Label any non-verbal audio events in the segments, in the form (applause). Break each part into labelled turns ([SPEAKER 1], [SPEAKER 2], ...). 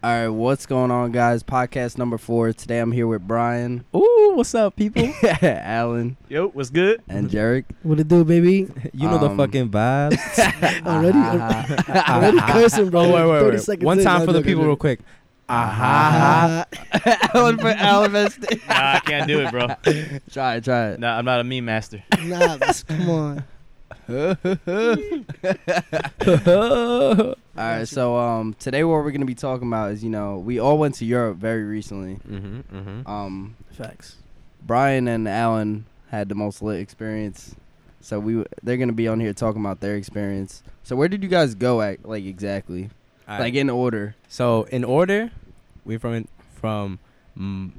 [SPEAKER 1] All right, what's going on, guys? Podcast number four. Today I'm here with Brian,
[SPEAKER 2] Ooh, what's up, people?
[SPEAKER 1] (laughs) Alan,
[SPEAKER 3] Yo, what's good?
[SPEAKER 1] and Jarek.
[SPEAKER 2] what it do, baby?
[SPEAKER 4] (laughs) You know the
[SPEAKER 1] Um,
[SPEAKER 3] (laughs)
[SPEAKER 4] fucking vibes.
[SPEAKER 2] Already,
[SPEAKER 1] Ah,
[SPEAKER 2] already cursing, bro.
[SPEAKER 4] wait, wait,
[SPEAKER 2] 30
[SPEAKER 4] wait.
[SPEAKER 2] seconds
[SPEAKER 4] One
[SPEAKER 2] in,
[SPEAKER 4] time
[SPEAKER 2] my
[SPEAKER 4] for the
[SPEAKER 2] nigga.
[SPEAKER 4] people, real quick.
[SPEAKER 1] ah,
[SPEAKER 4] Aha.
[SPEAKER 1] (laughs) Alan for Alan Vest-
[SPEAKER 3] Nah, I can't do it,
[SPEAKER 4] (laughs)
[SPEAKER 3] bro.
[SPEAKER 1] (laughs) Try it, try it.
[SPEAKER 3] Nah, I'm not a meme master.
[SPEAKER 2] Nah, that's- come on.
[SPEAKER 1] (laughs) All right, so um, today what we're gonna be talking about is you know we all went to Europe very recently.
[SPEAKER 3] (laughs)
[SPEAKER 4] Mm-hmm, mm-hmm.
[SPEAKER 1] Um,
[SPEAKER 2] Facts.
[SPEAKER 1] Brian and Alan had the most lit experience, so we w- they're gonna be on here talking about their experience. So where did you guys go at like exactly? Like in order.
[SPEAKER 4] so in order, we're from from mm,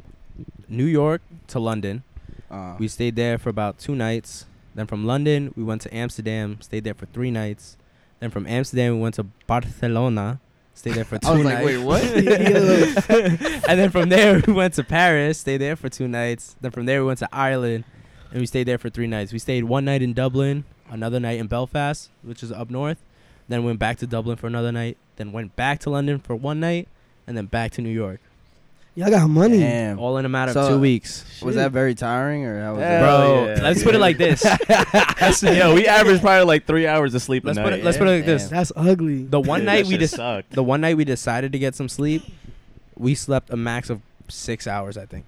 [SPEAKER 4] New York to London.
[SPEAKER 1] Uh,
[SPEAKER 4] We stayed there for about two nights. Then from London, we went to Amsterdam. Stayed there for three nights. Then from Amsterdam, we went to Barcelona. Stayed there for
[SPEAKER 1] (laughs)
[SPEAKER 4] two
[SPEAKER 1] I was like,
[SPEAKER 4] nights.
[SPEAKER 1] wait, what?
[SPEAKER 4] (laughs) and then from there we went to Paris, stayed there for two nights. Then from there we went to Ireland, and we stayed there for three nights. We stayed one night in Dublin, another night in Belfast, which is up north. Then went back to Dublin for another night. Then went back to London for one night, and then back to New York.
[SPEAKER 2] Y'all got money.
[SPEAKER 1] Damn.
[SPEAKER 4] All in a matter
[SPEAKER 1] So-
[SPEAKER 4] of two weeks.
[SPEAKER 1] Was that very tiring or how was
[SPEAKER 3] Hell
[SPEAKER 1] it?
[SPEAKER 4] Bro,
[SPEAKER 3] yeah,
[SPEAKER 4] let's put it
[SPEAKER 3] dude.
[SPEAKER 1] (laughs)
[SPEAKER 4] like this.
[SPEAKER 3] That's, yo, we average probably like three hours of sleep
[SPEAKER 4] Let's
[SPEAKER 3] a
[SPEAKER 4] put
[SPEAKER 3] night.
[SPEAKER 4] it. Let's put it like this.
[SPEAKER 1] Damn.
[SPEAKER 2] That's ugly.
[SPEAKER 4] The one
[SPEAKER 3] Dude,
[SPEAKER 4] night
[SPEAKER 3] that
[SPEAKER 4] we
[SPEAKER 3] shit
[SPEAKER 4] just
[SPEAKER 3] sucked.
[SPEAKER 4] the one night we decided to get some sleep, we slept a max of six hours. I think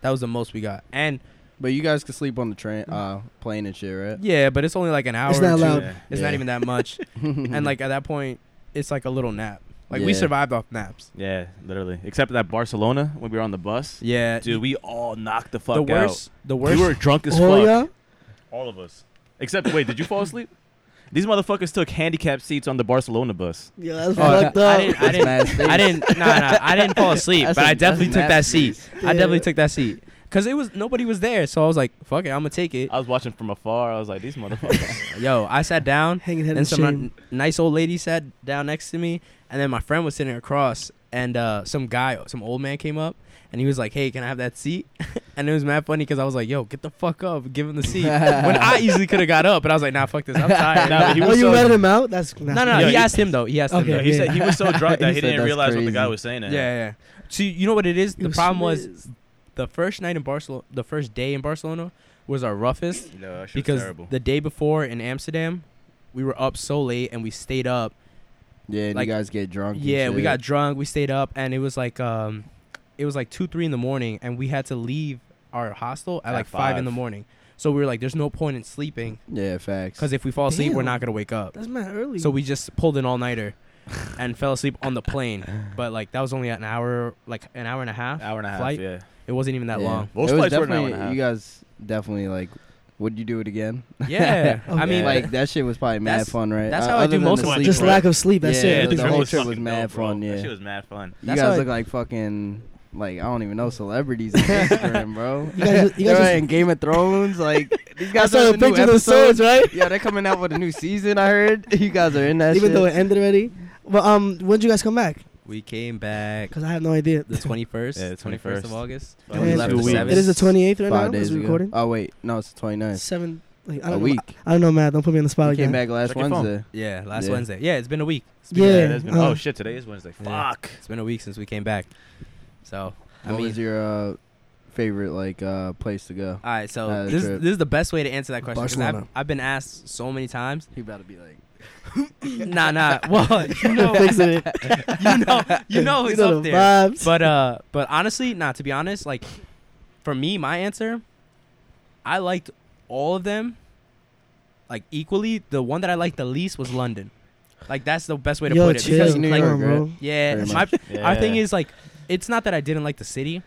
[SPEAKER 4] that was the most we got. And
[SPEAKER 1] But you guys could sleep on the train, uh, plane and shit, right?
[SPEAKER 4] yeah, but it's only like an hour.
[SPEAKER 2] It's
[SPEAKER 4] or
[SPEAKER 2] not
[SPEAKER 4] two.
[SPEAKER 2] allowed.
[SPEAKER 3] Yeah.
[SPEAKER 4] It's
[SPEAKER 1] Yeah.
[SPEAKER 4] not even that much.
[SPEAKER 1] (laughs)
[SPEAKER 4] and like at that point, it's like a little nap. Like we
[SPEAKER 1] Yeah.
[SPEAKER 4] survived off naps.
[SPEAKER 3] Yeah, literally. Except that Barcelona when we were on the bus,
[SPEAKER 4] Yeah,
[SPEAKER 3] dude, we all knocked the fuck
[SPEAKER 4] the worst. The
[SPEAKER 3] out. We
[SPEAKER 4] worst. Oh,
[SPEAKER 3] were drunk as
[SPEAKER 2] All
[SPEAKER 3] fuck.
[SPEAKER 2] y'all?
[SPEAKER 3] All of us. Except wait, did you fall asleep? These motherfuckers took handicapped seats on the Barcelona bus.
[SPEAKER 2] Yeah, that's
[SPEAKER 1] Oh,
[SPEAKER 2] fucked
[SPEAKER 4] I
[SPEAKER 2] up.
[SPEAKER 4] didn't. I didn't. (laughs) I didn't. Nah, nah. I didn't fall asleep,
[SPEAKER 1] That's
[SPEAKER 4] but
[SPEAKER 1] a-
[SPEAKER 4] I definitely
[SPEAKER 1] that's a
[SPEAKER 4] took that
[SPEAKER 1] nasty
[SPEAKER 4] seat. I
[SPEAKER 2] Yeah.
[SPEAKER 4] definitely took that seat because it was nobody was there, so I was like, "Fuck it, I'm gonna take it."
[SPEAKER 3] I was watching from afar. I was like, these motherfuckers.
[SPEAKER 4] Yo, I sat down.
[SPEAKER 2] Hanging head in
[SPEAKER 4] Then some uh,
[SPEAKER 2] shame.
[SPEAKER 4] n- nice old lady sat down next to me, and then my friend was sitting across, and uh, some guy, some old man came up, and he was like, "Hey, can I have that seat?" (laughs) and it was mad funny because I was like, "Yo, get the fuck up, give him the seat." when I easily could have got up, but I was like, "Nah, fuck this,
[SPEAKER 3] (laughs)
[SPEAKER 4] I'm (laughs) tired."
[SPEAKER 3] Nah, but he
[SPEAKER 2] Oh,
[SPEAKER 3] was
[SPEAKER 2] you
[SPEAKER 3] so-
[SPEAKER 2] let him out? That's
[SPEAKER 4] no, no, no,
[SPEAKER 3] Yo,
[SPEAKER 4] he
[SPEAKER 3] you-
[SPEAKER 4] asked him though. He asked
[SPEAKER 2] Okay,
[SPEAKER 4] him. Though.
[SPEAKER 3] he
[SPEAKER 2] yeah.
[SPEAKER 3] said he was so drunk that
[SPEAKER 1] He
[SPEAKER 3] he,
[SPEAKER 1] said
[SPEAKER 3] didn't
[SPEAKER 1] that's
[SPEAKER 3] realize what the guy
[SPEAKER 1] crazy.
[SPEAKER 3] was saying.
[SPEAKER 4] Yeah,
[SPEAKER 3] to him.
[SPEAKER 4] yeah. yeah. So you know what it is?
[SPEAKER 2] You
[SPEAKER 4] The problem was
[SPEAKER 2] smizzed.
[SPEAKER 4] the first night in Barcelona, the first day in Barcelona was our roughest.
[SPEAKER 3] No, that shit was
[SPEAKER 4] because
[SPEAKER 3] terrible.
[SPEAKER 4] the day before in Amsterdam, we were up so late and we stayed up.
[SPEAKER 1] Yeah, and
[SPEAKER 4] Like-
[SPEAKER 1] you guys get drunk. and
[SPEAKER 4] Yeah, we
[SPEAKER 1] shit.
[SPEAKER 4] got drunk, we stayed up, and it was like um, it was like two, three in the morning, and we had to leave our hostel at,
[SPEAKER 3] At
[SPEAKER 4] like five. in
[SPEAKER 3] five.
[SPEAKER 4] the morning. So we were like, "There's no point in sleeping
[SPEAKER 1] yeah facts.
[SPEAKER 4] because if we fall asleep, we're
[SPEAKER 2] Damn.
[SPEAKER 4] not gonna wake up."
[SPEAKER 2] That's mad early.
[SPEAKER 4] So we just pulled an all nighter, and fell asleep on the plane.
[SPEAKER 1] (laughs)
[SPEAKER 4] But like that was only an hour, like an hour and a half.
[SPEAKER 3] hour and a half.
[SPEAKER 4] flight.
[SPEAKER 3] Yeah.
[SPEAKER 4] It wasn't even that
[SPEAKER 1] Yeah. (laughs)
[SPEAKER 4] long.
[SPEAKER 3] Most
[SPEAKER 1] It was
[SPEAKER 3] flights were an hour and a
[SPEAKER 1] definitely- You guys definitely like. Would you do it again?
[SPEAKER 4] Yeah, I mean,
[SPEAKER 3] Yeah.
[SPEAKER 4] like
[SPEAKER 1] like that shit was probably mad
[SPEAKER 4] That's-
[SPEAKER 1] fun, right?
[SPEAKER 4] that's
[SPEAKER 1] O-
[SPEAKER 4] how I
[SPEAKER 1] other
[SPEAKER 4] do
[SPEAKER 1] than
[SPEAKER 4] most
[SPEAKER 1] the
[SPEAKER 4] of my-
[SPEAKER 1] sleep,
[SPEAKER 2] just
[SPEAKER 1] right?
[SPEAKER 2] lack of sleep. That's
[SPEAKER 1] Yeah,
[SPEAKER 2] it.
[SPEAKER 1] the
[SPEAKER 3] this
[SPEAKER 1] whole
[SPEAKER 3] room
[SPEAKER 1] trip was
[SPEAKER 3] fucking
[SPEAKER 1] mad
[SPEAKER 3] dope, bro.
[SPEAKER 1] fun, yeah.
[SPEAKER 3] That shit was mad fun.
[SPEAKER 1] You
[SPEAKER 4] That's how
[SPEAKER 1] guys
[SPEAKER 4] I-
[SPEAKER 1] look like fucking like I don't even know
[SPEAKER 4] (laughs)
[SPEAKER 1] celebrities on Instagram, bro.
[SPEAKER 2] You guys just- you
[SPEAKER 1] They're
[SPEAKER 2] guys just-
[SPEAKER 1] in Game of Thrones, like these
[SPEAKER 2] I
[SPEAKER 1] guys
[SPEAKER 2] saw
[SPEAKER 1] are
[SPEAKER 2] the
[SPEAKER 1] in the new
[SPEAKER 2] picture of the
[SPEAKER 1] episode.
[SPEAKER 2] swords, right?
[SPEAKER 1] Yeah, they're coming out with a new season. I heard (laughs) you guys are in that.
[SPEAKER 2] Even
[SPEAKER 1] shit.
[SPEAKER 2] though it ended already. But um, when did you guys come back?
[SPEAKER 4] we
[SPEAKER 2] (laughs)
[SPEAKER 4] came back
[SPEAKER 2] Because I have no idea.
[SPEAKER 4] the 21st,
[SPEAKER 3] Yeah, the
[SPEAKER 4] 21st of
[SPEAKER 3] 21st.
[SPEAKER 4] August.
[SPEAKER 3] Fucking
[SPEAKER 4] and we
[SPEAKER 2] two
[SPEAKER 4] left the
[SPEAKER 3] weeks.
[SPEAKER 4] 7th.
[SPEAKER 2] It is the 28th right now.
[SPEAKER 1] five
[SPEAKER 2] Is
[SPEAKER 1] days
[SPEAKER 2] it
[SPEAKER 1] ago.
[SPEAKER 2] recording?
[SPEAKER 1] Oh wait, no, it's the 29th.
[SPEAKER 2] Seven. Like, I don't
[SPEAKER 1] A
[SPEAKER 2] know-
[SPEAKER 1] week.
[SPEAKER 2] I don't know, man. Don't put me on the spot
[SPEAKER 1] You
[SPEAKER 2] again.
[SPEAKER 1] came back last
[SPEAKER 3] Check your phone.
[SPEAKER 1] Wednesday.
[SPEAKER 4] Yeah, last
[SPEAKER 1] Yeah.
[SPEAKER 4] Wednesday. Yeah, it's been a week. It's been,
[SPEAKER 2] Yeah.
[SPEAKER 3] Yeah, that's been-
[SPEAKER 2] uh,
[SPEAKER 3] oh shit, today is Wednesday.
[SPEAKER 4] Yeah.
[SPEAKER 3] Fuck.
[SPEAKER 4] it's been a week since we came back. So, I
[SPEAKER 1] What
[SPEAKER 4] mean,
[SPEAKER 1] was your uh, favorite like uh, place to go?
[SPEAKER 4] all right. So
[SPEAKER 1] uh,
[SPEAKER 4] this
[SPEAKER 1] trip?
[SPEAKER 4] this is the best way to answer that question. 'cause I've,
[SPEAKER 2] Barcelona.
[SPEAKER 4] I've been asked so many times.
[SPEAKER 1] He better be like,
[SPEAKER 4] (laughs)
[SPEAKER 1] (laughs)
[SPEAKER 4] nah, nah. Well, you know,
[SPEAKER 2] Fixing it.
[SPEAKER 4] you know, you know,
[SPEAKER 2] (laughs) You
[SPEAKER 4] it's
[SPEAKER 2] know
[SPEAKER 4] up
[SPEAKER 2] the
[SPEAKER 4] there.
[SPEAKER 2] vibes.
[SPEAKER 4] but uh but honestly nah to be honest like for me my answer i liked all of them like equally the one that i liked the least was london like that's the best way to
[SPEAKER 2] Yo,
[SPEAKER 4] put it
[SPEAKER 2] chill.
[SPEAKER 4] because
[SPEAKER 1] New
[SPEAKER 4] like
[SPEAKER 1] York,
[SPEAKER 2] Come on, bro.
[SPEAKER 4] yeah
[SPEAKER 1] Pretty
[SPEAKER 4] my, our thing
[SPEAKER 3] Yeah.
[SPEAKER 4] is like it's not that i didn't like the city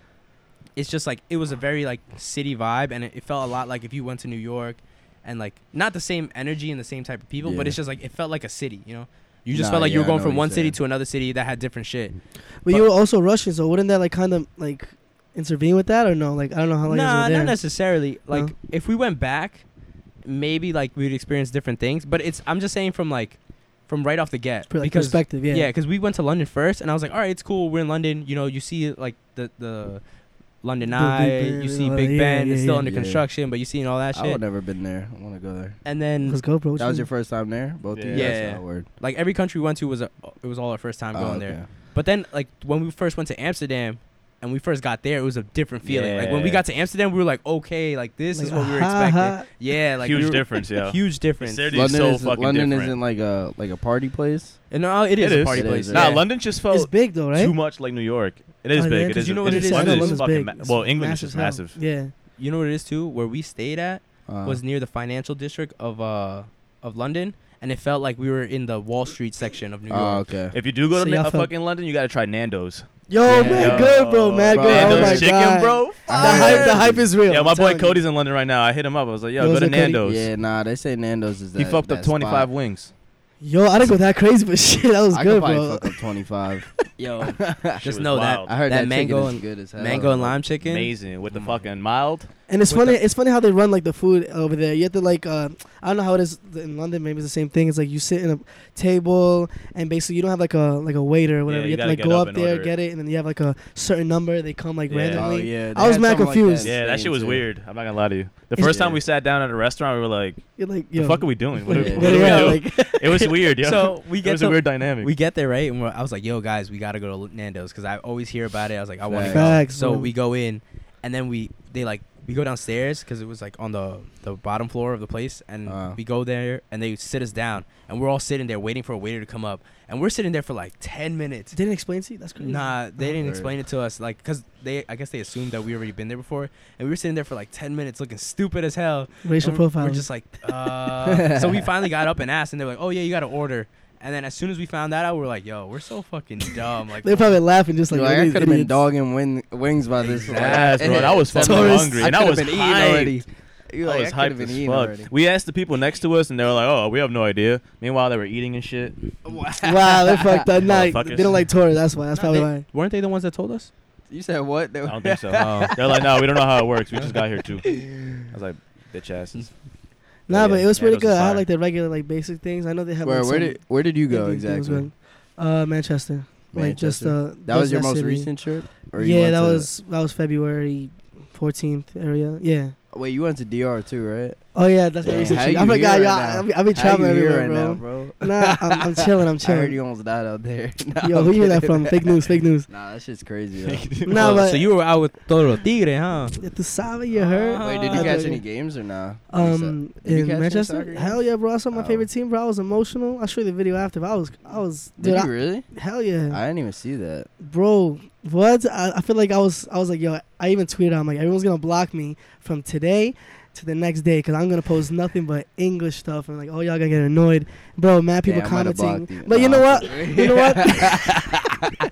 [SPEAKER 4] it's just like it was a very like city vibe and it, it felt a lot like if you went to new york and like not the same energy and the same type of people but
[SPEAKER 1] Yeah.
[SPEAKER 4] it's just like it felt like a city you know you just
[SPEAKER 1] Nah,
[SPEAKER 4] felt like
[SPEAKER 1] yeah,
[SPEAKER 4] you were
[SPEAKER 1] I
[SPEAKER 4] going
[SPEAKER 1] know
[SPEAKER 4] from
[SPEAKER 1] what
[SPEAKER 4] one
[SPEAKER 1] you're
[SPEAKER 4] city
[SPEAKER 1] saying.
[SPEAKER 4] to another city that had different shit
[SPEAKER 2] But
[SPEAKER 4] But-
[SPEAKER 2] you were also Russian, so wouldn't that like kind of like intervene with that or no? Like I don't know how long you
[SPEAKER 4] nah,
[SPEAKER 2] guys were
[SPEAKER 4] not
[SPEAKER 2] there.
[SPEAKER 4] necessarily. Like
[SPEAKER 2] No?
[SPEAKER 4] if we went back, maybe like we'd experience different things. But it's I'm just saying from like from right off the get
[SPEAKER 2] For, like,
[SPEAKER 4] because
[SPEAKER 2] perspective, yeah.
[SPEAKER 4] yeah, because we went to London first, and I was like, all right, it's cool. We're in London. You know, you see like the the London
[SPEAKER 2] Big
[SPEAKER 4] Eye.
[SPEAKER 2] Ben,
[SPEAKER 4] You see
[SPEAKER 2] all
[SPEAKER 4] Big
[SPEAKER 2] that. Yeah,
[SPEAKER 4] Ben.
[SPEAKER 2] yeah,
[SPEAKER 4] it's still
[SPEAKER 2] yeah.
[SPEAKER 4] under
[SPEAKER 1] Yeah.
[SPEAKER 4] construction, but you seen all that
[SPEAKER 1] I
[SPEAKER 4] shit.
[SPEAKER 1] would never been there. I want to go there.
[SPEAKER 4] And then
[SPEAKER 2] Let's go, bro. What
[SPEAKER 1] That
[SPEAKER 2] you
[SPEAKER 1] was your
[SPEAKER 2] mean?
[SPEAKER 1] first time there, both of you.
[SPEAKER 4] Yeah.
[SPEAKER 1] That's
[SPEAKER 4] Yeah.
[SPEAKER 1] not word.
[SPEAKER 4] like every country we went to was a, it was all our first time
[SPEAKER 1] Oh,
[SPEAKER 4] going there.
[SPEAKER 1] okay.
[SPEAKER 4] But then like when we first went to Amsterdam and we first got there, it was a different feeling. Like when we
[SPEAKER 3] Yeah.
[SPEAKER 4] got to Amsterdam, we were like, okay, like this
[SPEAKER 2] Like, uh-huh.
[SPEAKER 4] is what we were
[SPEAKER 2] ha,
[SPEAKER 4] expecting.
[SPEAKER 2] ha.
[SPEAKER 4] Yeah, like we
[SPEAKER 3] huge
[SPEAKER 4] were- (laughs)
[SPEAKER 3] difference, yeah.
[SPEAKER 4] Huge difference.
[SPEAKER 3] It's
[SPEAKER 1] London,
[SPEAKER 3] so
[SPEAKER 1] is,
[SPEAKER 3] fucking
[SPEAKER 1] London
[SPEAKER 3] different.
[SPEAKER 1] isn't like a like a party place.
[SPEAKER 4] And no, it is,
[SPEAKER 3] It
[SPEAKER 4] a
[SPEAKER 3] is.
[SPEAKER 4] party
[SPEAKER 1] It
[SPEAKER 4] place.
[SPEAKER 1] is,
[SPEAKER 3] Nah,
[SPEAKER 1] yeah.
[SPEAKER 3] London just felt
[SPEAKER 2] It's big though, right?
[SPEAKER 3] too much like New York. It is
[SPEAKER 2] Oh,
[SPEAKER 3] big.
[SPEAKER 2] yeah,
[SPEAKER 3] it
[SPEAKER 4] 'cause
[SPEAKER 3] is.
[SPEAKER 4] you know
[SPEAKER 3] it
[SPEAKER 4] what it is? I know
[SPEAKER 3] London is
[SPEAKER 2] London's
[SPEAKER 3] fucking.
[SPEAKER 2] big.
[SPEAKER 3] Ma-
[SPEAKER 2] It's
[SPEAKER 3] well, England is
[SPEAKER 2] massive
[SPEAKER 3] just
[SPEAKER 2] as
[SPEAKER 3] massive.
[SPEAKER 2] hell. Yeah.
[SPEAKER 4] You know what it is too? Where we stayed at
[SPEAKER 1] Uh,
[SPEAKER 4] was near the financial district of uh of London, and it felt like we were in the Wall Street section of New York.
[SPEAKER 1] oh, okay.
[SPEAKER 3] If you do go
[SPEAKER 2] So
[SPEAKER 3] to Na-
[SPEAKER 2] y'all
[SPEAKER 3] uh,
[SPEAKER 2] felt-
[SPEAKER 3] fucking London, you gotta try Nando's.
[SPEAKER 2] Yo,
[SPEAKER 1] Yeah.
[SPEAKER 2] man,
[SPEAKER 1] Yo,
[SPEAKER 2] good, bro. Mad
[SPEAKER 1] bro.
[SPEAKER 2] good.
[SPEAKER 1] Man,
[SPEAKER 2] Oh
[SPEAKER 1] those
[SPEAKER 2] my
[SPEAKER 3] chicken,
[SPEAKER 2] god.
[SPEAKER 3] bro.
[SPEAKER 2] The hype, the hype is real.
[SPEAKER 3] Yeah, my
[SPEAKER 2] I'm
[SPEAKER 3] boy
[SPEAKER 2] telling you.
[SPEAKER 3] Cody's in London right now. I hit him up. I was like, yo, go
[SPEAKER 2] Those
[SPEAKER 3] to
[SPEAKER 2] are Cody-
[SPEAKER 3] Nando's.
[SPEAKER 1] Yeah, nah, they say Nando's is that.
[SPEAKER 3] he fucked up
[SPEAKER 1] that spot.
[SPEAKER 3] 25 wings.
[SPEAKER 2] Yo, I didn't go that crazy, but (laughs) shit, that was
[SPEAKER 1] I could
[SPEAKER 2] good,
[SPEAKER 1] probably
[SPEAKER 2] bro.
[SPEAKER 1] fuck up 25.
[SPEAKER 4] (laughs) Yo,
[SPEAKER 3] Shit was
[SPEAKER 4] just know
[SPEAKER 3] wild.
[SPEAKER 1] (laughs)
[SPEAKER 4] that
[SPEAKER 1] I heard
[SPEAKER 4] That
[SPEAKER 1] that,
[SPEAKER 4] mango
[SPEAKER 1] chicken is
[SPEAKER 4] and-
[SPEAKER 1] good as hell.
[SPEAKER 4] mango and lime chicken.
[SPEAKER 3] Amazing Hmm. with the
[SPEAKER 4] Oh my
[SPEAKER 3] fucking mild.
[SPEAKER 2] And it's
[SPEAKER 4] With
[SPEAKER 2] funny.
[SPEAKER 4] the-
[SPEAKER 2] it's funny how they run like the food over there. You have to like uh, I don't know how it is in London. Maybe it's the same thing. It's like you sit in a table and basically you don't have like a like a waiter or whatever.
[SPEAKER 3] Yeah,
[SPEAKER 2] you,
[SPEAKER 3] you
[SPEAKER 2] have to like
[SPEAKER 3] gotta
[SPEAKER 2] go
[SPEAKER 3] get up
[SPEAKER 2] up
[SPEAKER 3] and
[SPEAKER 2] there,
[SPEAKER 3] order it.
[SPEAKER 2] get it, and then you have like a certain number. They come like
[SPEAKER 3] Yeah.
[SPEAKER 1] Oh
[SPEAKER 2] randomly.
[SPEAKER 1] yeah,
[SPEAKER 2] I was mad confused.
[SPEAKER 3] Yeah, that shit was weird. I'm not gonna lie to you. The
[SPEAKER 2] It's-
[SPEAKER 3] first time
[SPEAKER 1] Yeah.
[SPEAKER 3] we sat down at a restaurant, we were like,
[SPEAKER 2] You're like,
[SPEAKER 3] "The
[SPEAKER 2] yo,
[SPEAKER 3] fuck are we doing? What are,
[SPEAKER 2] like,
[SPEAKER 1] Yeah.
[SPEAKER 3] we- what are we (laughs)
[SPEAKER 2] yeah,
[SPEAKER 3] doing?"
[SPEAKER 2] like, (laughs)
[SPEAKER 3] it
[SPEAKER 4] (laughs)
[SPEAKER 3] was weird, yo.
[SPEAKER 4] So we
[SPEAKER 3] it
[SPEAKER 4] get
[SPEAKER 3] was a
[SPEAKER 4] to-
[SPEAKER 3] weird dynamic.
[SPEAKER 4] we get there right, and we're, I was like, "Yo, guys, we gotta go to Nando's because I always hear about it." I was like, "I want to go."
[SPEAKER 2] Facts,
[SPEAKER 4] So
[SPEAKER 2] bro.
[SPEAKER 4] we go in, and then we they like we go downstairs because it was like on the the bottom floor of the place, and
[SPEAKER 1] Uh.
[SPEAKER 4] we go there, and they sit us down, and we're all sitting there waiting for a waiter to come up, and we're sitting there for like ten minutes.
[SPEAKER 2] didn't explain to you. That's crazy.
[SPEAKER 4] Nah, they didn't
[SPEAKER 1] Word.
[SPEAKER 4] explain it to us, like, cause they, I guess they assumed that we already been there before, and we were sitting there for like ten minutes, looking stupid as hell.
[SPEAKER 2] racial
[SPEAKER 4] And we're-
[SPEAKER 2] profile.
[SPEAKER 4] We're just like, uh.
[SPEAKER 2] (laughs)
[SPEAKER 4] so we finally got up and asked, and they were like, "Oh yeah, you got to order." And then as soon as we found that out, we were like, "Yo, we're so fucking dumb." Like,
[SPEAKER 2] They're probably laughing just like,
[SPEAKER 1] Like,
[SPEAKER 2] "Yo,
[SPEAKER 1] I
[SPEAKER 2] these
[SPEAKER 1] could have been
[SPEAKER 2] idiots."
[SPEAKER 1] dogging win- wings by this. point.
[SPEAKER 3] Yes, bro. And I was fucking
[SPEAKER 2] Tourist.
[SPEAKER 3] hungry, and I,
[SPEAKER 1] could've
[SPEAKER 3] was
[SPEAKER 1] been eating
[SPEAKER 3] hyped.
[SPEAKER 1] already. You
[SPEAKER 3] I
[SPEAKER 1] like,
[SPEAKER 3] was
[SPEAKER 1] I could've
[SPEAKER 3] hyped
[SPEAKER 1] been
[SPEAKER 3] as
[SPEAKER 1] eating
[SPEAKER 3] fuck.
[SPEAKER 1] already.
[SPEAKER 3] We asked the people next to us, and they were like, "Oh, we have no idea." Meanwhile, they were eating and shit.
[SPEAKER 2] Wow, they
[SPEAKER 1] (laughs)
[SPEAKER 2] fucked up. Nah, they
[SPEAKER 3] Motherfuckers.
[SPEAKER 2] don't like Taurus. That's why. That's
[SPEAKER 4] No,
[SPEAKER 2] probably
[SPEAKER 4] they-
[SPEAKER 2] why.
[SPEAKER 4] weren't they the ones that told us?
[SPEAKER 1] You said what?
[SPEAKER 3] I don't think so.
[SPEAKER 4] Oh.
[SPEAKER 3] They're like, "No, we don't know how it works. We just got here too." I was like, "Bitch asses."
[SPEAKER 2] Nah, but
[SPEAKER 3] Oh, yeah,
[SPEAKER 2] it was pretty
[SPEAKER 3] Nando's is
[SPEAKER 2] good. I had
[SPEAKER 3] fire.
[SPEAKER 2] like the regular like basic things. I know they have.
[SPEAKER 1] Where,
[SPEAKER 2] like,
[SPEAKER 1] where
[SPEAKER 2] some
[SPEAKER 1] did where did you go
[SPEAKER 2] Indian things
[SPEAKER 1] exactly?
[SPEAKER 2] going. Uh, Manchester. Like just
[SPEAKER 1] Manchester?
[SPEAKER 2] uh.
[SPEAKER 1] that was
[SPEAKER 2] just
[SPEAKER 1] your most
[SPEAKER 2] city.
[SPEAKER 1] recent trip. Or you
[SPEAKER 2] Yeah,
[SPEAKER 1] went
[SPEAKER 2] that
[SPEAKER 1] to-
[SPEAKER 2] was that was February, fourteenth area. Yeah.
[SPEAKER 1] Wait, you went to DR too, right?
[SPEAKER 2] Oh yeah, that's my
[SPEAKER 1] Yeah,
[SPEAKER 2] recent
[SPEAKER 1] how
[SPEAKER 2] trip.
[SPEAKER 1] you
[SPEAKER 2] I forgot,
[SPEAKER 1] here
[SPEAKER 2] y'all.
[SPEAKER 1] right now?
[SPEAKER 2] I be, I be
[SPEAKER 1] How
[SPEAKER 2] traveling
[SPEAKER 1] you here
[SPEAKER 2] everywhere,
[SPEAKER 1] right
[SPEAKER 2] bro.
[SPEAKER 1] now, bro?
[SPEAKER 2] Nah, I'm,
[SPEAKER 1] (laughs)
[SPEAKER 2] I'm chilling. I'm
[SPEAKER 1] I heard
[SPEAKER 2] chilling.
[SPEAKER 1] you almost died out there. (laughs)
[SPEAKER 2] Yo, who you hear that from? Fake news. Fake news.
[SPEAKER 1] Nah, that shit's crazy. Though.
[SPEAKER 3] (laughs)
[SPEAKER 2] (laughs) Nah,
[SPEAKER 4] Oh,
[SPEAKER 2] but
[SPEAKER 4] so you were out with Toro Tigre, huh?
[SPEAKER 2] Yeah, the Sava, you heard?
[SPEAKER 1] Wait, did
[SPEAKER 2] Uh, I
[SPEAKER 1] you catch
[SPEAKER 2] thought
[SPEAKER 1] any
[SPEAKER 2] you-
[SPEAKER 1] games or not?
[SPEAKER 2] Um,
[SPEAKER 1] Oh. Did you
[SPEAKER 2] in
[SPEAKER 1] catch any
[SPEAKER 2] Manchester,
[SPEAKER 1] soccer games?
[SPEAKER 2] hell yeah, bro! I saw my
[SPEAKER 1] Oh.
[SPEAKER 2] favorite team, bro. I was emotional. I'll show you the video after. But I was, I was,
[SPEAKER 1] Did
[SPEAKER 2] dude. I-
[SPEAKER 1] you really?
[SPEAKER 2] hell yeah,
[SPEAKER 1] I didn't even see that.
[SPEAKER 2] bro. What? I, I feel like I was, I was like, yo. I even tweeted, I'm like, everyone's gonna block me from today to the next day because I'm gonna post nothing but English stuff and like, oh y'all gonna get annoyed, bro. Mad people
[SPEAKER 1] Damn, I might've
[SPEAKER 2] commenting,
[SPEAKER 1] blocked
[SPEAKER 2] but you
[SPEAKER 1] Nah,
[SPEAKER 2] know
[SPEAKER 1] I'm
[SPEAKER 2] what?
[SPEAKER 1] kidding.
[SPEAKER 2] You know what?
[SPEAKER 1] (laughs)
[SPEAKER 2] (laughs)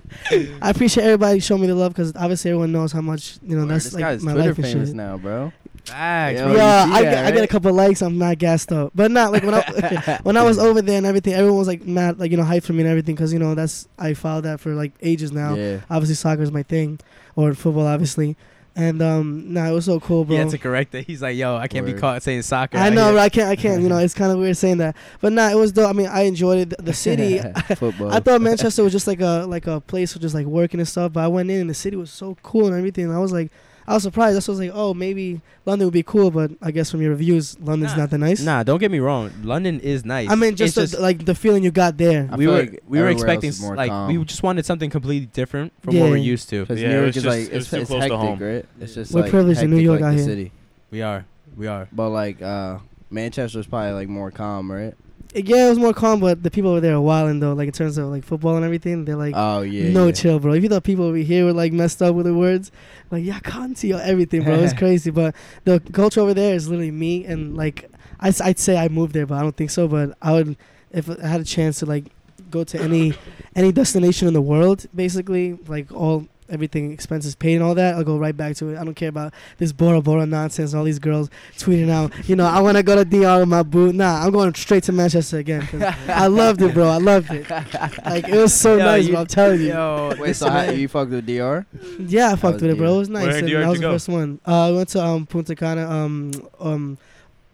[SPEAKER 2] I appreciate everybody showing me the love because obviously everyone knows how much you know.
[SPEAKER 1] Word,
[SPEAKER 2] that's
[SPEAKER 1] this
[SPEAKER 2] like
[SPEAKER 1] guy's
[SPEAKER 2] my
[SPEAKER 1] Twitter
[SPEAKER 2] life and
[SPEAKER 1] famous
[SPEAKER 2] shit.
[SPEAKER 1] now, bro.
[SPEAKER 4] Facts,
[SPEAKER 1] Yeah.
[SPEAKER 4] bro.
[SPEAKER 1] you
[SPEAKER 2] yeah,
[SPEAKER 1] see
[SPEAKER 2] I,
[SPEAKER 1] that,
[SPEAKER 2] get, I get a
[SPEAKER 1] right?
[SPEAKER 2] couple likes. I'm not gassed up, but not like
[SPEAKER 1] (laughs)
[SPEAKER 2] when I (laughs) (laughs) when I was over there and everything. Everyone was like mad, like you know, hyped for me and everything because you know that's I followed that for like ages now.
[SPEAKER 1] Yeah.
[SPEAKER 2] Obviously, soccer is my thing, or football, obviously. And um, nah, it was so cool,
[SPEAKER 4] He
[SPEAKER 2] bro.
[SPEAKER 4] had to correct it. He's like, "Yo, I can't be
[SPEAKER 1] Word.
[SPEAKER 4] caught saying soccer."
[SPEAKER 2] I
[SPEAKER 4] out
[SPEAKER 2] know,
[SPEAKER 4] here.
[SPEAKER 2] but I can't. I can't.
[SPEAKER 4] (laughs)
[SPEAKER 2] You know, it's kind of weird saying that, but nah, it was dope. I mean, I enjoyed it. The- The
[SPEAKER 4] (laughs)
[SPEAKER 2] city.
[SPEAKER 1] (laughs) Football.
[SPEAKER 2] I thought Manchester was just like a like a place for just like working and stuff, but I went in and the city was so cool and everything. I was like, I was surprised. That's why I was like, oh, maybe London would be cool, but I guess from your reviews, London's
[SPEAKER 4] Nah,
[SPEAKER 2] not that nice.
[SPEAKER 4] Nah, don't get me wrong. London is nice.
[SPEAKER 2] I mean, just,
[SPEAKER 4] It's Um,
[SPEAKER 2] the, like the feeling you got there.
[SPEAKER 1] I
[SPEAKER 4] we
[SPEAKER 1] feel
[SPEAKER 4] were
[SPEAKER 1] like
[SPEAKER 4] we were
[SPEAKER 1] everywhere else
[SPEAKER 4] expecting
[SPEAKER 1] is
[SPEAKER 4] s-
[SPEAKER 1] more
[SPEAKER 4] like we
[SPEAKER 1] calm.
[SPEAKER 4] just wanted something completely different from
[SPEAKER 2] Yeah.
[SPEAKER 4] what we're used to.
[SPEAKER 1] Because
[SPEAKER 3] Yeah,
[SPEAKER 1] New
[SPEAKER 3] it
[SPEAKER 1] York
[SPEAKER 3] was
[SPEAKER 1] is
[SPEAKER 3] just-
[SPEAKER 1] like
[SPEAKER 3] it was
[SPEAKER 1] it's,
[SPEAKER 3] too
[SPEAKER 1] it's
[SPEAKER 3] close to
[SPEAKER 1] hectic,
[SPEAKER 3] home.
[SPEAKER 1] right? It's just
[SPEAKER 2] We're
[SPEAKER 1] like
[SPEAKER 2] privileged in New
[SPEAKER 1] hectic,
[SPEAKER 2] York
[SPEAKER 1] like
[SPEAKER 2] out
[SPEAKER 1] the
[SPEAKER 2] here.
[SPEAKER 1] city.
[SPEAKER 4] We are, we are.
[SPEAKER 1] But like uh, Manchester's probably like more calm, right?
[SPEAKER 2] Yeah, it was more calm, but the people over there are wilding though. Like in terms of like football and everything, they're like.
[SPEAKER 1] oh yeah.
[SPEAKER 2] no
[SPEAKER 1] yeah.
[SPEAKER 2] chill, bro. If you thought people over here were like messed up with the words, like yeah, Conti or everything,
[SPEAKER 1] (laughs)
[SPEAKER 2] bro, it's crazy. But the culture over there is literally me, and like I, would say I moved there, but I don't think so. But I would, if I had a chance to like go to any any destination in the world, basically, like all everything expenses paid and all that, I'll go right back to it. I don't care about this Bora Bora nonsense. and All these girls tweeting out, you know, I want to go to DR in my boot. Nah, I'm going straight to Manchester again. 'cause I loved it, bro. I
[SPEAKER 1] (laughs)
[SPEAKER 2] loved it. Like it was so
[SPEAKER 4] Yo,
[SPEAKER 2] nice,
[SPEAKER 4] you-
[SPEAKER 2] bro. I'm telling you.
[SPEAKER 4] Yo,
[SPEAKER 1] Wait, so
[SPEAKER 4] listen,
[SPEAKER 1] how,
[SPEAKER 4] man.
[SPEAKER 1] you fucked with DR?
[SPEAKER 2] Yeah, I fucked
[SPEAKER 1] was
[SPEAKER 2] with it, bro.
[SPEAKER 1] dear.
[SPEAKER 2] It was nice.
[SPEAKER 3] Where in
[SPEAKER 2] and
[SPEAKER 3] New York
[SPEAKER 2] that was
[SPEAKER 3] you
[SPEAKER 2] the
[SPEAKER 3] go?
[SPEAKER 2] first one. Uh, I went to um, Punta Cana. Um, um,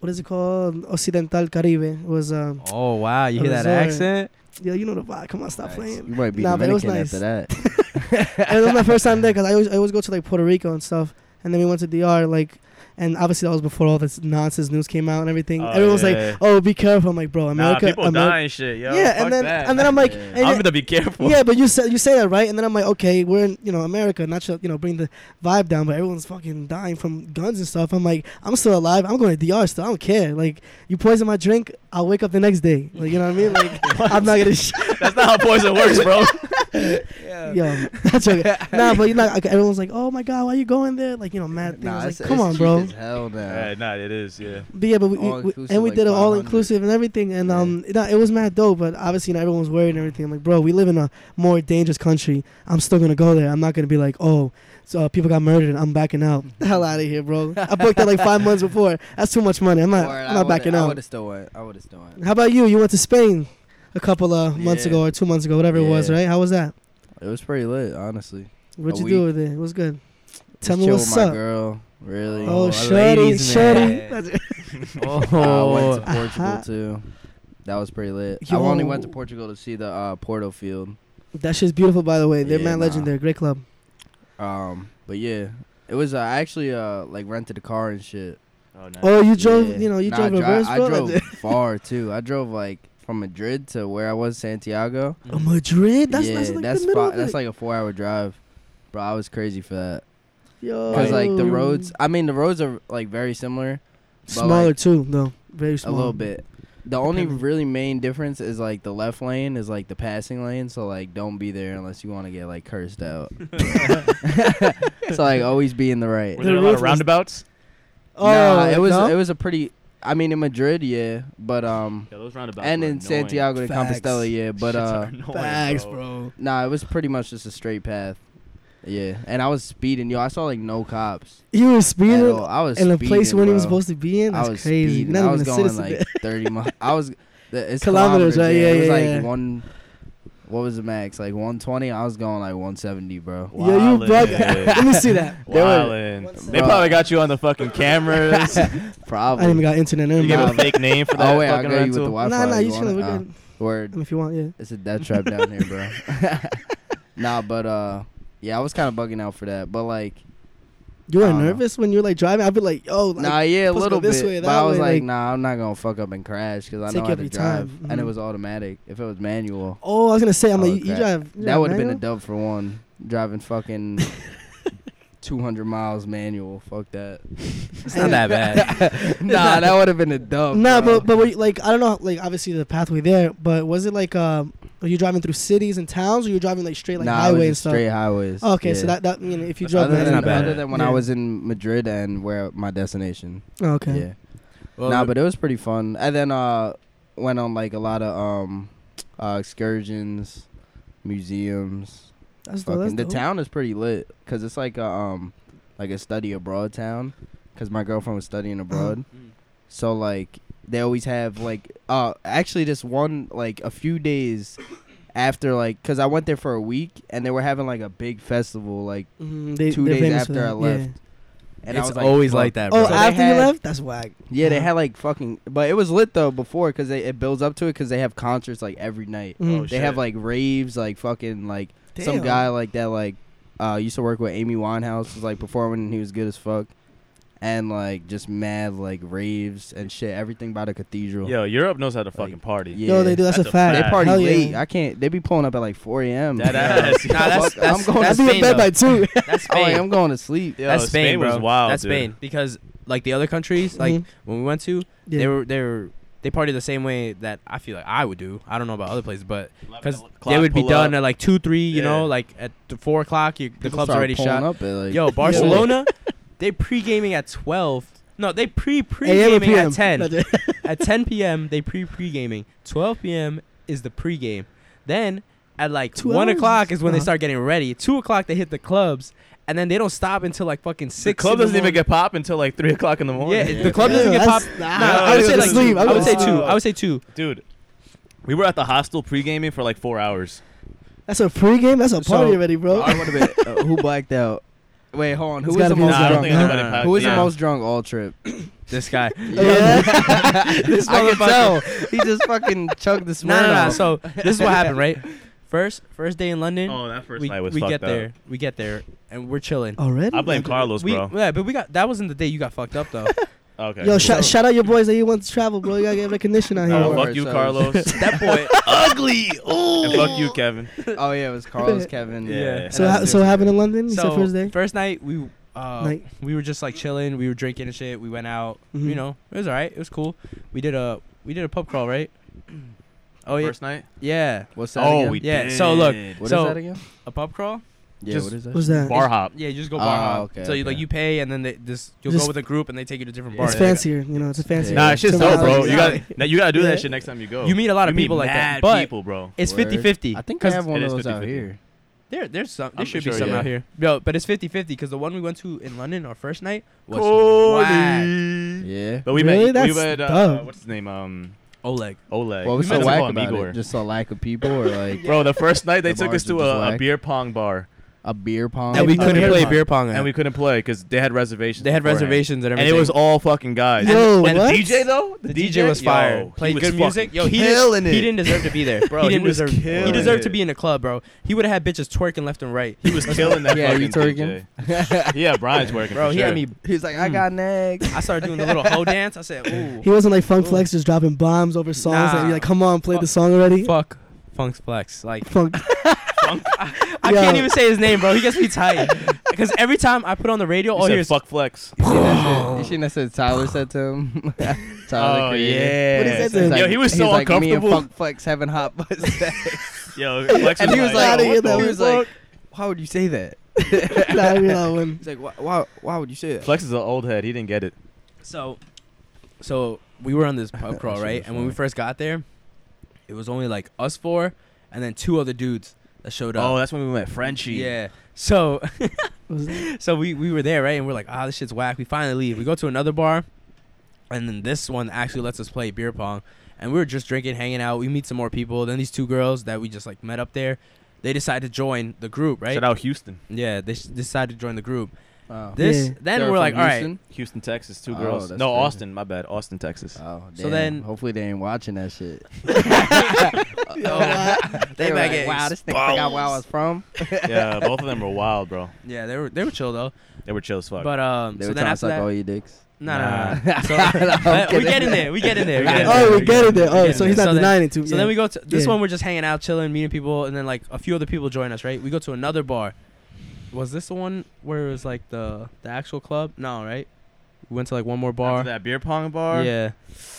[SPEAKER 2] what is it called? Occidental Caribe. It was um,
[SPEAKER 4] Oh wow, you hear that
[SPEAKER 2] Resort.
[SPEAKER 4] accent?
[SPEAKER 2] yeah, you know the vibe. Come on, stop
[SPEAKER 1] Nice.
[SPEAKER 2] playing.
[SPEAKER 1] You might be
[SPEAKER 2] Nah, but it was (laughs)
[SPEAKER 1] Dominican after that.
[SPEAKER 2] it was my first time there because I always, I always go to like Puerto Rico and stuff. And then we went to DR, like, and obviously that was before all this nonsense news came out and everything.
[SPEAKER 3] Oh,
[SPEAKER 2] Everyone's
[SPEAKER 3] yeah.
[SPEAKER 2] like, "Oh, be careful!" I'm like, "Bro,
[SPEAKER 3] Nah,
[SPEAKER 2] America,
[SPEAKER 3] people
[SPEAKER 2] Ameri-
[SPEAKER 3] dying shit, yo.
[SPEAKER 2] yeah."
[SPEAKER 3] Fuck
[SPEAKER 2] And then
[SPEAKER 3] that.
[SPEAKER 2] and then I'm like,
[SPEAKER 1] Yeah.
[SPEAKER 2] and
[SPEAKER 3] I'm
[SPEAKER 2] then-
[SPEAKER 3] gonna be careful.
[SPEAKER 2] yeah, but you said you say that right, and then I'm like, okay, we're in you know America, not to you know bring the vibe down, but everyone's fucking dying from guns and stuff. I'm like, I'm still alive. I'm going to DR still. I don't care. Like you poison my drink, I'll wake up the next day. Like you know what I mean?
[SPEAKER 1] (laughs)
[SPEAKER 2] Like I'm not gonna. Sh-
[SPEAKER 3] That's not how poison works, bro.
[SPEAKER 2] Yo, that's
[SPEAKER 1] (laughs)
[SPEAKER 2] okay. Nah, but you know, like, everyone's like, oh my god, why you going there? Like you know, mad things.
[SPEAKER 1] Nah,
[SPEAKER 2] like,
[SPEAKER 1] it's-
[SPEAKER 2] come
[SPEAKER 1] it's
[SPEAKER 2] on,
[SPEAKER 1] cheap
[SPEAKER 2] bro.
[SPEAKER 1] as hell now.
[SPEAKER 3] Yeah, nah, it is. Yeah.
[SPEAKER 2] But yeah, but we, we- we-
[SPEAKER 1] All-inclusive,
[SPEAKER 2] and we
[SPEAKER 1] like
[SPEAKER 2] did it
[SPEAKER 1] 500.
[SPEAKER 2] all inclusive and everything, and
[SPEAKER 1] Yeah.
[SPEAKER 2] um, it, it was mad dope. But obviously, you know, everyone was worried and everything. I'm like, bro, we live in a more dangerous country. I'm still gonna go there. I'm not gonna be like, oh, so uh, people got murdered. and I'm
[SPEAKER 1] (laughs)
[SPEAKER 2] backing out. Hell out of here, bro. I booked that like five months before. That's too much money. I'm not.
[SPEAKER 1] Word,
[SPEAKER 2] I'm
[SPEAKER 1] I
[SPEAKER 2] not
[SPEAKER 1] would've-
[SPEAKER 2] backing
[SPEAKER 1] I
[SPEAKER 2] out.
[SPEAKER 1] would have still went. I would have still went.
[SPEAKER 2] How about you? You went to Spain a couple of months
[SPEAKER 1] Yeah.
[SPEAKER 2] ago or two months ago, whatever it was,
[SPEAKER 1] Yeah.
[SPEAKER 2] right? How was that?
[SPEAKER 1] It was pretty lit, honestly.
[SPEAKER 2] What'd
[SPEAKER 1] A
[SPEAKER 2] you do with it? It was good. Tell
[SPEAKER 1] Just
[SPEAKER 2] me
[SPEAKER 1] chill
[SPEAKER 2] what's
[SPEAKER 1] with my
[SPEAKER 2] up.
[SPEAKER 1] girl. Really.
[SPEAKER 2] Oh,
[SPEAKER 4] a
[SPEAKER 2] shorty,
[SPEAKER 4] ladies'
[SPEAKER 2] shorty.
[SPEAKER 4] man.
[SPEAKER 2] That's
[SPEAKER 3] (laughs)
[SPEAKER 1] Uh, I
[SPEAKER 4] Oh,
[SPEAKER 1] went to
[SPEAKER 2] Uh-huh.
[SPEAKER 1] Portugal too. That was pretty lit. I only went to
[SPEAKER 2] Yo.
[SPEAKER 1] Portugal to see the uh, Porto Field.
[SPEAKER 2] That shit's beautiful, by the way. They're
[SPEAKER 1] Yeah,
[SPEAKER 2] mad
[SPEAKER 1] nah.
[SPEAKER 2] legendary. Great club.
[SPEAKER 1] Um, but yeah, it was. Uh, I actually uh like rented a car and shit.
[SPEAKER 3] Oh, nice.
[SPEAKER 2] Oh, you drove,
[SPEAKER 1] Yeah.
[SPEAKER 2] you know, you
[SPEAKER 1] Nah,
[SPEAKER 2] drove
[SPEAKER 1] I dri-
[SPEAKER 2] reverse,
[SPEAKER 1] I
[SPEAKER 2] bro. (laughs)
[SPEAKER 1] drove far too. I drove like from Madrid to where I was, Santiago.
[SPEAKER 2] Oh, Madrid? That's,
[SPEAKER 1] yeah,
[SPEAKER 2] that's like
[SPEAKER 1] that's
[SPEAKER 2] the middle
[SPEAKER 1] fi-
[SPEAKER 2] of
[SPEAKER 1] that's
[SPEAKER 2] it.
[SPEAKER 1] like a four-hour drive. Bro, I was crazy for that.
[SPEAKER 2] Yo. Mm.
[SPEAKER 1] Cause like the roads, I mean the roads are like very similar, but,
[SPEAKER 2] smaller
[SPEAKER 1] like,
[SPEAKER 2] too, though. Very
[SPEAKER 1] a
[SPEAKER 2] small.
[SPEAKER 1] little bit. The only
[SPEAKER 2] Depending.
[SPEAKER 1] really main difference is like the left lane is like the passing lane, so like don't be there unless you want to get like cursed
[SPEAKER 3] (laughs)
[SPEAKER 1] out. (laughs) so like always be in the right.
[SPEAKER 3] Were
[SPEAKER 2] The
[SPEAKER 3] there a lot
[SPEAKER 2] roof
[SPEAKER 3] of
[SPEAKER 2] was-
[SPEAKER 3] roundabouts?
[SPEAKER 2] Oh,
[SPEAKER 1] nah, it was
[SPEAKER 2] no?
[SPEAKER 1] it was a pretty. I mean in Madrid, yeah, but um,
[SPEAKER 3] Yeah, those roundabouts.
[SPEAKER 1] and
[SPEAKER 3] were
[SPEAKER 1] in
[SPEAKER 3] annoying.
[SPEAKER 1] Santiago de
[SPEAKER 2] Facts.
[SPEAKER 1] Compostela, yeah, but
[SPEAKER 3] Shits
[SPEAKER 1] uh,
[SPEAKER 3] are annoying,
[SPEAKER 2] Facts,
[SPEAKER 3] bro.
[SPEAKER 2] bro.
[SPEAKER 1] nah, it was pretty much just a straight path. Yeah, and I was speeding, yo. I saw like no cops.
[SPEAKER 2] You were
[SPEAKER 1] at
[SPEAKER 2] speeding
[SPEAKER 1] all. I was
[SPEAKER 2] in a
[SPEAKER 1] speeding,
[SPEAKER 2] place you weren't even
[SPEAKER 1] bro.
[SPEAKER 2] supposed to be in? That's
[SPEAKER 1] I was
[SPEAKER 2] crazy.
[SPEAKER 1] speeding.
[SPEAKER 2] You're not
[SPEAKER 1] I was
[SPEAKER 2] even a
[SPEAKER 1] going
[SPEAKER 2] (laughs) citizen.
[SPEAKER 1] like 30 miles. I was (laughs) the, it's
[SPEAKER 2] Kilometers,
[SPEAKER 1] kilometers,
[SPEAKER 2] right? Yeah,
[SPEAKER 1] It was
[SPEAKER 2] yeah,
[SPEAKER 1] like
[SPEAKER 2] yeah.
[SPEAKER 1] one. What was the max? Like 120. I was going like 170, bro.
[SPEAKER 2] Yo, you
[SPEAKER 3] Wildin',
[SPEAKER 2] bug-
[SPEAKER 3] yeah.
[SPEAKER 2] (laughs) Let me see that.
[SPEAKER 1] (laughs) They were-
[SPEAKER 3] Wildin'. They
[SPEAKER 1] Bro.
[SPEAKER 3] probably got you on the
[SPEAKER 1] (laughs)
[SPEAKER 3] fucking cameras.
[SPEAKER 2] I
[SPEAKER 1] Probably.
[SPEAKER 2] didn't even got internet. Never
[SPEAKER 3] you gave a
[SPEAKER 1] Nah.
[SPEAKER 2] mind.
[SPEAKER 3] fake name for that
[SPEAKER 1] oh wait, I
[SPEAKER 3] fucking
[SPEAKER 1] got you with the
[SPEAKER 3] rental.
[SPEAKER 1] Wi-Fi.
[SPEAKER 2] Nah, nah, you
[SPEAKER 1] want
[SPEAKER 2] chilling.
[SPEAKER 1] it?
[SPEAKER 2] We're
[SPEAKER 1] Uh,
[SPEAKER 2] good.
[SPEAKER 1] word.
[SPEAKER 2] If you want, yeah.
[SPEAKER 1] It's a death trap down here,
[SPEAKER 2] (laughs)
[SPEAKER 1] bro. (laughs) nah, but uh, yeah, I was kind of bugging out for that, but like,
[SPEAKER 2] You were
[SPEAKER 1] I don't know.
[SPEAKER 2] nervous when you were like driving? I'd be like, yo, like,
[SPEAKER 1] nah, yeah, a
[SPEAKER 2] supposed to go
[SPEAKER 1] little
[SPEAKER 2] this
[SPEAKER 1] bit.
[SPEAKER 2] way,
[SPEAKER 1] but
[SPEAKER 2] that
[SPEAKER 1] I was
[SPEAKER 2] way,
[SPEAKER 1] like,
[SPEAKER 2] like-
[SPEAKER 1] nah, I'm not gonna fuck up and crash because I
[SPEAKER 2] Take
[SPEAKER 1] know
[SPEAKER 2] up
[SPEAKER 1] how to
[SPEAKER 2] your
[SPEAKER 1] drive,
[SPEAKER 2] time.
[SPEAKER 1] and it
[SPEAKER 2] Mhm.
[SPEAKER 1] was automatic. If it was manual,
[SPEAKER 2] oh, I was gonna say, I'm
[SPEAKER 1] I
[SPEAKER 2] like,
[SPEAKER 1] was
[SPEAKER 2] you, you
[SPEAKER 1] back.
[SPEAKER 2] drive. you
[SPEAKER 1] That
[SPEAKER 2] drive
[SPEAKER 1] would have been a
[SPEAKER 2] manual?
[SPEAKER 1] dub for one. Driving
[SPEAKER 2] (laughs)
[SPEAKER 1] fucking 200 miles manual. Fuck
[SPEAKER 2] (laughs)
[SPEAKER 1] that.
[SPEAKER 4] It's not that
[SPEAKER 1] (laughs)
[SPEAKER 4] bad.
[SPEAKER 1] nah, that would have been a dub.
[SPEAKER 2] No,
[SPEAKER 1] bro.
[SPEAKER 2] but but were you, like I don't know, like obviously the pathway there, but was it like um, were you driving through cities and towns, or you were driving like straight like
[SPEAKER 1] nah, it was
[SPEAKER 2] highway and
[SPEAKER 1] just
[SPEAKER 2] stuff?
[SPEAKER 1] straight highways.
[SPEAKER 2] Oh, okay,
[SPEAKER 1] yeah.
[SPEAKER 2] so that that you know if you
[SPEAKER 3] That's
[SPEAKER 2] drove
[SPEAKER 1] Other than,
[SPEAKER 3] not bad.
[SPEAKER 1] other than when I
[SPEAKER 2] Yeah.
[SPEAKER 1] was in Madrid and where my destination.
[SPEAKER 2] Oh, okay,
[SPEAKER 1] Yeah. nah, but it was pretty fun. And then uh, went on like a lot of um, uh, excursions, museums.
[SPEAKER 2] that's dope, that's
[SPEAKER 1] Fucking, the
[SPEAKER 2] dope.
[SPEAKER 1] town is pretty lit because it's like a um like a study abroad town because my girlfriend was studying abroad
[SPEAKER 4] Mm.
[SPEAKER 1] so like they always have like uh actually this one like a few days after like because i went there for a week and they were having like a big festival like
[SPEAKER 2] Mhm, they-
[SPEAKER 1] two
[SPEAKER 2] they're
[SPEAKER 1] days
[SPEAKER 2] famous for
[SPEAKER 1] after I
[SPEAKER 2] that,
[SPEAKER 1] left, and
[SPEAKER 4] and it's
[SPEAKER 1] I was
[SPEAKER 4] always
[SPEAKER 1] fuck.
[SPEAKER 4] like that,
[SPEAKER 2] Yeah.
[SPEAKER 4] bro.
[SPEAKER 2] Oh,
[SPEAKER 1] So they
[SPEAKER 2] after you
[SPEAKER 1] had-
[SPEAKER 2] left, that's whack.
[SPEAKER 1] yeah they
[SPEAKER 2] Yeah.
[SPEAKER 1] had like fucking but it was lit though before because they it builds up to it because they have concerts like every night
[SPEAKER 2] Mm.
[SPEAKER 3] Oh,
[SPEAKER 1] they
[SPEAKER 3] shit.
[SPEAKER 1] have like raves like fucking like some
[SPEAKER 2] Damn.
[SPEAKER 1] guy like that like uh used to work with Amy Winehouse was like performing and he was good as fuck. And like just mad like raves and shit, everything by the cathedral.
[SPEAKER 3] Yo, Europe knows how to fucking party.
[SPEAKER 1] yeah.
[SPEAKER 2] Yo, they do. That's,
[SPEAKER 3] That's
[SPEAKER 2] a
[SPEAKER 3] a
[SPEAKER 2] fact.
[SPEAKER 1] They
[SPEAKER 3] fact.
[SPEAKER 1] party
[SPEAKER 2] Hell yeah.
[SPEAKER 1] late. I can't. They be pulling up at like 4 a.m.
[SPEAKER 3] That ass.
[SPEAKER 4] Nah, that's-
[SPEAKER 1] Fuck, I'm
[SPEAKER 4] that's-
[SPEAKER 1] going.
[SPEAKER 4] that's
[SPEAKER 1] to
[SPEAKER 2] I'd be in
[SPEAKER 4] Spain,
[SPEAKER 2] bed by two.
[SPEAKER 4] (laughs) That's
[SPEAKER 1] Oh,
[SPEAKER 4] Spain.
[SPEAKER 1] I'm going to sleep.
[SPEAKER 3] Yo,
[SPEAKER 4] That's Spain, bro.
[SPEAKER 3] was wild.
[SPEAKER 4] That's
[SPEAKER 3] dude.
[SPEAKER 4] Spain because like the other countries, like
[SPEAKER 2] Mhm.
[SPEAKER 4] when we went to,
[SPEAKER 2] Yeah.
[SPEAKER 4] they were they were they party the same way that I feel like I would do. I don't know about other places, but because they would be done at like two, three, you know,
[SPEAKER 3] Yeah.
[SPEAKER 4] like at th- four o'clock, you, the
[SPEAKER 1] People
[SPEAKER 4] club's
[SPEAKER 1] start
[SPEAKER 4] already
[SPEAKER 1] pulling
[SPEAKER 4] shot.
[SPEAKER 1] Up at, like, (laughs)
[SPEAKER 4] Yo,
[SPEAKER 1] four.
[SPEAKER 4] Barcelona, they pre gaming at twelve. No, they pre pre
[SPEAKER 2] AM or
[SPEAKER 4] gaming at
[SPEAKER 2] PM?
[SPEAKER 4] ten.
[SPEAKER 2] That's it.
[SPEAKER 4] at 10 p.m. they pre pre gaming. 12 p.m. is the pre game. Then at like
[SPEAKER 2] Two
[SPEAKER 4] one
[SPEAKER 2] hours?
[SPEAKER 4] o'clock is when they
[SPEAKER 2] Uh-huh.
[SPEAKER 4] start getting ready. Two o'clock they hit the clubs, and then they don't stop until like fucking
[SPEAKER 3] The
[SPEAKER 4] six.
[SPEAKER 3] club
[SPEAKER 4] in the
[SPEAKER 3] doesn't even
[SPEAKER 4] morning.
[SPEAKER 3] get pop until like three o'clock in the morning.
[SPEAKER 4] Yeah, the club doesn't
[SPEAKER 2] Yo,
[SPEAKER 4] get
[SPEAKER 2] that's-
[SPEAKER 4] popped.
[SPEAKER 2] nah,
[SPEAKER 4] Nah,
[SPEAKER 3] I
[SPEAKER 4] I would
[SPEAKER 3] was
[SPEAKER 4] say
[SPEAKER 3] gonna
[SPEAKER 4] like
[SPEAKER 3] sleep.
[SPEAKER 4] two.
[SPEAKER 3] I
[SPEAKER 4] I would
[SPEAKER 3] was
[SPEAKER 4] say
[SPEAKER 3] gonna
[SPEAKER 4] two.
[SPEAKER 3] sleep.
[SPEAKER 4] I would say two.
[SPEAKER 3] dude. We were at the hostel pre-gaming for like four hours.
[SPEAKER 2] That's a pregame. That's a
[SPEAKER 4] So-
[SPEAKER 2] party already, (laughs) bro.
[SPEAKER 1] I would have been. uh, who blacked out? Wait, hold on. Who
[SPEAKER 2] It's
[SPEAKER 1] was
[SPEAKER 2] gotta
[SPEAKER 1] the
[SPEAKER 2] be
[SPEAKER 1] most
[SPEAKER 2] this guy.
[SPEAKER 3] Nah, I don't
[SPEAKER 1] drunk?
[SPEAKER 3] think
[SPEAKER 2] No.
[SPEAKER 3] anybody popped.
[SPEAKER 1] Who was
[SPEAKER 3] yeah.
[SPEAKER 1] the most drunk all trip?
[SPEAKER 3] (laughs)
[SPEAKER 4] This guy.
[SPEAKER 2] Yeah.
[SPEAKER 1] I
[SPEAKER 4] (laughs) This
[SPEAKER 1] can
[SPEAKER 4] motherfucker.
[SPEAKER 1] tell. He just fucking chugged the
[SPEAKER 4] No,
[SPEAKER 1] smirnoff.
[SPEAKER 4] no, no. So this is what happened, right? First, first day in London.
[SPEAKER 3] Oh, that first
[SPEAKER 4] we,
[SPEAKER 3] night was
[SPEAKER 4] we
[SPEAKER 3] fucked
[SPEAKER 4] get
[SPEAKER 3] up.
[SPEAKER 4] there. We get there, and we're chilling.
[SPEAKER 2] (laughs) Already?
[SPEAKER 3] I blame Carlos,
[SPEAKER 4] we,
[SPEAKER 3] bro.
[SPEAKER 4] Yeah, but we got that wasn't the day you got fucked up though.
[SPEAKER 3] Okay.
[SPEAKER 2] Yo,
[SPEAKER 3] cool.
[SPEAKER 2] shout shout out your boys that you want to travel, bro. You gotta get recognition out here.
[SPEAKER 3] Oh,
[SPEAKER 1] Well,
[SPEAKER 3] fuck you,
[SPEAKER 1] so-
[SPEAKER 3] Carlos.
[SPEAKER 4] (laughs) that
[SPEAKER 1] (laughs)
[SPEAKER 4] boy,
[SPEAKER 3] Ugly. And fuck you, Kevin.
[SPEAKER 1] Oh yeah, it was
[SPEAKER 2] (laughs)
[SPEAKER 1] Carlos, Kevin.
[SPEAKER 3] Yeah.
[SPEAKER 1] and
[SPEAKER 2] so
[SPEAKER 1] I
[SPEAKER 2] ha-
[SPEAKER 1] was
[SPEAKER 2] so
[SPEAKER 1] there.
[SPEAKER 2] happened in London. You said
[SPEAKER 4] so
[SPEAKER 2] first day.
[SPEAKER 4] night we uh,
[SPEAKER 2] Night.
[SPEAKER 4] we were just like chilling. We were drinking and shit. We went out.
[SPEAKER 2] Mhm.
[SPEAKER 4] You know, it was alright. It was cool. We did a we did a pub crawl, right? Oh yeah,
[SPEAKER 3] First night.
[SPEAKER 4] yeah.
[SPEAKER 1] What's that?
[SPEAKER 3] Oh,
[SPEAKER 1] again?
[SPEAKER 3] we
[SPEAKER 4] Yeah,
[SPEAKER 3] did.
[SPEAKER 4] so look,
[SPEAKER 1] What is
[SPEAKER 4] so-
[SPEAKER 1] that again?
[SPEAKER 4] A pub crawl?
[SPEAKER 1] Yeah.
[SPEAKER 4] just-
[SPEAKER 1] what is that?
[SPEAKER 2] What's that?
[SPEAKER 3] bar hop.
[SPEAKER 4] Yeah, you just go
[SPEAKER 1] Ah,
[SPEAKER 4] bar hop.
[SPEAKER 1] okay,
[SPEAKER 4] so you like
[SPEAKER 1] okay.
[SPEAKER 4] you pay and then they this you'll
[SPEAKER 2] Just-
[SPEAKER 4] go with a group and they take you to different
[SPEAKER 3] Yeah.
[SPEAKER 4] bars.
[SPEAKER 2] It's fancier, you know. It's a fancier.
[SPEAKER 1] Nah,
[SPEAKER 3] Nah,
[SPEAKER 1] it's
[SPEAKER 3] shit's
[SPEAKER 2] Somewhere
[SPEAKER 3] dope,
[SPEAKER 4] dope,
[SPEAKER 3] bro.
[SPEAKER 2] else.
[SPEAKER 3] You got now you gotta do
[SPEAKER 2] Yeah.
[SPEAKER 3] that shit next time you go.
[SPEAKER 4] You meet a lot of
[SPEAKER 3] meet
[SPEAKER 4] people like
[SPEAKER 3] mad
[SPEAKER 4] that, but
[SPEAKER 3] people, bro.
[SPEAKER 4] it's
[SPEAKER 1] Word.
[SPEAKER 4] 50-50.
[SPEAKER 1] I think I
[SPEAKER 4] 'cause
[SPEAKER 1] have one
[SPEAKER 3] it
[SPEAKER 1] of
[SPEAKER 3] is
[SPEAKER 1] those out
[SPEAKER 3] 50-50.
[SPEAKER 1] here.
[SPEAKER 4] There, there's some. There
[SPEAKER 3] I'm
[SPEAKER 4] should
[SPEAKER 3] sure,
[SPEAKER 4] be some
[SPEAKER 3] yeah.
[SPEAKER 4] out here. Yo, but it's 50-50 because the one we went to in London our first night was whack.
[SPEAKER 3] Cool.
[SPEAKER 1] Yeah.
[SPEAKER 3] But we
[SPEAKER 2] Really?
[SPEAKER 3] met.
[SPEAKER 2] That's
[SPEAKER 3] we met. Uh,
[SPEAKER 2] dumb.
[SPEAKER 3] what's his name? Um,
[SPEAKER 4] Oleg.
[SPEAKER 3] Oleg.
[SPEAKER 1] What was
[SPEAKER 3] we
[SPEAKER 1] so
[SPEAKER 3] met
[SPEAKER 1] whack
[SPEAKER 3] him,
[SPEAKER 1] about
[SPEAKER 3] Igor.
[SPEAKER 1] it? Just a lack of people, or like
[SPEAKER 3] (laughs) Bro, the first night they
[SPEAKER 1] The
[SPEAKER 3] took
[SPEAKER 1] bars
[SPEAKER 3] us to
[SPEAKER 1] were just
[SPEAKER 3] a, a
[SPEAKER 1] whack.
[SPEAKER 3] beer pong bar,
[SPEAKER 1] a beer pong.
[SPEAKER 4] And we
[SPEAKER 2] Oh,
[SPEAKER 4] couldn't
[SPEAKER 2] beer
[SPEAKER 4] play
[SPEAKER 2] pong.
[SPEAKER 4] beer pong.
[SPEAKER 3] and we couldn't play because they had reservations.
[SPEAKER 4] they had
[SPEAKER 3] beforehand.
[SPEAKER 4] reservations and
[SPEAKER 3] and
[SPEAKER 4] everything.
[SPEAKER 3] it was all fucking guys.
[SPEAKER 2] Yo,
[SPEAKER 3] and, and
[SPEAKER 2] what?
[SPEAKER 3] the DJ though,
[SPEAKER 4] The DJ was fire.
[SPEAKER 3] Yo,
[SPEAKER 4] Played
[SPEAKER 3] he was
[SPEAKER 4] good music.
[SPEAKER 3] fucking
[SPEAKER 4] Yo, he
[SPEAKER 3] killing
[SPEAKER 4] didn't,
[SPEAKER 3] it.
[SPEAKER 4] he didn't deserve to be there, bro.
[SPEAKER 3] Bro, (laughs) he
[SPEAKER 4] didn't
[SPEAKER 3] was
[SPEAKER 4] deserve. He
[SPEAKER 3] killing
[SPEAKER 4] deserved
[SPEAKER 3] it.
[SPEAKER 4] to be in a club, bro. He would have had bitches twerking left and right,
[SPEAKER 3] (laughs) He was killing that
[SPEAKER 1] (laughs) Yeah,
[SPEAKER 3] fucking
[SPEAKER 1] you twerking?
[SPEAKER 3] DJ. yeah, Brian's working.
[SPEAKER 4] bro.
[SPEAKER 3] for
[SPEAKER 4] He
[SPEAKER 3] sure.
[SPEAKER 4] had me.
[SPEAKER 1] He's like, I got next.
[SPEAKER 4] I started doing the
[SPEAKER 3] (laughs)
[SPEAKER 4] little
[SPEAKER 1] (laughs)
[SPEAKER 4] hoe dance. I said,
[SPEAKER 2] He
[SPEAKER 4] "Ooh,
[SPEAKER 2] wasn't like Funk
[SPEAKER 4] Ooh.
[SPEAKER 2] Flex just dropping bombs over songs. And
[SPEAKER 4] Nah.
[SPEAKER 2] you're like, come on, play
[SPEAKER 4] Fuck.
[SPEAKER 2] the song already.
[SPEAKER 4] fuck, Funk's flex." Like
[SPEAKER 3] (laughs)
[SPEAKER 2] Funk.
[SPEAKER 4] (laughs) I
[SPEAKER 2] Yo.
[SPEAKER 4] can't even say his name, bro. He gets me
[SPEAKER 3] (laughs)
[SPEAKER 4] tight because every time I put on the radio,
[SPEAKER 3] He
[SPEAKER 4] all
[SPEAKER 3] said,
[SPEAKER 4] here's
[SPEAKER 3] fuck flex.
[SPEAKER 1] You seen that shit? You seen that shit Tyler said to him? (laughs) Tyler
[SPEAKER 3] oh
[SPEAKER 1] created.
[SPEAKER 3] yeah.
[SPEAKER 2] What is that
[SPEAKER 1] He's
[SPEAKER 2] dude?
[SPEAKER 1] like-
[SPEAKER 3] Yo, he was
[SPEAKER 1] he's
[SPEAKER 3] so
[SPEAKER 1] like, Me and
[SPEAKER 3] uncomfortable.
[SPEAKER 1] Funk Flex having hot butt sex. (laughs)
[SPEAKER 3] Yo, flex
[SPEAKER 1] and he was like,
[SPEAKER 2] "Outta
[SPEAKER 3] yo,
[SPEAKER 2] here,
[SPEAKER 3] what the
[SPEAKER 1] he
[SPEAKER 2] though."
[SPEAKER 1] was like, why would you say that?
[SPEAKER 2] nah, we that one.
[SPEAKER 1] He's like, why, why, why would you say that?
[SPEAKER 3] Flex is an old head. He didn't get it.
[SPEAKER 4] So, so we were on this
[SPEAKER 3] (laughs)
[SPEAKER 4] pub crawl,
[SPEAKER 1] Shit
[SPEAKER 4] right?
[SPEAKER 1] was
[SPEAKER 4] And when we
[SPEAKER 1] funny.
[SPEAKER 4] first got there, it was only like us four, and then two other dudes that showed up.
[SPEAKER 3] Oh, that's when we met Frenchie.
[SPEAKER 4] yeah. So,
[SPEAKER 2] Was it-
[SPEAKER 4] so we we were there, right? And we're like, ah, this shit's whack. We finally leave. We go to another bar, and then this one actually lets us play beer pong. And we were just drinking, hanging out. We meet some more people. Then these two girls that we just like met up there, they decide to join the group, right?
[SPEAKER 3] Shout out Houston,
[SPEAKER 4] Yeah, they s- decided to join the group.
[SPEAKER 1] Oh.
[SPEAKER 4] This
[SPEAKER 2] Yeah.
[SPEAKER 4] then
[SPEAKER 1] They were
[SPEAKER 4] we're like,
[SPEAKER 1] from
[SPEAKER 4] all right,
[SPEAKER 1] Houston?
[SPEAKER 3] Houston, Texas. Two
[SPEAKER 1] Oh,
[SPEAKER 3] girls.
[SPEAKER 1] that's
[SPEAKER 3] No,
[SPEAKER 1] crazy.
[SPEAKER 3] Austin. My bad. Austin, Texas.
[SPEAKER 1] (laughs) Oh,
[SPEAKER 4] So
[SPEAKER 1] damn.
[SPEAKER 4] then-
[SPEAKER 1] hopefully they ain't watching that (laughs) shit.
[SPEAKER 4] They
[SPEAKER 1] were
[SPEAKER 4] might
[SPEAKER 1] like,
[SPEAKER 4] get
[SPEAKER 1] wow, this thing forgot where I was from.
[SPEAKER 3] yeah, both of them were wild, bro.
[SPEAKER 4] yeah, they were they were chill though.
[SPEAKER 3] They were chill as fuck.
[SPEAKER 4] But um,
[SPEAKER 1] They
[SPEAKER 4] so
[SPEAKER 1] were
[SPEAKER 4] then
[SPEAKER 1] trying to
[SPEAKER 4] after
[SPEAKER 1] suck
[SPEAKER 4] that,
[SPEAKER 1] all your dicks.
[SPEAKER 4] no, no, no,
[SPEAKER 1] (laughs) Nah.
[SPEAKER 4] no. So,
[SPEAKER 1] No, I'm
[SPEAKER 4] but we
[SPEAKER 1] kidding.
[SPEAKER 4] get in there. We get
[SPEAKER 1] (laughs)
[SPEAKER 4] in there. We get in
[SPEAKER 2] oh,
[SPEAKER 4] there.
[SPEAKER 2] we get it there. Oh,
[SPEAKER 4] Yeah,
[SPEAKER 2] so he's
[SPEAKER 4] yeah.
[SPEAKER 2] not
[SPEAKER 4] So then-
[SPEAKER 2] denying it too.
[SPEAKER 4] So then we go to this
[SPEAKER 2] Yeah.
[SPEAKER 4] one. We're just hanging out, chilling, meeting people, and then like a few other people join us. Right? We go to another bar. Was this the one where it was like the the actual club? No, right? We went to like one more
[SPEAKER 3] after
[SPEAKER 4] bar.
[SPEAKER 3] that beer pong bar.
[SPEAKER 4] Yeah,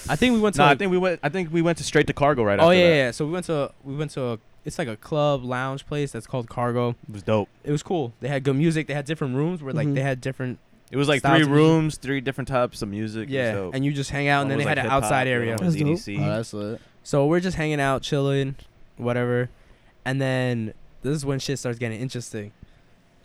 [SPEAKER 4] I think we went to.
[SPEAKER 3] No, I
[SPEAKER 4] like-
[SPEAKER 3] think we went. I think we went to straight to cargo right
[SPEAKER 4] oh
[SPEAKER 3] after
[SPEAKER 4] yeah,
[SPEAKER 3] that.
[SPEAKER 4] yeah. So we went to we went to a, it's like a club lounge place that's called Cargo.
[SPEAKER 3] It was dope.
[SPEAKER 4] It was cool. They had good music. They had different rooms where like
[SPEAKER 2] Mhm.
[SPEAKER 4] they had different
[SPEAKER 3] It was like
[SPEAKER 4] Styles
[SPEAKER 3] three
[SPEAKER 4] of music.
[SPEAKER 3] rooms, three different types of music. It was
[SPEAKER 4] yeah,
[SPEAKER 3] dope.
[SPEAKER 4] and you just hang out, and
[SPEAKER 3] One was,
[SPEAKER 4] then they had
[SPEAKER 3] like,
[SPEAKER 4] an
[SPEAKER 3] hip-hop,
[SPEAKER 4] outside
[SPEAKER 3] the other
[SPEAKER 4] area.
[SPEAKER 3] one was
[SPEAKER 2] That's dope.
[SPEAKER 3] EDC.
[SPEAKER 1] Oh, that's lit.
[SPEAKER 4] So we're just hanging out, chilling, whatever. And then this is when shit starts getting interesting.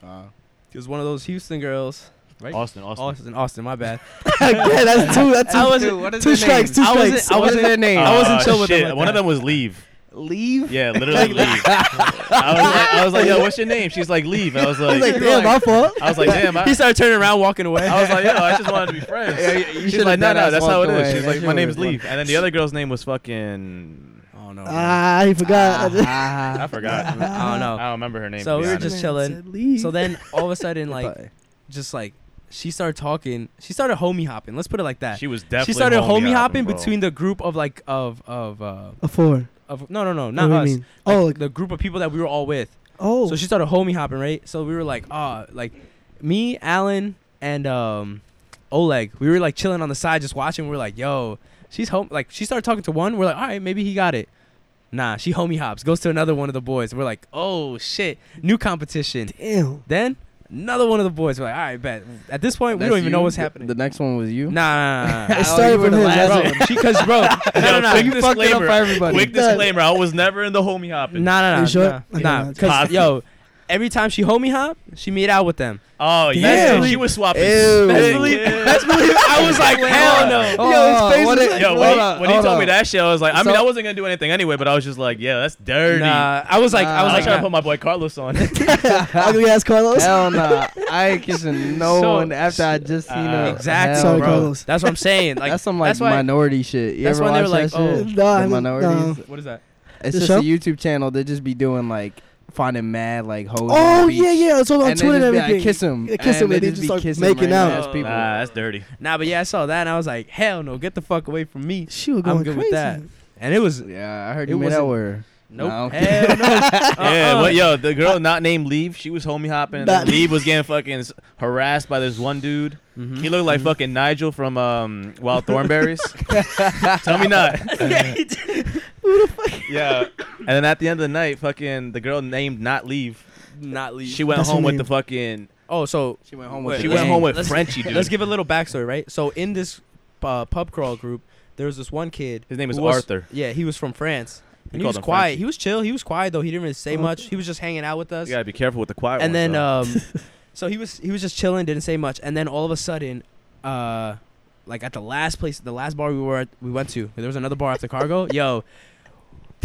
[SPEAKER 1] Oh.
[SPEAKER 4] Because one of those Houston girls, right?
[SPEAKER 3] Austin, Austin.
[SPEAKER 4] Austin, Austin,
[SPEAKER 3] (laughs)
[SPEAKER 4] my bad.
[SPEAKER 2] yeah, that's two. That's
[SPEAKER 4] (laughs) I
[SPEAKER 2] two.
[SPEAKER 4] wasn't-
[SPEAKER 1] Dude, what is
[SPEAKER 2] two
[SPEAKER 1] their names?
[SPEAKER 2] strikes, two
[SPEAKER 4] I wasn't-
[SPEAKER 2] strikes.
[SPEAKER 4] I wasn't-
[SPEAKER 1] What is their name?
[SPEAKER 4] I wasn't chill with them
[SPEAKER 3] Oh, shit.
[SPEAKER 4] like
[SPEAKER 3] One of
[SPEAKER 4] that.
[SPEAKER 3] them was leave.
[SPEAKER 1] Leave?
[SPEAKER 4] (laughs)
[SPEAKER 3] Yeah, literally leave. I was like, I was like, yo,
[SPEAKER 1] (laughs)
[SPEAKER 3] what's your name? She's like, leave. And I was
[SPEAKER 2] He's
[SPEAKER 3] like,
[SPEAKER 2] like, damn, my fault.
[SPEAKER 3] I was like, damn. I,
[SPEAKER 4] he started turning around, walking away.
[SPEAKER 3] (laughs) I was
[SPEAKER 4] (laughs)
[SPEAKER 3] like, yo, I just wanted to be friends.
[SPEAKER 1] Yeah, you- you
[SPEAKER 3] She's
[SPEAKER 1] should've
[SPEAKER 3] like, no,
[SPEAKER 1] dead
[SPEAKER 3] no,
[SPEAKER 1] ass
[SPEAKER 3] that's how it
[SPEAKER 1] walked
[SPEAKER 3] is.
[SPEAKER 1] away.
[SPEAKER 3] She's
[SPEAKER 1] That
[SPEAKER 3] like,
[SPEAKER 1] shit
[SPEAKER 3] my
[SPEAKER 1] was
[SPEAKER 3] name's
[SPEAKER 1] funny.
[SPEAKER 3] Leave. And then the other girl's name was fucking.
[SPEAKER 4] oh no.
[SPEAKER 2] Ah, he forgot. (laughs)
[SPEAKER 3] I forgot.
[SPEAKER 4] I
[SPEAKER 3] I
[SPEAKER 4] don't
[SPEAKER 3] don't remember her name.
[SPEAKER 4] So
[SPEAKER 3] to be
[SPEAKER 4] we were
[SPEAKER 3] honest.
[SPEAKER 4] just chilling. know. So then all of a sudden, like, just like she started talking. She started homie hopping. Let's put it like that.
[SPEAKER 3] She was definitely.
[SPEAKER 4] She started homie hopping
[SPEAKER 3] bro.
[SPEAKER 4] between the group of like of of uh
[SPEAKER 2] a four.
[SPEAKER 4] of no no no
[SPEAKER 2] What
[SPEAKER 4] not
[SPEAKER 2] do you
[SPEAKER 4] us.
[SPEAKER 2] mean?
[SPEAKER 4] Like,
[SPEAKER 2] Oh, like-
[SPEAKER 4] the group of people that we were all with.
[SPEAKER 2] oh.
[SPEAKER 4] So she started homie hopping, right? So we were like, ah, like me, Alan, and um, Oleg. We were like chilling on the side, just watching. We were like, yo, she's home. Like she started talking to one. We're like, all right, maybe he got it. Nah, she homie hops, goes to another one of the boys. We're like, oh shit, new competition. (laughs)
[SPEAKER 2] damn.
[SPEAKER 4] Then another one of the boys. We're like, all right, bet. At this point, we
[SPEAKER 1] That's
[SPEAKER 4] don't even know
[SPEAKER 1] you?
[SPEAKER 4] what's
[SPEAKER 1] The-
[SPEAKER 4] happening.
[SPEAKER 1] The next one was you?
[SPEAKER 4] Nah, nah, nah,
[SPEAKER 1] (laughs)
[SPEAKER 4] nah, nah.
[SPEAKER 2] It started
[SPEAKER 1] you were
[SPEAKER 2] from
[SPEAKER 1] the
[SPEAKER 2] him.
[SPEAKER 1] last
[SPEAKER 2] That's
[SPEAKER 1] one. (laughs)
[SPEAKER 2] it.
[SPEAKER 4] bro, she, cause bro, no, no, no,
[SPEAKER 3] quick
[SPEAKER 1] You fucked it up for
[SPEAKER 3] disclaimer.
[SPEAKER 1] everybody.
[SPEAKER 3] Quick disclaimer. I was never in the homie hopping.
[SPEAKER 4] nah, nah,
[SPEAKER 2] Are
[SPEAKER 4] nah,
[SPEAKER 2] you sure?
[SPEAKER 4] nah,
[SPEAKER 2] Okay,
[SPEAKER 4] nah,
[SPEAKER 2] that's-
[SPEAKER 4] cause
[SPEAKER 3] Possible.
[SPEAKER 4] yo, every time she homie hop, she made out with them.
[SPEAKER 3] Oh,
[SPEAKER 2] Damn.
[SPEAKER 3] yeah. She was swapping.
[SPEAKER 1] Ew.
[SPEAKER 3] spit.
[SPEAKER 1] Best
[SPEAKER 4] believe-
[SPEAKER 3] Yeah.
[SPEAKER 4] I was like, hell no.
[SPEAKER 1] Oh,
[SPEAKER 2] Yo, his
[SPEAKER 1] oh,
[SPEAKER 2] face
[SPEAKER 1] what
[SPEAKER 2] is
[SPEAKER 1] it-
[SPEAKER 2] like-
[SPEAKER 3] Yo, when
[SPEAKER 1] hold
[SPEAKER 3] he,
[SPEAKER 1] up,
[SPEAKER 3] when he
[SPEAKER 1] hold
[SPEAKER 3] told me
[SPEAKER 1] up.
[SPEAKER 3] that shit, I was like, I mean,
[SPEAKER 1] So-
[SPEAKER 3] I wasn't gonna do anything anyway, but I was just like, yeah, that's dirty.
[SPEAKER 4] Nah, I was like,
[SPEAKER 1] Nah.
[SPEAKER 3] I
[SPEAKER 4] I was
[SPEAKER 3] was trying
[SPEAKER 4] like,
[SPEAKER 3] to
[SPEAKER 4] nah.
[SPEAKER 3] put my boy Carlos (laughs) on.
[SPEAKER 2] Ugly ass
[SPEAKER 1] (laughs)
[SPEAKER 2] Carlos.
[SPEAKER 1] Hell nah. I ain't kissing no
[SPEAKER 4] So-
[SPEAKER 1] one after I just seen
[SPEAKER 3] Uh,
[SPEAKER 1] her.
[SPEAKER 4] exactly,
[SPEAKER 1] Hell,
[SPEAKER 2] Sorry,
[SPEAKER 1] bro.
[SPEAKER 2] Carlos.
[SPEAKER 4] that's (laughs) what I'm saying. Like,
[SPEAKER 1] that's some like
[SPEAKER 4] why.
[SPEAKER 1] minority shit. You
[SPEAKER 4] that's
[SPEAKER 1] ever
[SPEAKER 4] when they
[SPEAKER 1] watch
[SPEAKER 4] were
[SPEAKER 1] that
[SPEAKER 4] like,
[SPEAKER 1] shit?
[SPEAKER 2] oh. (laughs) Nah, I
[SPEAKER 1] the
[SPEAKER 2] mean,
[SPEAKER 1] minorities.
[SPEAKER 4] what is that?
[SPEAKER 1] It's
[SPEAKER 2] The
[SPEAKER 1] just
[SPEAKER 2] show?
[SPEAKER 1] a YouTube channel. They just be doing like finding mad like hoes. on the
[SPEAKER 2] Oh
[SPEAKER 1] beach,
[SPEAKER 2] yeah, yeah. It's all on
[SPEAKER 1] and they
[SPEAKER 2] Twitter
[SPEAKER 1] just
[SPEAKER 2] and
[SPEAKER 1] be like,
[SPEAKER 2] everything.
[SPEAKER 1] kiss him.
[SPEAKER 2] Yeah, kiss 'em, and they just start making out.
[SPEAKER 1] Ass people.
[SPEAKER 3] Nah, that's dirty.
[SPEAKER 4] Nah, but yeah, I saw that and I was like, hell no, get the fuck away from me.
[SPEAKER 2] She was
[SPEAKER 4] I'm
[SPEAKER 2] going
[SPEAKER 4] good
[SPEAKER 2] crazy.
[SPEAKER 4] with that. And it was
[SPEAKER 1] yeah, I heard
[SPEAKER 4] It
[SPEAKER 1] you made out
[SPEAKER 4] wasn't-
[SPEAKER 1] with her.
[SPEAKER 4] nope.
[SPEAKER 1] No.
[SPEAKER 4] (laughs) Hell no.
[SPEAKER 3] (laughs) Yeah,
[SPEAKER 4] Uh-uh.
[SPEAKER 3] well, yo, the girl not named Leave, she was homie hopping. And then
[SPEAKER 2] That-
[SPEAKER 3] Leave was getting fucking s- harassed by this one dude.
[SPEAKER 4] Mhm.
[SPEAKER 3] He looked like fucking Nigel from um, Wild Thornberries. Tell me not. (laughs) Yeah. And then at the end of the night, fucking the girl named Not Leave.
[SPEAKER 4] not leave.
[SPEAKER 3] She went
[SPEAKER 2] That's her
[SPEAKER 3] home with
[SPEAKER 2] name.
[SPEAKER 3] the fucking.
[SPEAKER 4] oh, so
[SPEAKER 1] (laughs) She went home with.
[SPEAKER 4] Wait,
[SPEAKER 3] She
[SPEAKER 1] the
[SPEAKER 3] went
[SPEAKER 1] gang.
[SPEAKER 3] home with
[SPEAKER 4] Let's-
[SPEAKER 3] Frenchie dude.
[SPEAKER 4] let's give a little backstory, right? So in this uh, pub crawl group, there was this one kid.
[SPEAKER 3] His name is
[SPEAKER 4] who was-
[SPEAKER 3] Arthur.
[SPEAKER 4] Yeah, he was from France.
[SPEAKER 3] We
[SPEAKER 4] And he
[SPEAKER 3] called
[SPEAKER 4] was
[SPEAKER 3] him
[SPEAKER 4] quiet.
[SPEAKER 3] Frenchie.
[SPEAKER 4] He was chill. He was quiet though. He didn't really say
[SPEAKER 2] Oh.
[SPEAKER 4] much. He was just hanging out with us.
[SPEAKER 3] You gotta be careful with the quiet. ones,
[SPEAKER 4] and then
[SPEAKER 3] though.
[SPEAKER 4] um, so he was he was just chilling, didn't say much, and then all of a sudden, uh, like at the last place, the last bar we were at, we went to, there was another bar after Cargo. Yo,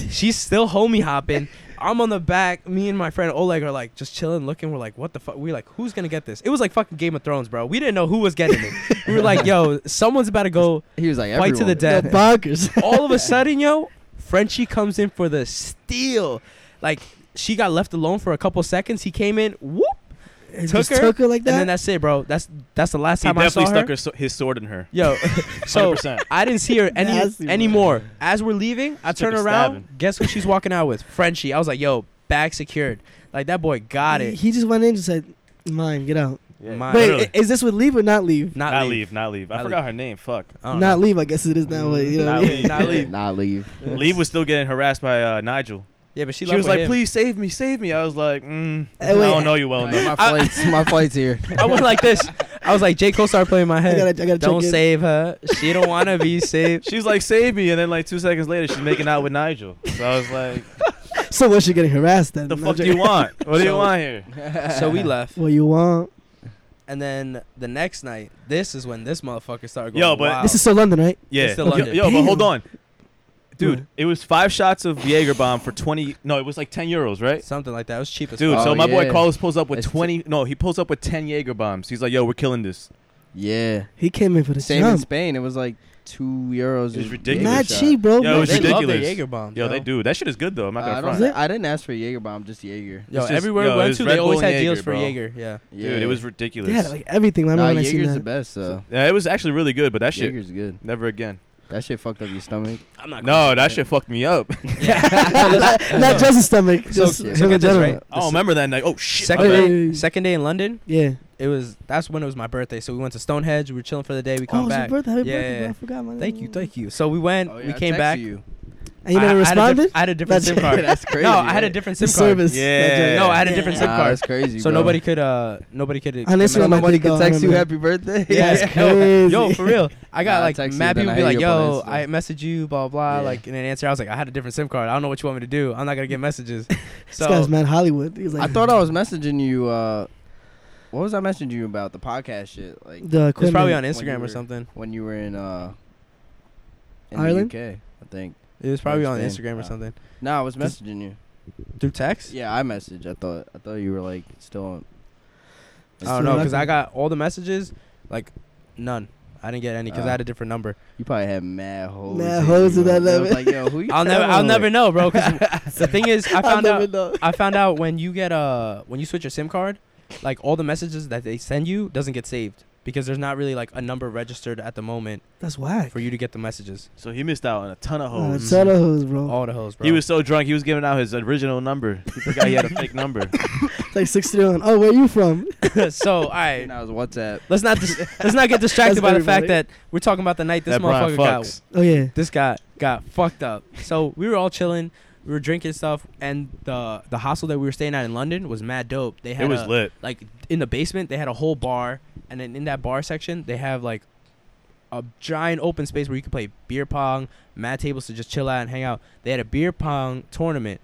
[SPEAKER 4] she's still homie hopping. I'm on the back. Me and my friend Oleg are like just chilling, looking. We're like, what the fuck? We're like, who's gonna get this? It was like fucking Game of Thrones, bro. We didn't know who was getting it. we were like, yo, someone's about to go.
[SPEAKER 1] He was like,
[SPEAKER 4] Fight to the
[SPEAKER 1] everyone.
[SPEAKER 4] death. (laughs)
[SPEAKER 2] They're
[SPEAKER 1] (laughs)
[SPEAKER 2] bonkers.
[SPEAKER 4] All of a sudden, yo, Frenchie comes in for the steal. Like she got left alone for a couple seconds. He came in. Whoop.
[SPEAKER 2] And
[SPEAKER 4] Took
[SPEAKER 2] just
[SPEAKER 4] her,
[SPEAKER 2] took her like that.
[SPEAKER 4] And then that's it, bro. That's that's the last
[SPEAKER 3] he
[SPEAKER 4] time I saw
[SPEAKER 3] definitely
[SPEAKER 4] her.
[SPEAKER 3] stuck her, so- his sword in her.
[SPEAKER 4] Yo, (laughs)
[SPEAKER 3] (laughs)
[SPEAKER 4] so (laughs)
[SPEAKER 3] 100%.
[SPEAKER 4] I didn't see her any
[SPEAKER 2] Nasty, bro.
[SPEAKER 4] anymore. As we're leaving, I
[SPEAKER 3] She took
[SPEAKER 4] turn
[SPEAKER 3] a
[SPEAKER 4] around.
[SPEAKER 3] stabbing.
[SPEAKER 4] Guess who she's walking out with? Frenchie. I was like, yo, bag secured. Like that boy got
[SPEAKER 2] He-
[SPEAKER 4] it.
[SPEAKER 2] He just went in and just said, "Mine, get out."
[SPEAKER 4] My-
[SPEAKER 2] Wait,
[SPEAKER 3] Literally.
[SPEAKER 2] i- is this with leave or not leave?
[SPEAKER 4] not,
[SPEAKER 3] not, leave, not leave. I
[SPEAKER 4] Not Oh.
[SPEAKER 3] forgot her name. Fuck.
[SPEAKER 4] I don't
[SPEAKER 2] not
[SPEAKER 4] know.
[SPEAKER 2] leave, I guess it is now. But, you know,
[SPEAKER 3] Not
[SPEAKER 2] what I
[SPEAKER 4] (laughs)
[SPEAKER 2] mean?
[SPEAKER 3] leave.
[SPEAKER 4] Not leave.
[SPEAKER 1] Nah, leave.
[SPEAKER 3] Leave was still getting harassed by uh, Nigel.
[SPEAKER 4] Yeah, but she,
[SPEAKER 3] She,
[SPEAKER 4] left
[SPEAKER 3] was
[SPEAKER 4] with
[SPEAKER 3] like,
[SPEAKER 4] him.
[SPEAKER 3] "Please save me, save me." I was like, mm,
[SPEAKER 2] Hey,
[SPEAKER 3] "I
[SPEAKER 2] wait.
[SPEAKER 3] don't know you well
[SPEAKER 4] (laughs)
[SPEAKER 3] enough."
[SPEAKER 1] my flights, my flights here.
[SPEAKER 3] (laughs)
[SPEAKER 4] I went like this. I was like, J Cole started playing in my
[SPEAKER 2] I
[SPEAKER 4] head.
[SPEAKER 2] gotta, I gotta
[SPEAKER 4] don't
[SPEAKER 2] check in.
[SPEAKER 4] save her. She don't want to
[SPEAKER 2] (laughs)
[SPEAKER 4] be saved.
[SPEAKER 3] She was like, "Save me," and then like two seconds later, she's making out with Nigel. So I was like,
[SPEAKER 2] So what? She getting harassed then?
[SPEAKER 3] "The
[SPEAKER 2] Not
[SPEAKER 3] fuck do
[SPEAKER 2] joking.
[SPEAKER 3] you want? What do you
[SPEAKER 4] So-
[SPEAKER 3] want here?" (laughs)
[SPEAKER 4] So we left.
[SPEAKER 2] What you want?
[SPEAKER 4] And then the next night, this is when this motherfucker started going
[SPEAKER 3] Yo, but-
[SPEAKER 4] wild.
[SPEAKER 2] This is still London, right?
[SPEAKER 3] Yeah,
[SPEAKER 4] still
[SPEAKER 3] yo,
[SPEAKER 4] London.
[SPEAKER 3] yo, but hold on, dude.
[SPEAKER 2] What?
[SPEAKER 3] It was five shots of Jaeger bomb for twenty. No, it was like ten euros, right?
[SPEAKER 4] something like that. It was cheap as
[SPEAKER 3] Dude,
[SPEAKER 4] fuck.
[SPEAKER 1] Oh,
[SPEAKER 3] so my boy
[SPEAKER 1] yeah.
[SPEAKER 3] Carlos pulls up with
[SPEAKER 4] It's-
[SPEAKER 3] twenty. No, he pulls up with ten Jaeger bombs. He's like, "Yo, we're killing this."
[SPEAKER 1] Yeah.
[SPEAKER 2] He came in for the
[SPEAKER 1] Same in
[SPEAKER 2] jump.
[SPEAKER 1] Spain. It was like two euros.
[SPEAKER 3] It was
[SPEAKER 1] a
[SPEAKER 3] ridiculous.
[SPEAKER 1] Jaeger
[SPEAKER 2] Not
[SPEAKER 1] shot.
[SPEAKER 2] cheap, bro.
[SPEAKER 3] Yo, it was
[SPEAKER 4] they love their
[SPEAKER 3] ridiculous.
[SPEAKER 4] Jaeger bomb.
[SPEAKER 3] Yo, they do. That shit is good though. I'm not
[SPEAKER 1] I,
[SPEAKER 3] gonna
[SPEAKER 1] don't,
[SPEAKER 3] front.
[SPEAKER 1] think- I didn't ask for Jaeger bomb, just Jaeger.
[SPEAKER 4] Yo,
[SPEAKER 3] It's just-
[SPEAKER 4] everywhere
[SPEAKER 3] yo,
[SPEAKER 4] we went
[SPEAKER 3] it's
[SPEAKER 4] to,
[SPEAKER 3] Red
[SPEAKER 4] they always
[SPEAKER 3] Bull and
[SPEAKER 4] had deals
[SPEAKER 3] Jaeger,
[SPEAKER 4] for
[SPEAKER 3] bro.
[SPEAKER 4] Jaeger. Yeah.
[SPEAKER 1] Yeah.
[SPEAKER 3] Dude, it was ridiculous.
[SPEAKER 2] Yeah, like everything. I
[SPEAKER 1] Nah,
[SPEAKER 2] remember when I seen
[SPEAKER 1] Jaeger's the
[SPEAKER 2] that. (laughs)
[SPEAKER 1] best, so.
[SPEAKER 3] Yeah, it was actually really good, but that shit
[SPEAKER 1] Jaeger's good.
[SPEAKER 3] never again.
[SPEAKER 1] That shit fucked up your stomach. Oh,
[SPEAKER 4] I'm not.
[SPEAKER 3] No, (laughs) that shit fucked me (laughs) up.
[SPEAKER 1] (laughs)
[SPEAKER 2] not,
[SPEAKER 4] (laughs)
[SPEAKER 2] not just the stomach.
[SPEAKER 4] So,
[SPEAKER 2] Just
[SPEAKER 4] so
[SPEAKER 1] yeah.
[SPEAKER 2] just in
[SPEAKER 4] get this
[SPEAKER 2] general.
[SPEAKER 4] right.
[SPEAKER 3] I don't remember that night. Oh shit!
[SPEAKER 4] Second
[SPEAKER 2] Okay.
[SPEAKER 4] day, second day in London.
[SPEAKER 2] Yeah.
[SPEAKER 4] It was that's when it was my birthday. So we went to Stonehenge. We were chilling for the day. We
[SPEAKER 2] oh,
[SPEAKER 4] come
[SPEAKER 2] it's
[SPEAKER 4] back.
[SPEAKER 2] your birthday. Happy
[SPEAKER 4] Yeah,
[SPEAKER 2] birthday,
[SPEAKER 4] yeah,
[SPEAKER 2] bro.
[SPEAKER 4] yeah.
[SPEAKER 2] I forgot my
[SPEAKER 4] Thank
[SPEAKER 2] name.
[SPEAKER 4] you, thank you. So we went.
[SPEAKER 1] Oh,
[SPEAKER 4] we
[SPEAKER 1] yeah, I
[SPEAKER 4] came
[SPEAKER 1] texted
[SPEAKER 4] back.
[SPEAKER 1] you.
[SPEAKER 2] And you
[SPEAKER 4] I-
[SPEAKER 2] never
[SPEAKER 4] I had a diff-
[SPEAKER 2] responded?
[SPEAKER 4] I had a different
[SPEAKER 2] That's-
[SPEAKER 4] SIM card.
[SPEAKER 1] (laughs) That's crazy.
[SPEAKER 4] (laughs) no, I had a
[SPEAKER 1] right?
[SPEAKER 4] different
[SPEAKER 2] The
[SPEAKER 4] SIM card.
[SPEAKER 2] service.
[SPEAKER 3] Yeah.
[SPEAKER 2] Not
[SPEAKER 4] No, I had a
[SPEAKER 2] Yeah.
[SPEAKER 4] different SIM
[SPEAKER 1] Nah,
[SPEAKER 4] card.
[SPEAKER 1] That's crazy.
[SPEAKER 4] So
[SPEAKER 1] bro.
[SPEAKER 4] nobody could. uh Nobody could.
[SPEAKER 2] Unless
[SPEAKER 1] So
[SPEAKER 2] you
[SPEAKER 4] remember-
[SPEAKER 1] nobody could
[SPEAKER 2] Though, I
[SPEAKER 1] text you
[SPEAKER 2] remember.
[SPEAKER 1] happy
[SPEAKER 4] (laughs)
[SPEAKER 1] birthday.
[SPEAKER 4] Yeah,
[SPEAKER 1] (laughs)
[SPEAKER 2] That's
[SPEAKER 4] it's crazy. Yo,
[SPEAKER 2] crazy.
[SPEAKER 4] for real. I got
[SPEAKER 1] Nah, I
[SPEAKER 4] like
[SPEAKER 1] text you,
[SPEAKER 4] mad
[SPEAKER 1] then
[SPEAKER 4] people
[SPEAKER 1] I
[SPEAKER 4] be
[SPEAKER 1] hit
[SPEAKER 4] like,
[SPEAKER 1] you up on Insta.
[SPEAKER 4] "Yo, I messaged you, blah blah."
[SPEAKER 1] Yeah.
[SPEAKER 4] Like, and then answer, I was like, "I had a different SIM card. I don't know what you want me to do. I'm not gonna get
[SPEAKER 2] (laughs)
[SPEAKER 4] messages."
[SPEAKER 2] This guy's
[SPEAKER 4] So
[SPEAKER 2] mad Hollywood. He's
[SPEAKER 1] I
[SPEAKER 2] like,
[SPEAKER 1] thought I was messaging you. Uh, what was I messaging you about? The podcast shit. Like
[SPEAKER 2] (laughs) the
[SPEAKER 4] it's
[SPEAKER 2] equipment.
[SPEAKER 4] probably on
[SPEAKER 1] When you
[SPEAKER 4] Instagram
[SPEAKER 1] were-
[SPEAKER 4] or something.
[SPEAKER 1] when you were in uh, in
[SPEAKER 2] Ireland?
[SPEAKER 1] the UK, I think.
[SPEAKER 4] It was probably on
[SPEAKER 1] Understand.
[SPEAKER 4] Instagram or
[SPEAKER 1] Uh,
[SPEAKER 4] something.
[SPEAKER 1] No, I was messaging you.
[SPEAKER 4] Through text?
[SPEAKER 1] Yeah, I messaged. I thought. I thought you were like still. On,
[SPEAKER 4] I
[SPEAKER 2] It's
[SPEAKER 4] don't
[SPEAKER 2] still
[SPEAKER 4] know because
[SPEAKER 2] nothing.
[SPEAKER 4] I got all the messages, like none. I didn't get any because
[SPEAKER 1] Uh.
[SPEAKER 4] I had a
[SPEAKER 2] (laughs)
[SPEAKER 4] different number.
[SPEAKER 1] you probably had mad hoes.
[SPEAKER 2] Mad
[SPEAKER 1] in
[SPEAKER 2] hoes
[SPEAKER 1] you,
[SPEAKER 2] in that
[SPEAKER 1] bro. They was
[SPEAKER 2] level.
[SPEAKER 1] Like, yo, who you
[SPEAKER 4] (laughs) I'll never,
[SPEAKER 1] traveling
[SPEAKER 4] I'll
[SPEAKER 1] with?
[SPEAKER 4] never know, bro.
[SPEAKER 2] (laughs)
[SPEAKER 4] 'cause the thing is, I
[SPEAKER 2] I'll
[SPEAKER 4] found
[SPEAKER 2] never
[SPEAKER 4] out,
[SPEAKER 2] know.
[SPEAKER 4] I found out when you get uh when you switch your SIM card, like all the messages that they send you doesn't get saved because there's not really like a number registered at the moment
[SPEAKER 2] That's whack.
[SPEAKER 4] for you to get the messages.
[SPEAKER 3] So he missed out on a ton of
[SPEAKER 4] Oh,
[SPEAKER 2] Uh,
[SPEAKER 3] hoes.
[SPEAKER 2] Son of hoes, bro.
[SPEAKER 4] All the hoes, bro.
[SPEAKER 3] he was so drunk, he was giving out his original number. He forgot he had a fake
[SPEAKER 4] (laughs)
[SPEAKER 3] number.
[SPEAKER 2] It's like 631. Oh, where are you from? (laughs)
[SPEAKER 4] (laughs) so all
[SPEAKER 1] And
[SPEAKER 4] right.
[SPEAKER 1] I was WhatsApp.
[SPEAKER 4] Let's not dis- let's not get
[SPEAKER 2] (laughs)
[SPEAKER 4] distracted
[SPEAKER 2] That's
[SPEAKER 4] by the
[SPEAKER 2] very
[SPEAKER 4] fact
[SPEAKER 2] funny.
[SPEAKER 4] that we're talking about the night this
[SPEAKER 3] that Brian
[SPEAKER 4] motherfucker got
[SPEAKER 3] fucks.
[SPEAKER 2] Oh, yeah.
[SPEAKER 4] this guy got fucked up. So we were all chilling, we were drinking stuff, and the the hostel that we were staying at in London was mad dope. They had
[SPEAKER 3] It was
[SPEAKER 4] a-
[SPEAKER 3] lit.
[SPEAKER 4] like in the basement they had a whole bar, and then in that bar section they have like a giant open space where you could play beer pong, mad tables to just chill out and hang out. They had a beer pong tournament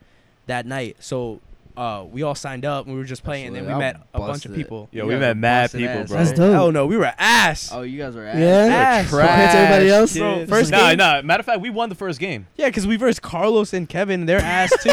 [SPEAKER 4] that night, so. Uh, we all signed up and we were just playing, and then we
[SPEAKER 1] Absolutely.
[SPEAKER 4] met
[SPEAKER 1] I
[SPEAKER 4] a bunch of
[SPEAKER 1] busted.
[SPEAKER 4] people.
[SPEAKER 3] Yo,
[SPEAKER 1] You
[SPEAKER 3] we
[SPEAKER 1] guys
[SPEAKER 3] met
[SPEAKER 1] were
[SPEAKER 3] mad
[SPEAKER 1] busting
[SPEAKER 3] people,
[SPEAKER 1] ass.
[SPEAKER 3] bro.
[SPEAKER 2] That's dope. (laughs)
[SPEAKER 4] Oh no, we were ass.
[SPEAKER 1] Oh, you guys were ass.
[SPEAKER 2] Yeah.
[SPEAKER 4] Ass.
[SPEAKER 1] Trash,
[SPEAKER 2] Compared to everybody else?
[SPEAKER 1] kid.
[SPEAKER 4] Bro, first
[SPEAKER 3] nah,
[SPEAKER 4] game-
[SPEAKER 3] nah. Matter of fact, we won the first game.
[SPEAKER 4] Yeah, because we versed Carlos and Kevin. They're ass
[SPEAKER 3] (laughs)
[SPEAKER 4] too.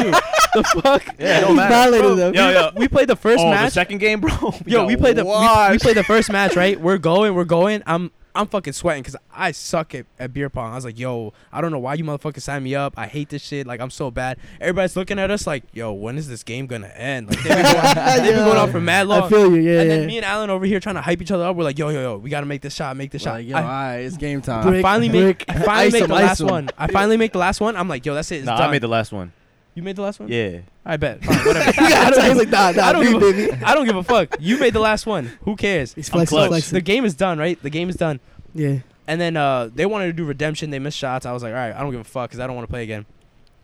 [SPEAKER 4] the fuck?
[SPEAKER 3] Yeah, it
[SPEAKER 2] He
[SPEAKER 3] don't matter.
[SPEAKER 2] violated
[SPEAKER 4] Bro,
[SPEAKER 2] them.
[SPEAKER 3] Yo, yo.
[SPEAKER 4] We played the first
[SPEAKER 3] oh, the
[SPEAKER 4] match.
[SPEAKER 3] second game, bro. (laughs)
[SPEAKER 4] Yo,
[SPEAKER 3] got
[SPEAKER 4] we played the we, we
[SPEAKER 3] washed.
[SPEAKER 4] played the first match, right? We're going, we're going. I'm I'm fucking sweating because I suck at, at beer pong. I was like, yo, I don't know why you motherfuckers signed me up. I hate this shit. Like, I'm so bad. Everybody's looking at us like, yo, when is this game gonna end? Like, they've
[SPEAKER 2] (laughs)
[SPEAKER 4] been going, they've been going on for mad long.
[SPEAKER 2] I feel you. Yeah,
[SPEAKER 4] and
[SPEAKER 2] yeah.
[SPEAKER 4] then me and Alan over here trying to hype each other up. We're like, yo, yo, yo, we gotta make this shot, make this shot.
[SPEAKER 1] Like, yo,
[SPEAKER 4] I-
[SPEAKER 1] all right, it's game time.
[SPEAKER 2] Brick.
[SPEAKER 4] finally
[SPEAKER 2] Brick.
[SPEAKER 4] make, I finally
[SPEAKER 1] Ice
[SPEAKER 4] make
[SPEAKER 1] him,
[SPEAKER 4] the
[SPEAKER 1] ice
[SPEAKER 4] last
[SPEAKER 1] him.
[SPEAKER 4] one. I finally make the last one. I'm like, yo, that's it. It's
[SPEAKER 3] No,
[SPEAKER 4] done.
[SPEAKER 3] I made the last one.
[SPEAKER 4] you made the last one.
[SPEAKER 3] Yeah.
[SPEAKER 4] I bet. Fine,
[SPEAKER 2] (laughs)
[SPEAKER 4] whatever. (laughs) I,
[SPEAKER 2] I
[SPEAKER 4] don't
[SPEAKER 2] was
[SPEAKER 4] give,
[SPEAKER 2] like, nah, nah,
[SPEAKER 4] I don't
[SPEAKER 2] me,
[SPEAKER 4] give
[SPEAKER 2] baby.
[SPEAKER 4] I don't give a fuck. You made the last one.
[SPEAKER 2] (laughs)
[SPEAKER 4] Who cares?
[SPEAKER 2] He's
[SPEAKER 3] I'm
[SPEAKER 2] flexing,
[SPEAKER 3] clutch.
[SPEAKER 2] flexing.
[SPEAKER 4] The game is done, right? The game is done.
[SPEAKER 2] yeah.
[SPEAKER 4] And then uh, they wanted to do redemption. They missed shots. I was like, all right, I don't give a fuck because I don't want to play again.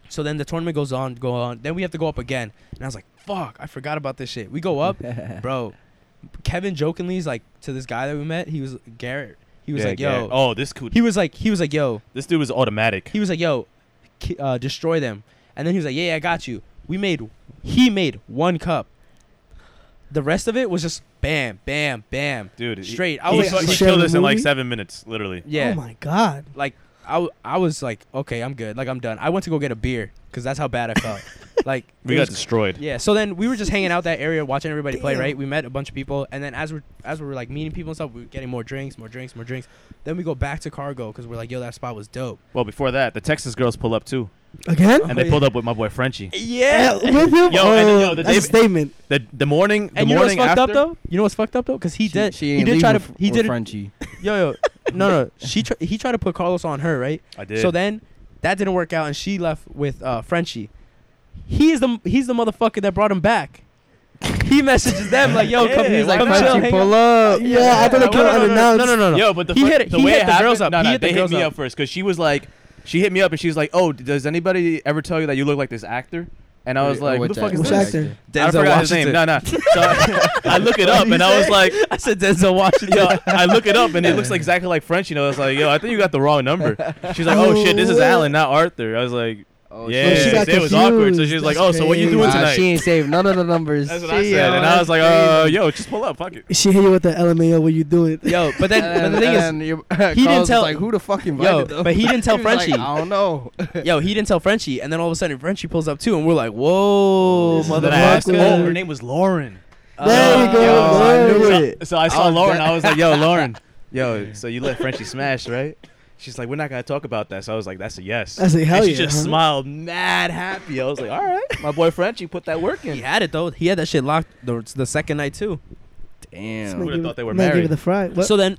[SPEAKER 4] So then the tournament goes on, go on. Then we have to go up again. And I was like, fuck, I forgot about this shit.
[SPEAKER 1] (laughs)
[SPEAKER 4] We go up, bro. Kevin jokingly is like to this guy that we met. He was Garrett. He was
[SPEAKER 3] Yeah,
[SPEAKER 4] like, yo.
[SPEAKER 3] Garrett. Oh, this could.
[SPEAKER 4] He was like, he was like, yo.
[SPEAKER 3] This dude was automatic.
[SPEAKER 4] He was like, yo, ki- uh, destroy them. And then he was like, yeah, yeah, I got you. We made, he made one cup. The rest of it was just bam, bam, bam.
[SPEAKER 3] Dude, he-
[SPEAKER 4] Straight. I
[SPEAKER 3] he,
[SPEAKER 4] was
[SPEAKER 3] fu-
[SPEAKER 4] like,
[SPEAKER 3] he
[SPEAKER 2] shit.
[SPEAKER 3] killed us in like
[SPEAKER 2] Movie?
[SPEAKER 3] seven minutes, literally.
[SPEAKER 4] yeah.
[SPEAKER 2] Oh my god.
[SPEAKER 4] like I, w- I was like okay i'm good like i'm done i went to go get a beer because that's how bad i felt like
[SPEAKER 3] We
[SPEAKER 4] it
[SPEAKER 3] got
[SPEAKER 4] was-
[SPEAKER 3] destroyed.
[SPEAKER 4] yeah so then we were just hanging out that area watching everybody play
[SPEAKER 2] Damn.
[SPEAKER 4] right we met a bunch of people and then as we're as we were like meeting people and stuff we were getting more drinks more drinks more drinks then we go back to cargo because we're like yo that spot was dope
[SPEAKER 3] Well, before that, the Texas girls pull up too,
[SPEAKER 2] Again?
[SPEAKER 3] and
[SPEAKER 4] Oh,
[SPEAKER 3] they
[SPEAKER 4] yeah.
[SPEAKER 3] pulled up with my boy Frenchie.
[SPEAKER 4] (laughs) yeah
[SPEAKER 2] Uh, with him?
[SPEAKER 3] Yo, and then, yo,
[SPEAKER 2] Oh,
[SPEAKER 3] the
[SPEAKER 2] that's a
[SPEAKER 3] David-
[SPEAKER 2] statement.
[SPEAKER 3] The the morning, the
[SPEAKER 4] and you know what's
[SPEAKER 3] morning
[SPEAKER 4] fucked up
[SPEAKER 3] after,
[SPEAKER 4] though you know what's fucked up though because he
[SPEAKER 1] She-
[SPEAKER 4] did
[SPEAKER 1] She
[SPEAKER 4] he
[SPEAKER 1] ain't
[SPEAKER 4] did try to
[SPEAKER 1] leaving f-
[SPEAKER 4] he
[SPEAKER 1] with
[SPEAKER 4] did
[SPEAKER 1] Frenchie.
[SPEAKER 4] yo yo no no she tr- he tried to put carlos on her right
[SPEAKER 3] I did.
[SPEAKER 4] So then that didn't work out, and she left with uh, Frenchie. He is the he's the motherfucker that brought him back. He messages them like, "Yo, come,
[SPEAKER 3] Yeah,
[SPEAKER 4] he's
[SPEAKER 3] why
[SPEAKER 4] like,
[SPEAKER 3] not?
[SPEAKER 4] come chill,
[SPEAKER 3] Frenchie,
[SPEAKER 4] hang
[SPEAKER 1] pull
[SPEAKER 4] out."
[SPEAKER 1] up.
[SPEAKER 2] Yeah, I thought
[SPEAKER 3] no,
[SPEAKER 2] it came
[SPEAKER 3] no, no, no,
[SPEAKER 2] unannouced.
[SPEAKER 4] No, no, no, no.
[SPEAKER 3] Yo, but the,
[SPEAKER 4] He
[SPEAKER 3] fu-
[SPEAKER 4] hit-
[SPEAKER 3] the
[SPEAKER 4] he
[SPEAKER 3] way
[SPEAKER 4] hit
[SPEAKER 3] it
[SPEAKER 4] the
[SPEAKER 3] happened-
[SPEAKER 4] girls up.
[SPEAKER 3] No,
[SPEAKER 4] He
[SPEAKER 3] no,
[SPEAKER 4] hit the
[SPEAKER 3] they hit
[SPEAKER 4] girls
[SPEAKER 3] me
[SPEAKER 4] up.
[SPEAKER 3] up first because she was like, she hit me up and she was like, "Oh, does anybody ever tell you that you look like this actor?" And I was
[SPEAKER 1] Wait,
[SPEAKER 3] like,
[SPEAKER 1] oh,
[SPEAKER 3] "Who the
[SPEAKER 1] which
[SPEAKER 3] fuck is
[SPEAKER 2] Which
[SPEAKER 3] this?"
[SPEAKER 1] Exactly.
[SPEAKER 2] actor?
[SPEAKER 3] I forgot his name. No, no. So (laughs) I, I look it up and I was like,
[SPEAKER 4] (laughs) I said
[SPEAKER 3] (laughs)
[SPEAKER 4] Denzel Washington.
[SPEAKER 3] yo, I look it up and it looks like exactly like French. You know, I was like, yo, I think you got the wrong number. She's like, oh,
[SPEAKER 2] Oh,
[SPEAKER 3] shit, this is
[SPEAKER 2] what?
[SPEAKER 3] Alan, not Arthur. I was like,
[SPEAKER 1] Oh,
[SPEAKER 3] yeah,
[SPEAKER 2] she got
[SPEAKER 3] it was awkward. So
[SPEAKER 2] confused.
[SPEAKER 3] she was like,
[SPEAKER 2] That's
[SPEAKER 3] oh, so what you
[SPEAKER 2] crazy.
[SPEAKER 3] doing
[SPEAKER 1] Nah,
[SPEAKER 3] tonight?
[SPEAKER 1] She ain't saved none of the numbers.
[SPEAKER 3] That's what I
[SPEAKER 1] She-
[SPEAKER 3] said,
[SPEAKER 1] oh,
[SPEAKER 3] and I
[SPEAKER 1] (laughs) that's
[SPEAKER 3] was like,
[SPEAKER 1] (laughs) crazy.
[SPEAKER 3] uh, yo, just pull up, fuck it.
[SPEAKER 2] She hit you with the LMAO. What you doing?
[SPEAKER 4] Yo, but then but
[SPEAKER 1] And
[SPEAKER 4] the thing is,
[SPEAKER 1] and (laughs) your-
[SPEAKER 4] didn't
[SPEAKER 1] Carlos was
[SPEAKER 4] tell-
[SPEAKER 1] Like, who the fuck invited them?
[SPEAKER 4] but he didn't
[SPEAKER 1] (laughs)
[SPEAKER 4] tell
[SPEAKER 1] He was like,
[SPEAKER 4] Frenchie.
[SPEAKER 1] I don't (laughs) know.
[SPEAKER 4] (laughs) yo, he didn't tell Frenchie, and then all of a sudden Frenchie pulls up too, and we're like, "Whoa,
[SPEAKER 2] This is
[SPEAKER 3] Then I
[SPEAKER 2] the
[SPEAKER 4] motherfucker!" Uh,
[SPEAKER 3] asked him, oh,
[SPEAKER 2] Motherfucker.
[SPEAKER 3] her name was Lauren.
[SPEAKER 2] There you go,
[SPEAKER 1] I knew
[SPEAKER 2] Lauren.
[SPEAKER 1] it.
[SPEAKER 3] So I saw
[SPEAKER 1] Oh,
[SPEAKER 3] Lauren.
[SPEAKER 1] that-
[SPEAKER 3] I was like, yo, Lauren, yo, so you let Frenchie smash, right? She's like, we're not going to talk about that. So I was like, that's a yes.
[SPEAKER 2] I said, hell
[SPEAKER 3] and she
[SPEAKER 2] yeah.
[SPEAKER 3] just
[SPEAKER 2] huh?
[SPEAKER 3] smiled mad happy. I was like, all right, my boy Frenchie put that work
[SPEAKER 4] He
[SPEAKER 3] in.
[SPEAKER 4] had it though. He had that shit locked the, the second night too.
[SPEAKER 2] This
[SPEAKER 1] Damn.
[SPEAKER 2] man
[SPEAKER 3] would've
[SPEAKER 2] gave
[SPEAKER 3] thought
[SPEAKER 2] it-
[SPEAKER 3] they were
[SPEAKER 2] man gave
[SPEAKER 3] married.
[SPEAKER 2] it the fry. What? (laughs)
[SPEAKER 4] So then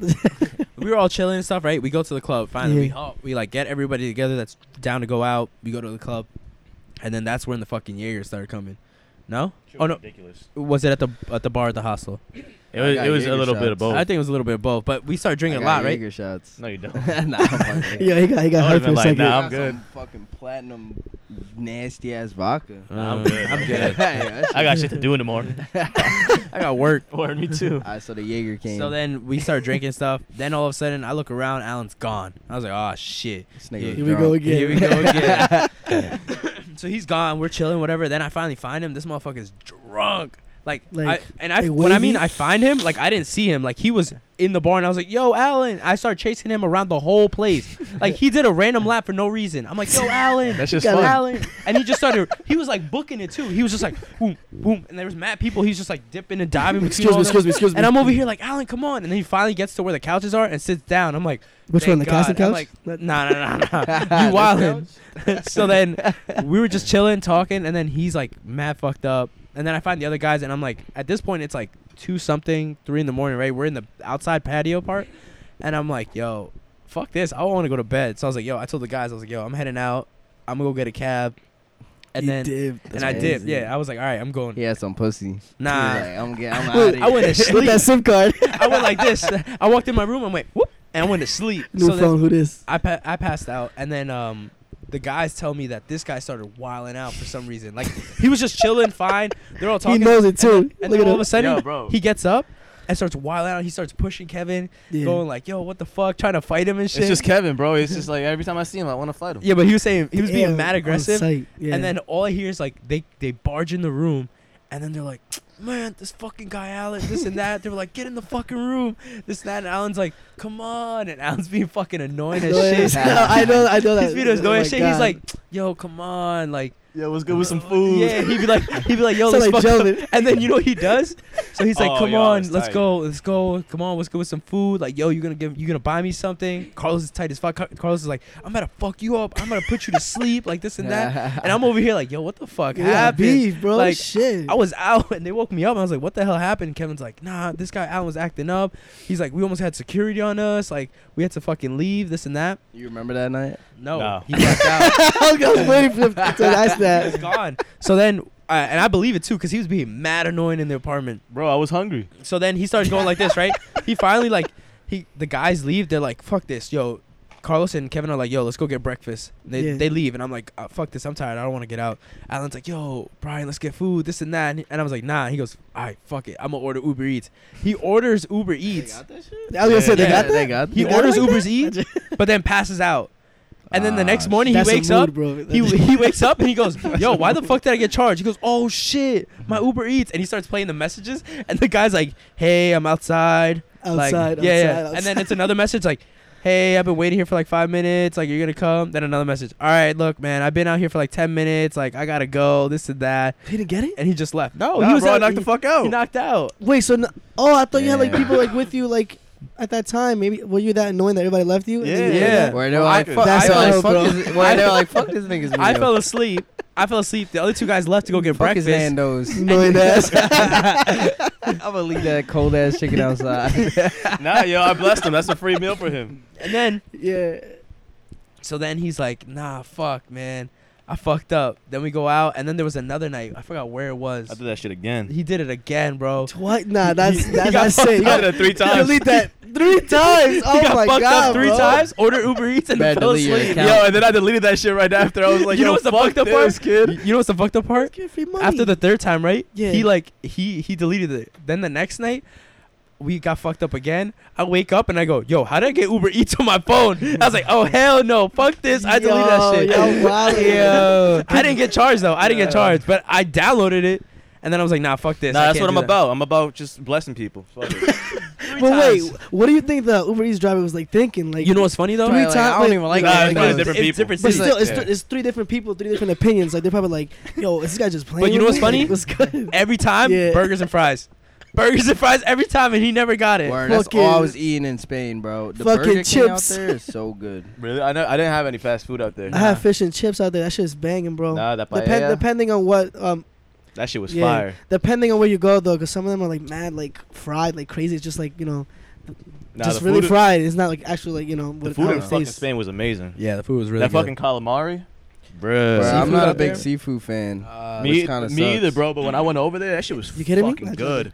[SPEAKER 4] we were all chilling and stuff, right? We go to the club. Finally, we
[SPEAKER 2] Yeah.
[SPEAKER 4] all, we like get everybody together that's down to go out. We go to the club, and then that's when the fucking Jaeger started coming. No, oh no,
[SPEAKER 3] Ridiculous.
[SPEAKER 4] was it at the at the bar at the hostel?
[SPEAKER 3] It was,
[SPEAKER 1] got
[SPEAKER 3] it was a
[SPEAKER 1] Jaeger
[SPEAKER 3] little bit of
[SPEAKER 1] shots.
[SPEAKER 3] both.
[SPEAKER 4] I think it was a little bit of both, but we started drinking
[SPEAKER 1] I
[SPEAKER 4] a
[SPEAKER 1] got
[SPEAKER 4] lot, right?
[SPEAKER 1] Jaeger shots. (laughs)
[SPEAKER 3] no, you don't.
[SPEAKER 1] nah, I'm (laughs) fucking-
[SPEAKER 2] yeah, he got he got
[SPEAKER 3] I would've
[SPEAKER 2] hyped for a
[SPEAKER 3] been like,
[SPEAKER 2] second.
[SPEAKER 3] nah, I'm
[SPEAKER 1] Got
[SPEAKER 3] good.
[SPEAKER 1] some fucking platinum nasty ass (laughs) vodka.
[SPEAKER 3] I'm
[SPEAKER 4] Um,
[SPEAKER 3] good.
[SPEAKER 4] I'm
[SPEAKER 1] Yeah, (laughs)
[SPEAKER 4] good.
[SPEAKER 1] that
[SPEAKER 3] I
[SPEAKER 1] shit-
[SPEAKER 3] got shit to do in the (laughs) morning.
[SPEAKER 4] I got work.
[SPEAKER 3] Or me too.
[SPEAKER 1] Alright, so the Jaeger came.
[SPEAKER 4] So then we start drinking stuff. Then all of a sudden, I look around. Alan's gone. I was like, oh shit.
[SPEAKER 1] This nigga was
[SPEAKER 2] Here we go
[SPEAKER 1] drunk.
[SPEAKER 2] again.
[SPEAKER 4] Here we go
[SPEAKER 2] (laughs)
[SPEAKER 4] again. so he's gone. We're chilling, whatever. Then I finally find him. This motherfucker's drunk. Like,
[SPEAKER 2] Like,
[SPEAKER 4] I, and I
[SPEAKER 2] like
[SPEAKER 4] when I mean
[SPEAKER 2] wavy?
[SPEAKER 4] I find him, like I didn't see him. Like he was in the bar, and I was like, "Yo, Alan!" I start chasing him around the
[SPEAKER 2] (laughs)
[SPEAKER 4] whole place. like he did a random lap for no reason. I'm like, "Yo, Alan!"
[SPEAKER 3] (laughs) That's just
[SPEAKER 2] got
[SPEAKER 3] fun.
[SPEAKER 1] (laughs)
[SPEAKER 2] it.
[SPEAKER 4] Alan. And he just started. He was like booking it too. He was just like boom, boom, and there was mad people. He's just like dipping and diving. between
[SPEAKER 2] Excuse
[SPEAKER 4] all
[SPEAKER 2] me,
[SPEAKER 4] them.
[SPEAKER 2] excuse me, excuse me.
[SPEAKER 4] And I'm over here like, Alan, come on. And then he finally gets to where the couches are and sits down. I'm like,
[SPEAKER 2] Which one? The
[SPEAKER 4] "Thank God."
[SPEAKER 2] casting couch?
[SPEAKER 4] I'm like, nah,
[SPEAKER 2] (laughs)
[SPEAKER 4] nah, nah, nah. you wildin'. (laughs) so then we were just chilling, talking, and then he's like mad fucked up. And then I find the other guys, and I'm like, at this point, it's like two something, three in the morning, right? We're in the outside patio part, and I'm like, yo, fuck this. I want to go to bed. So I was like, yo, I told the guys, I was like, yo, I'm heading out. I'm gonna go get a cab, and
[SPEAKER 2] He
[SPEAKER 4] then
[SPEAKER 2] dipped.
[SPEAKER 4] and I
[SPEAKER 1] crazy.
[SPEAKER 4] did. Yeah, I was like, all right, I'm going.
[SPEAKER 1] He had some pussy.
[SPEAKER 4] Nah.
[SPEAKER 1] He
[SPEAKER 4] (laughs)
[SPEAKER 1] was like, I'm getting I'm
[SPEAKER 4] Wait,
[SPEAKER 1] out
[SPEAKER 4] I went to
[SPEAKER 2] with
[SPEAKER 4] sleep.
[SPEAKER 2] that SIM card.
[SPEAKER 4] I went like this. I walked in my room. I went whoop, and I went to sleep.
[SPEAKER 2] New
[SPEAKER 4] so then
[SPEAKER 2] phone. Who this?
[SPEAKER 4] I pa- I passed out, and then um the guys tell me that this guy started wilding out for some reason. Like he was just chilling, fine. They're
[SPEAKER 2] (laughs)
[SPEAKER 4] all
[SPEAKER 2] He
[SPEAKER 4] talking.
[SPEAKER 2] knows it too. Look
[SPEAKER 4] and then all
[SPEAKER 2] at
[SPEAKER 4] of a
[SPEAKER 2] him.
[SPEAKER 4] sudden,
[SPEAKER 3] Yo, bro.
[SPEAKER 4] he gets up and starts wilding out. He starts pushing Kevin,
[SPEAKER 2] Yeah.
[SPEAKER 4] going like, "Yo, what the fuck?" Trying to fight him and shit.
[SPEAKER 3] It's just Kevin, bro. It's just like every time I see him, I want to fight him.
[SPEAKER 4] yeah, but he was saying he was
[SPEAKER 2] Damn,
[SPEAKER 4] being mad
[SPEAKER 2] on
[SPEAKER 4] aggressive.
[SPEAKER 2] sight, yeah.
[SPEAKER 4] And then all I hear is like they they barge in the room, and then they're like, "Man, this fucking guy Allen, this and that." they were like, "Get in the fucking room, this and that." And Alan's like, "Come on!" And Alan's being fucking annoying as
[SPEAKER 2] Annoying
[SPEAKER 4] shit.
[SPEAKER 2] as hell. (laughs) I know. I know that.
[SPEAKER 4] His video's
[SPEAKER 2] Oh
[SPEAKER 4] annoying
[SPEAKER 2] my
[SPEAKER 4] as shit. He's
[SPEAKER 2] God.
[SPEAKER 4] like, "Yo, come on!" Like
[SPEAKER 3] Yo, what's good with some food?
[SPEAKER 4] Yeah, he'd be like, he'd be like, yo,
[SPEAKER 2] Sound
[SPEAKER 4] let's
[SPEAKER 2] like
[SPEAKER 4] fuck up.
[SPEAKER 2] Sheldon.
[SPEAKER 4] And then you know what he does? So he's like,
[SPEAKER 3] Oh,
[SPEAKER 4] come
[SPEAKER 3] yo,
[SPEAKER 4] on,
[SPEAKER 3] it's
[SPEAKER 4] let's
[SPEAKER 3] tight.
[SPEAKER 4] go, let's go, come on, let's go with some food. Like, yo, you gonna give, you gonna buy me something? Carlos is tight as fuck. Car- Carlos is like, I'm gonna fuck you up. I'm gonna put you to sleep, like this and that.
[SPEAKER 1] (laughs)
[SPEAKER 4] And I'm over here like, yo, what the fuck
[SPEAKER 2] Yeah,
[SPEAKER 4] happened?
[SPEAKER 2] beef, bro.
[SPEAKER 4] Like,
[SPEAKER 2] shit.
[SPEAKER 4] I was out and they woke me up. And I was like, what the hell happened? Kevin's like, nah, this guy Alan was acting up. He's like, we almost had security on us. Like, we had to fucking leave, this and that.
[SPEAKER 1] You remember that night?
[SPEAKER 4] No,
[SPEAKER 3] No.
[SPEAKER 4] he
[SPEAKER 3] (laughs)
[SPEAKER 4] blacked out.
[SPEAKER 2] I was waiting for him to ask
[SPEAKER 4] He's
[SPEAKER 2] that.
[SPEAKER 4] gone. So then, uh, and I believe it too, because he was being mad annoying in the apartment.
[SPEAKER 3] Bro, I was hungry.
[SPEAKER 4] So then he started (laughs) going like this, right? He finally like he the guys leave. They're like, "Fuck this, yo." Carlos and Kevin are like, "Yo, let's go get breakfast." They
[SPEAKER 2] Yeah.
[SPEAKER 4] they leave, and I'm like, uh "Fuck this, I'm tired. I don't want to get out." Alan's like, "Yo, Brian, let's get food, this and that," and, he- and I was like, "Nah." He goes, "All right, fuck it, I'm gonna order Uber Eats." He orders Uber Eats.
[SPEAKER 2] I was gonna say
[SPEAKER 4] Yeah,
[SPEAKER 2] they
[SPEAKER 4] yeah,
[SPEAKER 2] got that.
[SPEAKER 1] They got
[SPEAKER 4] He
[SPEAKER 1] that.
[SPEAKER 4] orders Uber Eats, but then passes out. And then the
[SPEAKER 1] Ah,
[SPEAKER 4] next morning he
[SPEAKER 2] That's a
[SPEAKER 4] wakes
[SPEAKER 2] mood,
[SPEAKER 4] up.
[SPEAKER 2] bro. (laughs)
[SPEAKER 4] He, he wakes up and he goes, "Yo, why the fuck did I get charged?" He goes, "Oh shit, my Uber Eats," and he starts playing the messages. And the guy's like, "Hey, I'm outside."
[SPEAKER 2] outside,
[SPEAKER 4] like,
[SPEAKER 2] outside,
[SPEAKER 4] yeah, yeah.
[SPEAKER 2] outside.
[SPEAKER 4] And then it's another message like, "Hey, I've been waiting here for like five minutes. Like, you're gonna come?" Then another message, "All right, look, man, I've been out here for like ten minutes. Like, I gotta go. This and that."
[SPEAKER 2] (laughs) he didn't get it.
[SPEAKER 4] And he just left. No,
[SPEAKER 3] Nah,
[SPEAKER 4] he was
[SPEAKER 3] bro, I
[SPEAKER 4] out-
[SPEAKER 3] knocked the
[SPEAKER 4] he-
[SPEAKER 3] fuck Oh, out.
[SPEAKER 4] He knocked out.
[SPEAKER 2] Wait, so no, oh, I thought you had like
[SPEAKER 1] Yeah.
[SPEAKER 2] people like with you like at that time. Maybe were you that annoying that everybody left you? And then you
[SPEAKER 4] Yeah.
[SPEAKER 2] did that?
[SPEAKER 1] Where they were
[SPEAKER 4] Well, I
[SPEAKER 1] like,
[SPEAKER 4] could-
[SPEAKER 1] fuck,
[SPEAKER 2] That's
[SPEAKER 1] they were
[SPEAKER 2] a
[SPEAKER 1] like,
[SPEAKER 2] hoe,
[SPEAKER 1] fuck
[SPEAKER 2] bro.
[SPEAKER 1] this, where they were like, fuck this nigga's
[SPEAKER 4] I
[SPEAKER 1] video.
[SPEAKER 4] fell asleep. I fell asleep. The other two guys left to go get
[SPEAKER 1] fuck his
[SPEAKER 4] breakfast.
[SPEAKER 1] Nando's. (laughs)
[SPEAKER 2] Annoying ass.
[SPEAKER 1] I'm gonna leave that cold ass chicken outside.
[SPEAKER 3] nah, yo, I blessed him. That's a free meal for him.
[SPEAKER 4] And then
[SPEAKER 2] yeah.
[SPEAKER 4] So then he's like, nah, fuck, man. I fucked up. Then we go out, and then there was another night. I forgot where it was.
[SPEAKER 3] I did that shit again.
[SPEAKER 4] He did it again, bro.
[SPEAKER 2] What?
[SPEAKER 4] (laughs)
[SPEAKER 2] Nah, that's
[SPEAKER 4] He-
[SPEAKER 2] that's
[SPEAKER 4] he got
[SPEAKER 2] that's
[SPEAKER 4] fucked
[SPEAKER 3] (laughs)
[SPEAKER 2] it.
[SPEAKER 3] He
[SPEAKER 2] You
[SPEAKER 3] got
[SPEAKER 2] gotta
[SPEAKER 3] it three times.
[SPEAKER 2] delete that three times. Oh
[SPEAKER 4] (laughs) he got
[SPEAKER 2] my
[SPEAKER 4] fucked
[SPEAKER 2] god,
[SPEAKER 4] up three
[SPEAKER 2] bro.
[SPEAKER 4] times, ordered Uber Eats, and
[SPEAKER 1] Bad
[SPEAKER 4] fell
[SPEAKER 1] delete your
[SPEAKER 4] asleep.
[SPEAKER 1] account.
[SPEAKER 3] Yo, and then I deleted that shit right after. I was like,
[SPEAKER 4] You know
[SPEAKER 3] yo,
[SPEAKER 4] what's the
[SPEAKER 3] fuck
[SPEAKER 4] fucked up
[SPEAKER 3] this,
[SPEAKER 4] part?
[SPEAKER 3] kid.
[SPEAKER 4] You you know what's the fucked up part?
[SPEAKER 2] Get free money.
[SPEAKER 4] After the third time, right?
[SPEAKER 2] Yeah.
[SPEAKER 4] He like he he deleted it. Then the next night, we got fucked up again. I wake up and I go, yo, how did I get Uber Eats on my phone? I was like, oh hell no, fuck this. I deleted that
[SPEAKER 2] Yo,
[SPEAKER 4] shit.
[SPEAKER 2] yo, wildin'.
[SPEAKER 4] (laughs) Yo. I didn't get charged though. I didn't get
[SPEAKER 3] Yeah.
[SPEAKER 4] charged, but I downloaded it. And then I was like, nah, fuck this.
[SPEAKER 3] Nah,
[SPEAKER 4] I
[SPEAKER 3] that's
[SPEAKER 4] can't
[SPEAKER 3] what I'm
[SPEAKER 4] do that.
[SPEAKER 3] about. I'm about just blessing people. Fuck it.
[SPEAKER 2] but wait, what do you think the Uber Eats driver was like thinking? Like
[SPEAKER 4] You know what's funny though?
[SPEAKER 2] three
[SPEAKER 1] Like,
[SPEAKER 2] times.
[SPEAKER 1] I don't even like
[SPEAKER 3] Nah,
[SPEAKER 1] it.
[SPEAKER 3] it's probably
[SPEAKER 1] Like,
[SPEAKER 3] different
[SPEAKER 4] it's
[SPEAKER 3] people.
[SPEAKER 4] different
[SPEAKER 2] But
[SPEAKER 4] cities.
[SPEAKER 2] still, it's,
[SPEAKER 3] Yeah.
[SPEAKER 2] th- it's three different people, three different opinions. Like they're probably like, "Yo, is this guy just playing?"
[SPEAKER 4] you know
[SPEAKER 2] with
[SPEAKER 4] what's
[SPEAKER 2] me?
[SPEAKER 4] funny?
[SPEAKER 2] (laughs) What's
[SPEAKER 4] (laughs)
[SPEAKER 2] good?
[SPEAKER 4] Every time,
[SPEAKER 2] Yeah.
[SPEAKER 4] burgers and fries. Burgers and fries every time, and he never got it.
[SPEAKER 1] Word, that's
[SPEAKER 2] Fucking-
[SPEAKER 1] all I was eating in Spain, bro. The
[SPEAKER 2] Fucking
[SPEAKER 1] Burger King out
[SPEAKER 2] chips.
[SPEAKER 1] there is so good.
[SPEAKER 3] Really? I know. I didn't have any fast food out there.
[SPEAKER 2] I have fish and chips out there. That shit's banging, bro.
[SPEAKER 3] Nah, that paella.
[SPEAKER 2] Depend- depending on what, um,
[SPEAKER 3] that shit was
[SPEAKER 2] yeah.
[SPEAKER 3] fire.
[SPEAKER 2] depending on where you go though, because some of them are like mad, like fried, like crazy. It's just like you know,
[SPEAKER 3] Nah,
[SPEAKER 2] just
[SPEAKER 3] the
[SPEAKER 2] really
[SPEAKER 3] food,
[SPEAKER 2] fried. It's not like actually like you know.
[SPEAKER 3] The
[SPEAKER 2] What,
[SPEAKER 3] food
[SPEAKER 2] how
[SPEAKER 3] in
[SPEAKER 2] it
[SPEAKER 3] fucking
[SPEAKER 2] tastes.
[SPEAKER 3] Spain was amazing.
[SPEAKER 4] Yeah, the food was really
[SPEAKER 3] that fucking calamari,
[SPEAKER 1] Bro,
[SPEAKER 3] bruh.
[SPEAKER 1] I'm
[SPEAKER 4] Seafood
[SPEAKER 1] not a
[SPEAKER 4] out
[SPEAKER 1] big
[SPEAKER 4] there?
[SPEAKER 1] seafood fan.
[SPEAKER 4] Uh,
[SPEAKER 1] which
[SPEAKER 3] me,
[SPEAKER 1] kinda
[SPEAKER 3] me either,
[SPEAKER 1] sucks.
[SPEAKER 3] bro. But when I went over there, that shit was
[SPEAKER 2] You kidding me?
[SPEAKER 3] fucking
[SPEAKER 2] Not
[SPEAKER 3] good.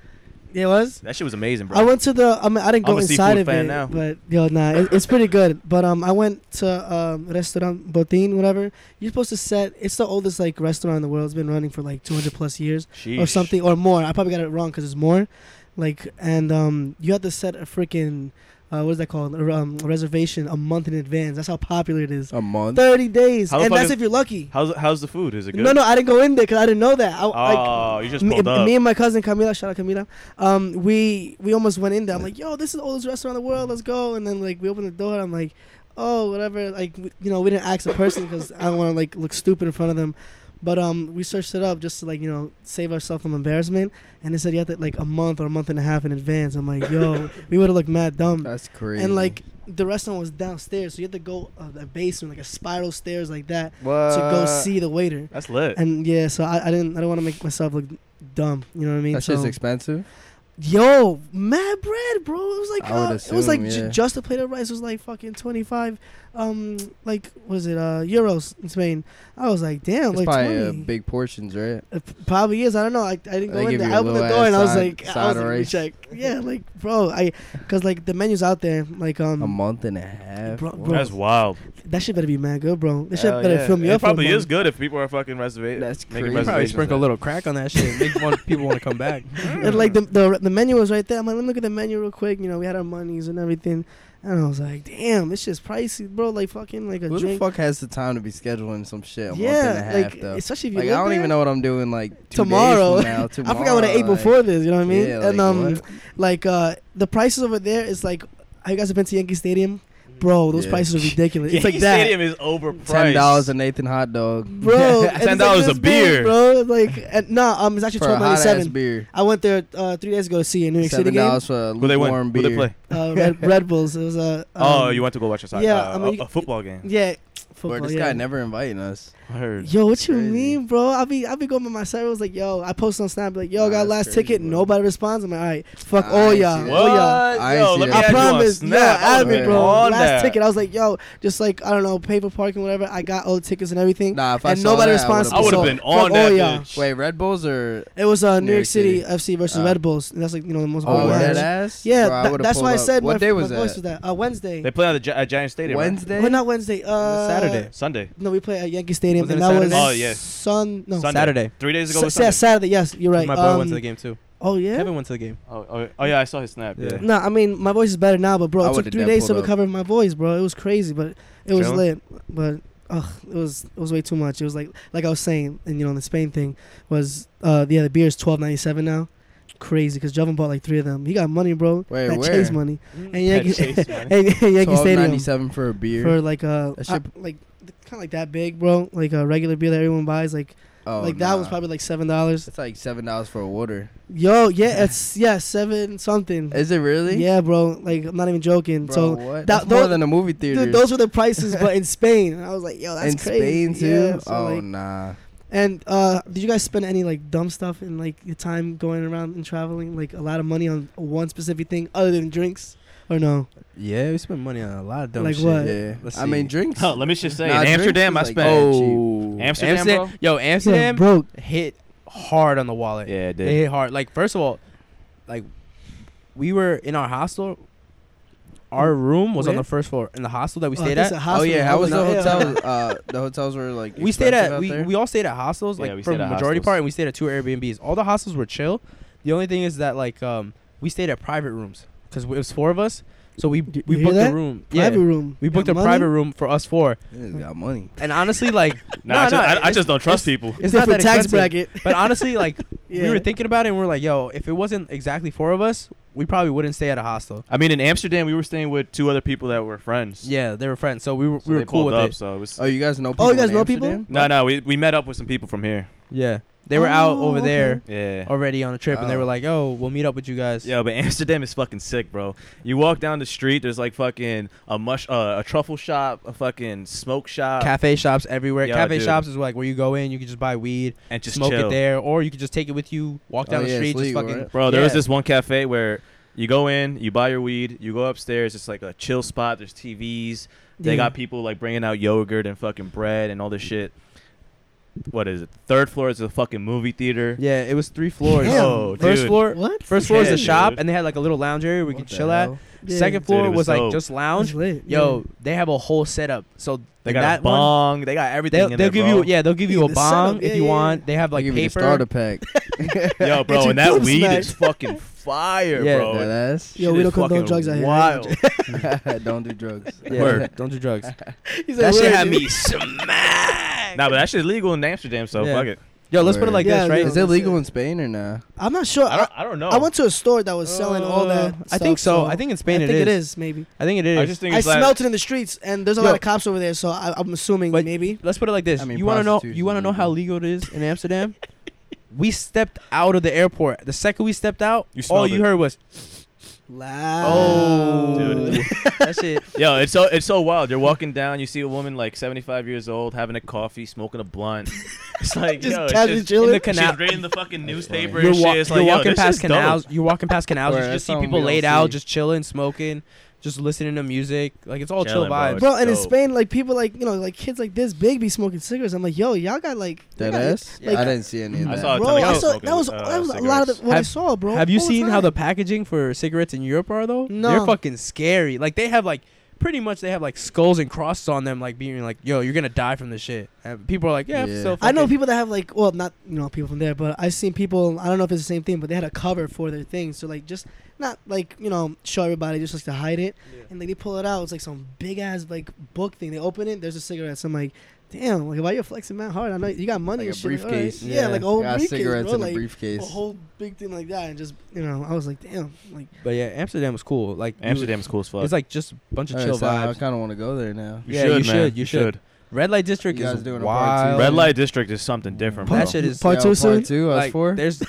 [SPEAKER 2] Yeah, it was.
[SPEAKER 3] That shit was amazing, bro.
[SPEAKER 2] I went to the. I mean, I didn't go
[SPEAKER 3] I'm a
[SPEAKER 2] inside
[SPEAKER 3] seafood
[SPEAKER 2] of
[SPEAKER 3] fan
[SPEAKER 2] it,
[SPEAKER 3] now.
[SPEAKER 2] but yo, nah, it, it's pretty good. But um, I went to um restaurant Botin, whatever. You're supposed to set. It's the oldest like restaurant in the world. It's been running for like 200 plus years.
[SPEAKER 3] Sheesh.
[SPEAKER 2] or something or more. I probably got it wrong because it's more. Like and um, you had to set a freaking uh, what is that called? A, um, reservation a month in advance. That's how popular it is.
[SPEAKER 1] A month.
[SPEAKER 2] Thirty days,
[SPEAKER 3] How the
[SPEAKER 2] and
[SPEAKER 3] fuck
[SPEAKER 2] that's
[SPEAKER 3] is-
[SPEAKER 2] if you're lucky.
[SPEAKER 3] How's how's the food? Is it good?
[SPEAKER 2] No, no, I didn't go in there because I didn't know that. I,
[SPEAKER 3] Oh, you just
[SPEAKER 2] me,
[SPEAKER 3] pulled up.
[SPEAKER 2] me and my cousin Camila, shout out Camila. Um, we we almost went in there. I'm like, yo, this is the oldest restaurant in the world. Let's go. And then like we opened the door. I'm like, oh, whatever. Like w- you know, we didn't ask the person because I don't want to like look stupid in front of them. But um, we searched it up just to like you know save ourselves from embarrassment. And they said you have to like a month or a month and a half in advance. I'm like, yo, we would have looked mad dumb.
[SPEAKER 1] That's crazy.
[SPEAKER 2] And like the restaurant was downstairs, so you had to go uh, the basement, like a spiral stairs like that,
[SPEAKER 1] what?
[SPEAKER 2] to go see the waiter.
[SPEAKER 3] That's lit.
[SPEAKER 2] And yeah, so I, I didn't I don't want to make myself look dumb. You know what I mean?
[SPEAKER 1] That
[SPEAKER 2] so,
[SPEAKER 1] shit's expensive.
[SPEAKER 2] yo, mad bread, bro. It was like
[SPEAKER 1] I would
[SPEAKER 2] uh, it was like
[SPEAKER 1] assume,
[SPEAKER 2] ju-
[SPEAKER 1] yeah.
[SPEAKER 2] just a plate of rice was like fucking twenty five, um, like was it uh euros in Spain? I was like, damn,
[SPEAKER 1] It's
[SPEAKER 2] like
[SPEAKER 1] probably uh,
[SPEAKER 2] twenty.
[SPEAKER 1] big portions, right?
[SPEAKER 2] It p- probably is. I don't know. I, I didn't
[SPEAKER 1] They
[SPEAKER 2] go in
[SPEAKER 1] give
[SPEAKER 2] there.
[SPEAKER 1] you
[SPEAKER 2] I
[SPEAKER 1] a
[SPEAKER 2] opened the
[SPEAKER 1] little
[SPEAKER 2] door and I
[SPEAKER 1] ass
[SPEAKER 2] was
[SPEAKER 1] side-
[SPEAKER 2] like,
[SPEAKER 1] side
[SPEAKER 2] I
[SPEAKER 1] of
[SPEAKER 2] was like, let me
[SPEAKER 1] rice.
[SPEAKER 2] check. Yeah, like bro, I, cause like the menu's out there. Like um,
[SPEAKER 1] A month and a half.
[SPEAKER 2] Bro-
[SPEAKER 1] Wow.
[SPEAKER 2] bro.
[SPEAKER 3] That's wild.
[SPEAKER 2] that shit better be mad good, bro. That shit
[SPEAKER 3] Hell
[SPEAKER 2] better
[SPEAKER 3] yeah.
[SPEAKER 2] fill me
[SPEAKER 3] it
[SPEAKER 2] up. for a
[SPEAKER 3] probably
[SPEAKER 2] month.
[SPEAKER 3] is good if people are fucking reservation.
[SPEAKER 1] That's
[SPEAKER 3] making
[SPEAKER 1] crazy.
[SPEAKER 3] reservations
[SPEAKER 4] probably
[SPEAKER 1] Probably
[SPEAKER 4] sprinkle a
[SPEAKER 3] there.
[SPEAKER 4] little crack on that shit. Make (laughs) one, people want to come back.
[SPEAKER 2] and like the, the the menu was right there. I'm like, let me look at the menu real quick. You know, we had our monies and everything, and I was like, damn, it's just pricey, bro. Like fucking like a
[SPEAKER 1] Who the
[SPEAKER 2] drink.
[SPEAKER 1] fuck has the time to be scheduling some shit a month and a
[SPEAKER 2] yeah,
[SPEAKER 1] half
[SPEAKER 2] like
[SPEAKER 1] though?
[SPEAKER 2] especially if you
[SPEAKER 1] Like I
[SPEAKER 2] live
[SPEAKER 1] don't
[SPEAKER 2] there.
[SPEAKER 1] even know what I'm doing like two
[SPEAKER 2] Tomorrow.
[SPEAKER 1] Days from now, tomorrow.
[SPEAKER 2] (laughs) I forgot what I ate
[SPEAKER 1] like-
[SPEAKER 2] before this. You know what I mean?
[SPEAKER 1] Yeah,
[SPEAKER 2] and
[SPEAKER 1] like,
[SPEAKER 2] um,
[SPEAKER 1] what?
[SPEAKER 2] like uh, the prices over there is like, have you guys been to Yankee Stadium? bro, those
[SPEAKER 1] Yeah.
[SPEAKER 2] prices are
[SPEAKER 3] (laughs)
[SPEAKER 2] ridiculous. it's like
[SPEAKER 3] Yankee
[SPEAKER 2] that.
[SPEAKER 3] Stadium is overpriced.
[SPEAKER 1] Ten dollars a Nathan hot dog (laughs)
[SPEAKER 2] Bro, and it's like
[SPEAKER 3] $10 a
[SPEAKER 2] this big,
[SPEAKER 3] beer.
[SPEAKER 2] bro. Like, and, no, um, it's actually
[SPEAKER 1] for a
[SPEAKER 2] twelve
[SPEAKER 1] hot
[SPEAKER 2] ninety
[SPEAKER 1] ass
[SPEAKER 2] seven.
[SPEAKER 1] beer.
[SPEAKER 2] I went there uh, three days ago to see a New York City
[SPEAKER 1] Seven
[SPEAKER 2] game.
[SPEAKER 1] dollars for a
[SPEAKER 3] Who they win?
[SPEAKER 1] lukewarm
[SPEAKER 3] Who they
[SPEAKER 1] beer.
[SPEAKER 3] play?
[SPEAKER 2] Uh, Red, Red Bulls. It was a.
[SPEAKER 3] oh,
[SPEAKER 2] um,
[SPEAKER 3] you want to go watch a, soccer,
[SPEAKER 2] yeah,
[SPEAKER 3] uh,
[SPEAKER 2] I mean, you-
[SPEAKER 3] a, a football game?
[SPEAKER 2] Yeah, football.
[SPEAKER 1] Word, this
[SPEAKER 2] yeah.
[SPEAKER 1] guy never inviting us.
[SPEAKER 3] I heard.
[SPEAKER 2] Yo, what you
[SPEAKER 1] Crazy.
[SPEAKER 2] mean, bro? I be I be going by myself. I was like, yo, I post on Snap like, yo,
[SPEAKER 1] Nah,
[SPEAKER 2] got
[SPEAKER 1] that's
[SPEAKER 2] last
[SPEAKER 1] crazy,
[SPEAKER 2] ticket.
[SPEAKER 1] bro.
[SPEAKER 2] Nobody responds. I'm like, all right, fuck
[SPEAKER 1] Nah, I
[SPEAKER 2] all
[SPEAKER 1] ain't
[SPEAKER 2] y'all,
[SPEAKER 1] seen
[SPEAKER 3] What?
[SPEAKER 1] that.
[SPEAKER 2] all y'all.
[SPEAKER 1] Oh, I ain't
[SPEAKER 3] Yo,
[SPEAKER 1] see
[SPEAKER 3] let me
[SPEAKER 1] that.
[SPEAKER 2] I
[SPEAKER 3] add you on
[SPEAKER 2] promise. Yeah,
[SPEAKER 3] Snap. I
[SPEAKER 2] add
[SPEAKER 3] would've
[SPEAKER 2] me,
[SPEAKER 3] been
[SPEAKER 2] bro.
[SPEAKER 3] on
[SPEAKER 2] Last
[SPEAKER 3] that.
[SPEAKER 2] ticket, I was like, yo, just like I don't know, pay for parking, whatever. I got all the tickets and everything.
[SPEAKER 1] Nah, if I
[SPEAKER 2] and
[SPEAKER 1] saw
[SPEAKER 2] nobody
[SPEAKER 1] that,
[SPEAKER 2] responds.
[SPEAKER 3] I would
[SPEAKER 2] so
[SPEAKER 3] have been on
[SPEAKER 2] fuck
[SPEAKER 3] that.
[SPEAKER 2] all y'all.
[SPEAKER 3] bitch.
[SPEAKER 1] Wait, Red Bulls or
[SPEAKER 2] It was uh, New,
[SPEAKER 1] New
[SPEAKER 2] York
[SPEAKER 1] York
[SPEAKER 2] City,
[SPEAKER 1] City.
[SPEAKER 2] FC versus
[SPEAKER 1] Ah.
[SPEAKER 2] Red Bulls. And that's like you know the most.
[SPEAKER 1] oh
[SPEAKER 2] popular
[SPEAKER 1] that
[SPEAKER 2] match.
[SPEAKER 1] ass?
[SPEAKER 2] Yeah,
[SPEAKER 1] Bro, I
[SPEAKER 2] tha-
[SPEAKER 1] would've
[SPEAKER 2] that's
[SPEAKER 1] pulled
[SPEAKER 2] why I
[SPEAKER 1] up.
[SPEAKER 2] said
[SPEAKER 1] what
[SPEAKER 2] my,
[SPEAKER 1] day was
[SPEAKER 2] my
[SPEAKER 1] that?
[SPEAKER 2] voice was that uh, Wednesday.
[SPEAKER 3] They play on the Gi- at Giant Stadium. right?
[SPEAKER 1] Wednesday.
[SPEAKER 2] Well, not Wednesday. Uh,
[SPEAKER 1] Saturday.
[SPEAKER 3] Sunday.
[SPEAKER 2] No, we play at Yankee Stadium,
[SPEAKER 4] Was it
[SPEAKER 2] and
[SPEAKER 4] a
[SPEAKER 2] that was
[SPEAKER 4] Saturday?
[SPEAKER 3] Oh, yes.
[SPEAKER 2] Sun. No,
[SPEAKER 3] Sunday.
[SPEAKER 4] Saturday.
[SPEAKER 3] Three days ago
[SPEAKER 2] Sa-
[SPEAKER 3] was
[SPEAKER 2] yeah,
[SPEAKER 3] Sunday.
[SPEAKER 2] Saturday. Yes, you're right.
[SPEAKER 4] My boy
[SPEAKER 2] um,
[SPEAKER 4] went to the game too.
[SPEAKER 2] Oh yeah.
[SPEAKER 4] Kevin went to the game.
[SPEAKER 3] Oh, oh, oh, yeah, I saw his snap. Yeah.
[SPEAKER 4] Yeah.
[SPEAKER 2] No, I mean my voice is better now, but bro,
[SPEAKER 1] I
[SPEAKER 2] it took
[SPEAKER 1] would've
[SPEAKER 2] three
[SPEAKER 1] done
[SPEAKER 2] days to
[SPEAKER 1] pulled up.
[SPEAKER 2] recover my voice, bro. It was crazy, but it was
[SPEAKER 3] Chilling?
[SPEAKER 2] lit. But ugh, it was it was way too much. It was like like I was saying, and you know, the Spain thing was uh yeah, the beer is twelve ninety seven now. Crazy, cause Jovan bought like three of them. He got money, bro.
[SPEAKER 1] Wait,
[SPEAKER 2] that
[SPEAKER 1] where?
[SPEAKER 2] Chase money
[SPEAKER 3] Mm-hmm.
[SPEAKER 2] and Yankee,
[SPEAKER 3] Chase money. (laughs)
[SPEAKER 2] and (laughs) Yankee
[SPEAKER 1] Twelve
[SPEAKER 2] Stadium
[SPEAKER 1] ninety seven for a beer.
[SPEAKER 2] for like a
[SPEAKER 1] That
[SPEAKER 2] uh,
[SPEAKER 1] shit-
[SPEAKER 2] like kind of like that big, bro. Like a regular beer that everyone buys, like
[SPEAKER 1] oh,
[SPEAKER 2] like that
[SPEAKER 1] nah.
[SPEAKER 2] was probably like seven dollars.
[SPEAKER 1] It's like seven dollars for a water. (laughs)
[SPEAKER 2] Yo, yeah, it's yeah seven something.
[SPEAKER 1] Is it really?
[SPEAKER 2] Yeah, bro. Like I'm not even joking.
[SPEAKER 1] Bro,
[SPEAKER 2] so
[SPEAKER 1] what?
[SPEAKER 2] that-
[SPEAKER 1] That's more
[SPEAKER 2] those-
[SPEAKER 1] than a movie theater.
[SPEAKER 2] Dude, those were the prices, but in Spain. And I was like, yo, that's
[SPEAKER 1] in
[SPEAKER 2] crazy.
[SPEAKER 1] Spain too.
[SPEAKER 2] Yeah, so,
[SPEAKER 1] oh
[SPEAKER 2] like-
[SPEAKER 1] nah.
[SPEAKER 2] and uh, did you guys spend any like dumb stuff in like your time going around and traveling? Like a lot of money on one specific thing other than drinks? Or no?
[SPEAKER 4] Yeah, we spent money on a lot of dumb
[SPEAKER 2] Like
[SPEAKER 4] shit.
[SPEAKER 2] what?
[SPEAKER 1] Oh, Yeah.
[SPEAKER 4] Let's
[SPEAKER 1] I mean
[SPEAKER 4] see.
[SPEAKER 1] drinks.
[SPEAKER 3] Huh, let me just say,
[SPEAKER 1] Nah,
[SPEAKER 3] in
[SPEAKER 1] drinks
[SPEAKER 3] Amsterdam, I
[SPEAKER 1] was like-
[SPEAKER 3] spent.
[SPEAKER 1] Oh.
[SPEAKER 3] Amsterdam, bro.
[SPEAKER 4] Yo, Amsterdam
[SPEAKER 2] Yeah, broke.
[SPEAKER 4] hit hard on the wallet.
[SPEAKER 3] Yeah, it
[SPEAKER 4] They hit hard. Like first of all, like we were in our hostel. Our room was on
[SPEAKER 2] Where?
[SPEAKER 4] the first floor in the hostel that we
[SPEAKER 2] Oh,
[SPEAKER 4] stayed
[SPEAKER 2] this is
[SPEAKER 4] at.
[SPEAKER 2] a
[SPEAKER 1] Oh
[SPEAKER 2] hostel.
[SPEAKER 1] yeah, how was the
[SPEAKER 2] Yeah. (laughs)
[SPEAKER 1] hotel? uh, the hotels were like
[SPEAKER 4] we stayed
[SPEAKER 1] expensive
[SPEAKER 4] at
[SPEAKER 1] out
[SPEAKER 4] we,
[SPEAKER 1] there?
[SPEAKER 4] we all stayed at hostels
[SPEAKER 3] Yeah,
[SPEAKER 4] like
[SPEAKER 3] we
[SPEAKER 4] for
[SPEAKER 3] stayed
[SPEAKER 4] the
[SPEAKER 3] at
[SPEAKER 4] majority
[SPEAKER 3] hostels.
[SPEAKER 4] part and we stayed at two airbnbs all the hostels were chill the only thing is that like um we stayed at private rooms because it was four of us so we
[SPEAKER 2] D-
[SPEAKER 4] we
[SPEAKER 2] you hear
[SPEAKER 4] booked
[SPEAKER 2] that?
[SPEAKER 4] a room
[SPEAKER 2] Private
[SPEAKER 4] yeah
[SPEAKER 2] room.
[SPEAKER 4] we
[SPEAKER 2] Got
[SPEAKER 4] booked a
[SPEAKER 2] money?
[SPEAKER 4] private room for us four
[SPEAKER 1] Yeah, they got money.
[SPEAKER 4] and honestly like
[SPEAKER 3] (laughs) Nah, I,
[SPEAKER 4] no,
[SPEAKER 3] just,
[SPEAKER 4] no,
[SPEAKER 3] I, I
[SPEAKER 4] it's-
[SPEAKER 3] just don't trust people.
[SPEAKER 4] it's not
[SPEAKER 2] Different
[SPEAKER 4] that
[SPEAKER 2] tax
[SPEAKER 4] expensive
[SPEAKER 2] bracket.
[SPEAKER 4] but honestly
[SPEAKER 2] (laughs)
[SPEAKER 4] like we
[SPEAKER 2] Yeah.
[SPEAKER 4] were thinking about it and we are like yo if it wasn't exactly four of us we probably wouldn't stay at a hostel
[SPEAKER 3] I mean, in Amsterdam, we were staying with two other people that were friends.
[SPEAKER 4] yeah they were friends so we were,
[SPEAKER 3] So
[SPEAKER 4] we
[SPEAKER 3] they
[SPEAKER 4] were cool
[SPEAKER 3] pulled
[SPEAKER 4] with
[SPEAKER 3] up,
[SPEAKER 4] it
[SPEAKER 3] So it was.
[SPEAKER 1] Oh, you guys know people?
[SPEAKER 2] Oh, you guys
[SPEAKER 1] in
[SPEAKER 2] know people?
[SPEAKER 1] Amsterdam?
[SPEAKER 3] no, no, we, we met up with some people from here.
[SPEAKER 4] yeah they were out
[SPEAKER 2] Oh,
[SPEAKER 4] over
[SPEAKER 2] okay.
[SPEAKER 4] there
[SPEAKER 3] Yeah.
[SPEAKER 4] already on a trip and they
[SPEAKER 1] Oh.
[SPEAKER 4] were
[SPEAKER 3] Uh.
[SPEAKER 4] like oh we'll meet up with you guys
[SPEAKER 3] Yo, but Amsterdam is fucking sick, bro. You walk down the street, there's like fucking a mush, uh, a truffle shop, a fucking smoke shop,
[SPEAKER 4] cafe shops everywhere.
[SPEAKER 3] Uh, Yo,
[SPEAKER 4] cafe
[SPEAKER 3] dude.
[SPEAKER 4] shops is like where you go in, you can just buy weed,
[SPEAKER 3] and just
[SPEAKER 4] smoke
[SPEAKER 3] chill.
[SPEAKER 4] it there, or you can just take it with you, walk
[SPEAKER 1] Oh,
[SPEAKER 4] down the
[SPEAKER 1] yeah, it's
[SPEAKER 4] street, just
[SPEAKER 1] legal,
[SPEAKER 4] fucking.
[SPEAKER 1] right?
[SPEAKER 3] Bro, there was
[SPEAKER 4] Yeah.
[SPEAKER 3] this one cafe where you go in, you buy your weed, you go upstairs. It's like a chill spot. There's TVs. They
[SPEAKER 2] Yeah.
[SPEAKER 3] got people like bringing out yogurt and fucking bread and all this shit. What is it? Third floor is a fucking movie theater.
[SPEAKER 4] Yeah, it was three floors.
[SPEAKER 2] Damn.
[SPEAKER 3] Oh,
[SPEAKER 4] first
[SPEAKER 3] dude.
[SPEAKER 4] floor,
[SPEAKER 2] What?
[SPEAKER 4] first floor is
[SPEAKER 3] Yeah,
[SPEAKER 4] a shop,
[SPEAKER 3] dude.
[SPEAKER 4] and they had like a little lounge area we
[SPEAKER 1] What
[SPEAKER 4] could
[SPEAKER 1] the
[SPEAKER 4] chill
[SPEAKER 1] hell?
[SPEAKER 4] at. Second floor
[SPEAKER 3] Dude, it
[SPEAKER 4] was,
[SPEAKER 3] was
[SPEAKER 4] like
[SPEAKER 3] dope.
[SPEAKER 4] just
[SPEAKER 2] That's
[SPEAKER 4] lounge.
[SPEAKER 2] lit.
[SPEAKER 4] Yo, they have a whole setup. So
[SPEAKER 3] They
[SPEAKER 4] in
[SPEAKER 3] got
[SPEAKER 4] that
[SPEAKER 3] a
[SPEAKER 4] one,
[SPEAKER 3] bong. they got everything.
[SPEAKER 4] They'll,
[SPEAKER 3] in
[SPEAKER 4] they'll
[SPEAKER 3] there,
[SPEAKER 4] give
[SPEAKER 3] bro.
[SPEAKER 4] you yeah they'll give you
[SPEAKER 2] Yeah,
[SPEAKER 4] a
[SPEAKER 2] the
[SPEAKER 4] bomb
[SPEAKER 2] setup,
[SPEAKER 4] if
[SPEAKER 2] yeah,
[SPEAKER 4] you
[SPEAKER 2] yeah,
[SPEAKER 4] want. They have like
[SPEAKER 1] give you the
[SPEAKER 4] paper.
[SPEAKER 1] starter pack.
[SPEAKER 3] Yo,
[SPEAKER 2] Get
[SPEAKER 3] bro,
[SPEAKER 2] your
[SPEAKER 3] and that
[SPEAKER 2] boobs
[SPEAKER 3] weed
[SPEAKER 2] smacked.
[SPEAKER 3] is fucking fire,
[SPEAKER 4] (laughs) (laughs) Yeah,
[SPEAKER 3] bro.
[SPEAKER 1] That ass.
[SPEAKER 2] Yo,
[SPEAKER 3] Shit
[SPEAKER 2] we
[SPEAKER 3] is
[SPEAKER 2] don't condone
[SPEAKER 3] fucking
[SPEAKER 2] drugs out here.
[SPEAKER 1] (laughs)
[SPEAKER 3] Wild.
[SPEAKER 1] Don't do drugs.
[SPEAKER 4] (laughs) Yeah,
[SPEAKER 3] Word.
[SPEAKER 4] don't do drugs.
[SPEAKER 2] He's like,
[SPEAKER 4] that shit
[SPEAKER 2] "Word,
[SPEAKER 4] had
[SPEAKER 2] dude."
[SPEAKER 4] me smacked.
[SPEAKER 3] nah, but that shit's legal in Amsterdam, so
[SPEAKER 4] Yeah.
[SPEAKER 3] fuck it.
[SPEAKER 4] Yo, let's put it like
[SPEAKER 2] Yeah,
[SPEAKER 4] this,
[SPEAKER 2] yeah.
[SPEAKER 4] right?
[SPEAKER 1] (laughs) Is it legal in Spain or nah?
[SPEAKER 2] I'm not sure.
[SPEAKER 3] I
[SPEAKER 2] I,
[SPEAKER 3] don't, I don't know.
[SPEAKER 2] I went to a store that was selling all
[SPEAKER 4] Uh,
[SPEAKER 2] that.
[SPEAKER 4] I think
[SPEAKER 2] stuff,
[SPEAKER 4] so. I think in Spain
[SPEAKER 2] I
[SPEAKER 4] it
[SPEAKER 2] think it
[SPEAKER 4] is.
[SPEAKER 2] is maybe.
[SPEAKER 4] I think it is.
[SPEAKER 3] I just think
[SPEAKER 2] I
[SPEAKER 3] it's like-
[SPEAKER 2] smelled it in the streets, and there's a
[SPEAKER 4] Yo.
[SPEAKER 2] lot of cops over there, so I, I'm assuming
[SPEAKER 4] But-
[SPEAKER 2] maybe.
[SPEAKER 4] Let's put it like this.
[SPEAKER 1] I mean,
[SPEAKER 4] you want to know?
[SPEAKER 1] prostitute's
[SPEAKER 4] You want to know how legal it is
[SPEAKER 1] (laughs)
[SPEAKER 4] in Amsterdam? we stepped out of the airport. The second we stepped out,
[SPEAKER 3] You
[SPEAKER 4] all
[SPEAKER 3] smelled
[SPEAKER 4] you
[SPEAKER 3] it.
[SPEAKER 4] heard
[SPEAKER 3] (laughs)
[SPEAKER 4] was
[SPEAKER 2] Loud.
[SPEAKER 4] oh,
[SPEAKER 3] Dude.
[SPEAKER 4] that (laughs) shit.
[SPEAKER 3] Yo, it's so it's so wild. You're walking down, you see a woman like 75 years old having a coffee, smoking a (laughs) blunt. It's like
[SPEAKER 2] (laughs) Just
[SPEAKER 3] yo, it's
[SPEAKER 2] casually
[SPEAKER 3] just-
[SPEAKER 2] chilling?
[SPEAKER 4] In the canal.
[SPEAKER 3] She's reading the fucking newspaper
[SPEAKER 4] You're,
[SPEAKER 3] and
[SPEAKER 4] wa-
[SPEAKER 3] shit. It's
[SPEAKER 4] you're
[SPEAKER 3] like, yo,
[SPEAKER 4] walking
[SPEAKER 3] this
[SPEAKER 4] past
[SPEAKER 3] shit's dope.
[SPEAKER 4] canals. You're walking past canals.
[SPEAKER 1] Word,
[SPEAKER 4] you
[SPEAKER 1] that's
[SPEAKER 4] just see
[SPEAKER 1] something
[SPEAKER 4] people
[SPEAKER 1] we
[SPEAKER 4] laid
[SPEAKER 1] all
[SPEAKER 4] out,
[SPEAKER 1] see.
[SPEAKER 4] just chilling, smoking, just listening to music. Like it's all chill
[SPEAKER 3] Chilling, bro.
[SPEAKER 4] vibes.
[SPEAKER 2] Bro, and in
[SPEAKER 3] Dope.
[SPEAKER 2] Spain, like people, like you know, like kids like this big be smoking cigarettes. I'm like, yo, y'all got like
[SPEAKER 1] That
[SPEAKER 2] y'all got-
[SPEAKER 1] ass?
[SPEAKER 2] like-
[SPEAKER 1] I didn't see any of
[SPEAKER 3] I
[SPEAKER 1] that.
[SPEAKER 3] saw a
[SPEAKER 2] Bro,
[SPEAKER 3] ton of
[SPEAKER 2] I
[SPEAKER 3] kids
[SPEAKER 2] saw,
[SPEAKER 3] smoking,
[SPEAKER 2] that was
[SPEAKER 3] uh,
[SPEAKER 2] that was a lot of
[SPEAKER 3] cigarettes.
[SPEAKER 2] the, what I
[SPEAKER 4] Have-
[SPEAKER 2] saw, bro.
[SPEAKER 4] Have you
[SPEAKER 2] all
[SPEAKER 4] seen how
[SPEAKER 2] time.
[SPEAKER 4] the packaging for cigarettes in Europe are though?
[SPEAKER 2] No.
[SPEAKER 4] They're fucking scary. Like they have like pretty much they have like skulls and crosses on them, like being like, "Yo, you're gonna die from this shit." And people are like, "Yeah,
[SPEAKER 1] Yeah.
[SPEAKER 4] so
[SPEAKER 2] I know
[SPEAKER 4] fucking-
[SPEAKER 2] people that have like, well, not you know people from there, but I've seen people. I don't know if it's the same thing, but they had a cover for their thing, so like just not like you know show everybody, just like to hide it. And like they pull it out, it's like some big ass like book thing. They open it, there's a cigarette. So I'm like, damn, like why you flexing that hard? I know you got money
[SPEAKER 1] Like
[SPEAKER 2] and
[SPEAKER 1] a
[SPEAKER 2] shit. all right.
[SPEAKER 1] briefcase.
[SPEAKER 2] Yeah, like a whole
[SPEAKER 1] Got
[SPEAKER 2] briefcase,
[SPEAKER 1] cigarettes
[SPEAKER 2] bro,
[SPEAKER 1] in
[SPEAKER 2] like,
[SPEAKER 1] a briefcase.
[SPEAKER 2] A whole big thing like that, and just you know, I was like, damn, like
[SPEAKER 4] But yeah, Amsterdam was cool. Like you-
[SPEAKER 3] Amsterdam's cool as fuck.
[SPEAKER 4] it's like just a bunch of
[SPEAKER 1] Alright,
[SPEAKER 4] chill
[SPEAKER 1] so I
[SPEAKER 4] vibes.
[SPEAKER 1] kind of want to go there now.
[SPEAKER 4] yeah, you should, you should. Red light district
[SPEAKER 1] You
[SPEAKER 4] is
[SPEAKER 1] guys doing a part two?
[SPEAKER 4] wild.
[SPEAKER 3] Red light district is something different, bro.
[SPEAKER 4] That shit is
[SPEAKER 2] Part
[SPEAKER 1] Yeah,
[SPEAKER 2] two soon?
[SPEAKER 1] Part two. Us
[SPEAKER 4] like,
[SPEAKER 1] four.
[SPEAKER 4] (laughs) There's,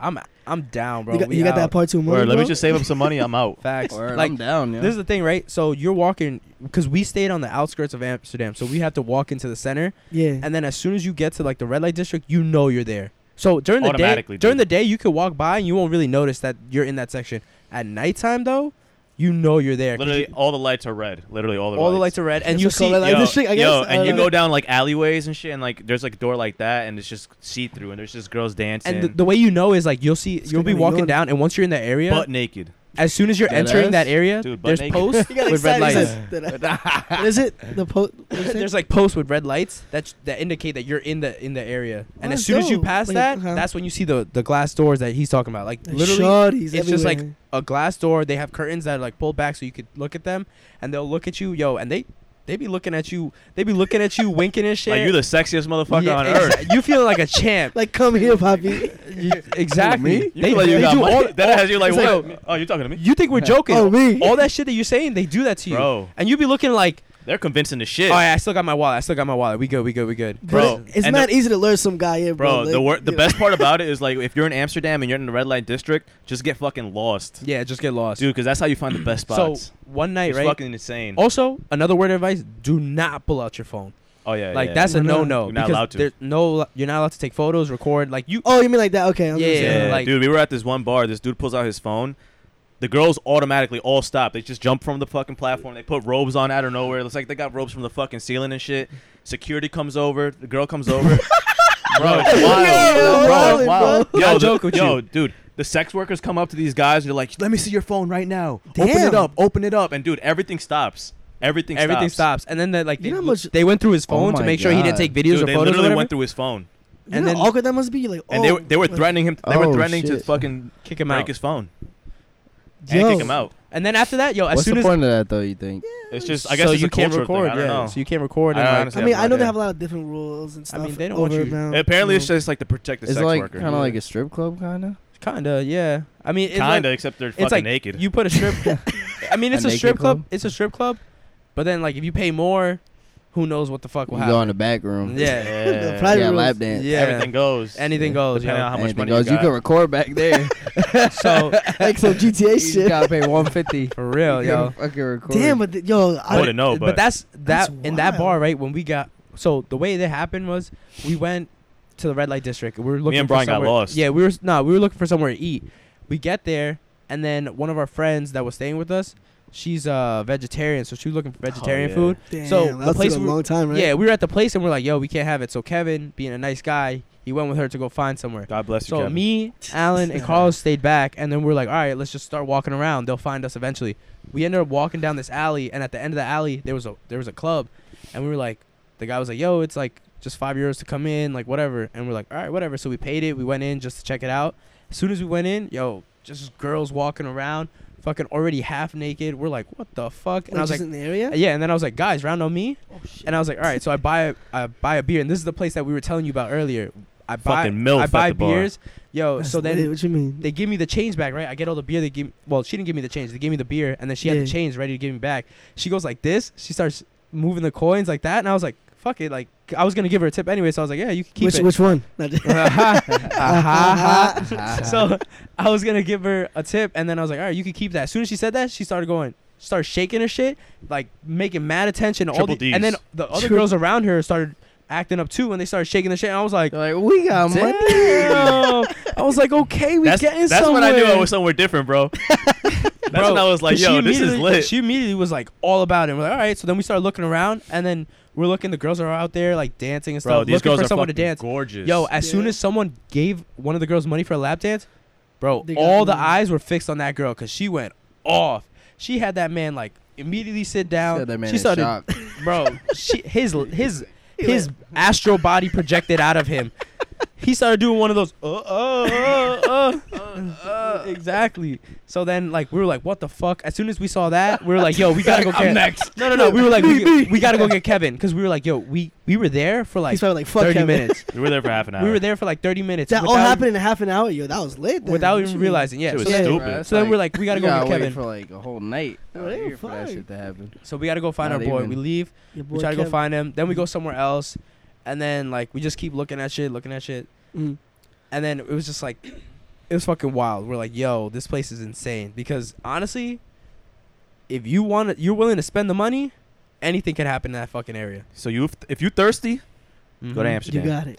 [SPEAKER 4] I'm I'm down, bro.
[SPEAKER 2] you got,
[SPEAKER 4] We
[SPEAKER 2] you got that
[SPEAKER 4] out.
[SPEAKER 2] part two money,
[SPEAKER 3] Word, let
[SPEAKER 2] bro?
[SPEAKER 3] me just save up some money. I'm
[SPEAKER 4] (laughs)
[SPEAKER 3] out.
[SPEAKER 4] facts.
[SPEAKER 1] Word,
[SPEAKER 4] like
[SPEAKER 1] I'm down. Yeah.
[SPEAKER 4] This is the thing, right? So you're walking because we stayed on the outskirts of Amsterdam, so we had to walk into the center,
[SPEAKER 2] yeah,
[SPEAKER 4] and then as soon as you get to like the red light district, you know you're there. So during the day,
[SPEAKER 3] Automatically, dude.
[SPEAKER 4] during the day, you could walk by and you won't really notice that you're in that section. At nighttime, though, you know you're there. 'cause
[SPEAKER 3] Literally,
[SPEAKER 4] you-
[SPEAKER 3] all the lights are red. Literally, all the
[SPEAKER 4] all the
[SPEAKER 3] lights.
[SPEAKER 4] lights are red, and
[SPEAKER 2] It's
[SPEAKER 4] you
[SPEAKER 2] a call
[SPEAKER 4] see
[SPEAKER 2] red light
[SPEAKER 3] yo,
[SPEAKER 2] district, I
[SPEAKER 3] yo,
[SPEAKER 2] guess,
[SPEAKER 3] and you
[SPEAKER 2] uh,
[SPEAKER 3] go down like alleyways and shit, and like there's like a door like that, and it's just see through, and there's just girls dancing,
[SPEAKER 4] And the, the way you know is like you'll see
[SPEAKER 2] It's
[SPEAKER 4] you'll
[SPEAKER 2] gonna
[SPEAKER 4] be
[SPEAKER 2] be
[SPEAKER 4] walking
[SPEAKER 2] ignored.
[SPEAKER 4] down, and once you're in that area,
[SPEAKER 3] butt naked.
[SPEAKER 4] as soon as you're
[SPEAKER 1] Dead
[SPEAKER 4] entering that
[SPEAKER 1] ass?
[SPEAKER 4] area,
[SPEAKER 3] Dude, butt
[SPEAKER 4] there's
[SPEAKER 3] naked.
[SPEAKER 2] (laughs) (laughs)
[SPEAKER 4] posts
[SPEAKER 2] You got
[SPEAKER 4] with red
[SPEAKER 2] excited,
[SPEAKER 4] lights.
[SPEAKER 2] you said- What (laughs) is it
[SPEAKER 4] (laughs)
[SPEAKER 2] the po- what is it?
[SPEAKER 4] There's like posts with red lights that that indicate that you're in the in the area, and
[SPEAKER 2] Oh,
[SPEAKER 4] as soon as you
[SPEAKER 2] dope.
[SPEAKER 4] pass
[SPEAKER 2] Like,
[SPEAKER 4] that,
[SPEAKER 2] uh-huh.
[SPEAKER 4] that's when you see the the glass doors that he's talking about. Like
[SPEAKER 2] Like,
[SPEAKER 4] literally,
[SPEAKER 2] shorties
[SPEAKER 4] it's just like
[SPEAKER 2] everywhere.
[SPEAKER 4] a glass door. They have curtains that are like pulled back so you could look at them, and they'll look at you, yo, and they they be looking at you, they be looking at
[SPEAKER 2] (laughs)
[SPEAKER 4] you, winking and shit.
[SPEAKER 3] Like you're the sexiest motherfucker
[SPEAKER 4] Yeah,
[SPEAKER 3] on
[SPEAKER 4] exa-
[SPEAKER 3] earth.
[SPEAKER 4] (laughs) You feel like a champ.
[SPEAKER 2] like come here, Poppy.
[SPEAKER 4] (laughs) You- exactly.
[SPEAKER 1] me?
[SPEAKER 3] You feel like you got
[SPEAKER 4] do all-
[SPEAKER 3] money. That has you like,
[SPEAKER 4] it's like,
[SPEAKER 3] what? oh, you're talking to me,
[SPEAKER 4] you think we're
[SPEAKER 2] (laughs)
[SPEAKER 4] joking?
[SPEAKER 2] Oh, me.
[SPEAKER 4] All that shit that you're saying, they do that to you,
[SPEAKER 3] bro?
[SPEAKER 4] and you be looking like,
[SPEAKER 3] They're convincing the shit.
[SPEAKER 4] all right, I still got my wallet, I still got my wallet. We good, we good, we good.
[SPEAKER 3] Bro,
[SPEAKER 2] But it- it's
[SPEAKER 3] and
[SPEAKER 2] not easy to lure some guy in,
[SPEAKER 3] Bro,
[SPEAKER 2] bro.
[SPEAKER 3] the
[SPEAKER 2] Like,
[SPEAKER 3] wor- the
[SPEAKER 2] yeah.
[SPEAKER 3] best part about
[SPEAKER 4] (laughs)
[SPEAKER 3] it is like if you're in Amsterdam and you're in the red light district, just get fucking lost,
[SPEAKER 4] Yeah, just get lost.
[SPEAKER 3] dude, because that's how you find the best
[SPEAKER 4] so
[SPEAKER 3] spots.
[SPEAKER 4] one night,
[SPEAKER 3] it's
[SPEAKER 4] right?
[SPEAKER 3] fucking insane. Oh,
[SPEAKER 4] Also, another word of advice: do not pull out your phone.
[SPEAKER 3] yeah,
[SPEAKER 4] like
[SPEAKER 3] yeah.
[SPEAKER 4] that's a
[SPEAKER 2] Why
[SPEAKER 4] no
[SPEAKER 2] not?
[SPEAKER 4] no.
[SPEAKER 3] You're not allowed to.
[SPEAKER 4] There's no, you're not allowed to take photos, record. Like you,
[SPEAKER 2] (laughs) Oh, you mean like that? Okay. I was gonna
[SPEAKER 4] Yeah.
[SPEAKER 2] say,
[SPEAKER 3] Yeah,
[SPEAKER 4] like-
[SPEAKER 3] dude, we were at this one bar. This dude pulls out his phone. The girls automatically all stop. They just jump from the fucking platform. They put robes on out of nowhere. It's like they got robes from the fucking ceiling and shit. Security comes over. The girl comes
[SPEAKER 4] (laughs)
[SPEAKER 3] over. bro, it's wild. bro,
[SPEAKER 2] Yo,
[SPEAKER 3] it's
[SPEAKER 2] wildin',
[SPEAKER 3] wild.
[SPEAKER 4] bro. I
[SPEAKER 3] Yo,
[SPEAKER 4] joke
[SPEAKER 3] the,
[SPEAKER 4] with
[SPEAKER 3] yo,
[SPEAKER 4] you.
[SPEAKER 3] dude. The sex workers come up to these guys and they're like, "Let me see your phone right now. Open it
[SPEAKER 2] Damn.
[SPEAKER 3] up. Open it up." And dude, everything stops. Everything.
[SPEAKER 4] everything
[SPEAKER 3] stops.
[SPEAKER 4] stops. And then they, like
[SPEAKER 2] You
[SPEAKER 4] they,
[SPEAKER 2] know how much-
[SPEAKER 4] they went through his
[SPEAKER 1] Oh
[SPEAKER 4] phone to
[SPEAKER 1] my
[SPEAKER 4] make sure he
[SPEAKER 1] God.
[SPEAKER 4] didn't take videos
[SPEAKER 3] Dude,
[SPEAKER 4] or
[SPEAKER 3] they
[SPEAKER 4] photos. Or
[SPEAKER 3] literally
[SPEAKER 4] whatever.
[SPEAKER 3] went through his phone,
[SPEAKER 2] You
[SPEAKER 4] and
[SPEAKER 2] know
[SPEAKER 4] then-
[SPEAKER 2] how awkward that must be. Like,
[SPEAKER 3] and they
[SPEAKER 2] oh,
[SPEAKER 3] were they were
[SPEAKER 2] like-
[SPEAKER 3] threatening him. They were
[SPEAKER 1] Oh,
[SPEAKER 3] threatening to
[SPEAKER 1] shit.
[SPEAKER 3] fucking
[SPEAKER 4] kick him
[SPEAKER 3] break
[SPEAKER 4] out.
[SPEAKER 3] his phone and
[SPEAKER 2] Yo.
[SPEAKER 3] kick him out.
[SPEAKER 4] and then after that, yo, as
[SPEAKER 1] What's
[SPEAKER 4] soon
[SPEAKER 1] the
[SPEAKER 4] as
[SPEAKER 1] point of that though? You think?
[SPEAKER 3] It's just I guess
[SPEAKER 4] so
[SPEAKER 3] it's
[SPEAKER 4] you
[SPEAKER 3] a
[SPEAKER 4] can't
[SPEAKER 3] cultural Thing.
[SPEAKER 4] record.
[SPEAKER 3] I don't
[SPEAKER 4] yeah,
[SPEAKER 3] know.
[SPEAKER 4] so you can't record.
[SPEAKER 3] I
[SPEAKER 4] and,
[SPEAKER 3] don't
[SPEAKER 4] like,
[SPEAKER 2] I
[SPEAKER 3] understand.
[SPEAKER 2] mean,
[SPEAKER 3] Yeah,
[SPEAKER 2] I know
[SPEAKER 3] yeah.
[SPEAKER 2] they have a lot of different rules and stuff.
[SPEAKER 4] mean, they don't want
[SPEAKER 2] over
[SPEAKER 4] you-
[SPEAKER 2] now.
[SPEAKER 3] Apparently,
[SPEAKER 2] you
[SPEAKER 3] it's
[SPEAKER 4] Mm-hmm.
[SPEAKER 3] just like to protect the
[SPEAKER 1] It's
[SPEAKER 3] sex
[SPEAKER 1] like
[SPEAKER 3] worker.
[SPEAKER 1] kind of like a strip club, kind of.
[SPEAKER 4] kinda, yeah. I mean, it's
[SPEAKER 3] Kinda,
[SPEAKER 4] Like,
[SPEAKER 3] except they're
[SPEAKER 4] it's
[SPEAKER 3] fucking
[SPEAKER 4] like
[SPEAKER 3] naked.
[SPEAKER 4] You put a (laughs) strip. I mean,
[SPEAKER 1] A
[SPEAKER 4] it's a,
[SPEAKER 1] naked
[SPEAKER 4] strip club?
[SPEAKER 1] club?
[SPEAKER 4] It's a strip club, but then like if you pay more, who knows what the fuck will
[SPEAKER 1] You go in
[SPEAKER 4] happen?
[SPEAKER 1] the back room.
[SPEAKER 4] Yeah.
[SPEAKER 2] The
[SPEAKER 3] yeah.
[SPEAKER 2] private
[SPEAKER 1] Yeah,
[SPEAKER 2] rooms.
[SPEAKER 1] lap dance.
[SPEAKER 4] Yeah.
[SPEAKER 3] Everything goes.
[SPEAKER 4] Anything
[SPEAKER 1] Yeah.
[SPEAKER 4] goes.
[SPEAKER 3] Depending
[SPEAKER 4] yo.
[SPEAKER 3] on how much
[SPEAKER 1] Anything
[SPEAKER 3] money
[SPEAKER 1] goes.
[SPEAKER 3] you
[SPEAKER 1] You,
[SPEAKER 3] got.
[SPEAKER 1] can record back there.
[SPEAKER 3] (laughs)
[SPEAKER 4] So
[SPEAKER 2] like
[SPEAKER 4] (laughs)
[SPEAKER 2] some GTA
[SPEAKER 1] you
[SPEAKER 2] shit.
[SPEAKER 1] gotta pay one fifty.
[SPEAKER 4] for real, yo.
[SPEAKER 1] Fucking record.
[SPEAKER 2] Damn, but th- yo,
[SPEAKER 3] I
[SPEAKER 2] I,
[SPEAKER 3] wouldn't know, but,
[SPEAKER 4] that's that
[SPEAKER 2] That's
[SPEAKER 4] in that
[SPEAKER 2] wild.
[SPEAKER 4] bar, right? When we got so the way that happened was we went to the red light district. We were looking.
[SPEAKER 3] and
[SPEAKER 4] for
[SPEAKER 3] Brian got
[SPEAKER 4] somewhere-
[SPEAKER 3] lost.
[SPEAKER 4] Yeah, we were no, we were looking for somewhere to eat. We get there, and then one of our friends that was staying with us, she's uh vegetarian, so she was looking for vegetarian
[SPEAKER 3] yeah.
[SPEAKER 4] food.
[SPEAKER 2] damn,
[SPEAKER 4] so the
[SPEAKER 2] that
[SPEAKER 4] place
[SPEAKER 2] took a
[SPEAKER 4] we-
[SPEAKER 2] long time, right?
[SPEAKER 4] Yeah, we were at the place and we are like, yo, we can't have it. So Kevin, being a nice guy, he went with her to go find somewhere.
[SPEAKER 3] God bless you.
[SPEAKER 4] So
[SPEAKER 3] Kevin.
[SPEAKER 4] (laughs) me, Alan,
[SPEAKER 2] (laughs)
[SPEAKER 4] and Carlos stayed back, and then we are like, all right, let's just start walking around. They'll find us eventually. We ended up walking down this alley, and at the end of the alley, there was a there was a club, and we were like, the guy was like, yo, it's like just five euros to come in, like whatever, and we're like, all right, whatever. So we paid it. We went in just to check it out. As soon as we went in, yo, just girls walking around, fucking already half naked. We're like, what the fuck?
[SPEAKER 2] Like,
[SPEAKER 4] And I was
[SPEAKER 2] just
[SPEAKER 4] like,
[SPEAKER 2] in the area.
[SPEAKER 4] yeah. And then I was like, guys, round on me.
[SPEAKER 2] Oh, shit.
[SPEAKER 4] And I was like, all right, so I buy a, I buy a beer, and this is the place that we were telling you about earlier. I buy
[SPEAKER 3] Fucking MILF
[SPEAKER 4] I
[SPEAKER 3] at
[SPEAKER 4] buy
[SPEAKER 3] the bar.
[SPEAKER 4] beers, yo.
[SPEAKER 2] That's
[SPEAKER 4] so then
[SPEAKER 2] lit, what you mean?
[SPEAKER 4] they give me the change back, right? I get all the beer. They give well, she didn't give me the change. They gave me the beer, and then she had the
[SPEAKER 2] Yeah.
[SPEAKER 4] change ready to give me back. She goes like this. She starts moving the coins like that, and I was like, fuck it. Like I was gonna give her a tip anyway, so I was like, yeah, you can keep
[SPEAKER 2] which
[SPEAKER 4] it.
[SPEAKER 2] which one? Not-
[SPEAKER 4] Ah, ah, ah.
[SPEAKER 1] Ah.
[SPEAKER 4] so I was gonna give her a tip, and then I was like, all right, you can keep that. As soon as she said that, she started going. Started shaking her shit, like making mad attention. to all
[SPEAKER 3] Triple
[SPEAKER 4] the, and
[SPEAKER 3] Ds.
[SPEAKER 4] then the other
[SPEAKER 2] True.
[SPEAKER 4] girls around her started acting up too, and they started shaking their shit. And I was like,
[SPEAKER 1] They're like we got money.
[SPEAKER 4] damn. (laughs) I was like, okay, we
[SPEAKER 3] that's
[SPEAKER 4] getting
[SPEAKER 3] that's
[SPEAKER 4] somewhere.
[SPEAKER 3] when I knew I was somewhere different,
[SPEAKER 4] (laughs)
[SPEAKER 3] bro. that's
[SPEAKER 4] Bro,
[SPEAKER 3] when I was like,
[SPEAKER 4] 'cause
[SPEAKER 3] yo,
[SPEAKER 4] she
[SPEAKER 3] this is
[SPEAKER 4] immediately-
[SPEAKER 3] lit.
[SPEAKER 4] She immediately was like all about it. We're like, all right. So then we started looking around, and then we're looking. The girls are out there like dancing and
[SPEAKER 3] bro,
[SPEAKER 4] stuff,
[SPEAKER 3] these
[SPEAKER 4] looking
[SPEAKER 3] girls
[SPEAKER 4] for
[SPEAKER 3] are
[SPEAKER 4] someone
[SPEAKER 3] fucking
[SPEAKER 4] to dance.
[SPEAKER 3] gorgeous. Uh,
[SPEAKER 4] Yo, as soon
[SPEAKER 2] Yeah.
[SPEAKER 4] as someone gave one of the girls money for a lap dance, bro,
[SPEAKER 2] They got
[SPEAKER 4] all the
[SPEAKER 2] money.
[SPEAKER 4] eyes were fixed on that girl because she went off. She had that man like immediately sit down.
[SPEAKER 1] Said that man
[SPEAKER 4] she
[SPEAKER 1] in
[SPEAKER 4] started,
[SPEAKER 1] shock.
[SPEAKER 4] (laughs)
[SPEAKER 2] (laughs) (laughs)
[SPEAKER 4] bro. She, his his his astral body projected out of him. he started doing one of those. Uh, uh,
[SPEAKER 2] (laughs)
[SPEAKER 4] uh, (laughs) uh, uh, uh, exactly. So then, like, we were like, "What the fuck?" As soon as we saw that, we were
[SPEAKER 2] (laughs)
[SPEAKER 4] like, "Yo, we gotta go get."
[SPEAKER 3] next.
[SPEAKER 4] No, no, no. We were like, we, we gotta go get Kevin because we were like, "Yo, we we were there for like
[SPEAKER 2] He's probably like, fuck
[SPEAKER 4] thirty
[SPEAKER 2] Kevin.
[SPEAKER 4] minutes.
[SPEAKER 3] We were there for half an hour.
[SPEAKER 4] We were there for like thirty minutes.
[SPEAKER 2] That all
[SPEAKER 4] without-
[SPEAKER 2] happened in half an hour, yo. That was lit. Then.
[SPEAKER 4] without
[SPEAKER 2] What
[SPEAKER 4] even
[SPEAKER 2] you mean?
[SPEAKER 4] realizing. Yeah.
[SPEAKER 3] Shit
[SPEAKER 4] So
[SPEAKER 3] was
[SPEAKER 4] then,
[SPEAKER 3] stupid.
[SPEAKER 1] that's
[SPEAKER 4] so then we're
[SPEAKER 1] like-
[SPEAKER 4] like, we gotta
[SPEAKER 1] you
[SPEAKER 4] go
[SPEAKER 1] gotta
[SPEAKER 4] get
[SPEAKER 1] wait
[SPEAKER 4] Kevin.
[SPEAKER 1] for like a whole night out
[SPEAKER 2] Yeah,
[SPEAKER 1] here for that
[SPEAKER 2] fuck.
[SPEAKER 1] shit to happen.
[SPEAKER 4] So we gotta go find
[SPEAKER 1] Not
[SPEAKER 4] our boy.
[SPEAKER 1] even.
[SPEAKER 4] We leave.
[SPEAKER 2] Your boy
[SPEAKER 4] We try to go
[SPEAKER 2] Kev-
[SPEAKER 4] find him. Then we go somewhere else, and then like we just keep looking at shit, looking at shit,
[SPEAKER 2] Mm.
[SPEAKER 4] and then it was just like, it was fucking wild. We're like, yo, this place is insane. Because honestly, if you want, to, you're willing to spend the money, anything can happen in that fucking area.
[SPEAKER 3] So you, if you thirsty, go to
[SPEAKER 4] Mhm.
[SPEAKER 2] You
[SPEAKER 3] Amsterdam.
[SPEAKER 2] got it.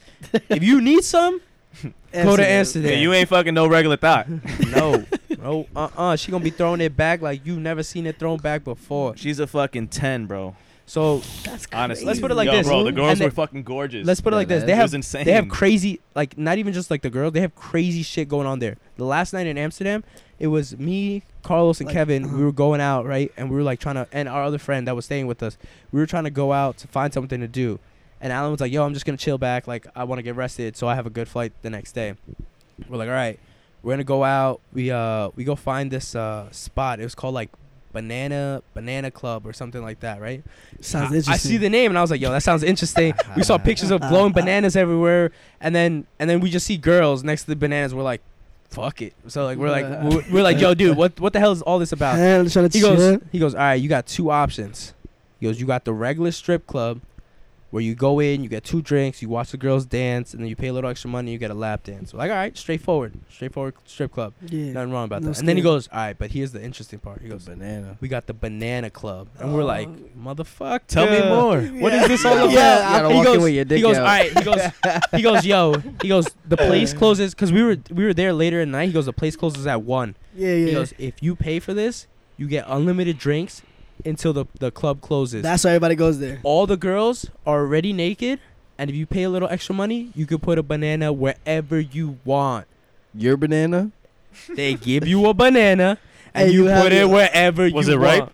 [SPEAKER 4] if you need some, go to Amsterdam.
[SPEAKER 3] Yeah, you ain't fucking no regular thought.
[SPEAKER 4] no, no, uh, uh she gonna be throwing it back like you never seen it thrown back before.
[SPEAKER 3] She's a fucking ten, bro.
[SPEAKER 4] So
[SPEAKER 2] That's crazy.
[SPEAKER 3] Honestly,
[SPEAKER 4] Let's put it like
[SPEAKER 3] Yo,
[SPEAKER 4] this.
[SPEAKER 3] bro. The girls
[SPEAKER 4] And they-
[SPEAKER 3] were fucking gorgeous.
[SPEAKER 4] let's put it
[SPEAKER 1] Yeah,
[SPEAKER 4] like this:
[SPEAKER 1] that
[SPEAKER 4] they
[SPEAKER 1] is-
[SPEAKER 3] it
[SPEAKER 4] have
[SPEAKER 3] was insane.
[SPEAKER 4] They have crazy, like not even just like the girls. They have crazy shit going on there. The last night in Amsterdam, it was me, Carlos, and
[SPEAKER 2] Like,
[SPEAKER 4] Kevin.
[SPEAKER 2] uh-huh.
[SPEAKER 4] We were going out, right? And we were like trying to, and our other friend that was staying with us, we were trying to go out to find something to do. And Alan was like, "Yo, I'm just gonna chill back. Like, I want to get rested, so I have a good flight the next day." We're like, "All right, we're gonna go out. We uh, we go find this uh spot. It was called like." Banana Banana Club or something like that, right?
[SPEAKER 2] Sounds
[SPEAKER 4] I-
[SPEAKER 2] interesting.
[SPEAKER 4] I see the name and I was like, "Yo, that sounds interesting." we saw pictures of
[SPEAKER 2] (laughs)
[SPEAKER 4] blowing bananas everywhere, and then and then we just see girls next to the bananas. We're like, "Fuck it!" So like we're like we're, we're like, "Yo, dude, what what the hell is all this about?"
[SPEAKER 2] Hell, tryna
[SPEAKER 4] He goes
[SPEAKER 2] chill.
[SPEAKER 4] he goes, "All right, you got two options." He goes, "You got the regular strip club, where you go in, you get two drinks, you watch the girls dance, and then you pay a little extra money, you get a lap dance." We're like, "All right, straightforward, straightforward strip club.
[SPEAKER 2] Yeah.
[SPEAKER 4] Nothing wrong about
[SPEAKER 2] No
[SPEAKER 4] that." And then he
[SPEAKER 2] scam.
[SPEAKER 4] goes, "All right, but here's the interesting part." He
[SPEAKER 1] The
[SPEAKER 4] goes.
[SPEAKER 1] banana.
[SPEAKER 4] We got the banana club, and we're like, motherfucker.
[SPEAKER 3] Tell me more.
[SPEAKER 4] What is this all about?
[SPEAKER 1] Oh. Yeah, you gotta
[SPEAKER 4] he
[SPEAKER 1] walk in
[SPEAKER 4] goes,
[SPEAKER 1] with your dick
[SPEAKER 4] he goes,
[SPEAKER 1] out.
[SPEAKER 4] all right. He goes, he goes, yo. He goes,
[SPEAKER 1] (laughs)
[SPEAKER 4] the place closes because we were we were there later at night. He goes, the place closes at one.
[SPEAKER 2] Yeah,
[SPEAKER 4] He
[SPEAKER 2] yeah.
[SPEAKER 4] goes, if you pay for this, you get unlimited drinks until the the club closes.
[SPEAKER 2] That's why everybody goes there.
[SPEAKER 4] all the girls are already naked, and if you pay a little extra money, you can put a banana wherever you want.
[SPEAKER 1] Your banana?
[SPEAKER 4] They give you a banana and
[SPEAKER 2] And
[SPEAKER 4] you,
[SPEAKER 2] you have
[SPEAKER 4] put it
[SPEAKER 2] your-
[SPEAKER 4] wherever
[SPEAKER 3] Was
[SPEAKER 4] you
[SPEAKER 3] it
[SPEAKER 4] want.
[SPEAKER 3] ripe?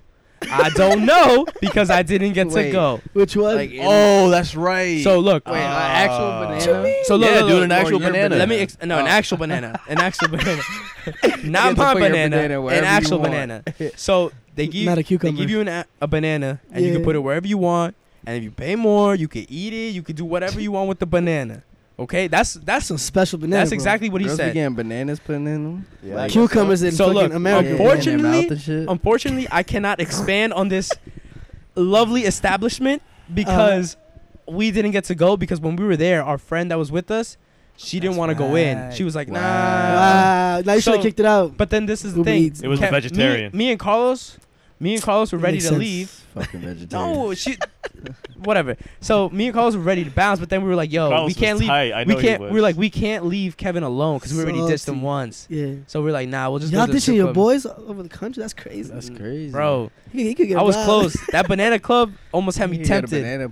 [SPEAKER 4] I don't know because I didn't get to
[SPEAKER 1] Wait.
[SPEAKER 4] go.
[SPEAKER 2] Which one?
[SPEAKER 1] Like, in-
[SPEAKER 3] Oh, that's right.
[SPEAKER 4] So look, uh,
[SPEAKER 1] wait, an actual
[SPEAKER 3] Ah.
[SPEAKER 1] banana?
[SPEAKER 4] So look,
[SPEAKER 3] Yeah,
[SPEAKER 4] look,
[SPEAKER 3] dude,
[SPEAKER 4] look,
[SPEAKER 3] an
[SPEAKER 4] look,
[SPEAKER 3] actual
[SPEAKER 4] your
[SPEAKER 3] banana.
[SPEAKER 4] Let me ex- no, an
[SPEAKER 1] Oh.
[SPEAKER 4] actual banana, an
[SPEAKER 1] (laughs)
[SPEAKER 4] actual banana,
[SPEAKER 1] You
[SPEAKER 4] not
[SPEAKER 1] get to
[SPEAKER 4] my
[SPEAKER 1] put your banana
[SPEAKER 4] banana, an
[SPEAKER 1] wherever you
[SPEAKER 4] actual
[SPEAKER 1] want. (laughs)
[SPEAKER 4] banana. So they give
[SPEAKER 2] Not a
[SPEAKER 4] they
[SPEAKER 2] cucumber.
[SPEAKER 4] give you an, a, a banana, and you can
[SPEAKER 2] Yeah.
[SPEAKER 4] put it wherever you want. And if you pay more, you can eat it. You can do whatever you want with the banana. Okay, that's
[SPEAKER 2] that's
[SPEAKER 4] that's
[SPEAKER 2] some special banana.
[SPEAKER 4] that's
[SPEAKER 2] bro.
[SPEAKER 4] exactly what he
[SPEAKER 1] Girls be
[SPEAKER 4] said.
[SPEAKER 1] getting bananas putting in them?
[SPEAKER 3] Yeah,
[SPEAKER 1] Like,
[SPEAKER 2] Cucumbers in
[SPEAKER 4] So
[SPEAKER 2] fucking
[SPEAKER 4] look,
[SPEAKER 1] yeah,
[SPEAKER 2] America.
[SPEAKER 1] in their
[SPEAKER 4] unfortunately-
[SPEAKER 1] mouth and shit.
[SPEAKER 4] Um, Unfortunately, I cannot expand on this lovely establishment because we didn't get to go because when we were there, our friend that was with us, she didn't
[SPEAKER 1] That's
[SPEAKER 4] want to go in.
[SPEAKER 1] right.
[SPEAKER 4] She was like,
[SPEAKER 1] Wow.
[SPEAKER 4] nah.
[SPEAKER 2] wow. Now you should
[SPEAKER 4] So-
[SPEAKER 2] have kicked it out.
[SPEAKER 4] But then this is the
[SPEAKER 2] Uber
[SPEAKER 4] thing.
[SPEAKER 2] Eats.
[SPEAKER 3] It was
[SPEAKER 4] Kev-
[SPEAKER 3] a vegetarian.
[SPEAKER 4] Me, me and Carlos, me and Carlos were ready
[SPEAKER 2] Makes
[SPEAKER 4] to
[SPEAKER 2] sense.
[SPEAKER 4] leave.
[SPEAKER 1] Fucking vegetarian.
[SPEAKER 4] (laughs) No, she, whatever. So me and Carlos were ready to bounce, but then we were like, "Yo,
[SPEAKER 3] Carlos
[SPEAKER 4] oh, we
[SPEAKER 3] was
[SPEAKER 4] can't leave.
[SPEAKER 3] tight. I know
[SPEAKER 4] we
[SPEAKER 3] he
[SPEAKER 4] can't. We
[SPEAKER 3] was.
[SPEAKER 4] were like, we can't leave Kevin alone because we already dissed
[SPEAKER 2] Salty.
[SPEAKER 4] him once.
[SPEAKER 2] Yeah.
[SPEAKER 4] So we are like, nah, we'll just
[SPEAKER 2] Y'all
[SPEAKER 4] go to the
[SPEAKER 2] ditching
[SPEAKER 4] strip
[SPEAKER 2] your
[SPEAKER 4] club.
[SPEAKER 2] boys all over the country? That's crazy.
[SPEAKER 1] That's crazy.
[SPEAKER 4] bro.
[SPEAKER 2] He, he could get
[SPEAKER 4] I was
[SPEAKER 2] robbed.
[SPEAKER 4] close. That banana club almost had me
[SPEAKER 1] You got a
[SPEAKER 4] tempted.
[SPEAKER 1] banana-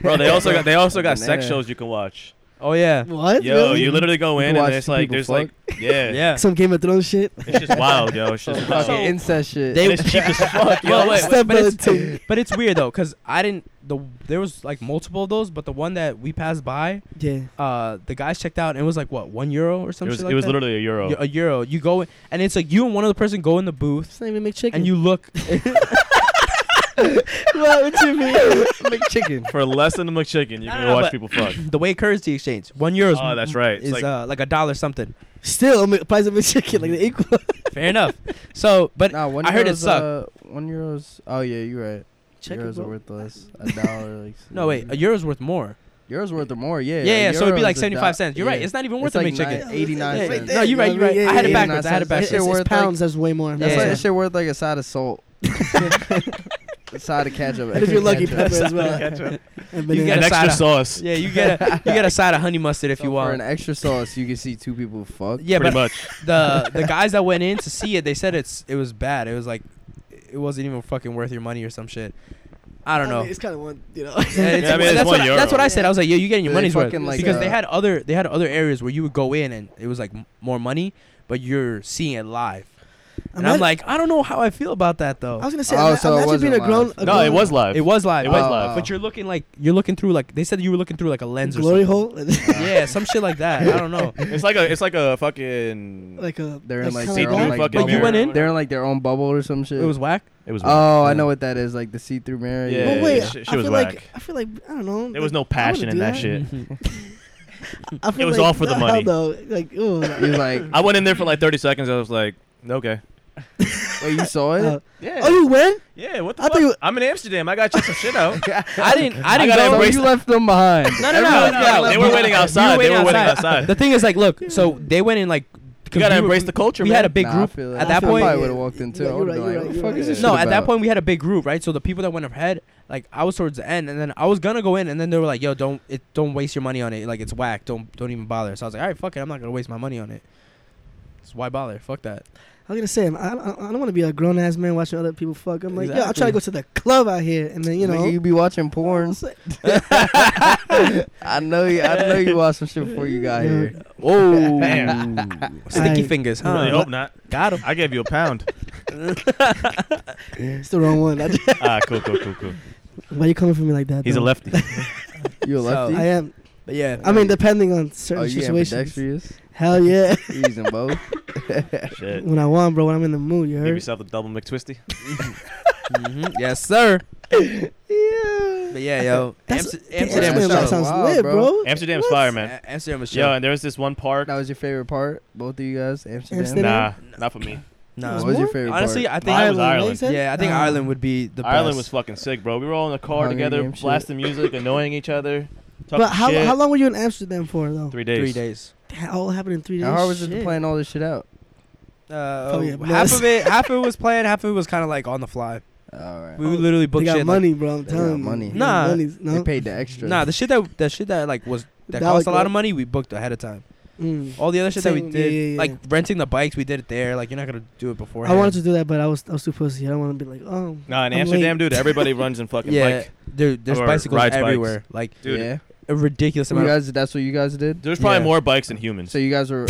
[SPEAKER 3] bro, they also got they also got
[SPEAKER 1] Banana.
[SPEAKER 3] sex shows you can watch.
[SPEAKER 4] Oh
[SPEAKER 2] (laughs)
[SPEAKER 4] yeah,
[SPEAKER 2] What?
[SPEAKER 3] Yo,
[SPEAKER 2] Really?
[SPEAKER 3] you literally go
[SPEAKER 1] You
[SPEAKER 3] in
[SPEAKER 1] can watch
[SPEAKER 3] and it's
[SPEAKER 1] two
[SPEAKER 3] like
[SPEAKER 1] people
[SPEAKER 3] there's
[SPEAKER 1] fuck.
[SPEAKER 3] like yeah,
[SPEAKER 4] (laughs) yeah.
[SPEAKER 2] Some Game of Thrones shit.
[SPEAKER 3] It's just wild, yo. It's
[SPEAKER 1] Some
[SPEAKER 3] just
[SPEAKER 1] fucking
[SPEAKER 3] wild.
[SPEAKER 1] incest shit.
[SPEAKER 4] They-
[SPEAKER 3] And it's
[SPEAKER 4] (laughs)
[SPEAKER 3] cheap as fuck,
[SPEAKER 4] Yo,
[SPEAKER 3] yo.
[SPEAKER 4] wait,
[SPEAKER 2] (laughs) Step
[SPEAKER 4] but it's-
[SPEAKER 2] brother too.
[SPEAKER 4] (laughs) But it's weird though, cause I didn't. The there was like multiple of those, but the one that we passed by,
[SPEAKER 2] Yeah.
[SPEAKER 4] uh, the guys checked out and it was like what one euro or
[SPEAKER 3] It
[SPEAKER 4] something.
[SPEAKER 3] was
[SPEAKER 4] like
[SPEAKER 3] it was
[SPEAKER 4] that?
[SPEAKER 3] literally a euro.
[SPEAKER 4] Y- a euro. You go in, and it's like you and one other person go in the booth
[SPEAKER 2] It's not even McChicken.
[SPEAKER 4] and you look. (laughs)
[SPEAKER 2] what? What you mean?
[SPEAKER 1] (laughs) chicken.
[SPEAKER 3] For less than a McChicken, you
[SPEAKER 4] No,
[SPEAKER 3] can
[SPEAKER 4] no, no,
[SPEAKER 3] watch
[SPEAKER 4] but-
[SPEAKER 3] people
[SPEAKER 4] (laughs)
[SPEAKER 3] fuck.
[SPEAKER 4] the way currency exchange, one euro. is-
[SPEAKER 3] Oh, that's right. It's
[SPEAKER 4] Is
[SPEAKER 3] like-
[SPEAKER 4] uh, like a dollar something.
[SPEAKER 2] Still, I mean, price of McChicken like the equal.
[SPEAKER 4] Fair enough. So,
[SPEAKER 1] (laughs)
[SPEAKER 4] but
[SPEAKER 1] Nah, one
[SPEAKER 4] I heard it
[SPEAKER 1] euro's,
[SPEAKER 4] sucked.
[SPEAKER 1] Uh, one euro's. Oh yeah, you're right.
[SPEAKER 2] Check
[SPEAKER 1] euros
[SPEAKER 2] it,
[SPEAKER 1] are
[SPEAKER 2] bro.
[SPEAKER 1] worth less. A dollar. Like,
[SPEAKER 4] (laughs) no wait, a euro's worth more.
[SPEAKER 1] Euros worth or more. Yeah.
[SPEAKER 4] Yeah, yeah.
[SPEAKER 1] a
[SPEAKER 4] so it'd
[SPEAKER 1] euro
[SPEAKER 4] be like
[SPEAKER 1] is a
[SPEAKER 4] seventy five
[SPEAKER 1] do-
[SPEAKER 4] cents. You're right.
[SPEAKER 1] yeah.
[SPEAKER 4] It's not even
[SPEAKER 1] It's
[SPEAKER 4] worth
[SPEAKER 1] like
[SPEAKER 4] the McChicken.
[SPEAKER 1] nine- 89
[SPEAKER 2] Yeah,
[SPEAKER 1] cents.
[SPEAKER 2] there,
[SPEAKER 4] No, you're right,
[SPEAKER 2] you
[SPEAKER 4] you're
[SPEAKER 2] know what
[SPEAKER 4] right.
[SPEAKER 2] mean?
[SPEAKER 4] I had it
[SPEAKER 2] Yeah, yeah,
[SPEAKER 4] backwards.
[SPEAKER 2] yeah.
[SPEAKER 4] I had it
[SPEAKER 2] It's-
[SPEAKER 1] backwards.
[SPEAKER 2] It's,
[SPEAKER 1] Shit worth,
[SPEAKER 2] pounds. That's way more.
[SPEAKER 1] That's
[SPEAKER 4] Yeah.
[SPEAKER 1] like that shit worth like a side of
[SPEAKER 4] (laughs)
[SPEAKER 1] salt. (laughs) a side of ketchup.
[SPEAKER 2] And if you're
[SPEAKER 1] (laughs)
[SPEAKER 2] lucky,
[SPEAKER 1] Ketchup.
[SPEAKER 2] pepper as well.
[SPEAKER 3] Ketchup.
[SPEAKER 2] And
[SPEAKER 4] You
[SPEAKER 2] banana.
[SPEAKER 4] get
[SPEAKER 3] An
[SPEAKER 4] a side
[SPEAKER 3] extra
[SPEAKER 4] of-
[SPEAKER 3] sauce.
[SPEAKER 4] Yeah, you get a you get a side of honey
[SPEAKER 1] (laughs)
[SPEAKER 4] mustard if
[SPEAKER 1] So
[SPEAKER 4] you
[SPEAKER 1] For an
[SPEAKER 4] want.
[SPEAKER 1] extra sauce, you can see two people fuck.
[SPEAKER 4] (laughs) Yeah,
[SPEAKER 3] pretty
[SPEAKER 4] but
[SPEAKER 3] much.
[SPEAKER 4] the
[SPEAKER 3] (laughs)
[SPEAKER 4] the guys that went in to see it, they said it's it was bad. It was like it wasn't even fucking worth your money or some shit. I don't know.
[SPEAKER 2] mean, it's kind of one, you know.
[SPEAKER 4] Yeah,
[SPEAKER 3] (laughs)
[SPEAKER 4] it's-
[SPEAKER 3] Yeah, I mean, it's
[SPEAKER 4] that's,
[SPEAKER 3] one
[SPEAKER 4] what I,
[SPEAKER 3] euro.
[SPEAKER 4] that's what I said. I was like, "Yo, you're getting your
[SPEAKER 1] They
[SPEAKER 4] money's worth,"
[SPEAKER 1] fucking, like,
[SPEAKER 4] because they
[SPEAKER 1] uh,
[SPEAKER 4] had other they had other areas where you would go in and it was like m- more money, but you're seeing it live. And I'm like, I don't know how I feel about that though.
[SPEAKER 2] I was gonna say,
[SPEAKER 1] Oh,
[SPEAKER 2] ima-
[SPEAKER 1] so it
[SPEAKER 2] imagine being a
[SPEAKER 1] wasn't
[SPEAKER 2] grown.
[SPEAKER 1] live.
[SPEAKER 2] A
[SPEAKER 3] No, it
[SPEAKER 2] grown-
[SPEAKER 3] was live.
[SPEAKER 4] it was live.
[SPEAKER 3] It was
[SPEAKER 4] but-
[SPEAKER 1] live.
[SPEAKER 4] But you're looking like you're looking through like they said you were looking through like a lens
[SPEAKER 2] glory
[SPEAKER 4] or
[SPEAKER 2] hole,
[SPEAKER 4] something. yeah, some shit like that. I
[SPEAKER 2] (laughs)
[SPEAKER 4] don't know.
[SPEAKER 3] It's like a it's like a fucking
[SPEAKER 2] like a
[SPEAKER 1] They're in like
[SPEAKER 2] kinda
[SPEAKER 1] their
[SPEAKER 3] see-through
[SPEAKER 1] own
[SPEAKER 2] dark.
[SPEAKER 1] like
[SPEAKER 3] fucking
[SPEAKER 1] bubble.
[SPEAKER 4] You went in?
[SPEAKER 1] They're in like their own bubble or some shit.
[SPEAKER 4] It was whack.
[SPEAKER 3] it was. whack.
[SPEAKER 1] Oh, I
[SPEAKER 4] Yeah.
[SPEAKER 1] know what that is. Like the see-through mirror.
[SPEAKER 3] Yeah,
[SPEAKER 2] But wait,
[SPEAKER 3] she- she
[SPEAKER 2] I
[SPEAKER 3] was
[SPEAKER 2] feel
[SPEAKER 3] whack.
[SPEAKER 2] like I feel like I don't know.
[SPEAKER 3] there was
[SPEAKER 2] like,
[SPEAKER 3] no passion
[SPEAKER 2] I
[SPEAKER 3] in that,
[SPEAKER 2] wouldn't do
[SPEAKER 4] (laughs)
[SPEAKER 3] shit.
[SPEAKER 2] I feel
[SPEAKER 3] It was
[SPEAKER 2] like,
[SPEAKER 3] all for the
[SPEAKER 2] hell
[SPEAKER 3] money.
[SPEAKER 2] Though, like, ooh,
[SPEAKER 1] He was like,
[SPEAKER 3] I went in there for like 30 seconds. I was like, okay.
[SPEAKER 1] wait, you saw it?
[SPEAKER 2] (laughs) uh,
[SPEAKER 3] Yeah.
[SPEAKER 2] oh, you went?
[SPEAKER 3] yeah. What the
[SPEAKER 2] I thought
[SPEAKER 3] fuck?
[SPEAKER 2] you-
[SPEAKER 3] I'm in Amsterdam. I got to check some shit (laughs) out.
[SPEAKER 4] I didn't. I
[SPEAKER 3] I gotta
[SPEAKER 4] didn't go.
[SPEAKER 1] so
[SPEAKER 3] embrace
[SPEAKER 1] you left them behind.
[SPEAKER 4] No, no, no,
[SPEAKER 3] Everyone-
[SPEAKER 4] no,
[SPEAKER 3] yeah,
[SPEAKER 4] no,
[SPEAKER 3] they
[SPEAKER 4] no.
[SPEAKER 3] were
[SPEAKER 4] You-
[SPEAKER 3] waiting
[SPEAKER 4] you
[SPEAKER 3] outside. They were waiting outside. (laughs)
[SPEAKER 4] The thing is, like, look. So they went in like.
[SPEAKER 3] You gotta embrace the culture.
[SPEAKER 4] We
[SPEAKER 3] man.
[SPEAKER 4] had a big
[SPEAKER 1] Nah, I
[SPEAKER 4] group
[SPEAKER 1] feel it.
[SPEAKER 4] at
[SPEAKER 2] I
[SPEAKER 4] that
[SPEAKER 2] feel
[SPEAKER 1] I
[SPEAKER 4] point.
[SPEAKER 1] probably
[SPEAKER 2] yeah.
[SPEAKER 1] would have walked in too.
[SPEAKER 2] Yeah,
[SPEAKER 1] I
[SPEAKER 2] you're
[SPEAKER 1] would have been
[SPEAKER 2] right,
[SPEAKER 1] like, what
[SPEAKER 2] you're right,
[SPEAKER 1] the
[SPEAKER 2] you're
[SPEAKER 1] fuck
[SPEAKER 2] right.
[SPEAKER 1] is this
[SPEAKER 4] No,
[SPEAKER 1] shit
[SPEAKER 4] at that
[SPEAKER 1] about?
[SPEAKER 4] point we had a big group, right? So the people that went ahead, like I was towards the end, and then I was gonna go in, and then they were like, "Yo, don't it, don't waste your money on it. Like it's whack. Don't don't even bother." So I was like, "All right, fuck it. I'm not gonna waste my money on it. So why bother? Fuck that."
[SPEAKER 2] I was gonna say, I, I, I don't want to be a grown ass man watching other people fuck. I'm like, yeah, I'm trying
[SPEAKER 4] Exactly.
[SPEAKER 2] to go to the club out here, and then you know,
[SPEAKER 1] Nigga, you be watching
[SPEAKER 2] (laughs)
[SPEAKER 1] porn. I know you. I know you watched some shit before you got
[SPEAKER 2] Yeah.
[SPEAKER 1] here.
[SPEAKER 4] Whoa,
[SPEAKER 3] Damn.
[SPEAKER 4] (laughs) sticky
[SPEAKER 2] I-
[SPEAKER 4] fingers,
[SPEAKER 3] I really
[SPEAKER 4] huh?
[SPEAKER 3] hope not.
[SPEAKER 4] Got him.
[SPEAKER 3] I gave you a pound.
[SPEAKER 2] it's the wrong one.
[SPEAKER 3] (laughs)
[SPEAKER 2] I just-
[SPEAKER 3] ah, cool, cool, cool, cool.
[SPEAKER 2] Why you coming for me like that?
[SPEAKER 3] He's a
[SPEAKER 2] though?
[SPEAKER 3] lefty.
[SPEAKER 1] You a
[SPEAKER 4] So-
[SPEAKER 1] lefty?
[SPEAKER 2] I am.
[SPEAKER 4] But yeah,
[SPEAKER 2] I mean, depending on
[SPEAKER 1] oh,
[SPEAKER 2] certain
[SPEAKER 1] you
[SPEAKER 2] situations.
[SPEAKER 1] ambidextrous?
[SPEAKER 2] Hell yeah.
[SPEAKER 1] You using both?
[SPEAKER 3] Shit.
[SPEAKER 2] (laughs) when I want, bro, when I'm in the mood, you
[SPEAKER 3] Give
[SPEAKER 2] heard.
[SPEAKER 3] yourself a double McTwisty.
[SPEAKER 4] mhm. yes, sir. But yeah, yo,
[SPEAKER 2] That's-
[SPEAKER 4] Amster-
[SPEAKER 2] Damn,
[SPEAKER 4] Amsterdam
[SPEAKER 1] Amsterdam
[SPEAKER 4] was
[SPEAKER 1] life
[SPEAKER 4] chill.
[SPEAKER 2] sounds
[SPEAKER 1] Wow,
[SPEAKER 2] lit,
[SPEAKER 1] bro.
[SPEAKER 2] bro.
[SPEAKER 3] Amsterdam's fire, man.
[SPEAKER 4] A- Amsterdam was
[SPEAKER 3] Yo,
[SPEAKER 4] chill.
[SPEAKER 3] and there was this one park.
[SPEAKER 1] That was your favorite part, both of you guys, Amsterdam.
[SPEAKER 2] Amsterdam?
[SPEAKER 3] Nah, not for me.
[SPEAKER 4] Nah.
[SPEAKER 2] It
[SPEAKER 1] What
[SPEAKER 2] was
[SPEAKER 1] was your
[SPEAKER 2] more-
[SPEAKER 1] favorite
[SPEAKER 4] honestly,
[SPEAKER 1] part?
[SPEAKER 4] I think
[SPEAKER 3] Mine was Ireland.
[SPEAKER 2] you said?
[SPEAKER 4] Yeah, I think
[SPEAKER 2] Uh,
[SPEAKER 4] Ireland would be the best.
[SPEAKER 3] Ireland was fucking sick, bro. We were all in a car
[SPEAKER 1] Hunger
[SPEAKER 3] together,
[SPEAKER 1] Game shit.
[SPEAKER 3] blasting music, annoying each other. Talking
[SPEAKER 2] But how,
[SPEAKER 3] shit.
[SPEAKER 2] how long were you in Amsterdam for though?
[SPEAKER 3] Three days.
[SPEAKER 4] three days.
[SPEAKER 2] That all happened in three days.
[SPEAKER 1] How hard was it to
[SPEAKER 2] Shit.
[SPEAKER 1] plan all this shit out?
[SPEAKER 4] Uh,
[SPEAKER 2] Probably
[SPEAKER 4] oh,
[SPEAKER 2] a
[SPEAKER 4] half
[SPEAKER 2] mess.
[SPEAKER 4] of it, half of it was planned, half of it was kind of like on the fly.
[SPEAKER 1] All right.
[SPEAKER 4] We would literally
[SPEAKER 2] They
[SPEAKER 4] booked
[SPEAKER 2] got
[SPEAKER 4] shit.
[SPEAKER 2] money, bro. I'm
[SPEAKER 1] They got
[SPEAKER 2] telling you.
[SPEAKER 1] money.
[SPEAKER 2] They got
[SPEAKER 4] Nah.
[SPEAKER 2] monies,
[SPEAKER 1] They
[SPEAKER 2] no.
[SPEAKER 1] paid the extra.
[SPEAKER 4] Like, nah, the shit that that shit that like was that,
[SPEAKER 2] That
[SPEAKER 4] cost
[SPEAKER 2] was
[SPEAKER 4] a lot
[SPEAKER 2] good.
[SPEAKER 4] of money. We booked ahead of time.
[SPEAKER 2] Mm.
[SPEAKER 4] All the other shit that we
[SPEAKER 2] Same,
[SPEAKER 4] did,
[SPEAKER 2] yeah, yeah,
[SPEAKER 4] like
[SPEAKER 2] yeah.
[SPEAKER 4] renting the bikes, we did it there. Like you're not gonna do it before.
[SPEAKER 2] I wanted to do that, but I was I was too pussy. I don't want to be like, oh.
[SPEAKER 3] Nah, in
[SPEAKER 2] I'm
[SPEAKER 3] Amsterdam,
[SPEAKER 2] late.
[SPEAKER 3] dude, everybody runs in fucking
[SPEAKER 4] (laughs) Yeah,
[SPEAKER 3] bike.
[SPEAKER 4] dude. There's
[SPEAKER 3] Or
[SPEAKER 4] bicycles
[SPEAKER 3] rides bikes.
[SPEAKER 4] everywhere. Like
[SPEAKER 3] Dude,
[SPEAKER 1] yeah.
[SPEAKER 4] a ridiculous
[SPEAKER 1] You
[SPEAKER 4] amount.
[SPEAKER 1] guys, that's what you guys did.
[SPEAKER 3] there's probably
[SPEAKER 4] Yeah.
[SPEAKER 3] more bikes than humans.
[SPEAKER 1] So (laughs) you guys were.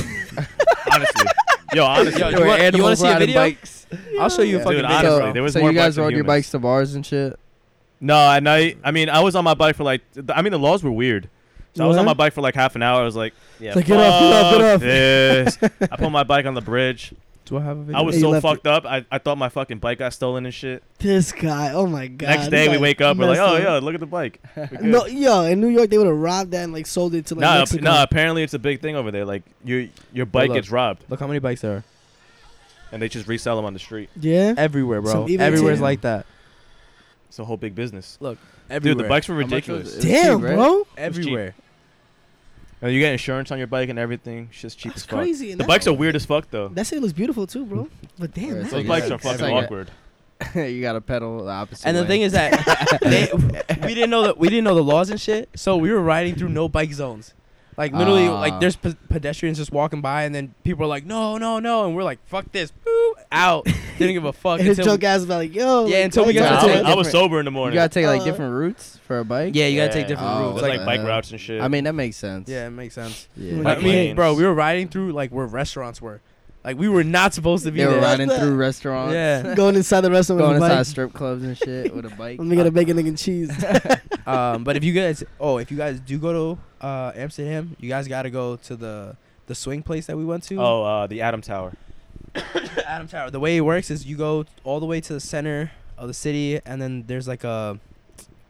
[SPEAKER 3] honestly. Yo, honestly.
[SPEAKER 4] Yo,
[SPEAKER 1] you
[SPEAKER 4] you
[SPEAKER 1] were
[SPEAKER 4] want- you wanna
[SPEAKER 1] animals
[SPEAKER 4] see a
[SPEAKER 1] riding
[SPEAKER 4] video?
[SPEAKER 1] Bikes.
[SPEAKER 4] I'll show you a
[SPEAKER 1] Yeah.
[SPEAKER 4] fucking
[SPEAKER 3] Dude,
[SPEAKER 4] video.
[SPEAKER 3] honestly,
[SPEAKER 1] so,
[SPEAKER 3] there was
[SPEAKER 1] so
[SPEAKER 3] more
[SPEAKER 1] you
[SPEAKER 3] bikes
[SPEAKER 1] guys
[SPEAKER 3] than
[SPEAKER 1] rode your
[SPEAKER 3] humans.
[SPEAKER 1] bikes to bars and shit. (laughs)
[SPEAKER 3] no, at night, I mean, I was on my bike for like, th- I mean, the laws were weird. So I was on my
[SPEAKER 2] What?
[SPEAKER 3] bike for like half an hour. I was like, yeah,
[SPEAKER 2] It's like, get off, get off, get
[SPEAKER 3] fuck
[SPEAKER 2] off.
[SPEAKER 3] this.
[SPEAKER 2] (laughs)
[SPEAKER 3] I put my bike on the bridge.
[SPEAKER 4] Do I have a video?
[SPEAKER 3] I was
[SPEAKER 2] Hey, you
[SPEAKER 3] so
[SPEAKER 2] left it.
[SPEAKER 3] fucked up. I, I thought my fucking bike got stolen and shit.
[SPEAKER 2] This guy. Oh my god.
[SPEAKER 3] Next day
[SPEAKER 2] He's,
[SPEAKER 3] we
[SPEAKER 2] like,
[SPEAKER 3] wake up, we're like,
[SPEAKER 2] messed
[SPEAKER 3] oh
[SPEAKER 2] up.
[SPEAKER 3] yeah, look at the bike.
[SPEAKER 2] No, yo, in New York they would have robbed that and like sold it to like
[SPEAKER 3] No,
[SPEAKER 2] Mexico.
[SPEAKER 3] no. Apparently, it's a big thing over there. Like your your bike
[SPEAKER 4] Hold up.
[SPEAKER 3] gets robbed,
[SPEAKER 4] Look how many bikes there are.
[SPEAKER 3] and they just resell them on the street.
[SPEAKER 2] Yeah.
[SPEAKER 4] Everywhere,
[SPEAKER 2] Some
[SPEAKER 4] bro.
[SPEAKER 2] even
[SPEAKER 4] Everywhere's
[SPEAKER 2] ten.
[SPEAKER 4] like that.
[SPEAKER 3] It's a whole big business.
[SPEAKER 4] Everywhere.
[SPEAKER 3] Dude, the bikes were
[SPEAKER 1] How much was
[SPEAKER 3] ridiculous.
[SPEAKER 1] it? was
[SPEAKER 2] Damn,
[SPEAKER 1] cheap, right?
[SPEAKER 2] bro.
[SPEAKER 4] everywhere.
[SPEAKER 3] Uh, You get insurance on your bike and everything. Shit's cheap
[SPEAKER 2] That's
[SPEAKER 3] as fuck.
[SPEAKER 2] crazy. And
[SPEAKER 3] The
[SPEAKER 2] that-
[SPEAKER 3] bikes are weerd as fuck though.
[SPEAKER 2] That city looks beautiful too, bro. But damn,
[SPEAKER 1] Yeah,
[SPEAKER 2] that
[SPEAKER 1] it's
[SPEAKER 3] Those
[SPEAKER 1] like-
[SPEAKER 3] bikes
[SPEAKER 1] yeah,
[SPEAKER 3] are
[SPEAKER 1] it's
[SPEAKER 3] fucking
[SPEAKER 1] like a-
[SPEAKER 3] awkward.
[SPEAKER 1] you got to pedal the opposite.
[SPEAKER 4] And the
[SPEAKER 1] way.
[SPEAKER 4] thing is (laughs) that they, we didn't know that we didn't know the laws and shit, so we were riding through no bike zones. Like literally,
[SPEAKER 1] Ah.
[SPEAKER 4] like there's pe- pedestrians just walking by, and then people are like, "No, no, no," and we're like, "Fuck this!" Boop, (laughs) out.
[SPEAKER 3] (laughs)
[SPEAKER 2] (laughs)
[SPEAKER 4] Didn't give a fuck.
[SPEAKER 2] and his
[SPEAKER 4] until-
[SPEAKER 2] drunk ass was like, yo.
[SPEAKER 4] Yeah,
[SPEAKER 2] like,
[SPEAKER 4] until we
[SPEAKER 2] why you
[SPEAKER 4] got to
[SPEAKER 3] Nah,
[SPEAKER 1] gotta
[SPEAKER 3] I,
[SPEAKER 1] take
[SPEAKER 3] was, I was
[SPEAKER 1] different-
[SPEAKER 3] sober in the
[SPEAKER 1] you
[SPEAKER 3] morning.
[SPEAKER 1] got to take like
[SPEAKER 2] Uh,
[SPEAKER 1] different routes for a bike.
[SPEAKER 4] yeah, you gotta
[SPEAKER 3] Yeah.
[SPEAKER 4] take different
[SPEAKER 1] Oh,
[SPEAKER 4] routes.
[SPEAKER 3] There's,
[SPEAKER 1] it's
[SPEAKER 4] Like,
[SPEAKER 3] like,
[SPEAKER 1] like,
[SPEAKER 3] bike
[SPEAKER 1] uh,
[SPEAKER 3] routes and shit.
[SPEAKER 1] I mean that makes sense.
[SPEAKER 4] yeah, it makes sense.
[SPEAKER 1] Yeah.
[SPEAKER 2] Like,
[SPEAKER 4] But, I
[SPEAKER 3] Bike
[SPEAKER 4] mean,
[SPEAKER 3] lanes.
[SPEAKER 4] bro, we were riding through like where restaurants were. Like we were not supposed to be
[SPEAKER 1] They were
[SPEAKER 4] there.
[SPEAKER 1] riding
[SPEAKER 2] What the-
[SPEAKER 1] through restaurants.
[SPEAKER 4] (laughs) Yeah.
[SPEAKER 2] Going inside the restaurant
[SPEAKER 1] Going
[SPEAKER 2] with a
[SPEAKER 1] inside
[SPEAKER 2] bike.
[SPEAKER 1] strip clubs and shit with a
[SPEAKER 3] (laughs)
[SPEAKER 1] bike.
[SPEAKER 2] Let me get a bacon, egg, and cheese.
[SPEAKER 4] um, but if you guys, oh, if you guys do go to uh, Amsterdam, you guys gotta go to the the swing place that we went to.
[SPEAKER 3] Oh, uh, the Adam Tower.
[SPEAKER 4] Adam Tower. The way it works is you go all the way to the center of the city, and then there's like a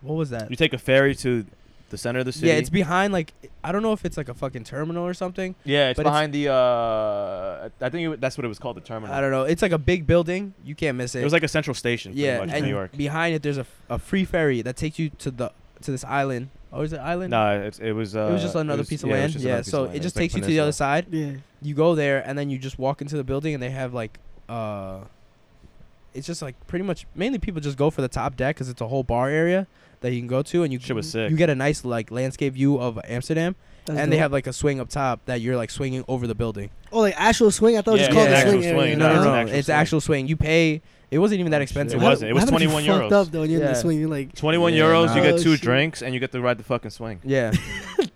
[SPEAKER 4] what was that?
[SPEAKER 3] You take a ferry to the center of the city.
[SPEAKER 4] Yeah, it's behind like I don't know if it's like a fucking terminal or something.
[SPEAKER 3] yeah, it's
[SPEAKER 4] but it's-
[SPEAKER 3] behind the. Uh, I think it, wa- that's what it was called, the terminal.
[SPEAKER 4] I don't know. It's like a big building. You can't miss it.
[SPEAKER 3] It was like a central station, pretty
[SPEAKER 4] yeah,
[SPEAKER 3] much, in
[SPEAKER 4] and
[SPEAKER 3] New York.
[SPEAKER 4] behind it there's a, f- a free ferry that takes you to the to this island. Oh, is it island?
[SPEAKER 3] No, it's, it was. Uh,
[SPEAKER 4] It was just another
[SPEAKER 3] was-
[SPEAKER 4] piece of
[SPEAKER 3] yeah, it was
[SPEAKER 4] land.
[SPEAKER 3] just
[SPEAKER 4] Yeah,
[SPEAKER 3] another piece of
[SPEAKER 4] so
[SPEAKER 3] land.
[SPEAKER 4] it just
[SPEAKER 3] was like
[SPEAKER 4] takes you to the
[SPEAKER 3] peninsula.
[SPEAKER 4] other side.
[SPEAKER 2] yeah.
[SPEAKER 4] You go there, and then you just walk into the building, and they have like, uh, it's just like pretty much mainly people just go for the top deck because it's a whole bar area that you can go to, and you
[SPEAKER 3] Shit was sick.
[SPEAKER 4] you get a nice like landscape view of Amsterdam,
[SPEAKER 2] That's
[SPEAKER 4] and
[SPEAKER 2] dope.
[SPEAKER 4] they have like a swing up top that you're like swinging over the building.
[SPEAKER 2] Oh, like actual swing? I thought
[SPEAKER 3] Yeah,
[SPEAKER 2] it was called
[SPEAKER 4] yeah,
[SPEAKER 2] the
[SPEAKER 4] actual
[SPEAKER 2] swing. area. Oh,
[SPEAKER 3] swing,
[SPEAKER 4] no,
[SPEAKER 3] no,
[SPEAKER 4] no,
[SPEAKER 3] it's
[SPEAKER 4] no,
[SPEAKER 3] an actual
[SPEAKER 4] it's
[SPEAKER 3] swing.
[SPEAKER 4] actual swing. You pay. It wasn't even that expensive.
[SPEAKER 3] It
[SPEAKER 2] How-
[SPEAKER 3] wasn't. It was
[SPEAKER 2] how did you
[SPEAKER 3] 21 euros.
[SPEAKER 2] fucked up though when you're in
[SPEAKER 4] Yeah.
[SPEAKER 2] the swing. You're like,
[SPEAKER 3] 21
[SPEAKER 1] Yeah,
[SPEAKER 3] euros, you
[SPEAKER 1] nah.
[SPEAKER 3] get
[SPEAKER 2] Oh,
[SPEAKER 3] two
[SPEAKER 2] shit.
[SPEAKER 3] drinks, and you get to ride the fucking swing.
[SPEAKER 4] Yeah,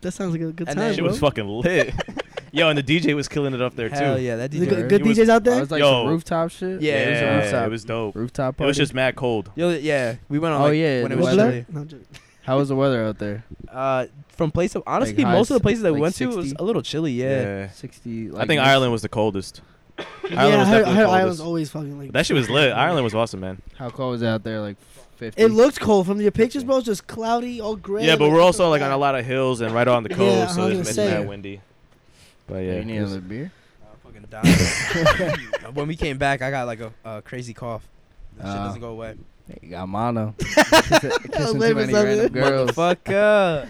[SPEAKER 2] that sounds like a good
[SPEAKER 4] And
[SPEAKER 2] time,
[SPEAKER 4] then-
[SPEAKER 3] Shit
[SPEAKER 2] bro.
[SPEAKER 3] was fucking lit. (laughs) Yo, and the DJ was killing it up there
[SPEAKER 4] Hell
[SPEAKER 3] too.
[SPEAKER 4] yeah, that
[SPEAKER 2] Is it
[SPEAKER 4] DJ.
[SPEAKER 2] good, good
[SPEAKER 3] He was-
[SPEAKER 2] DJs out
[SPEAKER 1] Oh, it
[SPEAKER 2] there.
[SPEAKER 1] was like
[SPEAKER 3] Yo.
[SPEAKER 1] some rooftop shit.
[SPEAKER 4] Yeah, it was a
[SPEAKER 3] Yeah,
[SPEAKER 1] rooftop
[SPEAKER 3] it was dope.
[SPEAKER 1] rooftop
[SPEAKER 3] It
[SPEAKER 1] party.
[SPEAKER 3] was just mad cold.
[SPEAKER 4] Yo, yeah, we went on.
[SPEAKER 1] Oh,
[SPEAKER 4] like,
[SPEAKER 1] yeah,
[SPEAKER 4] when it
[SPEAKER 1] the
[SPEAKER 4] was
[SPEAKER 1] weather.
[SPEAKER 4] chilly.
[SPEAKER 2] No, I'm joking.
[SPEAKER 1] How was the weather out there?
[SPEAKER 4] Uh, from place of honestly,
[SPEAKER 1] Like
[SPEAKER 4] most
[SPEAKER 1] highs,
[SPEAKER 4] of the places that we
[SPEAKER 1] like
[SPEAKER 4] went to was
[SPEAKER 1] 60?
[SPEAKER 4] a little chilly. Yeah.
[SPEAKER 1] Sixty.
[SPEAKER 3] I
[SPEAKER 1] Like
[SPEAKER 3] think
[SPEAKER 1] this?
[SPEAKER 3] Ireland was the coldest.
[SPEAKER 2] yeah,
[SPEAKER 3] Ireland
[SPEAKER 2] I
[SPEAKER 3] was
[SPEAKER 2] heard, I
[SPEAKER 3] definitely
[SPEAKER 2] heard
[SPEAKER 3] cold
[SPEAKER 2] Ireland's
[SPEAKER 3] as-
[SPEAKER 2] always fucking like.
[SPEAKER 3] That shit was lit. Ireland was awesome, man.
[SPEAKER 1] How cold was it out there? Like fifty.
[SPEAKER 2] It looked cold from your pictures, bro. It's just cloudy, all gray.
[SPEAKER 3] Yeah, but
[SPEAKER 2] like,
[SPEAKER 3] we're
[SPEAKER 2] what
[SPEAKER 3] also
[SPEAKER 2] the
[SPEAKER 3] like on
[SPEAKER 2] fuck?
[SPEAKER 3] a lot of hills and right on the
[SPEAKER 2] Yeah,
[SPEAKER 3] coast,
[SPEAKER 2] I
[SPEAKER 3] so
[SPEAKER 2] was
[SPEAKER 3] it's
[SPEAKER 2] gonna
[SPEAKER 3] mad
[SPEAKER 2] say.
[SPEAKER 3] windy. But
[SPEAKER 1] Yeah,
[SPEAKER 3] yeah,
[SPEAKER 1] you need
[SPEAKER 3] it was-
[SPEAKER 1] another beer.
[SPEAKER 4] Uh, Fucking dying. (laughs) when we came back, I got like a, a crazy cough. That shit
[SPEAKER 1] Oh.
[SPEAKER 4] doesn't go away.
[SPEAKER 1] You got mono. Kissing too
[SPEAKER 2] Live or
[SPEAKER 1] many
[SPEAKER 2] something.
[SPEAKER 1] random
[SPEAKER 4] (laughs)
[SPEAKER 1] girls.
[SPEAKER 4] Fuck up.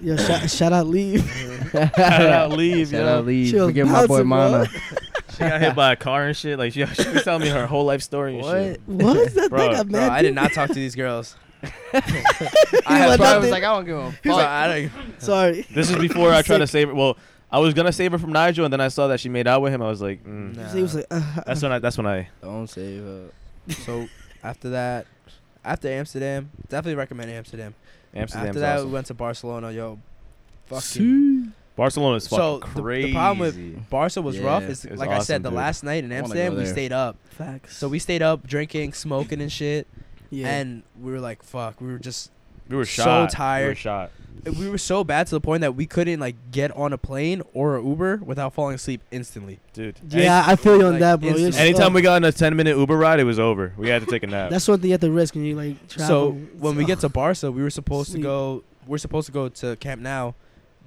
[SPEAKER 2] Yo, shout, shout out,
[SPEAKER 4] (laughs)
[SPEAKER 2] leave. (laughs)
[SPEAKER 1] (laughs) Shout
[SPEAKER 3] out Leave,
[SPEAKER 1] Shout
[SPEAKER 3] yo.
[SPEAKER 1] out Leave.
[SPEAKER 2] She was
[SPEAKER 1] Forget my boy
[SPEAKER 2] bouncing,
[SPEAKER 1] Mono.
[SPEAKER 3] (laughs) she got hit by a car and shit. Like she, (laughs) she was telling me her whole life story and shit.
[SPEAKER 2] What is that?
[SPEAKER 3] Bro,
[SPEAKER 2] thing got
[SPEAKER 4] Bro,
[SPEAKER 2] mad.
[SPEAKER 4] I did
[SPEAKER 2] deep.
[SPEAKER 4] not talk to these girls.
[SPEAKER 2] You
[SPEAKER 4] I
[SPEAKER 2] let
[SPEAKER 4] had
[SPEAKER 1] But I
[SPEAKER 2] that
[SPEAKER 1] was
[SPEAKER 4] problems.
[SPEAKER 2] thing-
[SPEAKER 1] like, I don't give a
[SPEAKER 4] Bro,
[SPEAKER 1] fuck.
[SPEAKER 4] I don't-
[SPEAKER 2] Sorry.
[SPEAKER 3] This is before I tried to
[SPEAKER 2] Sick.
[SPEAKER 3] save her. Well, I was gonna save her from Nigel, and then I saw that she made out with him. I was like, mm.
[SPEAKER 4] Nah.
[SPEAKER 2] He was like, uh,
[SPEAKER 3] that's when I. That's when I.
[SPEAKER 1] Don't save up.
[SPEAKER 4] (laughs) So after that, after Amsterdam, definitely recommend Amsterdam.
[SPEAKER 3] Amsterdam's
[SPEAKER 4] after that,
[SPEAKER 3] awesome.
[SPEAKER 4] we went to Barcelona. Yo, fucking
[SPEAKER 3] Barcelona is
[SPEAKER 4] So,
[SPEAKER 3] fucking
[SPEAKER 4] the-
[SPEAKER 3] crazy.
[SPEAKER 4] the problem with- Barca was
[SPEAKER 1] Yeah,
[SPEAKER 4] rough. It's,
[SPEAKER 3] it was
[SPEAKER 4] like I said,
[SPEAKER 3] awesome,
[SPEAKER 4] the
[SPEAKER 3] dude.
[SPEAKER 4] last night in
[SPEAKER 1] I wanna go
[SPEAKER 4] Amsterdam, we
[SPEAKER 1] there.
[SPEAKER 4] stayed up.
[SPEAKER 2] facts.
[SPEAKER 4] So we stayed up drinking, smoking, and shit.
[SPEAKER 2] yeah.
[SPEAKER 4] And we were like, fuck. We were just
[SPEAKER 3] we were
[SPEAKER 4] so
[SPEAKER 3] shot. We were
[SPEAKER 4] tired.
[SPEAKER 3] shot.
[SPEAKER 4] we were so bad to the point that we couldn't like get on a plane or an Uber without falling asleep instantly.
[SPEAKER 3] Dude.
[SPEAKER 2] yeah, I feel you on
[SPEAKER 4] like,
[SPEAKER 2] that, bro.
[SPEAKER 4] instant-
[SPEAKER 2] You're
[SPEAKER 3] Any-
[SPEAKER 2] so-
[SPEAKER 3] anytime we got on a 10 minute Uber ride, it was over. We had to take a nap.
[SPEAKER 2] That's one thing you have to risk when you like
[SPEAKER 4] so
[SPEAKER 2] travel.
[SPEAKER 4] when we
[SPEAKER 2] (laughs)
[SPEAKER 4] get to Barca, we were supposed
[SPEAKER 2] Sleep.
[SPEAKER 4] to go. We're supposed to go to Camp Now.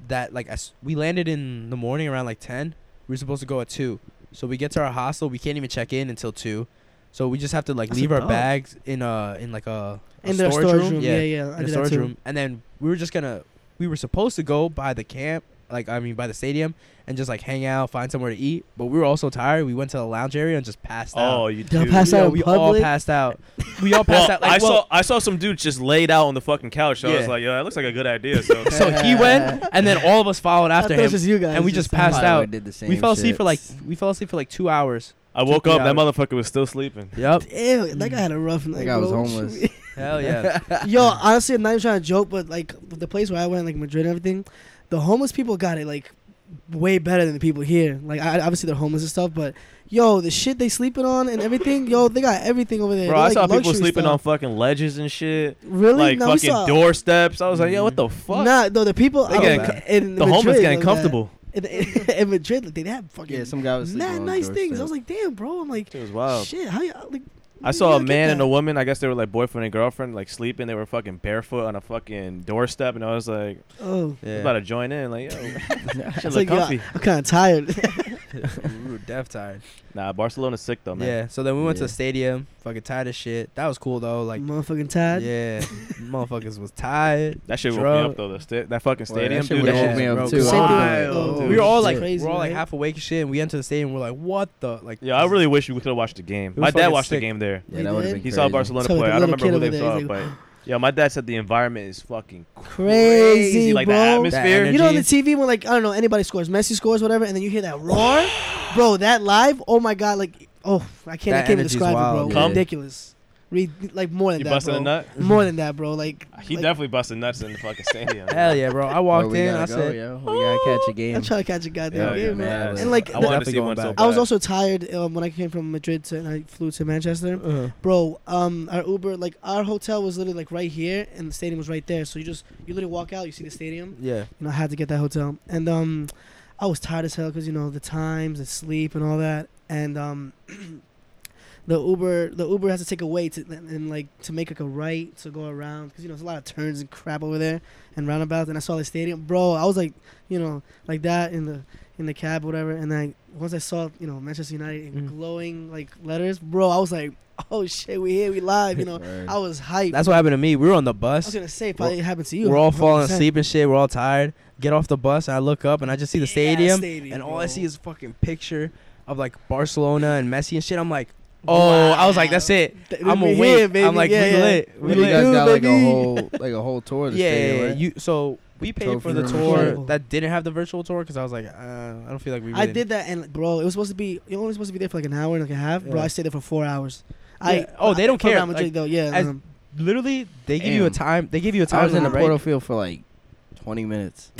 [SPEAKER 4] That like as we landed in the morning around like ten. We were supposed to go at two. So we get to our hostel. We can't even check in until two. So we just have to like
[SPEAKER 2] That's
[SPEAKER 4] leave our
[SPEAKER 2] dumb.
[SPEAKER 4] bags in a in like a, a
[SPEAKER 2] in their storage, room, yeah, yeah, I
[SPEAKER 4] in a
[SPEAKER 2] did
[SPEAKER 4] storage
[SPEAKER 2] that too.
[SPEAKER 4] room. And then we were just gonna we were supposed to go by the camp, like I mean by the stadium, and just like hang out, find somewhere to eat. But we were all so tired, we went to the lounge area and just passed
[SPEAKER 3] oh,
[SPEAKER 4] out.
[SPEAKER 3] you
[SPEAKER 2] Don't
[SPEAKER 3] dude.
[SPEAKER 2] pass- Passed out
[SPEAKER 4] Yeah,
[SPEAKER 2] in
[SPEAKER 4] we all
[SPEAKER 2] public? (laughs)
[SPEAKER 4] passed out. We all
[SPEAKER 3] Well,
[SPEAKER 4] passed out. Like,
[SPEAKER 3] I
[SPEAKER 4] well,
[SPEAKER 3] saw I saw some dudes just laid out on the fucking couch. So I was
[SPEAKER 4] Yeah.
[SPEAKER 3] like, yo, that looks like a good idea.
[SPEAKER 2] (laughs)
[SPEAKER 3] So
[SPEAKER 4] So
[SPEAKER 1] (laughs)
[SPEAKER 4] he went, (laughs) and then all of us followed
[SPEAKER 2] I
[SPEAKER 4] after
[SPEAKER 2] thought it was
[SPEAKER 4] him.
[SPEAKER 2] just you guys,
[SPEAKER 4] and we just passed
[SPEAKER 2] uh,
[SPEAKER 1] Probably
[SPEAKER 4] out.
[SPEAKER 1] would've did the same
[SPEAKER 4] We fell asleep
[SPEAKER 1] shit.
[SPEAKER 4] for like we fell asleep for like two hours.
[SPEAKER 3] I woke
[SPEAKER 4] Took me
[SPEAKER 3] up. That
[SPEAKER 4] out.
[SPEAKER 3] motherfucker was still sleeping.
[SPEAKER 2] (laughs)
[SPEAKER 4] Yep.
[SPEAKER 2] Damn, that guy had a rough night.
[SPEAKER 1] Like I was
[SPEAKER 2] bro. (laughs)
[SPEAKER 1] homeless.
[SPEAKER 4] Hell oh, yeah.
[SPEAKER 2] Yo, honestly, I'm not even trying to joke, but like the place where I went, like Madrid and everything, the homeless people got it like way better than the people here. Like, I, obviously they're homeless and stuff, but yo, the shit they sleeping on and everything, yo, they got everything over there.
[SPEAKER 3] Bro,
[SPEAKER 2] They're,
[SPEAKER 3] I
[SPEAKER 2] like,
[SPEAKER 3] saw people
[SPEAKER 2] luxury
[SPEAKER 3] sleeping on
[SPEAKER 2] stuff.
[SPEAKER 3] fucking ledges and shit.
[SPEAKER 2] really
[SPEAKER 3] Like
[SPEAKER 2] no, we
[SPEAKER 3] fucking
[SPEAKER 2] saw-
[SPEAKER 3] doorsteps. I was like, yo, what the fuck?
[SPEAKER 2] Nah, no, the people
[SPEAKER 3] They
[SPEAKER 2] I
[SPEAKER 3] getting
[SPEAKER 2] don't know,
[SPEAKER 4] co-
[SPEAKER 2] in
[SPEAKER 3] the homeless
[SPEAKER 2] Madrid,
[SPEAKER 3] getting
[SPEAKER 2] like,
[SPEAKER 3] comfortable.
[SPEAKER 2] in, in, in Madrid, like, they had fucking
[SPEAKER 1] (laughs) yeah, some guy was sleeping
[SPEAKER 2] mad
[SPEAKER 1] on
[SPEAKER 2] nice
[SPEAKER 1] the
[SPEAKER 2] things.
[SPEAKER 1] doorstep.
[SPEAKER 2] I was like, damn, bro. I'm like,
[SPEAKER 3] It was wild.
[SPEAKER 2] shit, how you like?
[SPEAKER 3] I saw a
[SPEAKER 2] you gotta get
[SPEAKER 3] man and
[SPEAKER 2] that.
[SPEAKER 3] a woman. I guess they were like boyfriend and girlfriend, like sleeping. They were fucking barefoot on a fucking doorstep, and I was like,
[SPEAKER 2] Oh,
[SPEAKER 3] I'm
[SPEAKER 4] yeah.
[SPEAKER 3] about to join in. (laughs) Like, yo, shit
[SPEAKER 2] it's
[SPEAKER 3] look
[SPEAKER 2] like, yo,
[SPEAKER 3] comfy.
[SPEAKER 2] I'm kind of tired. (laughs)
[SPEAKER 4] (laughs) we were deaf tired.
[SPEAKER 3] Nah, Barcelona's sick though, Oh, man.
[SPEAKER 4] Yeah. So then we went to
[SPEAKER 1] Yeah.
[SPEAKER 4] the stadium, fucking tired as shit. That was cool though. Like
[SPEAKER 2] motherfucking tired.
[SPEAKER 4] yeah, motherfuckers was tired.
[SPEAKER 3] That shit woke me
[SPEAKER 4] Drug.
[SPEAKER 3] up though. The sta- that fucking
[SPEAKER 1] Well, that
[SPEAKER 3] stadium,
[SPEAKER 1] shit
[SPEAKER 3] dude.
[SPEAKER 1] would've
[SPEAKER 3] That
[SPEAKER 1] woke
[SPEAKER 3] shit's
[SPEAKER 1] me up,
[SPEAKER 3] broke
[SPEAKER 1] too.
[SPEAKER 2] Same thing with-
[SPEAKER 3] wild,
[SPEAKER 2] oh,
[SPEAKER 3] dude.
[SPEAKER 4] we were all like,
[SPEAKER 2] Crazy,
[SPEAKER 4] we're all like
[SPEAKER 2] right?
[SPEAKER 4] half awake and shit, and we enter the stadium. We're like, what the like?
[SPEAKER 3] Yeah, I really wish we could have watched the game.
[SPEAKER 4] was
[SPEAKER 3] My dad
[SPEAKER 4] fucking
[SPEAKER 3] watched the
[SPEAKER 4] sick.
[SPEAKER 3] game there.
[SPEAKER 1] yeah,
[SPEAKER 2] We
[SPEAKER 1] that would have
[SPEAKER 2] did?
[SPEAKER 1] been
[SPEAKER 3] He
[SPEAKER 1] crazy.
[SPEAKER 3] saw Barcelona
[SPEAKER 2] So the
[SPEAKER 3] play. I don't
[SPEAKER 2] little
[SPEAKER 3] remember who
[SPEAKER 2] kid
[SPEAKER 3] they
[SPEAKER 2] over
[SPEAKER 3] saw,
[SPEAKER 2] there,
[SPEAKER 3] but
[SPEAKER 2] he's
[SPEAKER 4] (laughs)
[SPEAKER 3] yeah, my dad said the environment is fucking
[SPEAKER 2] Crazy,
[SPEAKER 3] crazy. Like
[SPEAKER 2] bro.
[SPEAKER 3] the atmosphere.
[SPEAKER 4] That
[SPEAKER 2] You know on the
[SPEAKER 4] energy.
[SPEAKER 2] TV when like I don't know anybody scores, Messi scores, whatever, and then you hear that
[SPEAKER 4] (sighs)
[SPEAKER 2] roar, bro. That live, oh my god, like oh I can't, I can't
[SPEAKER 4] That
[SPEAKER 2] even
[SPEAKER 4] energy's
[SPEAKER 2] describe
[SPEAKER 4] wild,
[SPEAKER 2] it, bro.
[SPEAKER 3] yeah.
[SPEAKER 2] Ridiculous, Re- like more than
[SPEAKER 3] You
[SPEAKER 2] that,
[SPEAKER 3] busting
[SPEAKER 2] bro.
[SPEAKER 3] a nut?
[SPEAKER 2] More than that, bro. Like
[SPEAKER 3] He
[SPEAKER 2] like,
[SPEAKER 3] definitely busted nuts in the
[SPEAKER 4] (laughs)
[SPEAKER 3] fucking stadium.
[SPEAKER 4] Hell yeah, bro! I
[SPEAKER 1] Bro,
[SPEAKER 4] walked
[SPEAKER 1] we
[SPEAKER 4] in.
[SPEAKER 1] gotta
[SPEAKER 4] I
[SPEAKER 1] go,
[SPEAKER 4] said,
[SPEAKER 1] yo. we gotta catch a game.
[SPEAKER 2] (laughs) I'm trying to catch a goddamn
[SPEAKER 3] Yeah,
[SPEAKER 2] game,
[SPEAKER 1] man.
[SPEAKER 2] man.
[SPEAKER 1] man.
[SPEAKER 2] And, like,
[SPEAKER 3] I
[SPEAKER 2] the-
[SPEAKER 3] wanted to see
[SPEAKER 4] Definitely
[SPEAKER 3] one so
[SPEAKER 4] going back.
[SPEAKER 2] I was
[SPEAKER 3] bad.
[SPEAKER 2] also tired um, when I came from Madrid to, and I flew to Manchester.
[SPEAKER 4] uh,
[SPEAKER 2] Bro, um, our Uber, like our hotel was literally like right here, and the stadium was right there. So you just you literally walk out, you see the stadium.
[SPEAKER 4] yeah,
[SPEAKER 2] you know, I had to get that hotel. And um, I was tired as hell because you know the times, the sleep, and all that. And um, (clears throat) the Uber, the Uber has to take a way to and, and, like to make like a right to go around because you know there's a lot of turns and crap over there and roundabouts. And I saw the stadium, bro. I was like, you know, like that in the in the cab, whatever. And then once I saw you know Manchester United in
[SPEAKER 4] Mm.
[SPEAKER 2] glowing like letters, bro, I was like, (laughs) oh shit, we here, we live, you
[SPEAKER 4] (laughs)
[SPEAKER 2] know.
[SPEAKER 1] Word.
[SPEAKER 2] I was hyped.
[SPEAKER 4] that's what happened to me. We were on the
[SPEAKER 2] I was
[SPEAKER 4] bus.
[SPEAKER 2] gonna say, probably happened to you.
[SPEAKER 4] We're all falling
[SPEAKER 2] 100%.
[SPEAKER 4] asleep and shit. We're all tired. Get off the bus, and I look up, and I just see the
[SPEAKER 2] Yeah,
[SPEAKER 4] stadium,
[SPEAKER 2] stadium,
[SPEAKER 4] and all I
[SPEAKER 2] bro.
[SPEAKER 4] see is a fucking picture of like Barcelona and Messi and shit. I'm like, oh, I was like, that's it.
[SPEAKER 2] Th-
[SPEAKER 4] I'm
[SPEAKER 2] we
[SPEAKER 4] awake.
[SPEAKER 2] here, baby.
[SPEAKER 4] I'm like,
[SPEAKER 2] Yeah,
[SPEAKER 4] we
[SPEAKER 2] yeah.
[SPEAKER 4] lit. We
[SPEAKER 1] Well, you
[SPEAKER 4] lit.
[SPEAKER 1] guys
[SPEAKER 2] do,
[SPEAKER 1] got like a
[SPEAKER 2] baby.
[SPEAKER 1] whole like a whole tour of the
[SPEAKER 4] (laughs) yeah,
[SPEAKER 1] stadium,
[SPEAKER 4] yeah,
[SPEAKER 1] right?
[SPEAKER 4] You so we paid
[SPEAKER 1] Trophy
[SPEAKER 4] for the
[SPEAKER 1] room.
[SPEAKER 4] tour
[SPEAKER 2] Yeah.
[SPEAKER 4] that didn't have the virtual tour because I was like, uh, I don't feel like we. Really
[SPEAKER 2] I did that, and bro, it was supposed to be. You're only supposed to be there for like an hour and like a half, bro.
[SPEAKER 4] Yeah.
[SPEAKER 2] I stayed there for four hours. I
[SPEAKER 4] Yeah. Oh, they don't
[SPEAKER 2] for
[SPEAKER 4] care.
[SPEAKER 2] Real Madrid,
[SPEAKER 4] Like,
[SPEAKER 2] though, yeah.
[SPEAKER 4] as-
[SPEAKER 2] um,
[SPEAKER 4] Literally, they give you a
[SPEAKER 1] Damn.
[SPEAKER 4] time. They give you a
[SPEAKER 1] I
[SPEAKER 4] time
[SPEAKER 1] was in the
[SPEAKER 4] limit, right?
[SPEAKER 1] Portofield for like 20 minutes.
[SPEAKER 2] (laughs)
[SPEAKER 4] (laughs)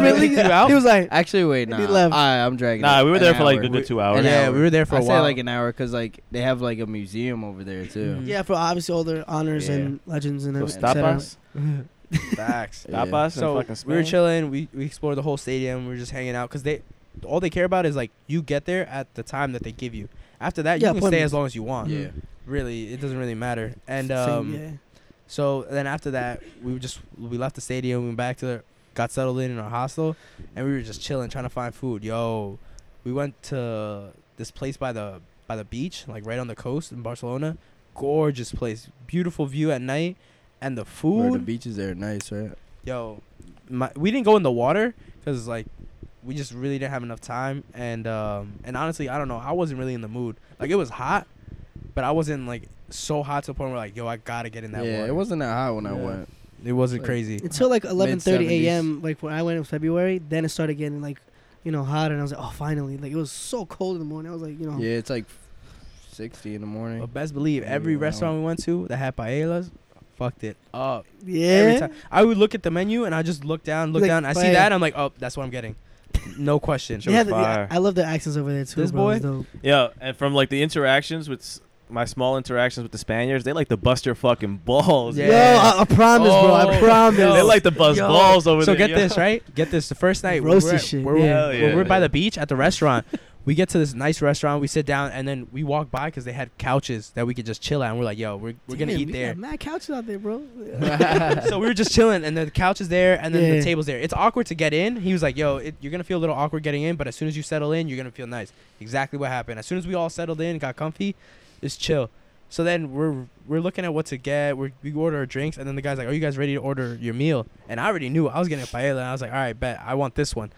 [SPEAKER 2] really?
[SPEAKER 4] You out?
[SPEAKER 2] He was like,
[SPEAKER 1] Actually, wait, nah.
[SPEAKER 2] Maybe left.
[SPEAKER 1] I, I'm dragging.
[SPEAKER 3] Nah,
[SPEAKER 1] it.
[SPEAKER 3] we were
[SPEAKER 1] An
[SPEAKER 3] there for like
[SPEAKER 1] hour.
[SPEAKER 3] a good two hours.
[SPEAKER 1] An
[SPEAKER 4] Yeah,
[SPEAKER 1] hour.
[SPEAKER 4] we were there for
[SPEAKER 1] I
[SPEAKER 4] a
[SPEAKER 1] say
[SPEAKER 4] while.
[SPEAKER 1] like an hour because like they have like a museum over there too.
[SPEAKER 4] Mm.
[SPEAKER 2] Mm-hmm. yeah, for obviously all their honors
[SPEAKER 1] Yeah.
[SPEAKER 2] and legends and
[SPEAKER 3] So
[SPEAKER 1] Yeah.
[SPEAKER 2] everything.
[SPEAKER 3] stop
[SPEAKER 1] Set
[SPEAKER 2] etc.
[SPEAKER 3] us. Facts. Stop
[SPEAKER 1] Yeah.
[SPEAKER 3] us. and
[SPEAKER 4] so
[SPEAKER 3] fucking
[SPEAKER 4] we were
[SPEAKER 3] Spain.
[SPEAKER 4] chilling. We we explored the whole stadium. We were just hanging out because they all they care about is like you get there at the time that they give you. After that,
[SPEAKER 2] Yeah,
[SPEAKER 4] you can stay
[SPEAKER 2] appointments.
[SPEAKER 4] as long as you want.
[SPEAKER 1] Yeah.
[SPEAKER 4] Really, it doesn't really matter. And
[SPEAKER 2] Same,
[SPEAKER 4] um,
[SPEAKER 2] yeah.
[SPEAKER 4] so then after that, we were just we left the stadium. We went back to the, got settled in in our hostel, and we were just chilling, trying to find food. Yo, we went to this place by the by the beach, like right on the coast in Barcelona. Gorgeous place, beautiful view at night, and the
[SPEAKER 1] Where
[SPEAKER 4] food.
[SPEAKER 1] the beaches there are nice, right?
[SPEAKER 4] yo, my, we didn't go in the water because like we just really didn't have enough time, and um, and honestly, I don't know, I wasn't really in the mood. Like it was hot, but I wasn't like so hot to the point where like yo, I gotta get in that
[SPEAKER 1] yeah,
[SPEAKER 4] water.
[SPEAKER 1] it wasn't that hot when I
[SPEAKER 4] Yeah.
[SPEAKER 1] went.
[SPEAKER 4] It wasn't
[SPEAKER 1] Like-
[SPEAKER 4] crazy.
[SPEAKER 2] until like 11:30
[SPEAKER 1] Mid-seventies.
[SPEAKER 2] a.m. Like when I went in February, then it started getting like you know hot, and I was like, oh, finally! Like it was so cold in the morning. I was like, you know,
[SPEAKER 1] Yeah, it's like 60 in the morning.
[SPEAKER 4] But best believe
[SPEAKER 1] Yeah,
[SPEAKER 4] every
[SPEAKER 1] wow.
[SPEAKER 4] restaurant we went to that had paellas, fucked it up. Every
[SPEAKER 2] yeah.
[SPEAKER 4] time I would look at the menu and I just look down, look
[SPEAKER 2] Like,
[SPEAKER 4] down. I see
[SPEAKER 2] paella.
[SPEAKER 4] that I'm like, oh, that's what I'm getting. No
[SPEAKER 1] (laughs)
[SPEAKER 4] question.
[SPEAKER 3] Shit
[SPEAKER 2] They
[SPEAKER 3] was
[SPEAKER 2] had the-
[SPEAKER 3] fire.
[SPEAKER 2] I love their accents over there too.
[SPEAKER 4] This
[SPEAKER 2] bro. It
[SPEAKER 4] boy?
[SPEAKER 2] was dope.
[SPEAKER 3] Yeah, and from like the interactions with s- my small interactions with the Spaniards, they like to bust your fucking balls.
[SPEAKER 4] Yeah.
[SPEAKER 2] Yo, I, I promise, bro. I
[SPEAKER 4] Oh,
[SPEAKER 2] promise.
[SPEAKER 4] yo.
[SPEAKER 3] They like to bust
[SPEAKER 4] Yo.
[SPEAKER 3] balls over
[SPEAKER 4] so
[SPEAKER 3] there.
[SPEAKER 4] get
[SPEAKER 3] yo.
[SPEAKER 4] this right. Get this. The first night we
[SPEAKER 2] Roasty
[SPEAKER 4] were, at-
[SPEAKER 2] shit,
[SPEAKER 4] where
[SPEAKER 2] yeah.
[SPEAKER 4] we're,
[SPEAKER 3] Hell
[SPEAKER 4] where we're
[SPEAKER 3] yeah.
[SPEAKER 4] by the beach at the restaurant. we get to this nice restaurant. We sit down and then we walk by because they had couches that we could just chill at. And we're like, yo, we're, we're gonna
[SPEAKER 2] Damn,
[SPEAKER 4] eat
[SPEAKER 2] we
[SPEAKER 4] there.
[SPEAKER 2] got Mad couches out there, bro.
[SPEAKER 4] (laughs) so we were just chilling, and the couch is there, and then
[SPEAKER 2] Yeah.
[SPEAKER 4] the table's there. It's awkward to get in. He was like, "Yo, it, you're gonna feel a little awkward getting in, but as soon as you settle in, you're gonna feel nice." Exactly what happened. As soon as we all settled in, got comfy, it's chill. So then we're we're looking at what to get. We're, we order our drinks, and then the guy's like, "Are you guys ready to order your meal?" And I already knew I was getting a paella. And I was like, "All right, bet I want this one."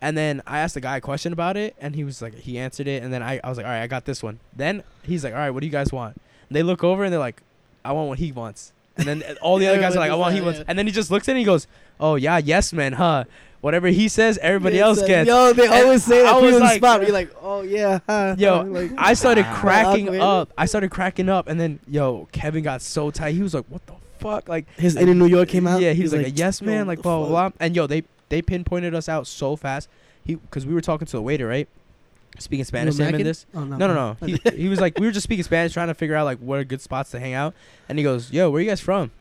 [SPEAKER 4] And then I asked the guy a question about it, and he was like, he answered it, and then I, I was like, "All right, I got this one." Then he's like, "All right, what do you guys want?" And they look over and they're like, "I want what he wants." And then all the other guys are like, "I want what he wants." And then he just looks at it and he goes, "Oh yeah, yes man, huh?" Whatever he says, everybody else
[SPEAKER 2] It's, uh,
[SPEAKER 4] gets.
[SPEAKER 2] Yo, they
[SPEAKER 4] And
[SPEAKER 2] always say that.
[SPEAKER 4] I
[SPEAKER 2] I
[SPEAKER 4] was
[SPEAKER 2] was
[SPEAKER 4] like-
[SPEAKER 2] spot. You're like, oh yeah. huh,
[SPEAKER 4] Yo,
[SPEAKER 2] huh, like,
[SPEAKER 4] I started
[SPEAKER 1] Wow.
[SPEAKER 4] cracking
[SPEAKER 2] Awkward.
[SPEAKER 4] up. I started cracking up, and then yo, Kevin got so tight. He was like, "What the fuck?" Like
[SPEAKER 2] his in New York came out.
[SPEAKER 4] Yeah, he was like, a "Yes,
[SPEAKER 2] yo,
[SPEAKER 4] man."
[SPEAKER 2] what
[SPEAKER 4] Like
[SPEAKER 2] the
[SPEAKER 4] blah blah
[SPEAKER 2] fuck?
[SPEAKER 4] blah. And yo, they they pinpointed us out so fast. He because we were talking to the waiter, right? Speaking Spanish to him
[SPEAKER 2] Jamaican?
[SPEAKER 4] and this.
[SPEAKER 2] Oh,
[SPEAKER 4] No, no, no. He, (laughs) he was like, we were just speaking Spanish, trying to figure out like what are good spots to hang out. And he goes, "Yo, where you guys from?"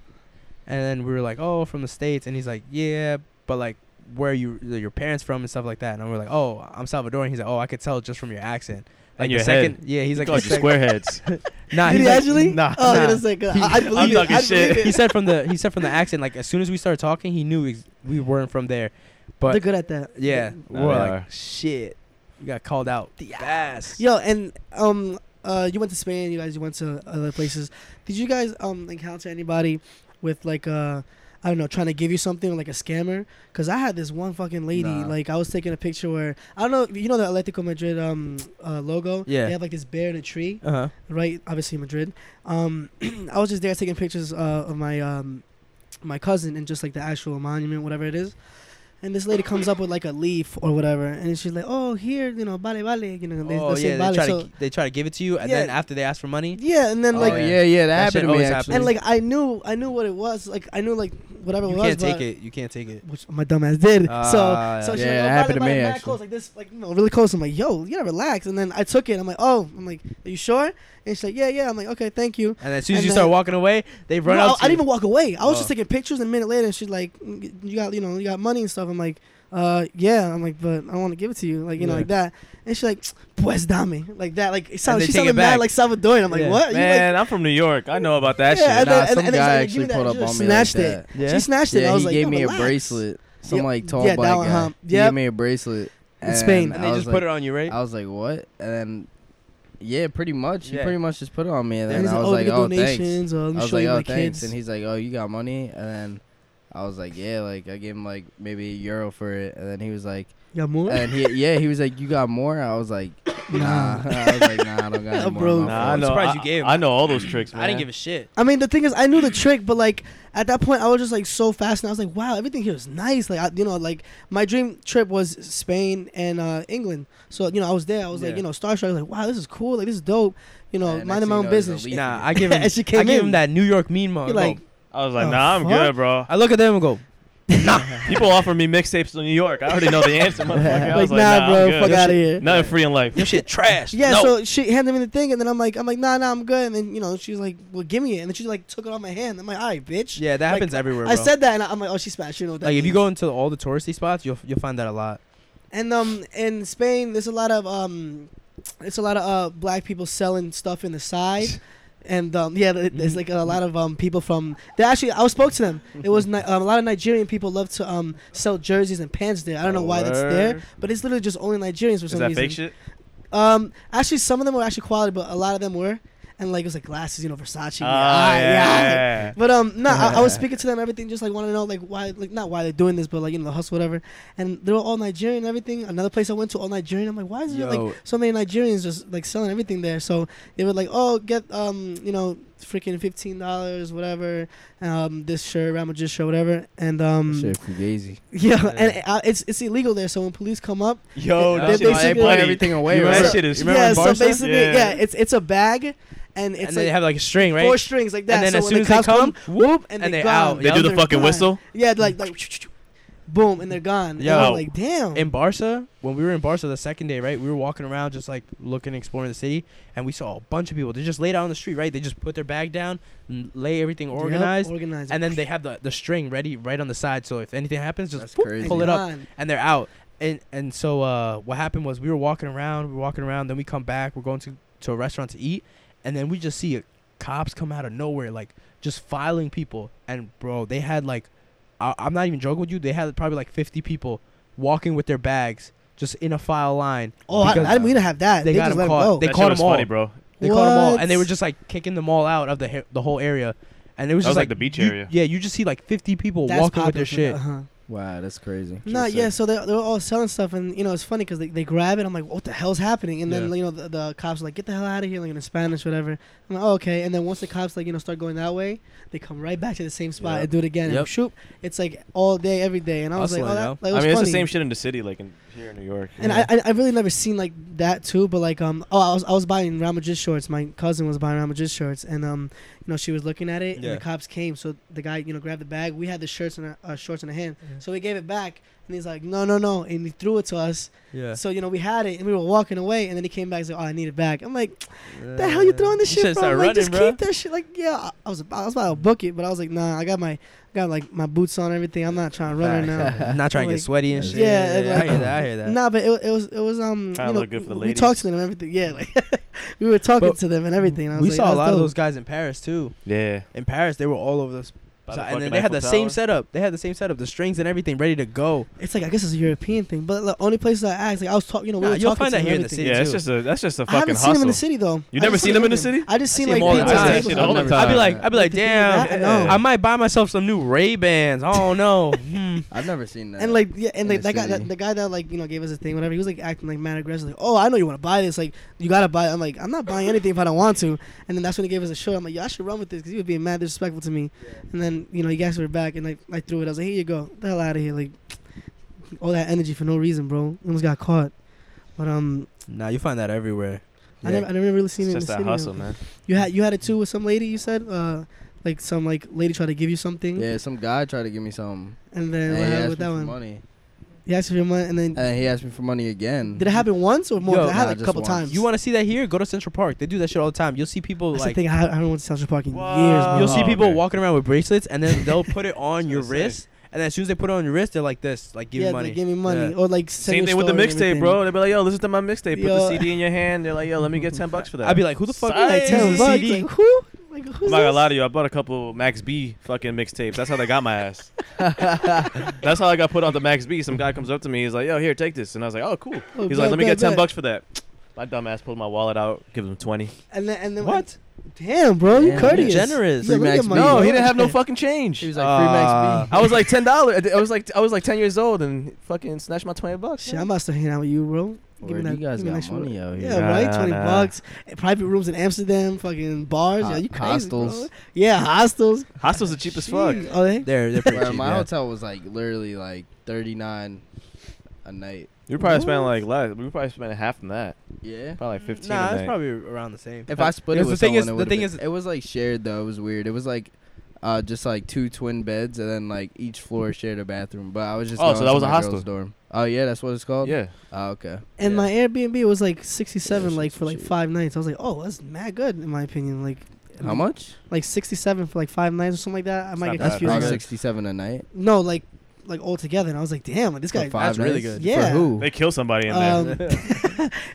[SPEAKER 4] And then we were like, "Oh, from the states." And he's like, "Yeah, but like, where are you your parents from and stuff like that?" And we're like, "Oh, I'm Salvadoran." He's like, "Oh, I could tell just from your accent." Like
[SPEAKER 3] And
[SPEAKER 4] the
[SPEAKER 3] your
[SPEAKER 4] second, yeah. He's
[SPEAKER 3] He
[SPEAKER 4] like,
[SPEAKER 3] called
[SPEAKER 4] the
[SPEAKER 3] you
[SPEAKER 4] sec-
[SPEAKER 3] squareheads.
[SPEAKER 4] Nah,
[SPEAKER 2] Did
[SPEAKER 4] he's
[SPEAKER 2] he
[SPEAKER 4] like,
[SPEAKER 2] actually?
[SPEAKER 4] Nah,
[SPEAKER 2] Oh,
[SPEAKER 4] nah.
[SPEAKER 2] in a second. I, I believe
[SPEAKER 3] I'm
[SPEAKER 2] it.
[SPEAKER 3] talking
[SPEAKER 2] I
[SPEAKER 3] shit.
[SPEAKER 2] believe it.
[SPEAKER 4] he said from the he said from the accent. Like as soon as we started talking, he knew ex- we weren't from there.
[SPEAKER 2] They're
[SPEAKER 4] But
[SPEAKER 2] good at that.
[SPEAKER 4] yeah,
[SPEAKER 3] Nah,
[SPEAKER 4] we're
[SPEAKER 3] they
[SPEAKER 4] like,
[SPEAKER 3] are.
[SPEAKER 4] shit, you got called out. Fast.
[SPEAKER 2] Yo, and um, uh, you went to Spain. You guys, you went to other places. Did you guys um encounter anybody with like uh, I don't know, trying to give you something like a scammer? Cause I had this one fucking lady.
[SPEAKER 1] Nah.
[SPEAKER 2] Like I was taking a picture where I don't know. You know the Atletico Madrid um uh, logo.
[SPEAKER 4] Yeah.
[SPEAKER 2] They have like this bear in a tree,
[SPEAKER 4] Uh huh.
[SPEAKER 2] right? Obviously Madrid. Um, (clears throat) I was just there taking pictures uh, of my um my cousin and just like the actual monument, whatever it is. And this lady comes up with like a leaf or whatever, and she's like, "Oh, here, you know, vale, vale, you know." They,
[SPEAKER 4] oh
[SPEAKER 2] they say
[SPEAKER 4] yeah,
[SPEAKER 2] vale.
[SPEAKER 4] they try
[SPEAKER 2] So-
[SPEAKER 4] to they try to give it to you, and
[SPEAKER 2] Yeah.
[SPEAKER 4] then after they ask for money,
[SPEAKER 2] yeah, and then
[SPEAKER 1] oh,
[SPEAKER 2] like
[SPEAKER 4] yeah.
[SPEAKER 1] yeah, yeah, that,
[SPEAKER 4] shit
[SPEAKER 1] happened to me
[SPEAKER 4] always
[SPEAKER 1] actually.
[SPEAKER 2] and like I knew I knew what it was. Like I knew like whatever
[SPEAKER 4] you
[SPEAKER 2] it was.
[SPEAKER 4] can't take
[SPEAKER 2] but-
[SPEAKER 4] it. You can't take it.
[SPEAKER 2] Which my dumbass did. (laughs)
[SPEAKER 4] Ah,
[SPEAKER 2] so so
[SPEAKER 1] yeah, it
[SPEAKER 2] she
[SPEAKER 1] happened to
[SPEAKER 2] like, oh,
[SPEAKER 1] me,
[SPEAKER 2] mad- mad
[SPEAKER 1] actually.
[SPEAKER 2] close like this, like you know, really close. I'm like, yo, you gotta relax. And then I took it. I'm like, oh, I'm like, are you sure? And she's like, yeah, yeah. I'm like, okay, thank you.
[SPEAKER 4] And as soon as
[SPEAKER 2] And
[SPEAKER 4] you
[SPEAKER 2] then-
[SPEAKER 4] start walking away, they run
[SPEAKER 2] No,
[SPEAKER 4] out.
[SPEAKER 2] I, I didn't even walk away. I was
[SPEAKER 4] Oh.
[SPEAKER 2] just taking pictures. And a minute later, and she's like, "Mm, you got you know you got money and stuff. I'm like. Uh yeah, I'm like, but I don't want to give it to you, like you know,
[SPEAKER 4] Yeah.
[SPEAKER 2] like that. And she's like, pues dame, like that, like it sounds,
[SPEAKER 4] they
[SPEAKER 2] she
[SPEAKER 4] take
[SPEAKER 2] sounded
[SPEAKER 4] it
[SPEAKER 2] mad,
[SPEAKER 4] back.
[SPEAKER 2] like Salvadorian. I'm like,
[SPEAKER 4] Yeah.
[SPEAKER 2] what? You, like,
[SPEAKER 3] Man, I'm from New York. I know about that shit.
[SPEAKER 2] Yeah, and
[SPEAKER 1] nah,
[SPEAKER 2] then- and-
[SPEAKER 1] some
[SPEAKER 2] and then she's
[SPEAKER 1] guy
[SPEAKER 2] like, "Give me
[SPEAKER 1] actually
[SPEAKER 2] that,"
[SPEAKER 1] pulled
[SPEAKER 2] she
[SPEAKER 1] up
[SPEAKER 2] just
[SPEAKER 1] on me
[SPEAKER 2] snatched
[SPEAKER 1] like
[SPEAKER 2] it.
[SPEAKER 1] that.
[SPEAKER 4] Yeah.
[SPEAKER 2] She snatched it.
[SPEAKER 1] Yeah,
[SPEAKER 2] I was
[SPEAKER 1] he
[SPEAKER 2] like,
[SPEAKER 1] gave
[SPEAKER 2] yo,
[SPEAKER 1] me
[SPEAKER 2] relax.
[SPEAKER 1] a bracelet. Some
[SPEAKER 2] Yep.
[SPEAKER 1] like tall
[SPEAKER 2] Yeah, that
[SPEAKER 1] black
[SPEAKER 2] one,
[SPEAKER 1] guy.
[SPEAKER 2] huh?
[SPEAKER 1] He
[SPEAKER 2] Yep.
[SPEAKER 1] gave me a bracelet.
[SPEAKER 2] In Spain.
[SPEAKER 4] and they
[SPEAKER 1] I was
[SPEAKER 4] just put
[SPEAKER 1] like-
[SPEAKER 4] it on you, right?
[SPEAKER 1] I was like, what? And then, yeah, pretty much. He
[SPEAKER 4] Yeah.
[SPEAKER 1] pretty much just put it on me. And
[SPEAKER 2] And
[SPEAKER 1] then
[SPEAKER 2] he's
[SPEAKER 1] I was
[SPEAKER 2] oh,
[SPEAKER 1] like,
[SPEAKER 2] we get
[SPEAKER 1] oh, thanks.
[SPEAKER 2] donations. Oh, let
[SPEAKER 1] I
[SPEAKER 2] me
[SPEAKER 1] was
[SPEAKER 2] show
[SPEAKER 1] like,
[SPEAKER 2] you
[SPEAKER 1] oh,
[SPEAKER 2] my
[SPEAKER 1] thanks.
[SPEAKER 2] kids.
[SPEAKER 1] And he's like, oh, you got money? And then I was like, yeah, like I gave him like maybe a euro for it. And then he was like,
[SPEAKER 2] Yeah, more.
[SPEAKER 1] and he, yeah, he was like, you got more? I was
[SPEAKER 2] (coughs)
[SPEAKER 1] like, nah. (laughs)
[SPEAKER 2] Nah.
[SPEAKER 1] I was like, nah, I don't
[SPEAKER 2] (laughs)
[SPEAKER 1] got any more.
[SPEAKER 2] Bro.
[SPEAKER 1] my
[SPEAKER 3] Nah, I
[SPEAKER 1] fault."
[SPEAKER 3] know.
[SPEAKER 4] surprised
[SPEAKER 3] I,
[SPEAKER 4] you gave him.
[SPEAKER 3] I know all those tricks, man.
[SPEAKER 4] I didn't give a shit.
[SPEAKER 2] I mean, the thing is, I knew the trick, but like at that point, I was just like so fast, and I was like, wow, everything here is nice. Like, I, you know, like my dream trip was Spain and uh, England. So you know, I was there. I was like,
[SPEAKER 4] Yeah.
[SPEAKER 2] you know, starstruck. I was like, wow, this is cool. Like, this is dope. You know,
[SPEAKER 1] Yeah, next
[SPEAKER 2] minding
[SPEAKER 1] thing
[SPEAKER 2] my
[SPEAKER 1] you
[SPEAKER 2] own
[SPEAKER 1] know, he's a
[SPEAKER 2] business.
[SPEAKER 1] leader.
[SPEAKER 4] Nah,
[SPEAKER 2] (laughs)
[SPEAKER 4] I give him.
[SPEAKER 2] And she
[SPEAKER 4] I
[SPEAKER 2] came
[SPEAKER 4] give
[SPEAKER 2] in.
[SPEAKER 4] him that New York mean mug.
[SPEAKER 2] You're like,
[SPEAKER 4] Go.
[SPEAKER 3] I was like,
[SPEAKER 2] Oh,
[SPEAKER 3] nah, I'm
[SPEAKER 2] fuck.
[SPEAKER 3] good, bro.
[SPEAKER 4] I look at them and go,
[SPEAKER 3] People offer me mixtapes to New York. I already know the
[SPEAKER 2] (laughs)
[SPEAKER 3] answer, motherfucker. I was
[SPEAKER 2] Like,
[SPEAKER 3] like,
[SPEAKER 2] nah,
[SPEAKER 3] nah,
[SPEAKER 2] bro,
[SPEAKER 3] I'm good.
[SPEAKER 2] fuck
[SPEAKER 3] Your
[SPEAKER 2] outta
[SPEAKER 3] shit-
[SPEAKER 4] (laughs)
[SPEAKER 2] here.
[SPEAKER 3] Nothing free in life. Your shit trash.
[SPEAKER 2] Yeah,
[SPEAKER 3] No.
[SPEAKER 2] so she handed me the thing, and then I'm like, I'm like, nah, nah, I'm good. And then you know, she was like, well, give me it, and then she like took it off my hand. I'm like, all right, bitch.
[SPEAKER 4] Yeah, that
[SPEAKER 2] Like,
[SPEAKER 4] happens everywhere.
[SPEAKER 2] I
[SPEAKER 4] bro.
[SPEAKER 2] said that, and I'm like, oh, she smashed. You know what that
[SPEAKER 4] like if
[SPEAKER 2] means.
[SPEAKER 4] you go into all the touristy spots, you'll you'll find that a lot.
[SPEAKER 2] And um, in Spain, there's a lot of um, it's a lot of uh, black people selling stuff in
[SPEAKER 3] (laughs)
[SPEAKER 2] the side, and um, yeah, th- there's like a lot of um people from. They actually, I spoke to them. It was ni- um, a lot of Nigerian people love to um sell jerseys and pants there. I don't know why that's there,
[SPEAKER 3] Word.
[SPEAKER 2] but it's literally just only Nigerians
[SPEAKER 3] (laughs)
[SPEAKER 2] for
[SPEAKER 3] Is
[SPEAKER 2] some
[SPEAKER 3] that
[SPEAKER 2] reason.
[SPEAKER 3] fake shit?
[SPEAKER 2] Um, actually, some of them were actually quality, but a lot of them were, and like it was like glasses, you know, Versace.
[SPEAKER 3] Ah,
[SPEAKER 2] yeah, yeah, yeah.
[SPEAKER 3] yeah.
[SPEAKER 2] But um, no, I, I was speaking to them everything, just like want to know like why, like not why they're doing this, but like you know the hustle, whatever. And they were all Nigerian and everything. Another place I went to, all Nigerian. I'm like, why is there
[SPEAKER 4] Yo.
[SPEAKER 2] like so many Nigerians just like selling everything there? So they were like, oh, get um, you know, freaking fifteen dollars, whatever. Um, this shirt, Ramajis shirt, whatever. And um,
[SPEAKER 1] Shit, fugazi.
[SPEAKER 2] (laughs) yeah,
[SPEAKER 4] Yeah.
[SPEAKER 2] and uh, it's it's illegal there. So when police come up,
[SPEAKER 3] Yo,
[SPEAKER 2] They
[SPEAKER 3] that shit
[SPEAKER 2] basically-
[SPEAKER 3] is
[SPEAKER 2] they
[SPEAKER 3] funny.
[SPEAKER 2] put
[SPEAKER 1] everything away,
[SPEAKER 3] You remember
[SPEAKER 1] right?
[SPEAKER 3] That shit is
[SPEAKER 1] You remember
[SPEAKER 2] yeah,
[SPEAKER 1] in
[SPEAKER 2] so
[SPEAKER 1] Barca?
[SPEAKER 2] basically,
[SPEAKER 3] Yeah.
[SPEAKER 2] yeah. it's it's a bag, and
[SPEAKER 4] and
[SPEAKER 2] it's
[SPEAKER 4] they
[SPEAKER 2] like.
[SPEAKER 4] have like a string, right?
[SPEAKER 2] Four strings like that.
[SPEAKER 4] And then
[SPEAKER 2] so
[SPEAKER 4] as
[SPEAKER 2] when
[SPEAKER 4] soon
[SPEAKER 2] the
[SPEAKER 4] as they
[SPEAKER 2] cops
[SPEAKER 4] come,
[SPEAKER 2] whoop, and
[SPEAKER 4] and
[SPEAKER 2] they're
[SPEAKER 4] they're out.
[SPEAKER 2] gone.
[SPEAKER 3] They do the
[SPEAKER 2] They're
[SPEAKER 3] fucking
[SPEAKER 2] gone.
[SPEAKER 3] whistle.
[SPEAKER 2] Yeah, like like boom, and they're gone.
[SPEAKER 4] Yo.
[SPEAKER 2] Yeah, and I'm like damn.
[SPEAKER 4] in Barca, when we were in Barca the second day, right, we were walking around just like looking, exploring the city, and we saw a bunch of people. They just laid out on the street, right? They just put their bag down, n- lay everything
[SPEAKER 2] Yep,
[SPEAKER 4] organized,
[SPEAKER 2] organized,
[SPEAKER 4] and then they have the, the string ready right on the side. So if anything happens,
[SPEAKER 1] That's
[SPEAKER 4] just
[SPEAKER 1] crazy.
[SPEAKER 4] pull it up,
[SPEAKER 2] Gone.
[SPEAKER 4] and they're out. And and so uh, what happened was we were walking around, we were walking around, then we come back, we're going to to a restaurant to eat, and then we just see a, cops come out of nowhere, like just filing people. And bro, they had like, I, I'm not even joking with you, they had probably like 50 people walking with their bags just in a file line.
[SPEAKER 2] Oh, I, I
[SPEAKER 4] because
[SPEAKER 2] didn't mean to have that.
[SPEAKER 4] they
[SPEAKER 2] They,
[SPEAKER 4] got
[SPEAKER 2] just
[SPEAKER 4] him
[SPEAKER 2] let 'em
[SPEAKER 4] caught.
[SPEAKER 2] go.
[SPEAKER 4] They
[SPEAKER 3] That
[SPEAKER 4] caught
[SPEAKER 3] shit was
[SPEAKER 4] them all.
[SPEAKER 3] funny, bro.
[SPEAKER 4] They caught them all,
[SPEAKER 2] What?
[SPEAKER 4] and they were just like kicking them all out of the ha- the whole area. And it was
[SPEAKER 3] That
[SPEAKER 4] just
[SPEAKER 3] was, like, the beach
[SPEAKER 4] you-
[SPEAKER 3] area.
[SPEAKER 4] Yeah, you just see like 50 people
[SPEAKER 2] That's
[SPEAKER 4] walking with
[SPEAKER 2] popular
[SPEAKER 4] their
[SPEAKER 2] for
[SPEAKER 4] shit.
[SPEAKER 2] that, huh?
[SPEAKER 1] Wow, that's crazy.
[SPEAKER 2] No, yeah. So they they're all selling stuff, and you know it's funny because they, they grab it. I'm like, what the hell's happening? And then
[SPEAKER 4] Yeah.
[SPEAKER 2] you know the, the cops are like, get the hell out of here, like in Spanish, whatever. I'm like, oh, okay. And then once the cops like you know start going that way, they come right back to the same spot
[SPEAKER 4] Yep.
[SPEAKER 2] and do it again.
[SPEAKER 4] Yep.
[SPEAKER 2] And shoot, it's like all day, every day. And I was like, oh,
[SPEAKER 4] Hustling,
[SPEAKER 2] that,
[SPEAKER 4] yo.
[SPEAKER 2] like, it
[SPEAKER 3] I
[SPEAKER 2] was
[SPEAKER 3] mean, it's the
[SPEAKER 2] funny.
[SPEAKER 3] same shit in the city, like in here in New York.
[SPEAKER 2] And
[SPEAKER 4] Yeah.
[SPEAKER 2] I, I I really never seen like that too, but like um oh I was I was buying Ramajit shorts. My cousin was buying Ramajit shorts, and um you know she was looking at it,
[SPEAKER 4] Yeah.
[SPEAKER 2] and the cops came. So the guy you know grabbed the bag. We had the shirts and our, uh, shorts in our hand, so we gave it back, and he's like no no no, and he threw it to us.
[SPEAKER 4] Yeah.
[SPEAKER 2] So you know we had it, and we were walking away, and then he came back. He's like oh I need it back. I'm like the hell you throwing this shit
[SPEAKER 4] should
[SPEAKER 2] from?
[SPEAKER 4] start
[SPEAKER 2] Like just
[SPEAKER 4] running,
[SPEAKER 2] keep that shit. Like yeah, I- I was about, I was about to book it, but I was like nah, I got my got like my boots on and everything. I'm not trying to run
[SPEAKER 4] (laughs)
[SPEAKER 2] right
[SPEAKER 1] (laughs)
[SPEAKER 2] now.
[SPEAKER 4] I'm not trying to
[SPEAKER 2] Like,
[SPEAKER 4] get sweaty and
[SPEAKER 1] yeah,
[SPEAKER 4] shit.
[SPEAKER 2] and
[SPEAKER 4] I
[SPEAKER 2] like-
[SPEAKER 4] hear that. I hear that.
[SPEAKER 2] Nah, but it, it was it was um
[SPEAKER 3] Tryna
[SPEAKER 2] you know,
[SPEAKER 3] look good for the
[SPEAKER 2] we
[SPEAKER 3] ladies.
[SPEAKER 2] talked to them and everything. Yeah, like (laughs) we were talking
[SPEAKER 4] But
[SPEAKER 2] to them and everything. and I was
[SPEAKER 4] we
[SPEAKER 2] like,
[SPEAKER 4] saw a
[SPEAKER 2] that's
[SPEAKER 4] lot of
[SPEAKER 2] dope.
[SPEAKER 4] those guys in Paris too.
[SPEAKER 3] yeah.
[SPEAKER 4] In Paris, they were all over this.
[SPEAKER 3] By
[SPEAKER 4] so-
[SPEAKER 3] the
[SPEAKER 4] and
[SPEAKER 3] fucking
[SPEAKER 4] then they had the
[SPEAKER 3] Eiffel
[SPEAKER 4] same
[SPEAKER 3] Tower.
[SPEAKER 4] setup. They had the same setup, the strings and everything ready to go.
[SPEAKER 2] It's like I guess it's a European thing, but the only places I asked, like I was talking, you know, we
[SPEAKER 4] Nah,
[SPEAKER 2] were
[SPEAKER 4] you'll
[SPEAKER 2] talking
[SPEAKER 4] find
[SPEAKER 2] to
[SPEAKER 4] that
[SPEAKER 2] them
[SPEAKER 4] here in
[SPEAKER 2] and
[SPEAKER 4] the
[SPEAKER 2] everything.
[SPEAKER 4] city.
[SPEAKER 3] Yeah, it's
[SPEAKER 4] too.
[SPEAKER 3] just a that's just a
[SPEAKER 2] I
[SPEAKER 3] fucking
[SPEAKER 2] haven't seen them
[SPEAKER 3] hustle.
[SPEAKER 2] in the city though.
[SPEAKER 3] You
[SPEAKER 2] I
[SPEAKER 3] never
[SPEAKER 2] just
[SPEAKER 3] seen them in the city?
[SPEAKER 2] I just seen
[SPEAKER 4] see
[SPEAKER 2] like
[SPEAKER 4] them all the
[SPEAKER 2] people
[SPEAKER 4] time.
[SPEAKER 2] tables
[SPEAKER 4] That shit
[SPEAKER 2] and
[SPEAKER 4] all the
[SPEAKER 2] everything.
[SPEAKER 4] I'd be
[SPEAKER 1] Uh,
[SPEAKER 4] like, I'd be like,
[SPEAKER 2] Did you do that?
[SPEAKER 4] damn,
[SPEAKER 2] No.
[SPEAKER 4] I might buy myself some new Ray Bans. I don't know. (laughs) Hmm.
[SPEAKER 1] I've never seen that.
[SPEAKER 2] And like yeah, and
[SPEAKER 1] In
[SPEAKER 2] like
[SPEAKER 1] the
[SPEAKER 2] that guy,
[SPEAKER 1] city.
[SPEAKER 2] that, the guy that like you know gave us a thing, whatever. He was like acting like mad aggressive, like, "Oh, I know you want to buy this, like you gotta buy." it. I'm like, "I'm not buying anything if I don't want to." And then that's when he gave us a shirt. I'm like, "Yo, I should run with this because he was being mad disrespectful to me." And then you know he asked for it back, and like I threw it. I was like, "Here you go, Get the hell out of here!" Like all that energy for no reason, bro. Almost got caught. But um,
[SPEAKER 4] Nah, you find that everywhere.
[SPEAKER 2] I never, I never really seen
[SPEAKER 3] It's
[SPEAKER 2] it in
[SPEAKER 3] just
[SPEAKER 2] the
[SPEAKER 3] that
[SPEAKER 2] city.
[SPEAKER 3] hustle,
[SPEAKER 2] though.
[SPEAKER 3] man.
[SPEAKER 2] You had you had it too with some lady. You said uh, like some like lady tried to give you something,
[SPEAKER 1] yeah, some guy tried to give me something.
[SPEAKER 2] and
[SPEAKER 1] And,
[SPEAKER 2] then what
[SPEAKER 1] he
[SPEAKER 2] happened
[SPEAKER 1] asked
[SPEAKER 2] with
[SPEAKER 1] me
[SPEAKER 2] that
[SPEAKER 1] for
[SPEAKER 2] one?
[SPEAKER 1] money.
[SPEAKER 2] You asked for your money, and then.
[SPEAKER 1] And then Uh, he asked me for money again.
[SPEAKER 2] did it happen once or more?
[SPEAKER 4] Yo,
[SPEAKER 2] 'Cause I had
[SPEAKER 1] nah,
[SPEAKER 2] like a
[SPEAKER 1] just
[SPEAKER 2] couple
[SPEAKER 1] once.
[SPEAKER 2] times.
[SPEAKER 4] You want to see that here? Go to Central Park. They do that shit all the time. You'll see people
[SPEAKER 2] That's
[SPEAKER 4] like
[SPEAKER 2] the thing. I, I haven't went to Central Park in
[SPEAKER 3] Wow.
[SPEAKER 2] years. Bro.
[SPEAKER 4] you'll see
[SPEAKER 3] Oh,
[SPEAKER 4] people
[SPEAKER 3] okay.
[SPEAKER 4] walking around with bracelets, and then they'll
[SPEAKER 2] (laughs)
[SPEAKER 4] put it on
[SPEAKER 3] That's
[SPEAKER 4] your
[SPEAKER 3] what I'm
[SPEAKER 4] wrist. And then as soon as they put it on your wrist, they're like this, like give
[SPEAKER 2] yeah,
[SPEAKER 4] me
[SPEAKER 2] they
[SPEAKER 4] money.
[SPEAKER 2] give me money
[SPEAKER 4] Yeah.
[SPEAKER 2] or like send
[SPEAKER 3] Same
[SPEAKER 2] your
[SPEAKER 3] thing with the
[SPEAKER 2] story and
[SPEAKER 3] mixtape,
[SPEAKER 2] everything.
[SPEAKER 3] bro. They'd be like, "Yo, listen to my mixtape. Put the
[SPEAKER 2] Yo.
[SPEAKER 3] CD in your hand." They're like, "Yo, let me get ten bucks for that."
[SPEAKER 4] I'd be like, who the fuck?
[SPEAKER 3] Sorry.
[SPEAKER 4] Like
[SPEAKER 2] Like ten
[SPEAKER 3] Hey,
[SPEAKER 2] bucks.
[SPEAKER 4] CD.
[SPEAKER 2] Like who? Like who's
[SPEAKER 3] I'm not gonna
[SPEAKER 2] this?
[SPEAKER 3] lie to you. I bought a couple Max B fucking mixtapes. That's how they got my
[SPEAKER 2] (laughs)
[SPEAKER 3] ass. That's how I got put onto Max B. Some guy comes up to me. He's like, "Yo, here, take this," and I was like, "Oh, cool."
[SPEAKER 2] Oh,
[SPEAKER 3] He's like,
[SPEAKER 2] bet,
[SPEAKER 3] "Let me
[SPEAKER 2] bet,
[SPEAKER 3] get ten
[SPEAKER 2] bet.
[SPEAKER 3] bucks for that." My dumb ass pulled my wallet out, gives him twenty.
[SPEAKER 2] And then, and then
[SPEAKER 4] What?
[SPEAKER 2] Damn, bro, you
[SPEAKER 1] Damn,
[SPEAKER 2] courteous.
[SPEAKER 4] you're generous.
[SPEAKER 2] Yeah,
[SPEAKER 1] Free
[SPEAKER 2] look at
[SPEAKER 1] Max
[SPEAKER 2] my-
[SPEAKER 1] B.
[SPEAKER 3] No,
[SPEAKER 1] Money.
[SPEAKER 3] he didn't
[SPEAKER 2] (laughs)
[SPEAKER 3] have no fucking change.
[SPEAKER 1] He was like, "Free
[SPEAKER 2] Uh,
[SPEAKER 1] Max B."
[SPEAKER 3] I was like ten dollars. I was like, I was like ten years old and fucking snatched my twenty bucks.
[SPEAKER 2] Shit, I'm about to hang out with you, bro. Give me
[SPEAKER 1] Word,
[SPEAKER 2] that-
[SPEAKER 1] you guys
[SPEAKER 2] give me
[SPEAKER 1] got
[SPEAKER 2] that shit.
[SPEAKER 1] money out here.
[SPEAKER 2] Yeah,
[SPEAKER 3] Nah,
[SPEAKER 2] right.
[SPEAKER 3] nah,
[SPEAKER 2] Twenty
[SPEAKER 3] nah.
[SPEAKER 2] bucks. Eh, Private rooms in Amsterdam. Fucking bars. yeah,
[SPEAKER 1] Ho-
[SPEAKER 2] you crazy,
[SPEAKER 1] hostels.
[SPEAKER 2] Bro. Yeah, hostels.
[SPEAKER 3] Hostels the cheapest fuck.
[SPEAKER 2] Jeez. Are they?
[SPEAKER 4] They're they're pretty
[SPEAKER 1] Bro,
[SPEAKER 4] cheap,
[SPEAKER 1] my
[SPEAKER 4] yeah.
[SPEAKER 1] hotel was like literally like thirty nine a night.
[SPEAKER 3] We probably spent like less. We probably spent half than that.
[SPEAKER 1] Yeah.
[SPEAKER 3] Probably like fifteen.
[SPEAKER 4] Nah,
[SPEAKER 3] a
[SPEAKER 4] that's
[SPEAKER 3] night.
[SPEAKER 4] probably around the same.
[SPEAKER 1] If I split it
[SPEAKER 4] Because
[SPEAKER 1] with
[SPEAKER 4] the
[SPEAKER 1] someone, (laughs)
[SPEAKER 4] thing is-
[SPEAKER 1] it
[SPEAKER 4] the
[SPEAKER 1] would've
[SPEAKER 4] thing
[SPEAKER 1] been-
[SPEAKER 4] is-
[SPEAKER 1] it was like shared though. It was weird. It was like uh, just like two twin beds, and then like each floor shared a bathroom. But I was just
[SPEAKER 3] Oh,
[SPEAKER 1] going
[SPEAKER 3] so that
[SPEAKER 1] to
[SPEAKER 3] was
[SPEAKER 1] my
[SPEAKER 3] a hostel.
[SPEAKER 1] girl's dorm. Oh yeah, that's what it's called.
[SPEAKER 3] Yeah.
[SPEAKER 1] Oh, okay.
[SPEAKER 2] And
[SPEAKER 3] Yeah.
[SPEAKER 2] my Airbnb was like 67
[SPEAKER 1] Yeah,
[SPEAKER 2] like
[SPEAKER 1] shit's
[SPEAKER 2] for like
[SPEAKER 1] cheap.
[SPEAKER 2] 5 nights. I was like, "Oh, that's mad good in my opinion." Like
[SPEAKER 1] How much?
[SPEAKER 2] Like 67 for like 5 nights or something like that. I
[SPEAKER 3] It's
[SPEAKER 2] might
[SPEAKER 3] not
[SPEAKER 2] get
[SPEAKER 3] bad.
[SPEAKER 1] Oh,
[SPEAKER 3] Not
[SPEAKER 2] confused.
[SPEAKER 3] good.
[SPEAKER 1] sixty-seven a night.
[SPEAKER 2] No, like like all together. And I was like, "Damn, like, this
[SPEAKER 1] For
[SPEAKER 2] guy
[SPEAKER 1] five
[SPEAKER 3] That's really
[SPEAKER 1] nights?
[SPEAKER 3] good.
[SPEAKER 2] Yeah.
[SPEAKER 1] For who?
[SPEAKER 3] They kill somebody in there.
[SPEAKER 2] um,
[SPEAKER 3] (laughs)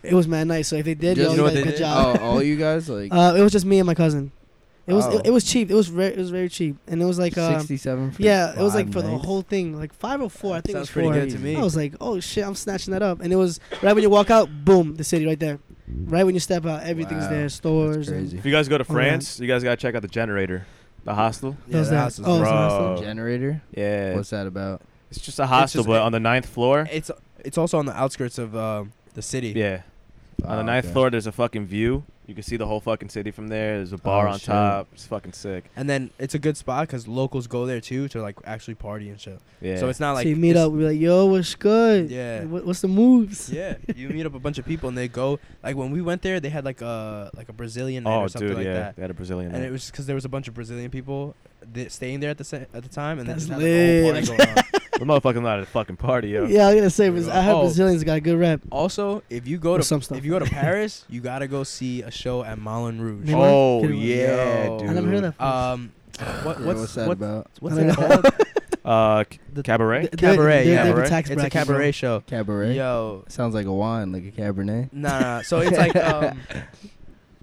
[SPEAKER 2] it was mad nice. So if they did,
[SPEAKER 1] Just-
[SPEAKER 2] yo,
[SPEAKER 1] you
[SPEAKER 2] you
[SPEAKER 4] know what
[SPEAKER 2] guys,
[SPEAKER 4] they
[SPEAKER 2] good
[SPEAKER 4] did?
[SPEAKER 2] job.
[SPEAKER 1] Oh, all you guys like
[SPEAKER 2] (laughs) Uh, it was just me and my cousin. It was
[SPEAKER 1] Oh.
[SPEAKER 2] it, it was cheap. It was very it was very cheap, and it was like uh,
[SPEAKER 1] sixty-seven. for
[SPEAKER 2] yeah, it was
[SPEAKER 1] five
[SPEAKER 2] like for the
[SPEAKER 1] nights?
[SPEAKER 2] whole thing, like five or four. I think it was
[SPEAKER 4] Sounds
[SPEAKER 2] four.
[SPEAKER 4] pretty good to me.
[SPEAKER 2] I was like, oh shit, I'm snatching that up, and it was right when you walk out, boom, the city right there, right when you step out, everything's
[SPEAKER 1] Wow.
[SPEAKER 2] there,
[SPEAKER 1] That's
[SPEAKER 2] stores.
[SPEAKER 1] crazy.
[SPEAKER 3] If you guys go to
[SPEAKER 2] Oh, yeah.
[SPEAKER 3] France, you guys gotta check out the generator, the hostel.
[SPEAKER 2] And those
[SPEAKER 4] the
[SPEAKER 2] that-
[SPEAKER 4] house is
[SPEAKER 2] oh, it's a
[SPEAKER 3] rough.
[SPEAKER 2] hostel.
[SPEAKER 4] Uh,
[SPEAKER 3] Oh.
[SPEAKER 1] Generator.
[SPEAKER 3] Yeah,
[SPEAKER 1] What's that about?
[SPEAKER 3] it's just a hostel,
[SPEAKER 4] just-
[SPEAKER 3] but on the ninth floor.
[SPEAKER 4] it's it's also on the outskirts of um, the city.
[SPEAKER 3] Yeah, on
[SPEAKER 1] Oh,
[SPEAKER 3] the ninth
[SPEAKER 1] okay.
[SPEAKER 3] floor, there's a fucking view. You can see the whole fucking city from there. There's a bar
[SPEAKER 1] Oh,
[SPEAKER 3] on
[SPEAKER 1] shit.
[SPEAKER 3] top. It's fucking sick.
[SPEAKER 4] And then it's a good spot because locals go there too to like actually party and shit.
[SPEAKER 3] Yeah.
[SPEAKER 4] So it's not like
[SPEAKER 2] so you meet
[SPEAKER 4] it's-
[SPEAKER 2] up, we be like, yo, what's good?
[SPEAKER 4] Yeah.
[SPEAKER 2] What, what's the moves?
[SPEAKER 4] Yeah, you meet up a bunch of people and they go like when we went there, they had like a like a Brazilian night
[SPEAKER 3] oh,
[SPEAKER 4] or something
[SPEAKER 3] dude,
[SPEAKER 4] like
[SPEAKER 3] yeah,
[SPEAKER 4] that.
[SPEAKER 3] they had a Brazilian.
[SPEAKER 4] And
[SPEAKER 3] night.
[SPEAKER 4] it was because there was a bunch of Brazilian people th- staying there at the sa- at the time, and
[SPEAKER 2] That's
[SPEAKER 4] that's like, a whole party going on.
[SPEAKER 3] the motherfucking lot of the fucking party, yo.
[SPEAKER 2] Yeah, I was gonna say, Braz- I heard
[SPEAKER 4] Oh.
[SPEAKER 2] Brazilians got a good rap.
[SPEAKER 4] Also, if you go
[SPEAKER 2] Or
[SPEAKER 4] to
[SPEAKER 2] some stuff.
[SPEAKER 4] if you go to Paris, you gotta go see a show at Moulin Rouge.
[SPEAKER 2] Name
[SPEAKER 3] Oh
[SPEAKER 2] Kidding me.
[SPEAKER 3] yeah,
[SPEAKER 4] Yo.
[SPEAKER 3] dude.
[SPEAKER 2] I never heard of that. place.
[SPEAKER 4] Um, what,
[SPEAKER 1] Yeah,
[SPEAKER 4] what's
[SPEAKER 1] what's that
[SPEAKER 4] what-
[SPEAKER 1] about?
[SPEAKER 4] What's
[SPEAKER 2] I
[SPEAKER 4] that
[SPEAKER 2] don't
[SPEAKER 4] called?
[SPEAKER 3] Uh, c-
[SPEAKER 4] The-
[SPEAKER 3] cabaret.
[SPEAKER 2] Th- they're-
[SPEAKER 4] Cabaret,
[SPEAKER 2] they're
[SPEAKER 4] yeah.
[SPEAKER 2] different
[SPEAKER 3] Cabaret?
[SPEAKER 2] tax
[SPEAKER 4] It's a
[SPEAKER 2] brackets, bro.
[SPEAKER 4] cabaret show.
[SPEAKER 1] Cabaret.
[SPEAKER 4] Yo,
[SPEAKER 1] Sounds like a wine, like a cabernet.
[SPEAKER 4] nah, nah. So it's
[SPEAKER 2] (laughs)
[SPEAKER 4] like um,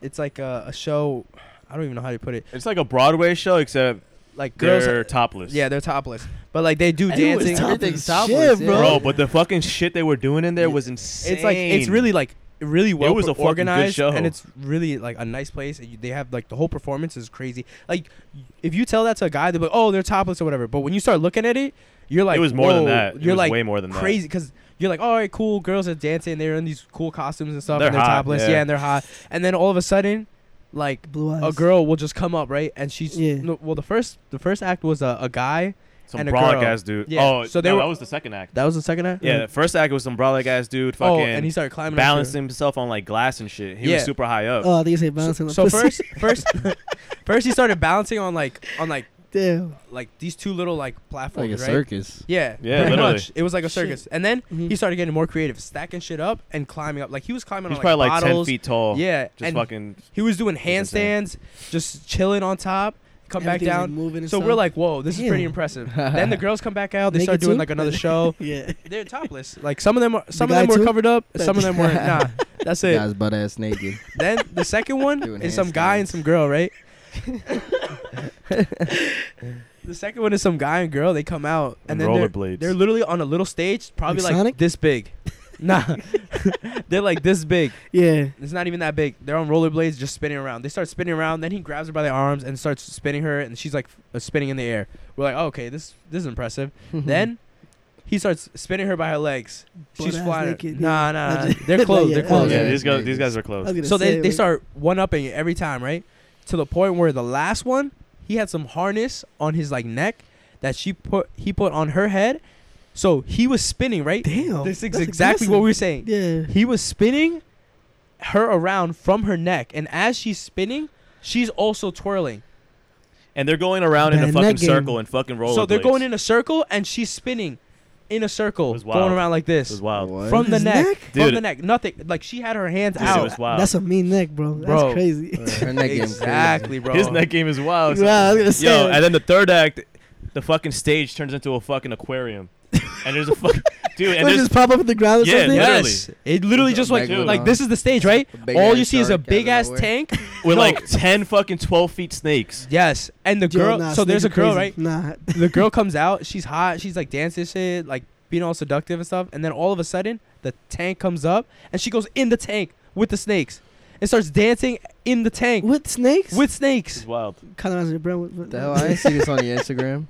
[SPEAKER 4] it's like a, a show. I don't even know how to put it.
[SPEAKER 3] It's like a Broadway show, except
[SPEAKER 4] Like girls,
[SPEAKER 3] they're topless.
[SPEAKER 4] yeah, they're topless, but like they do
[SPEAKER 2] Everyone's
[SPEAKER 4] dancing.
[SPEAKER 2] topless.
[SPEAKER 1] Everything's
[SPEAKER 2] Shit,
[SPEAKER 1] topless, yeah.
[SPEAKER 2] bro.
[SPEAKER 3] bro. But the fucking shit they were doing in there was insane.
[SPEAKER 4] It's like it's really like really well
[SPEAKER 3] was a fucking good
[SPEAKER 4] organized,
[SPEAKER 3] show.
[SPEAKER 4] and it's really like a nice place. And you, they have like the whole performance is crazy. Like if you tell that to a guy, they're like, "Oh, they're topless or whatever." But when you start looking at it, you're like,
[SPEAKER 3] it was more than
[SPEAKER 4] "Whoa,"
[SPEAKER 3] that. It
[SPEAKER 4] You're
[SPEAKER 3] was
[SPEAKER 4] like
[SPEAKER 3] way more than
[SPEAKER 4] crazy because you're like, "All right, cool. Girls are dancing. They're in these cool costumes and stuff.
[SPEAKER 3] They're
[SPEAKER 4] and they're
[SPEAKER 3] hot,
[SPEAKER 4] topless,
[SPEAKER 3] yeah.
[SPEAKER 4] yeah, and they're hot." And then all of a sudden, like
[SPEAKER 2] Blue eyes.
[SPEAKER 4] a girl will just come up, right? And she's
[SPEAKER 2] Yeah.
[SPEAKER 4] no, well, the first the first act was a, a guy.
[SPEAKER 3] that. Some
[SPEAKER 4] and a
[SPEAKER 3] brolic
[SPEAKER 4] girl.
[SPEAKER 3] ass dude.
[SPEAKER 4] Yeah,
[SPEAKER 3] Oh,
[SPEAKER 4] so
[SPEAKER 3] so
[SPEAKER 4] they were-
[SPEAKER 3] that was the second act.
[SPEAKER 4] That was the second act.
[SPEAKER 3] Yeah, the first act was some brolic ass dude
[SPEAKER 4] Oh,
[SPEAKER 3] fucking
[SPEAKER 4] and he started climbing. up to her.
[SPEAKER 3] balancing himself on like glass and shit. He
[SPEAKER 4] Yeah.
[SPEAKER 3] was super high up.
[SPEAKER 2] Oh, I think you say
[SPEAKER 4] So,
[SPEAKER 2] bouncing.
[SPEAKER 4] so first, first, first, he started balancing on like on like
[SPEAKER 2] damn.
[SPEAKER 4] like these two little like
[SPEAKER 1] Like
[SPEAKER 4] platforms,
[SPEAKER 1] a
[SPEAKER 4] right?
[SPEAKER 1] circus.
[SPEAKER 4] Yeah,
[SPEAKER 3] Yeah,
[SPEAKER 4] pretty
[SPEAKER 3] literally.
[SPEAKER 4] much. It was like a
[SPEAKER 2] Shit.
[SPEAKER 4] circus, and then
[SPEAKER 2] Mhm.
[SPEAKER 4] he started getting more creative, stacking shit up and climbing up. Like he was climbing
[SPEAKER 3] He's
[SPEAKER 4] on
[SPEAKER 3] probably
[SPEAKER 4] like
[SPEAKER 3] like ten
[SPEAKER 4] bottles.
[SPEAKER 3] feet tall.
[SPEAKER 4] Yeah,
[SPEAKER 3] just
[SPEAKER 4] and
[SPEAKER 3] fucking.
[SPEAKER 4] he was doing
[SPEAKER 3] That's insane.
[SPEAKER 4] handstands, just chilling on top. Come back
[SPEAKER 2] Everything's, like,
[SPEAKER 4] down.
[SPEAKER 2] moving and
[SPEAKER 4] so
[SPEAKER 2] stuff.
[SPEAKER 4] we're like, whoa, this is pretty
[SPEAKER 2] Damn.
[SPEAKER 4] impressive.
[SPEAKER 1] (laughs)
[SPEAKER 4] then the girls come back out. They
[SPEAKER 2] Naked
[SPEAKER 4] start doing
[SPEAKER 2] too?
[SPEAKER 4] like another show. (laughs)
[SPEAKER 2] yeah.
[SPEAKER 4] They're topless. Like some of them, are, some of
[SPEAKER 2] guy
[SPEAKER 4] them were
[SPEAKER 2] too?
[SPEAKER 4] covered up. Some of them
[SPEAKER 2] (laughs)
[SPEAKER 4] were nah. That's it.
[SPEAKER 1] Guys, butt ass naked.
[SPEAKER 4] Then the second one
[SPEAKER 1] Doing
[SPEAKER 4] is some guy and
[SPEAKER 1] handstands.
[SPEAKER 4] some girl, right? (laughs) the second one is some guy and girl. They come out
[SPEAKER 3] And
[SPEAKER 4] and, then they're,
[SPEAKER 3] rollerblades.
[SPEAKER 4] they're literally on a little stage, probably
[SPEAKER 2] Like
[SPEAKER 4] like,
[SPEAKER 2] Sonic?
[SPEAKER 4] this big. (laughs) nah, they're like this big.
[SPEAKER 2] Yeah.
[SPEAKER 4] It's not even that big. They're on rollerblades, just spinning around. They start spinning around. Then he grabs her by the arms and starts spinning her, and she's like f- uh, spinning in the air. We're like, oh, okay, this this is impressive. (laughs)
[SPEAKER 1] Mm-hmm. (laughs)
[SPEAKER 4] Then. He starts spinning her by her legs. She's
[SPEAKER 2] Butt-ass
[SPEAKER 4] flying. her-
[SPEAKER 2] naked,
[SPEAKER 4] Nah,
[SPEAKER 2] yeah.
[SPEAKER 4] nah.
[SPEAKER 2] Not just-
[SPEAKER 4] They're
[SPEAKER 2] Like,
[SPEAKER 4] closed.
[SPEAKER 2] yeah,
[SPEAKER 4] They're
[SPEAKER 2] oh,
[SPEAKER 4] closed.
[SPEAKER 3] yeah,
[SPEAKER 1] yeah.
[SPEAKER 3] these guys, these guys are
[SPEAKER 2] I
[SPEAKER 3] close.
[SPEAKER 2] was gonna
[SPEAKER 4] So they,
[SPEAKER 2] say,
[SPEAKER 4] they
[SPEAKER 2] like,
[SPEAKER 4] start one upping it every time, right? To the point where the last one, he had some harness on his like neck that she put he put on her head. So he was spinning, right?
[SPEAKER 2] Damn,
[SPEAKER 4] This is
[SPEAKER 2] that's
[SPEAKER 4] exactly what we were saying.
[SPEAKER 2] Yeah.
[SPEAKER 4] He was spinning her around from her neck, and as she's spinning, she's also twirling.
[SPEAKER 3] And they're going around in
[SPEAKER 2] Man,
[SPEAKER 3] a
[SPEAKER 2] that
[SPEAKER 3] fucking
[SPEAKER 2] game-
[SPEAKER 3] circle and fucking rollerblades.
[SPEAKER 4] So they're going in a circle, and she's spinning in a circle,
[SPEAKER 3] was
[SPEAKER 4] going
[SPEAKER 3] wild.
[SPEAKER 4] around like
[SPEAKER 3] It was
[SPEAKER 4] this
[SPEAKER 3] wild.
[SPEAKER 1] What?
[SPEAKER 4] uh, from the
[SPEAKER 2] His
[SPEAKER 4] neck,
[SPEAKER 2] neck?
[SPEAKER 4] from
[SPEAKER 3] Dude.
[SPEAKER 4] the neck. Nothing like she had her hands
[SPEAKER 3] Dude, it
[SPEAKER 4] out.
[SPEAKER 3] was wild.
[SPEAKER 2] That's a mean neck, bro. That's
[SPEAKER 4] Bro.
[SPEAKER 1] (laughs)
[SPEAKER 2] crazy.
[SPEAKER 1] Her neck getting crazy.
[SPEAKER 4] exactly, bro.
[SPEAKER 3] His neck game is wild.
[SPEAKER 2] Yeah, I was gonna say,
[SPEAKER 3] Yo,
[SPEAKER 2] like-
[SPEAKER 3] and then the third act, the fucking stage turns into a fucking aquarium, and there's a fucking dude, and
[SPEAKER 2] Would it
[SPEAKER 3] there's
[SPEAKER 2] just pop up at the ground or
[SPEAKER 3] Yeah,
[SPEAKER 2] something?
[SPEAKER 3] yeah.
[SPEAKER 4] Yes, it literally
[SPEAKER 1] It's a
[SPEAKER 4] just like
[SPEAKER 1] mega-
[SPEAKER 4] like this is the stage, right?
[SPEAKER 1] A big
[SPEAKER 4] All
[SPEAKER 1] ass
[SPEAKER 4] you see is a
[SPEAKER 1] shark out of
[SPEAKER 4] big ass
[SPEAKER 1] nowhere.
[SPEAKER 4] tank. (laughs)
[SPEAKER 3] with
[SPEAKER 4] No.
[SPEAKER 3] like ten fucking twelve feet snakes.
[SPEAKER 4] Yes, and the
[SPEAKER 2] Yo,
[SPEAKER 4] girl.
[SPEAKER 2] nah,
[SPEAKER 4] so there's a
[SPEAKER 2] snakes are
[SPEAKER 4] girl, right?
[SPEAKER 2] crazy. Nah.
[SPEAKER 1] (laughs)
[SPEAKER 4] The girl comes out. She's hot. She's like dancing shit, like being all seductive and stuff. And then all of a sudden, the tank comes up, and she goes in the tank with the snakes and starts dancing in the tank
[SPEAKER 2] With snakes?
[SPEAKER 4] with
[SPEAKER 3] It's
[SPEAKER 4] snakes.
[SPEAKER 3] wild.
[SPEAKER 2] Kind of reminds me of Brent. What- what-
[SPEAKER 1] The hell, I didn't see this on your
[SPEAKER 4] (laughs)
[SPEAKER 1] Instagram.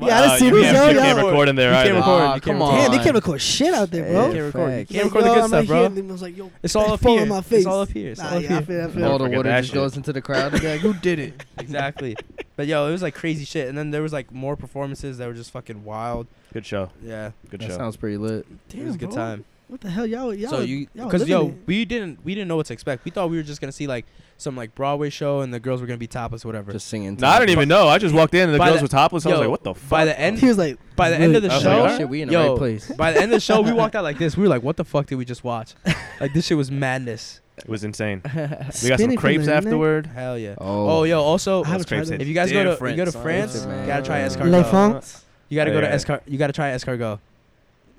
[SPEAKER 2] Yeah, I didn't
[SPEAKER 3] Wow,
[SPEAKER 2] see
[SPEAKER 3] you
[SPEAKER 2] this,
[SPEAKER 3] can't-
[SPEAKER 2] yo,
[SPEAKER 3] You
[SPEAKER 2] yo.
[SPEAKER 3] can't record in there.
[SPEAKER 4] You
[SPEAKER 3] either.
[SPEAKER 4] can't record. you
[SPEAKER 1] Ah,
[SPEAKER 4] can't
[SPEAKER 1] come
[SPEAKER 4] record.
[SPEAKER 2] Damn, they
[SPEAKER 1] on.
[SPEAKER 2] can't record shit out there, bro.
[SPEAKER 1] Yeah,
[SPEAKER 4] Can't record.
[SPEAKER 1] facts.
[SPEAKER 4] Can't record the
[SPEAKER 2] yo,
[SPEAKER 4] good
[SPEAKER 2] I'm
[SPEAKER 4] stuff,
[SPEAKER 2] out
[SPEAKER 4] bro.
[SPEAKER 2] here, and then I was like, yo,
[SPEAKER 4] It's
[SPEAKER 2] (laughs)
[SPEAKER 4] all
[SPEAKER 2] that
[SPEAKER 4] up
[SPEAKER 2] fall
[SPEAKER 4] here.
[SPEAKER 2] on my
[SPEAKER 4] It's
[SPEAKER 2] face.
[SPEAKER 4] all up here. It's
[SPEAKER 2] Nah,
[SPEAKER 4] all up
[SPEAKER 2] yeah, I
[SPEAKER 4] here.
[SPEAKER 2] feel, I feel.
[SPEAKER 3] Never
[SPEAKER 1] All the
[SPEAKER 3] forget
[SPEAKER 1] water
[SPEAKER 3] that
[SPEAKER 1] just
[SPEAKER 3] shit.
[SPEAKER 1] goes into the crowd. They're like, Who did it?
[SPEAKER 4] Exactly.
[SPEAKER 2] (laughs)
[SPEAKER 4] But yo, it was like crazy shit. And then there was like more performances that were just fucking wild.
[SPEAKER 3] Good show.
[SPEAKER 4] Yeah,
[SPEAKER 3] Good
[SPEAKER 1] That
[SPEAKER 3] show.
[SPEAKER 1] sounds pretty lit.
[SPEAKER 4] it was a good
[SPEAKER 2] bro.
[SPEAKER 4] time.
[SPEAKER 2] What the hell, y'all? y'all
[SPEAKER 4] so
[SPEAKER 2] are-
[SPEAKER 4] you
[SPEAKER 2] y'all
[SPEAKER 4] because
[SPEAKER 2] living
[SPEAKER 4] yo
[SPEAKER 2] it.
[SPEAKER 4] we didn't we didn't know what to expect. We thought we were just gonna see like some like Broadway show and the girls were gonna be topless or whatever.
[SPEAKER 1] Just singing.
[SPEAKER 3] No, I didn't even know. I just walked in and the
[SPEAKER 4] By
[SPEAKER 3] girls
[SPEAKER 4] the-
[SPEAKER 3] were topless. I was
[SPEAKER 4] yo,
[SPEAKER 3] like, what the fuck?
[SPEAKER 4] by the end
[SPEAKER 2] He was like,
[SPEAKER 4] by the end of the
[SPEAKER 3] I was like,
[SPEAKER 4] show
[SPEAKER 3] "All right."
[SPEAKER 1] shit, we in the
[SPEAKER 4] Yo.
[SPEAKER 1] right place.
[SPEAKER 4] (laughs) by the end of the show we walked out like this. We were like, what the fuck did we just watch? like this shit was madness.
[SPEAKER 3] It was insane. We got
[SPEAKER 2] Spinning
[SPEAKER 3] some
[SPEAKER 2] from
[SPEAKER 3] crepes
[SPEAKER 2] the neck?
[SPEAKER 3] afterward.
[SPEAKER 4] Hell yeah.
[SPEAKER 1] Oh,
[SPEAKER 4] Oh, yo also
[SPEAKER 2] I haven't tried
[SPEAKER 3] crepes
[SPEAKER 2] it.
[SPEAKER 3] hit
[SPEAKER 4] if you guys go to you
[SPEAKER 3] different,
[SPEAKER 4] go to
[SPEAKER 3] son.
[SPEAKER 4] France,
[SPEAKER 1] Listen, man.
[SPEAKER 4] gotta try
[SPEAKER 1] Les
[SPEAKER 4] escargot.
[SPEAKER 2] France?
[SPEAKER 4] You gotta go to
[SPEAKER 3] Yeah.
[SPEAKER 4] escar you gotta try escargot.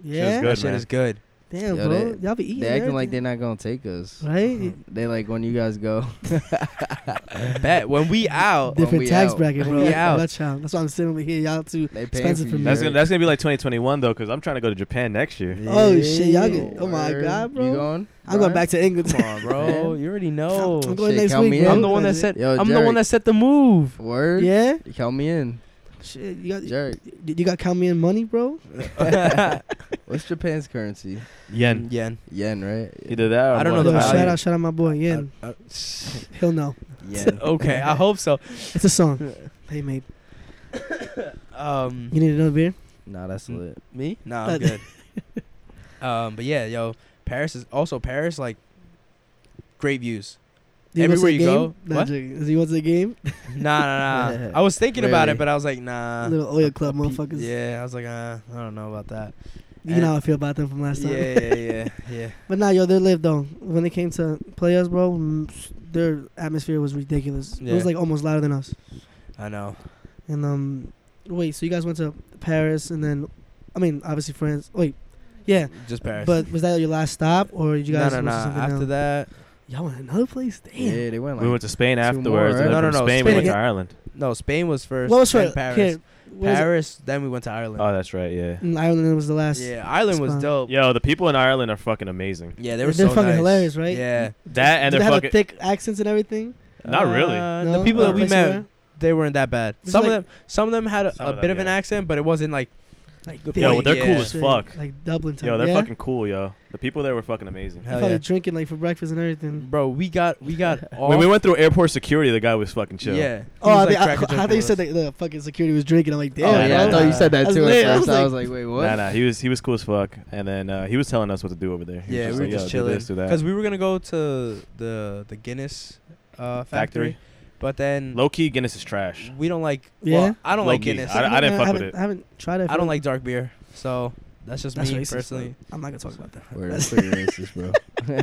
[SPEAKER 2] Yeah.
[SPEAKER 3] Good,
[SPEAKER 4] that shit
[SPEAKER 3] man.
[SPEAKER 4] is good.
[SPEAKER 1] Yo,
[SPEAKER 2] Damn, bro.
[SPEAKER 1] they-
[SPEAKER 2] y'all be eating.
[SPEAKER 1] they acting like
[SPEAKER 2] everything.
[SPEAKER 1] they're not gonna take us.
[SPEAKER 2] Right?
[SPEAKER 1] They like when you guys go.
[SPEAKER 4] Bet when we out
[SPEAKER 1] When
[SPEAKER 2] Different
[SPEAKER 1] we
[SPEAKER 2] tax
[SPEAKER 1] out.
[SPEAKER 2] bracket,
[SPEAKER 4] When
[SPEAKER 2] bro.
[SPEAKER 4] we out.
[SPEAKER 2] Watch out. That's why I'm sitting over here. Y'all too.
[SPEAKER 1] They paying
[SPEAKER 2] Expensive
[SPEAKER 1] for
[SPEAKER 2] for
[SPEAKER 1] you.
[SPEAKER 2] me.
[SPEAKER 3] That's gonna that's gonna be like 2021 though, because I'm trying to go to Japan next year.
[SPEAKER 2] Oh, shit,
[SPEAKER 1] Yeah.
[SPEAKER 2] y'all get- oh my
[SPEAKER 1] Word.
[SPEAKER 2] God, bro.
[SPEAKER 1] You going?
[SPEAKER 2] I'm going back to England.
[SPEAKER 4] Come
[SPEAKER 2] (laughs)
[SPEAKER 4] on, bro. You already know.
[SPEAKER 2] I'm going
[SPEAKER 1] Shit,
[SPEAKER 2] next
[SPEAKER 1] count
[SPEAKER 2] week.
[SPEAKER 1] me
[SPEAKER 2] bro.
[SPEAKER 1] in.
[SPEAKER 4] I'm the one that said
[SPEAKER 1] Yo,
[SPEAKER 4] I'm the
[SPEAKER 1] Jerry.
[SPEAKER 4] one that set the (laughs) move.
[SPEAKER 1] Word.
[SPEAKER 2] Yeah.
[SPEAKER 1] You count me
[SPEAKER 2] (laughs)
[SPEAKER 1] in.
[SPEAKER 2] Shit, you got
[SPEAKER 1] Jerk.
[SPEAKER 2] you got count me in money, bro.
[SPEAKER 1] What's Japan's currency?
[SPEAKER 3] Yen.
[SPEAKER 4] Yen.
[SPEAKER 1] Yen, right?
[SPEAKER 3] Either that. Or
[SPEAKER 4] I don't know
[SPEAKER 2] Yo,
[SPEAKER 3] one
[SPEAKER 4] the
[SPEAKER 3] time.
[SPEAKER 2] shout
[SPEAKER 4] value.
[SPEAKER 2] out, shout out, my boy. Yeah, he'll know.
[SPEAKER 3] (laughs)
[SPEAKER 1] Yen.
[SPEAKER 4] (laughs) okay, I hope so.
[SPEAKER 2] It's a
[SPEAKER 4] (laughs)
[SPEAKER 2] song. hey, mate,
[SPEAKER 4] Um,
[SPEAKER 2] you need another beer?
[SPEAKER 1] Nah, that's
[SPEAKER 4] Mm.
[SPEAKER 1] lit.
[SPEAKER 4] me? Nah, I'm
[SPEAKER 2] That-
[SPEAKER 4] good.
[SPEAKER 2] (laughs)
[SPEAKER 4] um, but yeah, yo, Paris is also Paris. Like, great views.
[SPEAKER 2] (laughs) Do you go to
[SPEAKER 4] Everywhere
[SPEAKER 2] the
[SPEAKER 4] you
[SPEAKER 2] game?
[SPEAKER 4] go-
[SPEAKER 2] Nah,
[SPEAKER 4] what?
[SPEAKER 2] joking. Is he went to the game?
[SPEAKER 4] Nah, nah, nah. I was thinking about
[SPEAKER 1] Really?
[SPEAKER 4] it, but I was like, nah.
[SPEAKER 2] Little oil club
[SPEAKER 4] Pe-
[SPEAKER 2] motherfuckers.
[SPEAKER 4] Yeah, I was like, uh, I don't know about that.
[SPEAKER 2] You know
[SPEAKER 4] And-
[SPEAKER 2] how I feel about them from last time.
[SPEAKER 4] Yeah, yeah, yeah, yeah.
[SPEAKER 2] (laughs) But nah, yo, they lived though. When it came to players, bro, mm, their atmosphere was ridiculous. It
[SPEAKER 4] Yeah.
[SPEAKER 2] was like almost louder than us.
[SPEAKER 4] I know.
[SPEAKER 2] And um, wait, so you guys went to Paris and then, I mean, obviously France. Wait, yeah.
[SPEAKER 4] Just Paris.
[SPEAKER 2] But was that your last stop, or did you guys?
[SPEAKER 4] no,
[SPEAKER 2] went
[SPEAKER 4] no, no.
[SPEAKER 2] to something
[SPEAKER 4] After
[SPEAKER 2] else?
[SPEAKER 4] that,
[SPEAKER 2] y'all went another place. Damn.
[SPEAKER 1] Yeah, they went like.
[SPEAKER 3] We went to Spain
[SPEAKER 1] Two
[SPEAKER 3] afterwards.
[SPEAKER 1] more,
[SPEAKER 3] and
[SPEAKER 1] right?
[SPEAKER 3] then
[SPEAKER 4] No, no,
[SPEAKER 3] from
[SPEAKER 4] no,
[SPEAKER 3] Spain,
[SPEAKER 2] Spain
[SPEAKER 3] we went to
[SPEAKER 2] again.
[SPEAKER 3] Ireland.
[SPEAKER 4] no, Spain was first.
[SPEAKER 2] What was
[SPEAKER 4] then
[SPEAKER 2] for
[SPEAKER 4] Paris?
[SPEAKER 2] Here, what is it?
[SPEAKER 4] Paris. Then we went to Ireland.
[SPEAKER 3] Oh, that's right. Yeah.
[SPEAKER 2] In Ireland was the last.
[SPEAKER 4] yeah, Ireland
[SPEAKER 2] Spain.
[SPEAKER 4] was dope.
[SPEAKER 3] Yo, the people in Ireland are fucking amazing.
[SPEAKER 4] Yeah, they were
[SPEAKER 2] They're
[SPEAKER 4] so
[SPEAKER 2] fucking
[SPEAKER 4] nice.
[SPEAKER 2] hilarious, right?
[SPEAKER 4] Yeah.
[SPEAKER 3] That and
[SPEAKER 2] Did
[SPEAKER 3] they're
[SPEAKER 2] they have
[SPEAKER 3] fucking
[SPEAKER 2] a thick accents and everything.
[SPEAKER 3] Not really.
[SPEAKER 4] Uh,
[SPEAKER 2] No?
[SPEAKER 4] The people that we
[SPEAKER 2] Place
[SPEAKER 4] met,
[SPEAKER 2] where?
[SPEAKER 4] they weren't that bad.
[SPEAKER 2] It's
[SPEAKER 4] some
[SPEAKER 2] like-
[SPEAKER 4] of them, some of them had a,
[SPEAKER 3] Some
[SPEAKER 4] a
[SPEAKER 3] of
[SPEAKER 4] bit
[SPEAKER 3] them,
[SPEAKER 4] of an
[SPEAKER 3] yeah.
[SPEAKER 4] accent, but it wasn't like
[SPEAKER 2] Like
[SPEAKER 4] Good
[SPEAKER 2] thick.
[SPEAKER 4] point. Yo, they're cool
[SPEAKER 3] as
[SPEAKER 2] Shit,
[SPEAKER 3] fuck.
[SPEAKER 2] Like Dublin type.
[SPEAKER 3] yo, they're
[SPEAKER 2] yeah?
[SPEAKER 3] fucking cool, yo. The people there were fucking amazing.
[SPEAKER 4] Hell
[SPEAKER 2] probably
[SPEAKER 4] yeah.
[SPEAKER 2] drinking like for breakfast and everything.
[SPEAKER 4] bro. We got
[SPEAKER 3] (laughs)
[SPEAKER 4] we got all.
[SPEAKER 3] When we went through airport security, the guy was fucking chill.
[SPEAKER 4] yeah.
[SPEAKER 2] Oh, I,
[SPEAKER 4] He was, like,
[SPEAKER 2] think- I-
[SPEAKER 4] cracking
[SPEAKER 2] I,
[SPEAKER 4] jokes
[SPEAKER 2] thought you
[SPEAKER 4] with
[SPEAKER 2] said
[SPEAKER 4] us.
[SPEAKER 2] that the fucking security was drinking. I'm like, (laughs) damn.
[SPEAKER 3] Oh,
[SPEAKER 1] yeah,
[SPEAKER 3] yeah.
[SPEAKER 1] I thought you said that
[SPEAKER 2] That's
[SPEAKER 1] too
[SPEAKER 2] lit.
[SPEAKER 1] at
[SPEAKER 2] I was
[SPEAKER 1] first. I
[SPEAKER 2] like-
[SPEAKER 1] was like, wait, what?
[SPEAKER 3] Nah, nah, he was he was cool as fuck, and then uh, he was telling us what to do over there. He was
[SPEAKER 4] Yeah, we were
[SPEAKER 3] like,
[SPEAKER 4] just
[SPEAKER 3] "Yo, do
[SPEAKER 4] chilling
[SPEAKER 3] this, do that."
[SPEAKER 4] because we were gonna go to the the Guinness uh, factory,
[SPEAKER 3] Factory.
[SPEAKER 4] but then
[SPEAKER 3] Low key, Guinness is trash.
[SPEAKER 4] we don't like.
[SPEAKER 2] Yeah?
[SPEAKER 4] well, I don't like
[SPEAKER 3] Low-key.
[SPEAKER 4] Guinness.
[SPEAKER 3] I-
[SPEAKER 4] I,
[SPEAKER 3] I didn't fuck
[SPEAKER 2] haven't-
[SPEAKER 3] with it.
[SPEAKER 2] I haven't tried it.
[SPEAKER 4] don't like dark beer, so that's just
[SPEAKER 2] That's
[SPEAKER 4] me
[SPEAKER 2] racist,
[SPEAKER 4] personally.
[SPEAKER 2] though. I'm not gonna talk about that.
[SPEAKER 1] Word, that's pretty racist,
[SPEAKER 2] (laughs)
[SPEAKER 1] bro.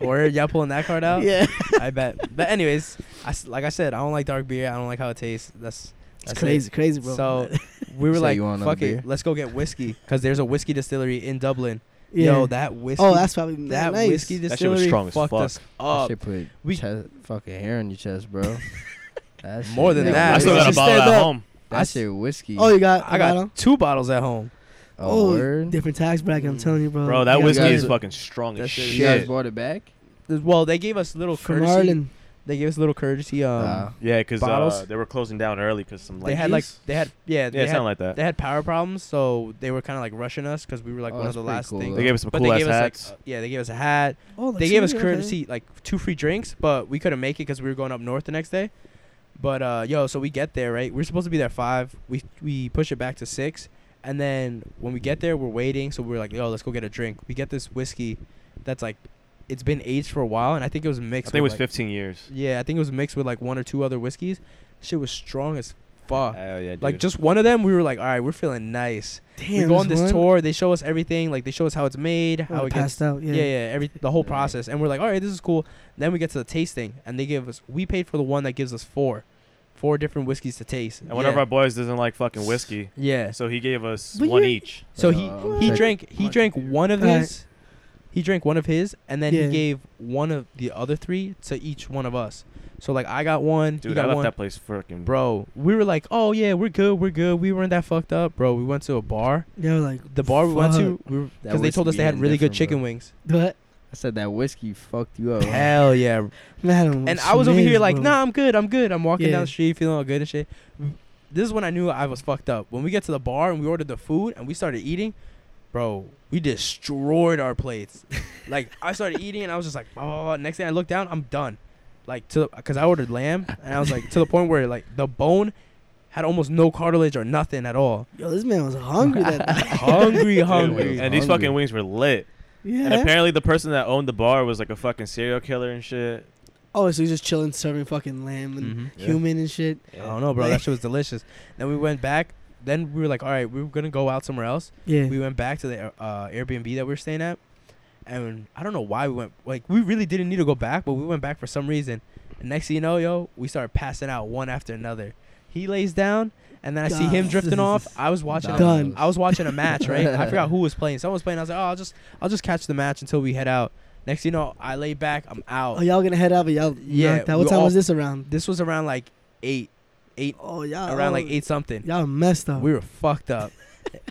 [SPEAKER 4] or y'all pulling that card out?
[SPEAKER 2] Yeah,
[SPEAKER 4] I bet. But anyways, I s like I said, I don't like dark beer. I don't like how it tastes. That's
[SPEAKER 2] it's
[SPEAKER 4] that's
[SPEAKER 2] crazy, crazy, bro.
[SPEAKER 4] So we were
[SPEAKER 1] So
[SPEAKER 4] like,
[SPEAKER 1] you want another
[SPEAKER 4] fuck it,
[SPEAKER 1] beer?
[SPEAKER 4] let's go get whiskey because there's a whiskey distillery in Dublin.
[SPEAKER 2] yeah.
[SPEAKER 4] Yo, that whiskey.
[SPEAKER 2] oh, that's probably
[SPEAKER 4] that
[SPEAKER 2] nice.
[SPEAKER 4] whiskey
[SPEAKER 3] That
[SPEAKER 4] distillery
[SPEAKER 3] shit was strong as
[SPEAKER 4] fucked
[SPEAKER 3] fuck.
[SPEAKER 4] us
[SPEAKER 2] Oh,
[SPEAKER 1] That
[SPEAKER 4] up.
[SPEAKER 1] shit put
[SPEAKER 4] we-
[SPEAKER 1] chest, fucking hair on your chest,
[SPEAKER 2] (laughs)
[SPEAKER 1] bro. That shit-
[SPEAKER 4] More than
[SPEAKER 1] Yeah,
[SPEAKER 4] that,
[SPEAKER 3] I still
[SPEAKER 4] it's
[SPEAKER 3] got a
[SPEAKER 4] just
[SPEAKER 3] bottle
[SPEAKER 4] stand
[SPEAKER 3] at
[SPEAKER 4] up.
[SPEAKER 3] home.
[SPEAKER 1] That shit whiskey.
[SPEAKER 2] Oh, you got?
[SPEAKER 4] I got two bottles at home.
[SPEAKER 1] oh,
[SPEAKER 2] oh,
[SPEAKER 1] word.
[SPEAKER 2] different tax bracket. I'm telling you, bro.
[SPEAKER 3] Bro, that
[SPEAKER 1] You
[SPEAKER 3] whiskey
[SPEAKER 1] guys-
[SPEAKER 3] is fucking strong
[SPEAKER 4] That
[SPEAKER 3] as
[SPEAKER 4] shit is-
[SPEAKER 1] You guys
[SPEAKER 3] shit.
[SPEAKER 1] brought it back?
[SPEAKER 4] There's- Well, they gave us little
[SPEAKER 2] from
[SPEAKER 4] courtesy.
[SPEAKER 2] Ireland.
[SPEAKER 4] They gave us little courtesy. Um,
[SPEAKER 1] Wow.
[SPEAKER 3] Yeah, because uh,
[SPEAKER 4] Bottles?
[SPEAKER 3] they were closing down early because some like
[SPEAKER 4] they had like they had yeah
[SPEAKER 3] yeah,
[SPEAKER 4] they
[SPEAKER 3] it
[SPEAKER 4] had
[SPEAKER 3] sounded like that.
[SPEAKER 4] they had power problems, so they were kind of like rushing us because we were like
[SPEAKER 1] Oh,
[SPEAKER 4] one
[SPEAKER 1] that's
[SPEAKER 4] of the
[SPEAKER 1] pretty
[SPEAKER 4] last
[SPEAKER 1] cool,
[SPEAKER 4] things.
[SPEAKER 1] though.
[SPEAKER 3] They gave us some
[SPEAKER 4] But they
[SPEAKER 3] cool ass
[SPEAKER 4] gave us like,
[SPEAKER 3] hats.
[SPEAKER 4] uh, yeah, they gave us a hat.
[SPEAKER 2] Oh,
[SPEAKER 4] they gave us
[SPEAKER 2] luxury, okay.
[SPEAKER 4] courtesy like two free drinks, but we couldn't make it because we were going up north the next day. But uh, yo, so we get there right. We're supposed to be there at five. We we push it back to six, and then when we get there, we're waiting. So we're like, yo, let's go get a drink. We get this whiskey, that's like, it's been aged for a while, and I think it was
[SPEAKER 3] I
[SPEAKER 4] mixed.
[SPEAKER 3] think it
[SPEAKER 4] with,
[SPEAKER 3] was
[SPEAKER 4] like-
[SPEAKER 3] 15 years.
[SPEAKER 4] Yeah, I think it was mixed with like one or two other whiskeys. Shit was strong as fuck.
[SPEAKER 3] Oh yeah,
[SPEAKER 4] Like
[SPEAKER 3] dude.
[SPEAKER 4] just one of them, we were like, all right, we're feeling nice.
[SPEAKER 2] Damn,
[SPEAKER 4] we go on this
[SPEAKER 2] one?
[SPEAKER 4] tour. They show us everything. Like they show us how it's made,
[SPEAKER 2] Oh,
[SPEAKER 4] how it gets
[SPEAKER 2] passed out.
[SPEAKER 4] yeah,
[SPEAKER 2] Yeah,
[SPEAKER 4] yeah, every the whole
[SPEAKER 1] Yeah.
[SPEAKER 4] process, and we're like, all right, this is cool. Then we get to the tasting, and they give us we paid for the one that gives us four, four different whiskeys to taste.
[SPEAKER 3] and one of
[SPEAKER 4] yeah.
[SPEAKER 3] our boys doesn't like fucking whiskey,
[SPEAKER 4] yeah.
[SPEAKER 3] so he gave us
[SPEAKER 2] But
[SPEAKER 3] one
[SPEAKER 2] you're-
[SPEAKER 3] each.
[SPEAKER 4] So
[SPEAKER 1] Uh,
[SPEAKER 4] he he
[SPEAKER 3] "Oh,
[SPEAKER 1] check-
[SPEAKER 4] drank he drank one of
[SPEAKER 2] Alright.
[SPEAKER 4] his, he drank one of his, and then
[SPEAKER 2] Yeah.
[SPEAKER 4] he gave one of the other three to each one of us. So like I got one, he
[SPEAKER 3] Dude, I
[SPEAKER 4] got
[SPEAKER 3] left
[SPEAKER 4] one.
[SPEAKER 3] that place freaking
[SPEAKER 4] Bro, we were like, oh yeah, we're good, we're good. We weren't that fucked up, bro. We went to a bar.
[SPEAKER 2] They were like,
[SPEAKER 4] The bar we went to,
[SPEAKER 1] That
[SPEAKER 4] because they told us
[SPEAKER 1] whiskey
[SPEAKER 4] they had
[SPEAKER 1] hitting
[SPEAKER 4] really good
[SPEAKER 1] different,
[SPEAKER 4] chicken
[SPEAKER 1] bro.
[SPEAKER 4] wings.
[SPEAKER 2] what?
[SPEAKER 1] I said that whiskey fucked you
[SPEAKER 3] Oh.
[SPEAKER 1] up. (laughs) huh?
[SPEAKER 4] Hell yeah,
[SPEAKER 2] Madam.
[SPEAKER 4] And I was over here
[SPEAKER 2] amazed,
[SPEAKER 4] like,
[SPEAKER 2] Oh, bro.
[SPEAKER 4] nah, I'm good, I'm good. I'm walking
[SPEAKER 2] Yeah.
[SPEAKER 4] down the street feeling all good and shit. This is when I knew I was fucked up. When we get to the bar and we ordered the food and we started eating, bro, we destroyed
[SPEAKER 2] (laughs)
[SPEAKER 4] our plates. like I started eating and I was just like, oh. Next thing I look down, I'm done. Like to because I ordered lamb and I was like to the point where like the bone had almost no cartilage or nothing at all.
[SPEAKER 1] (laughs)
[SPEAKER 4] (laughs)
[SPEAKER 2] Yo, this man was hungry that night.
[SPEAKER 4] Hungry,
[SPEAKER 3] Dude,
[SPEAKER 4] hungry.
[SPEAKER 3] and these
[SPEAKER 1] Hungry.
[SPEAKER 3] fucking wings were lit. And
[SPEAKER 2] Yeah.
[SPEAKER 3] apparently, the person that owned the bar was like a fucking serial killer and shit.
[SPEAKER 2] Oh, so he's just chilling, serving fucking lamb and
[SPEAKER 4] Mhm.
[SPEAKER 3] Yeah.
[SPEAKER 2] human and shit.
[SPEAKER 4] I don't know, bro. That shit was delicious. Then we went back. Then we were like, all right, we were gonna go out somewhere else.
[SPEAKER 2] Yeah.
[SPEAKER 4] We went back to the uh, Airbnb that we were staying at, and I don't know why we went. Like, we really didn't need to go back, but we went back for some reason. And next thing you know, yo, we started passing out one after another. He lays down, and then I see him
[SPEAKER 2] Done.
[SPEAKER 4] drifting off. I was watching. A,
[SPEAKER 2] Done.
[SPEAKER 4] I was watching a match, right? I forgot
[SPEAKER 2] (laughs)
[SPEAKER 4] who was playing. Someone was playing. I was like, oh, I'll just, I'll just catch the match until we head out. Next thing you know, I lay back. I'm out.
[SPEAKER 2] oh, y'all gonna head out, but y'all.
[SPEAKER 4] Yeah,
[SPEAKER 2] knocked out. What
[SPEAKER 4] we
[SPEAKER 2] time
[SPEAKER 4] all-
[SPEAKER 2] was this around?
[SPEAKER 4] This was around like eight, eight,
[SPEAKER 2] Oh, y'all.
[SPEAKER 4] around like eight something.
[SPEAKER 2] Y'all messed up.
[SPEAKER 4] We were fucked up.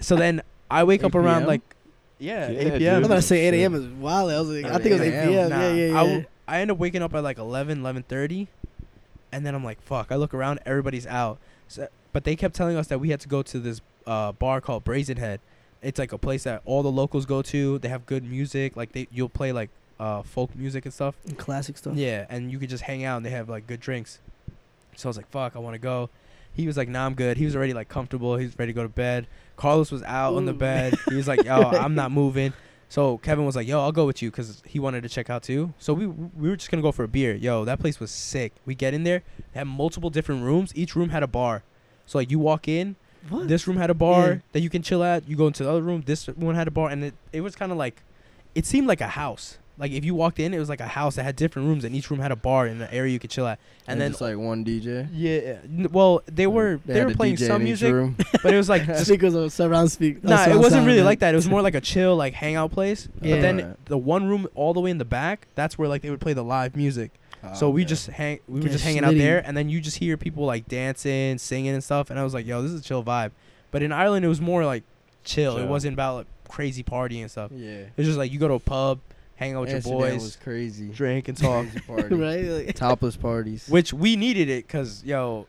[SPEAKER 4] so then I wake up
[SPEAKER 1] 8
[SPEAKER 4] around
[SPEAKER 1] PM?
[SPEAKER 4] like
[SPEAKER 3] Yeah,
[SPEAKER 4] yeah, 8
[SPEAKER 2] I'm
[SPEAKER 4] p.m.
[SPEAKER 3] dude.
[SPEAKER 2] about to say 8
[SPEAKER 1] Shit.
[SPEAKER 2] a.m. is wild. I was like, I
[SPEAKER 1] Oh,
[SPEAKER 2] think it was 8
[SPEAKER 1] 8
[SPEAKER 2] p.m.
[SPEAKER 4] Nah,
[SPEAKER 2] yeah, yeah, yeah.
[SPEAKER 4] I, w- I end up waking up at like 11, 11:30, and then I'm like, fuck. I look around, everybody's out. So, but they kept telling us that we had to go to this uh, bar called Brazen Head. It's like a place that all the locals go to. They have good music. Like they, you'll play like uh, folk music and stuff.
[SPEAKER 2] Classic stuff.
[SPEAKER 4] Yeah, and you could just hang out and they have like good drinks. So I was like, fuck, I want to go. He was like, nah, I'm good. He was already like comfortable. He was ready to go to bed. Carlos was out on the
[SPEAKER 2] Ooh.
[SPEAKER 4] bed. He was like, yo,
[SPEAKER 2] (laughs)
[SPEAKER 4] I'm not moving. So Kevin was like, yo, I'll go with you because he wanted to check out too. So we we were just gonna go for a beer. Yo, that place was sick. We get in there, they had multiple different rooms. Each room had a bar. So like you walk in,
[SPEAKER 2] What?
[SPEAKER 4] this room had a bar
[SPEAKER 2] Yeah.
[SPEAKER 4] that you can chill at. You go into the other room. This one had a bar, and it, it was kind of like, it seemed like a house. Like if you walked in, it was like a house that had different rooms, and each room had a bar and an area you could chill at. And, then
[SPEAKER 1] just like one DJ.
[SPEAKER 4] yeah, n- well they were they,
[SPEAKER 1] had
[SPEAKER 4] were
[SPEAKER 1] a
[SPEAKER 4] playing
[SPEAKER 1] DJ in
[SPEAKER 4] some
[SPEAKER 1] each (laughs)
[SPEAKER 4] music,
[SPEAKER 1] room.
[SPEAKER 4] but it was like just,
[SPEAKER 2] Speakers or surround speak.
[SPEAKER 4] nah, it wasn't really like that. It was more like a chill like hangout place. But
[SPEAKER 2] Yeah.
[SPEAKER 4] then
[SPEAKER 1] Alright.
[SPEAKER 4] the one room all the way in the back, that's where like they would play the live music. So we
[SPEAKER 1] Okay.
[SPEAKER 4] just hang, we were
[SPEAKER 2] Get
[SPEAKER 4] just hanging out
[SPEAKER 2] slitty.
[SPEAKER 4] there, and then you just hear people like dancing, singing, and stuff. And I was like, "Yo, this is a chill vibe." But in Ireland, it was more like chill. It
[SPEAKER 3] Chill.
[SPEAKER 4] wasn't about like crazy party and stuff. It
[SPEAKER 1] yeah.
[SPEAKER 4] was just like you go to a pub, hang out with
[SPEAKER 1] Amsterdam
[SPEAKER 4] your boys,
[SPEAKER 1] was crazy. (laughs)
[SPEAKER 4] (laughs) drink and talk.
[SPEAKER 1] Crazy party.
[SPEAKER 2] right? Like, (laughs)
[SPEAKER 1] Topless parties.
[SPEAKER 4] which we needed it because yo,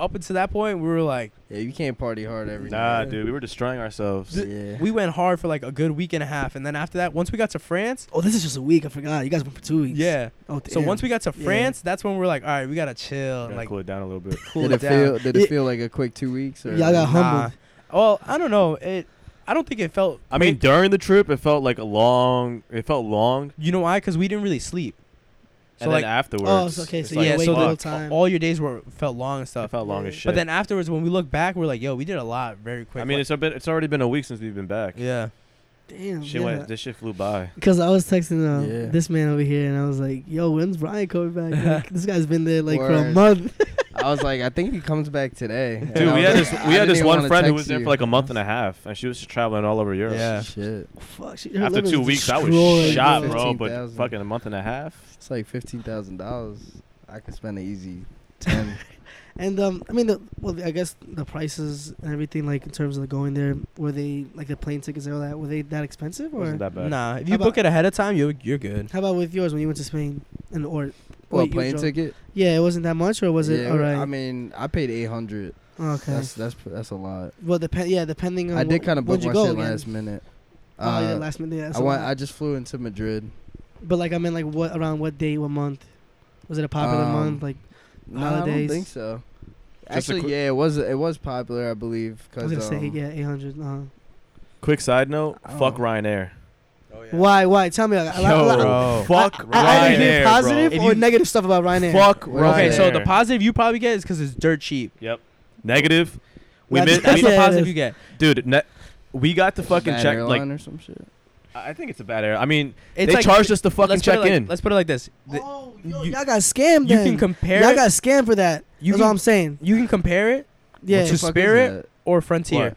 [SPEAKER 4] up until that point, we were like,
[SPEAKER 1] yeah, you can't party hard every
[SPEAKER 3] Nah,
[SPEAKER 1] night.
[SPEAKER 3] dude, we were destroying ourselves.
[SPEAKER 4] Th-
[SPEAKER 1] yeah.
[SPEAKER 4] we went hard for like a good week and a half, and then after that, once we got to France,
[SPEAKER 2] oh, this is just a week. I forgot. You guys went for two weeks.
[SPEAKER 4] yeah.
[SPEAKER 2] Oh, damn.
[SPEAKER 4] So once we got to
[SPEAKER 2] Yeah.
[SPEAKER 4] France, that's when we were like, "All right, we gotta chill."
[SPEAKER 3] Gotta
[SPEAKER 4] and, like,
[SPEAKER 3] cool it down a little bit.
[SPEAKER 4] cool
[SPEAKER 1] did
[SPEAKER 4] it
[SPEAKER 1] it
[SPEAKER 4] down.
[SPEAKER 1] feel? Did it,
[SPEAKER 2] It-
[SPEAKER 1] feel like a quick two weeks? Or
[SPEAKER 2] Y'all got humbled.
[SPEAKER 4] Well, I don't know. It. I don't think it felt. (laughs)
[SPEAKER 3] I mean, during the trip, it felt like a long. It felt long.
[SPEAKER 4] You know why? Because we didn't really sleep. So
[SPEAKER 3] and
[SPEAKER 4] like,
[SPEAKER 3] then afterwards,
[SPEAKER 2] Oh, so- okay,
[SPEAKER 3] it's
[SPEAKER 2] so
[SPEAKER 3] like,
[SPEAKER 4] yeah,
[SPEAKER 2] you wait
[SPEAKER 4] so
[SPEAKER 2] the whole
[SPEAKER 3] fuck,
[SPEAKER 2] time.
[SPEAKER 4] all your days were felt long and
[SPEAKER 3] It
[SPEAKER 4] stuff.
[SPEAKER 3] felt long as
[SPEAKER 2] Yeah.
[SPEAKER 3] shit.
[SPEAKER 4] But then afterwards, when we look back, we're like, "Yo, we did a lot very quick."
[SPEAKER 3] I mean,
[SPEAKER 4] Like-
[SPEAKER 3] it's a bit. It's already been a week since we've been back.
[SPEAKER 4] yeah.
[SPEAKER 2] Damn.
[SPEAKER 3] Shit went. This shit flew by.
[SPEAKER 2] Because I was texting uh,
[SPEAKER 1] Yeah.
[SPEAKER 2] this man over here, and I was like, "Yo, when's Brian coming
[SPEAKER 4] (laughs)
[SPEAKER 2] back? Like, this guy's been there like for a
[SPEAKER 1] Word.
[SPEAKER 2] month."
[SPEAKER 1] (laughs) I was like, I think he comes back today. And
[SPEAKER 3] Dude,
[SPEAKER 1] I
[SPEAKER 3] we
[SPEAKER 1] was
[SPEAKER 3] had
[SPEAKER 1] like,
[SPEAKER 3] this.
[SPEAKER 1] I
[SPEAKER 3] We had
[SPEAKER 1] didn't
[SPEAKER 3] this
[SPEAKER 1] even
[SPEAKER 3] one
[SPEAKER 1] wanna
[SPEAKER 3] friend who
[SPEAKER 1] text
[SPEAKER 3] was there
[SPEAKER 1] you.
[SPEAKER 3] for like a month and a half, and she was just traveling all over Europe.
[SPEAKER 4] Yeah.
[SPEAKER 1] Shit,
[SPEAKER 2] (laughs) Fuck. She, her
[SPEAKER 3] After
[SPEAKER 2] liver
[SPEAKER 3] two
[SPEAKER 2] was
[SPEAKER 3] weeks, I was
[SPEAKER 2] destroyed,
[SPEAKER 3] shot,
[SPEAKER 2] bro.
[SPEAKER 3] bro. But
[SPEAKER 1] 15,000.
[SPEAKER 3] fucking a month and a half.
[SPEAKER 1] it's like fifteen thousand dollars. I can spend an (laughs) easy ten.
[SPEAKER 2] And um, I mean, the, well, I guess the prices and everything, like in terms of going there, were they like the plane tickets and all that? Were they that expensive, or
[SPEAKER 3] Wasn't that bad?
[SPEAKER 4] Nah, if
[SPEAKER 2] How
[SPEAKER 4] you book
[SPEAKER 2] about-
[SPEAKER 4] it ahead of time, you you're good.
[SPEAKER 2] how about with yours when you went to Spain and or?
[SPEAKER 1] well,
[SPEAKER 2] wait, you
[SPEAKER 1] plane
[SPEAKER 2] drove-
[SPEAKER 1] ticket.
[SPEAKER 2] Yeah, it wasn't that much, or was it
[SPEAKER 1] Yeah,
[SPEAKER 2] all right?
[SPEAKER 1] I mean, I paid eight hundred.
[SPEAKER 2] okay.
[SPEAKER 1] That's that's that's a lot.
[SPEAKER 2] well, depend. Yeah, depending on.
[SPEAKER 1] I did
[SPEAKER 2] wh-
[SPEAKER 1] kind of book
[SPEAKER 2] where'd you
[SPEAKER 1] my
[SPEAKER 2] go
[SPEAKER 1] shit
[SPEAKER 2] again?
[SPEAKER 1] last minute.
[SPEAKER 2] Oh, yeah,
[SPEAKER 1] Uh,
[SPEAKER 2] last minute. Yeah, that's
[SPEAKER 1] I
[SPEAKER 2] a
[SPEAKER 1] went.
[SPEAKER 2] lot.
[SPEAKER 1] I just flew into Madrid.
[SPEAKER 2] But like, I mean, like, what around what day, what month? Was it a popular
[SPEAKER 1] Um,
[SPEAKER 2] month? Like,
[SPEAKER 1] No, I don't
[SPEAKER 2] Holidays.
[SPEAKER 1] think so.
[SPEAKER 3] a
[SPEAKER 1] Actually,
[SPEAKER 3] quick-
[SPEAKER 1] yeah, it was it was popular, I believe.
[SPEAKER 2] I
[SPEAKER 1] Cause,
[SPEAKER 2] was gonna say,
[SPEAKER 1] um,
[SPEAKER 2] yeah, eight hundred. Uh-huh.
[SPEAKER 3] Quick side note.
[SPEAKER 1] I don't
[SPEAKER 3] Fuck
[SPEAKER 1] know.
[SPEAKER 4] (laughs)
[SPEAKER 3] Ryanair.
[SPEAKER 2] Why? Why? Tell me. Like, a lot- a lot-
[SPEAKER 4] Bro.
[SPEAKER 3] Fuck
[SPEAKER 2] I, I either hear
[SPEAKER 3] Ryanair,
[SPEAKER 2] positive
[SPEAKER 3] bro.
[SPEAKER 4] If
[SPEAKER 2] or
[SPEAKER 4] you-
[SPEAKER 2] negative stuff about Ryanair.
[SPEAKER 3] Fuck Ryanair.
[SPEAKER 1] Right
[SPEAKER 4] Okay, so the
[SPEAKER 3] po-
[SPEAKER 4] positive you probably get is because it's dirt cheap.
[SPEAKER 3] negative. We
[SPEAKER 2] That's-
[SPEAKER 3] missed.
[SPEAKER 4] That's
[SPEAKER 3] we-
[SPEAKER 4] the
[SPEAKER 2] Yeah, it
[SPEAKER 4] positive
[SPEAKER 2] is.
[SPEAKER 4] you get.
[SPEAKER 3] dude. Ne- we got to fucking
[SPEAKER 1] Bad
[SPEAKER 3] check. Like,
[SPEAKER 1] airline or some shit.
[SPEAKER 3] I I think it's a bad air. I mean,
[SPEAKER 4] It's
[SPEAKER 3] they
[SPEAKER 4] like,
[SPEAKER 3] charged us to
[SPEAKER 4] let's
[SPEAKER 3] fucking
[SPEAKER 4] put it
[SPEAKER 3] check
[SPEAKER 4] like-
[SPEAKER 3] in.
[SPEAKER 4] Let's put it like this. The-
[SPEAKER 2] Oh, yo,
[SPEAKER 4] you-
[SPEAKER 2] y'all got scammed.
[SPEAKER 4] you
[SPEAKER 2] then.
[SPEAKER 4] can compare.
[SPEAKER 2] Y'all
[SPEAKER 4] it-
[SPEAKER 2] got scammed for that.
[SPEAKER 4] you
[SPEAKER 2] That's what
[SPEAKER 4] can,
[SPEAKER 2] I'm saying.
[SPEAKER 4] you can compare it
[SPEAKER 2] Yeah.
[SPEAKER 4] What's To your-
[SPEAKER 1] The fuck is
[SPEAKER 4] Spirit
[SPEAKER 1] that?
[SPEAKER 4] or Frontier.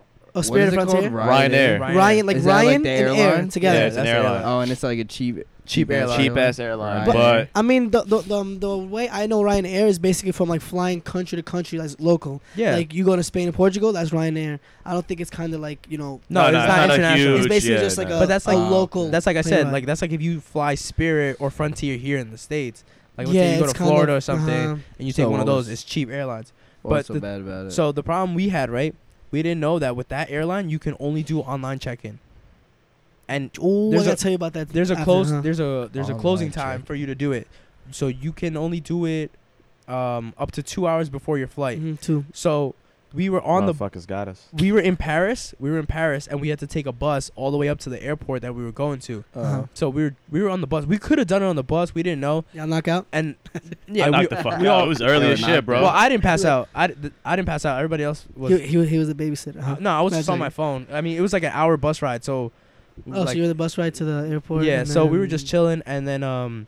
[SPEAKER 2] oh,
[SPEAKER 1] What
[SPEAKER 2] Spirit
[SPEAKER 1] is it called?
[SPEAKER 2] Frontier.
[SPEAKER 3] Ryanair.
[SPEAKER 4] Ryanair.
[SPEAKER 2] Ryan, like
[SPEAKER 1] Is that like
[SPEAKER 2] Ryan
[SPEAKER 1] the
[SPEAKER 2] and Air
[SPEAKER 1] airline?
[SPEAKER 2] together.
[SPEAKER 3] Yeah, it's an
[SPEAKER 4] that's the
[SPEAKER 3] airline.
[SPEAKER 1] Oh, and it's like a cheap,
[SPEAKER 4] Cheap airline.
[SPEAKER 3] cheap ass airline,
[SPEAKER 1] Right.
[SPEAKER 3] but
[SPEAKER 2] I mean, the the, the, um, the way I know Ryanair is basically from like flying country to country, like local.
[SPEAKER 4] Yeah.
[SPEAKER 2] Like you go to Spain and Portugal, that's Ryanair. I don't think it's kind of like you know.
[SPEAKER 4] No,
[SPEAKER 3] No,
[SPEAKER 4] it's
[SPEAKER 3] no, it's
[SPEAKER 4] not
[SPEAKER 3] not a
[SPEAKER 4] international.
[SPEAKER 3] huge-
[SPEAKER 2] It's basically
[SPEAKER 3] yeah,
[SPEAKER 2] just like
[SPEAKER 3] no.
[SPEAKER 2] a,
[SPEAKER 4] But that's
[SPEAKER 2] a
[SPEAKER 4] like-
[SPEAKER 2] local.
[SPEAKER 4] That's like I
[SPEAKER 2] plane
[SPEAKER 4] said.
[SPEAKER 2] ride.
[SPEAKER 4] Like that's like if you fly Spirit or Frontier here in the states. Like let's say you go
[SPEAKER 2] it's
[SPEAKER 4] to
[SPEAKER 2] kind of-
[SPEAKER 4] Florida or something,
[SPEAKER 2] uh-huh.
[SPEAKER 4] and you take
[SPEAKER 1] So
[SPEAKER 4] one of
[SPEAKER 1] what
[SPEAKER 4] those.
[SPEAKER 1] was-
[SPEAKER 4] It's cheap airlines. but
[SPEAKER 1] What's so
[SPEAKER 4] the-
[SPEAKER 1] bad about it?
[SPEAKER 4] So the problem we had, right? We didn't know that with that airline you can only do online check-in, and
[SPEAKER 2] Ooh,
[SPEAKER 4] there's
[SPEAKER 2] I gotta
[SPEAKER 4] a-
[SPEAKER 2] tell you about that.
[SPEAKER 4] there's a
[SPEAKER 2] after, uh-huh.
[SPEAKER 4] close
[SPEAKER 2] huh?
[SPEAKER 4] there's a there's a
[SPEAKER 1] Online
[SPEAKER 4] closing time
[SPEAKER 1] check-in.
[SPEAKER 4] for you to do it.
[SPEAKER 2] Mm-hmm.
[SPEAKER 4] So you can only do it um, up to two hours before your flight.
[SPEAKER 2] Mhm, too.
[SPEAKER 4] So we were on the
[SPEAKER 3] Motherfuckers got us.
[SPEAKER 4] we were in Paris. We were in Paris, and we had to take a bus all the way up to the airport that we were going to.
[SPEAKER 2] Uh-huh.
[SPEAKER 4] So we were we were on the bus. We could have done it on the bus. We didn't know.
[SPEAKER 2] Y'all knock out.
[SPEAKER 3] (laughs)
[SPEAKER 4] And
[SPEAKER 3] I
[SPEAKER 4] yeah, we,
[SPEAKER 3] knocked the fuck
[SPEAKER 4] we
[SPEAKER 3] out.
[SPEAKER 4] all-
[SPEAKER 3] it was early
[SPEAKER 1] Yeah,
[SPEAKER 3] as
[SPEAKER 1] knocked
[SPEAKER 3] shit, bro.
[SPEAKER 4] well, I didn't pass out. I, d- I didn't pass out. Everybody else was.
[SPEAKER 2] He, he, he was a babysitter. huh?
[SPEAKER 4] no, I was just
[SPEAKER 2] Magic.
[SPEAKER 4] on my phone. I mean, it was like an hour bus ride. So,
[SPEAKER 2] Oh, so
[SPEAKER 4] like-
[SPEAKER 2] you were the bus ride to the airport?
[SPEAKER 4] yeah.
[SPEAKER 2] and
[SPEAKER 4] So we were just
[SPEAKER 2] then-
[SPEAKER 4] chilling, and then um,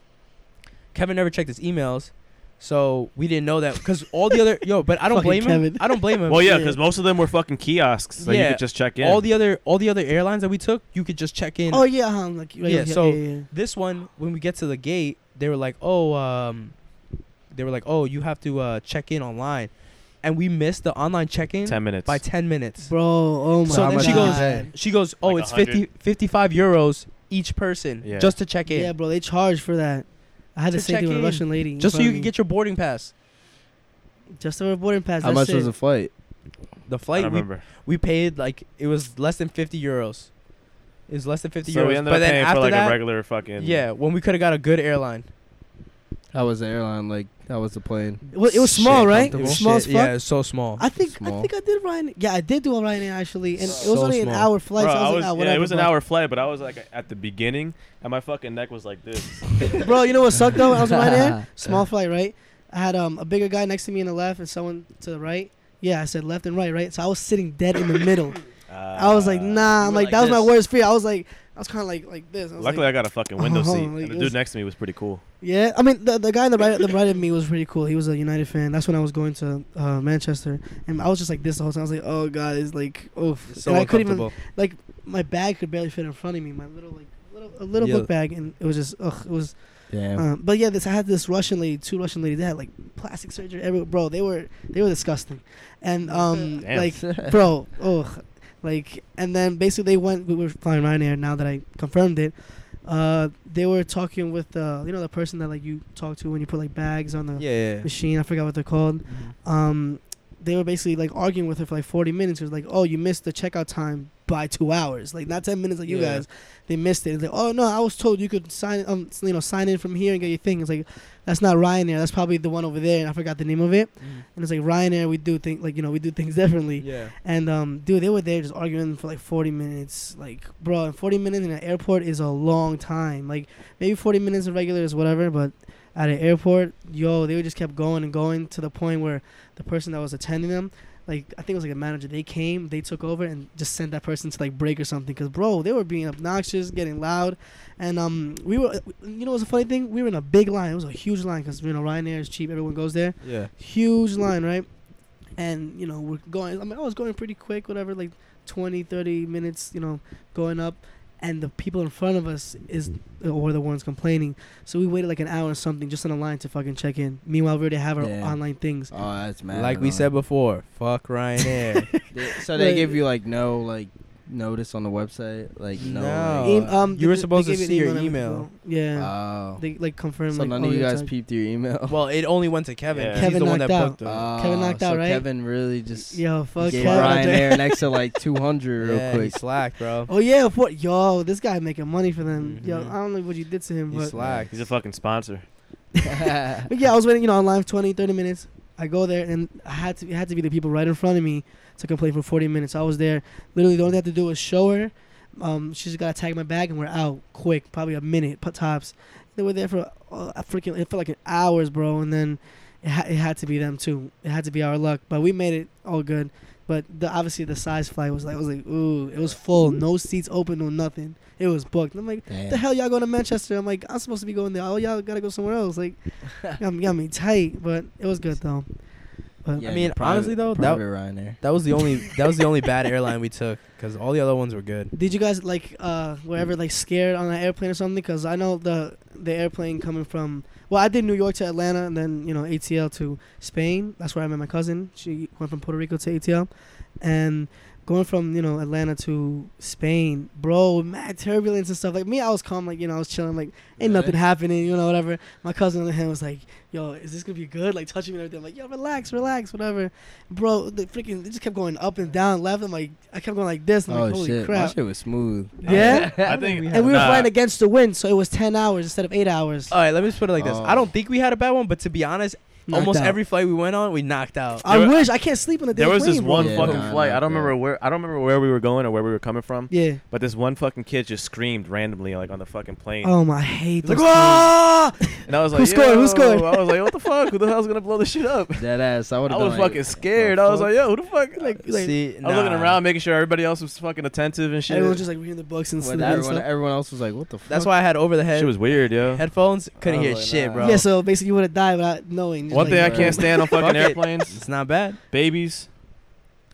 [SPEAKER 4] Kevin never checked his emails, so we didn't know that because all the other yo. But I don't
[SPEAKER 2] Fucking
[SPEAKER 4] blame
[SPEAKER 2] Kevin.
[SPEAKER 4] him. I don't blame him.
[SPEAKER 3] well, yeah,
[SPEAKER 2] yeah.
[SPEAKER 3] because most of them were fucking kiosks that you
[SPEAKER 4] Yeah.
[SPEAKER 3] could just check in.
[SPEAKER 4] All the other all the other airlines that we took, you could just check in.
[SPEAKER 2] Oh yeah, huh, like right, yeah.
[SPEAKER 4] Yeah, so-
[SPEAKER 2] yeah, yeah.
[SPEAKER 4] this one when we get to the gate they were like oh um they were like oh you have to uh check in online and we missed the online check-in
[SPEAKER 3] ten minutes.
[SPEAKER 4] by 10 minutes
[SPEAKER 2] bro, oh my
[SPEAKER 4] So then
[SPEAKER 2] god.
[SPEAKER 4] she goes- she goes oh
[SPEAKER 3] Like
[SPEAKER 4] it's
[SPEAKER 3] 100.
[SPEAKER 4] 50 55 euros each person
[SPEAKER 3] Yeah.
[SPEAKER 4] just to check in
[SPEAKER 2] yeah, bro, they charge for that. I had
[SPEAKER 4] To
[SPEAKER 2] the same thing
[SPEAKER 4] check
[SPEAKER 2] with a
[SPEAKER 4] in.
[SPEAKER 2] Russian lady. in
[SPEAKER 4] just so
[SPEAKER 2] front
[SPEAKER 4] you
[SPEAKER 2] of
[SPEAKER 4] can
[SPEAKER 2] me.
[SPEAKER 4] get your boarding pass
[SPEAKER 2] just a boarding pass.
[SPEAKER 1] How much was the flight?
[SPEAKER 4] the
[SPEAKER 3] I
[SPEAKER 4] flight
[SPEAKER 3] don't
[SPEAKER 4] we,
[SPEAKER 3] remember.
[SPEAKER 4] we paid like it was less than 50 euros it was less than 50
[SPEAKER 3] So
[SPEAKER 4] euros
[SPEAKER 3] we ended
[SPEAKER 4] but
[SPEAKER 3] up
[SPEAKER 4] then
[SPEAKER 3] paying
[SPEAKER 4] after
[SPEAKER 3] for like
[SPEAKER 4] that
[SPEAKER 3] a regular fucking.
[SPEAKER 4] yeah when we could have got a good airline
[SPEAKER 1] How was the airline? Like, how was the plane?
[SPEAKER 2] It was, it was small,
[SPEAKER 4] Shit,
[SPEAKER 2] right?
[SPEAKER 4] comfortable.
[SPEAKER 2] It was small as
[SPEAKER 4] Shit,
[SPEAKER 2] fuck.
[SPEAKER 4] yeah it was so small
[SPEAKER 2] I think I
[SPEAKER 1] Small.
[SPEAKER 2] think I did Ryanair. Yeah, I did do a Ryanair actually, and it was
[SPEAKER 4] So
[SPEAKER 2] only an
[SPEAKER 4] small.
[SPEAKER 2] hour flight.
[SPEAKER 3] Bro,
[SPEAKER 2] so I
[SPEAKER 3] I
[SPEAKER 2] was, like,
[SPEAKER 3] was,
[SPEAKER 2] ah,
[SPEAKER 3] yeah,
[SPEAKER 2] whatever,
[SPEAKER 3] it was an
[SPEAKER 2] bro.
[SPEAKER 3] hour flight, but I was like at the beginning, and my fucking neck was like this.
[SPEAKER 2] bro, (laughs) you know what sucked though? I was right
[SPEAKER 4] (laughs)
[SPEAKER 2] there. Small flight, right? I had um a bigger guy next to me in the left and someone to the right. Yeah, I said left and right, right? So I was sitting dead in the middle. I was like,
[SPEAKER 3] Uh,
[SPEAKER 2] nah.
[SPEAKER 4] you
[SPEAKER 2] I'm
[SPEAKER 4] were
[SPEAKER 2] like,
[SPEAKER 4] like
[SPEAKER 2] that was my
[SPEAKER 4] this.
[SPEAKER 2] worst fear. I was like, I was kind of like like this. I was
[SPEAKER 3] Luckily,
[SPEAKER 2] like,
[SPEAKER 3] I got a fucking
[SPEAKER 2] (laughs)
[SPEAKER 3] window
[SPEAKER 2] Uh-huh,
[SPEAKER 3] seat,
[SPEAKER 2] like,
[SPEAKER 3] and the
[SPEAKER 2] it
[SPEAKER 3] dude
[SPEAKER 2] was-
[SPEAKER 3] next to me was pretty cool.
[SPEAKER 2] yeah. I mean, the the guy in the right the right of me was pretty cool. He was a United fan. That's when I was going to uh, Manchester, and I was just like this the whole time. I was like, oh god, it's like, oof.
[SPEAKER 4] It's so
[SPEAKER 2] and I couldn't even
[SPEAKER 4] uncomfortable
[SPEAKER 2] like my bag could barely fit in front of me. My little like little a little
[SPEAKER 4] Yeah.
[SPEAKER 2] book bag, and it was just ugh, it was
[SPEAKER 1] (laughs) Damn.
[SPEAKER 2] Um, but yeah, this I had this Russian lady, two Russian ladies. They had like plastic surgery. Everywhere. Bro, they were they were disgusting, and um,
[SPEAKER 3] Damn.
[SPEAKER 2] like
[SPEAKER 3] (laughs)
[SPEAKER 4] (laughs)
[SPEAKER 2] bro, oh, like and then basically they went. We were flying Ryanair. Now that I confirmed it, uh, they were talking with uh, you know the person that like you talk to when you put like bags on the
[SPEAKER 4] yeah, yeah.
[SPEAKER 2] machine. I forgot what they're called. Um, they were basically like arguing with her for like 40 minutes. It was like, oh, you missed the checkout time by two hours, like not 10 minutes like you
[SPEAKER 4] Yeah.
[SPEAKER 2] guys. They missed it. It's like, oh no, I was told you could sign, um, you know, sign in from here and get your thing. It's like, that's not Ryanair. That's probably the one over there, and I forgot the name of it. And it's like Ryanair, we do things like you know we do things (laughs) differently.
[SPEAKER 4] yeah
[SPEAKER 2] And um, dude, they were there just arguing for like 40 minutes. Like, bro, and 40 minutes in an airport is a long time. Like, maybe 40 minutes in regular is whatever, but at an airport, yo, they just kept going and going to the point where the person that was attending them, like, I think it was like a manager, they came, they took over, and just sent that person to like break or something. Cause, bro, they were being obnoxious, getting loud. And um, we were, you know what's a funny thing? We were in a big line. It was a huge line because, you know, Ryanair is cheap, everyone goes there
[SPEAKER 4] yeah
[SPEAKER 2] huge line, right? And, you know, we're going, I mean, I was going pretty quick, whatever, like 20, 30 minutes, you know, going up. And the people in front of us is or the ones complaining. So we waited like an hour or something just on a line to fucking check in. Meanwhile, we already have our
[SPEAKER 1] Damn.
[SPEAKER 2] online things.
[SPEAKER 1] Oh, that's mad.
[SPEAKER 4] like
[SPEAKER 3] uh,
[SPEAKER 4] we
[SPEAKER 1] annoying.
[SPEAKER 4] said before, fuck Ryanair.
[SPEAKER 3] (laughs)
[SPEAKER 1] They- so they
[SPEAKER 2] Like-
[SPEAKER 1] give you like no like notice on the website, like no.
[SPEAKER 4] No.
[SPEAKER 1] like-
[SPEAKER 2] Em- um,
[SPEAKER 4] Oh. you were
[SPEAKER 2] gave-
[SPEAKER 4] supposed to
[SPEAKER 2] gave you an
[SPEAKER 4] see your
[SPEAKER 2] and
[SPEAKER 4] email.
[SPEAKER 2] everything. Yeah.
[SPEAKER 1] oh.
[SPEAKER 2] they like confirmed
[SPEAKER 1] so
[SPEAKER 2] like,
[SPEAKER 1] none
[SPEAKER 2] oh,
[SPEAKER 1] of you
[SPEAKER 2] you're
[SPEAKER 1] guys
[SPEAKER 2] charged.
[SPEAKER 1] peeped your email. (laughs)
[SPEAKER 4] well, it only went to Kevin.
[SPEAKER 3] Oh. Yeah.
[SPEAKER 4] 'cause
[SPEAKER 2] Kevin
[SPEAKER 4] he's the one that
[SPEAKER 2] knocked out.
[SPEAKER 4] booked it.
[SPEAKER 1] Oh,
[SPEAKER 2] Kevin knocked
[SPEAKER 1] so
[SPEAKER 2] out, right?
[SPEAKER 1] Kevin really just
[SPEAKER 2] Yo, fuck
[SPEAKER 1] gave
[SPEAKER 2] Kevin. (laughs)
[SPEAKER 1] Ryanair an extra like two
[SPEAKER 3] Uh,
[SPEAKER 1] hundred real
[SPEAKER 4] yeah, he (laughs)
[SPEAKER 1] quick.
[SPEAKER 4] slacked, bro.
[SPEAKER 2] Oh yeah, for, yo, this guy making money for them.
[SPEAKER 1] Mm-hmm.
[SPEAKER 2] Yo,
[SPEAKER 4] Mhm.
[SPEAKER 2] I don't know what you did to him,
[SPEAKER 4] He
[SPEAKER 2] but
[SPEAKER 4] slacked.
[SPEAKER 3] He's a fucking sponsor.
[SPEAKER 1] (laughs)
[SPEAKER 2] But yeah, I was waiting, you know, online for 20, 30 minutes. I go there and I had to it had to be the people right in front of me to complain for 40 minutes. I was there. Literally, the only thing I had to do was show her. Um, she just got to tag my bag and we're out quick, probably a minute, put tops. They were there for uh, a freaking, it felt like an hours, bro. And then it, ha- it had to be them too. It had to be our luck, but we made it all good. But the, obviously, the size flight was like, I was like, ooh, it was full, no seats open, no nothing. It was booked. I'm like, the hell y'all going to Manchester? I'm like, I'm supposed to be going there. Oh, y'all gotta go somewhere else. Like, got me, got me tight, but it was good though. But
[SPEAKER 4] I mean, honestly, though, that-
[SPEAKER 1] private Ryanair.
[SPEAKER 4] That was the only that was the only bad airline we took because all the other ones were good.
[SPEAKER 2] did you guys like uh were ever like scared on an airplane or something? Because I know the the airplane coming from well, I did New York to Atlanta and then you know ATL to Spain. That's where I met my cousin. She went from Puerto Rico to ATL, and going from you know Atlanta to Spain, bro, mad turbulence and stuff. Like me, I was calm, like you know I was chilling, like ain't
[SPEAKER 1] Really?
[SPEAKER 2] nothing happening, you know whatever. My cousin on the other hand was like, yo, is this gonna be good? Like touching me and everything. I'm like, yo, relax, relax, whatever. Bro, the freaking they just kept going up and down, left. I'm like, I kept going like this. I'm like,
[SPEAKER 1] Oh
[SPEAKER 2] holy
[SPEAKER 1] shit,
[SPEAKER 2] crap.
[SPEAKER 1] my shit was smooth.
[SPEAKER 2] (laughs) Yeah?
[SPEAKER 3] I think.
[SPEAKER 4] we had-
[SPEAKER 2] And we were
[SPEAKER 3] nah, Uh,
[SPEAKER 2] flying against the wind, so it was 10 hours instead of 8 hours.
[SPEAKER 4] All right, let me just put it like this. I
[SPEAKER 1] Oh.
[SPEAKER 4] don't think we had a bad one, but to be honest,
[SPEAKER 2] Knocked
[SPEAKER 4] Almost
[SPEAKER 2] out. Uh,
[SPEAKER 4] every fight we went on, we knocked out.
[SPEAKER 2] I
[SPEAKER 3] There-
[SPEAKER 2] wish I can't sleep on the day.
[SPEAKER 3] There
[SPEAKER 2] of
[SPEAKER 3] was this
[SPEAKER 2] playing,
[SPEAKER 3] one
[SPEAKER 2] bro.
[SPEAKER 1] Yeah,
[SPEAKER 3] fucking
[SPEAKER 1] nah,
[SPEAKER 3] flight.
[SPEAKER 1] nah,
[SPEAKER 3] I don't
[SPEAKER 1] bro.
[SPEAKER 3] remember where I don't remember where we were going or where we were coming from.
[SPEAKER 2] Yeah.
[SPEAKER 3] But this one fucking kid just screamed randomly like on the fucking plane.
[SPEAKER 2] Oh my, I hate.
[SPEAKER 3] He's like,
[SPEAKER 2] those games.
[SPEAKER 3] "Ah!" And I was
[SPEAKER 2] Who
[SPEAKER 3] like,
[SPEAKER 2] scored? Who
[SPEAKER 3] "Yo."
[SPEAKER 2] scored?
[SPEAKER 3] I was like, what the fuck? Who the hell's gonna blow this shit up?
[SPEAKER 1] Dead ass. I would
[SPEAKER 3] I
[SPEAKER 1] have.
[SPEAKER 3] was
[SPEAKER 1] like,
[SPEAKER 3] fucking scared. I was like, yo, who the fuck? Like,
[SPEAKER 2] (laughs) like-
[SPEAKER 4] See,
[SPEAKER 3] I was looking
[SPEAKER 4] nah.
[SPEAKER 3] around, making sure everybody else was fucking attentive and shit.
[SPEAKER 2] Everyone's just like reading the books and
[SPEAKER 1] When
[SPEAKER 2] sleeping and
[SPEAKER 1] everyone,
[SPEAKER 2] stuff.
[SPEAKER 1] everyone else was like, what the fuck?
[SPEAKER 4] That's why I had over the head
[SPEAKER 3] shit was weird, yo.
[SPEAKER 4] headphones. Couldn't
[SPEAKER 1] I
[SPEAKER 4] hear
[SPEAKER 1] was like,
[SPEAKER 4] shit,
[SPEAKER 1] nah.
[SPEAKER 4] bro.
[SPEAKER 2] Yeah, so basically you would have died without knowing. just
[SPEAKER 3] One
[SPEAKER 2] like-
[SPEAKER 3] thing I
[SPEAKER 1] Yeah.
[SPEAKER 3] can't
[SPEAKER 2] (laughs)
[SPEAKER 3] stand on
[SPEAKER 4] Fuck
[SPEAKER 3] fucking
[SPEAKER 4] it.
[SPEAKER 3] airplanes,
[SPEAKER 4] it's not bad.
[SPEAKER 3] babies,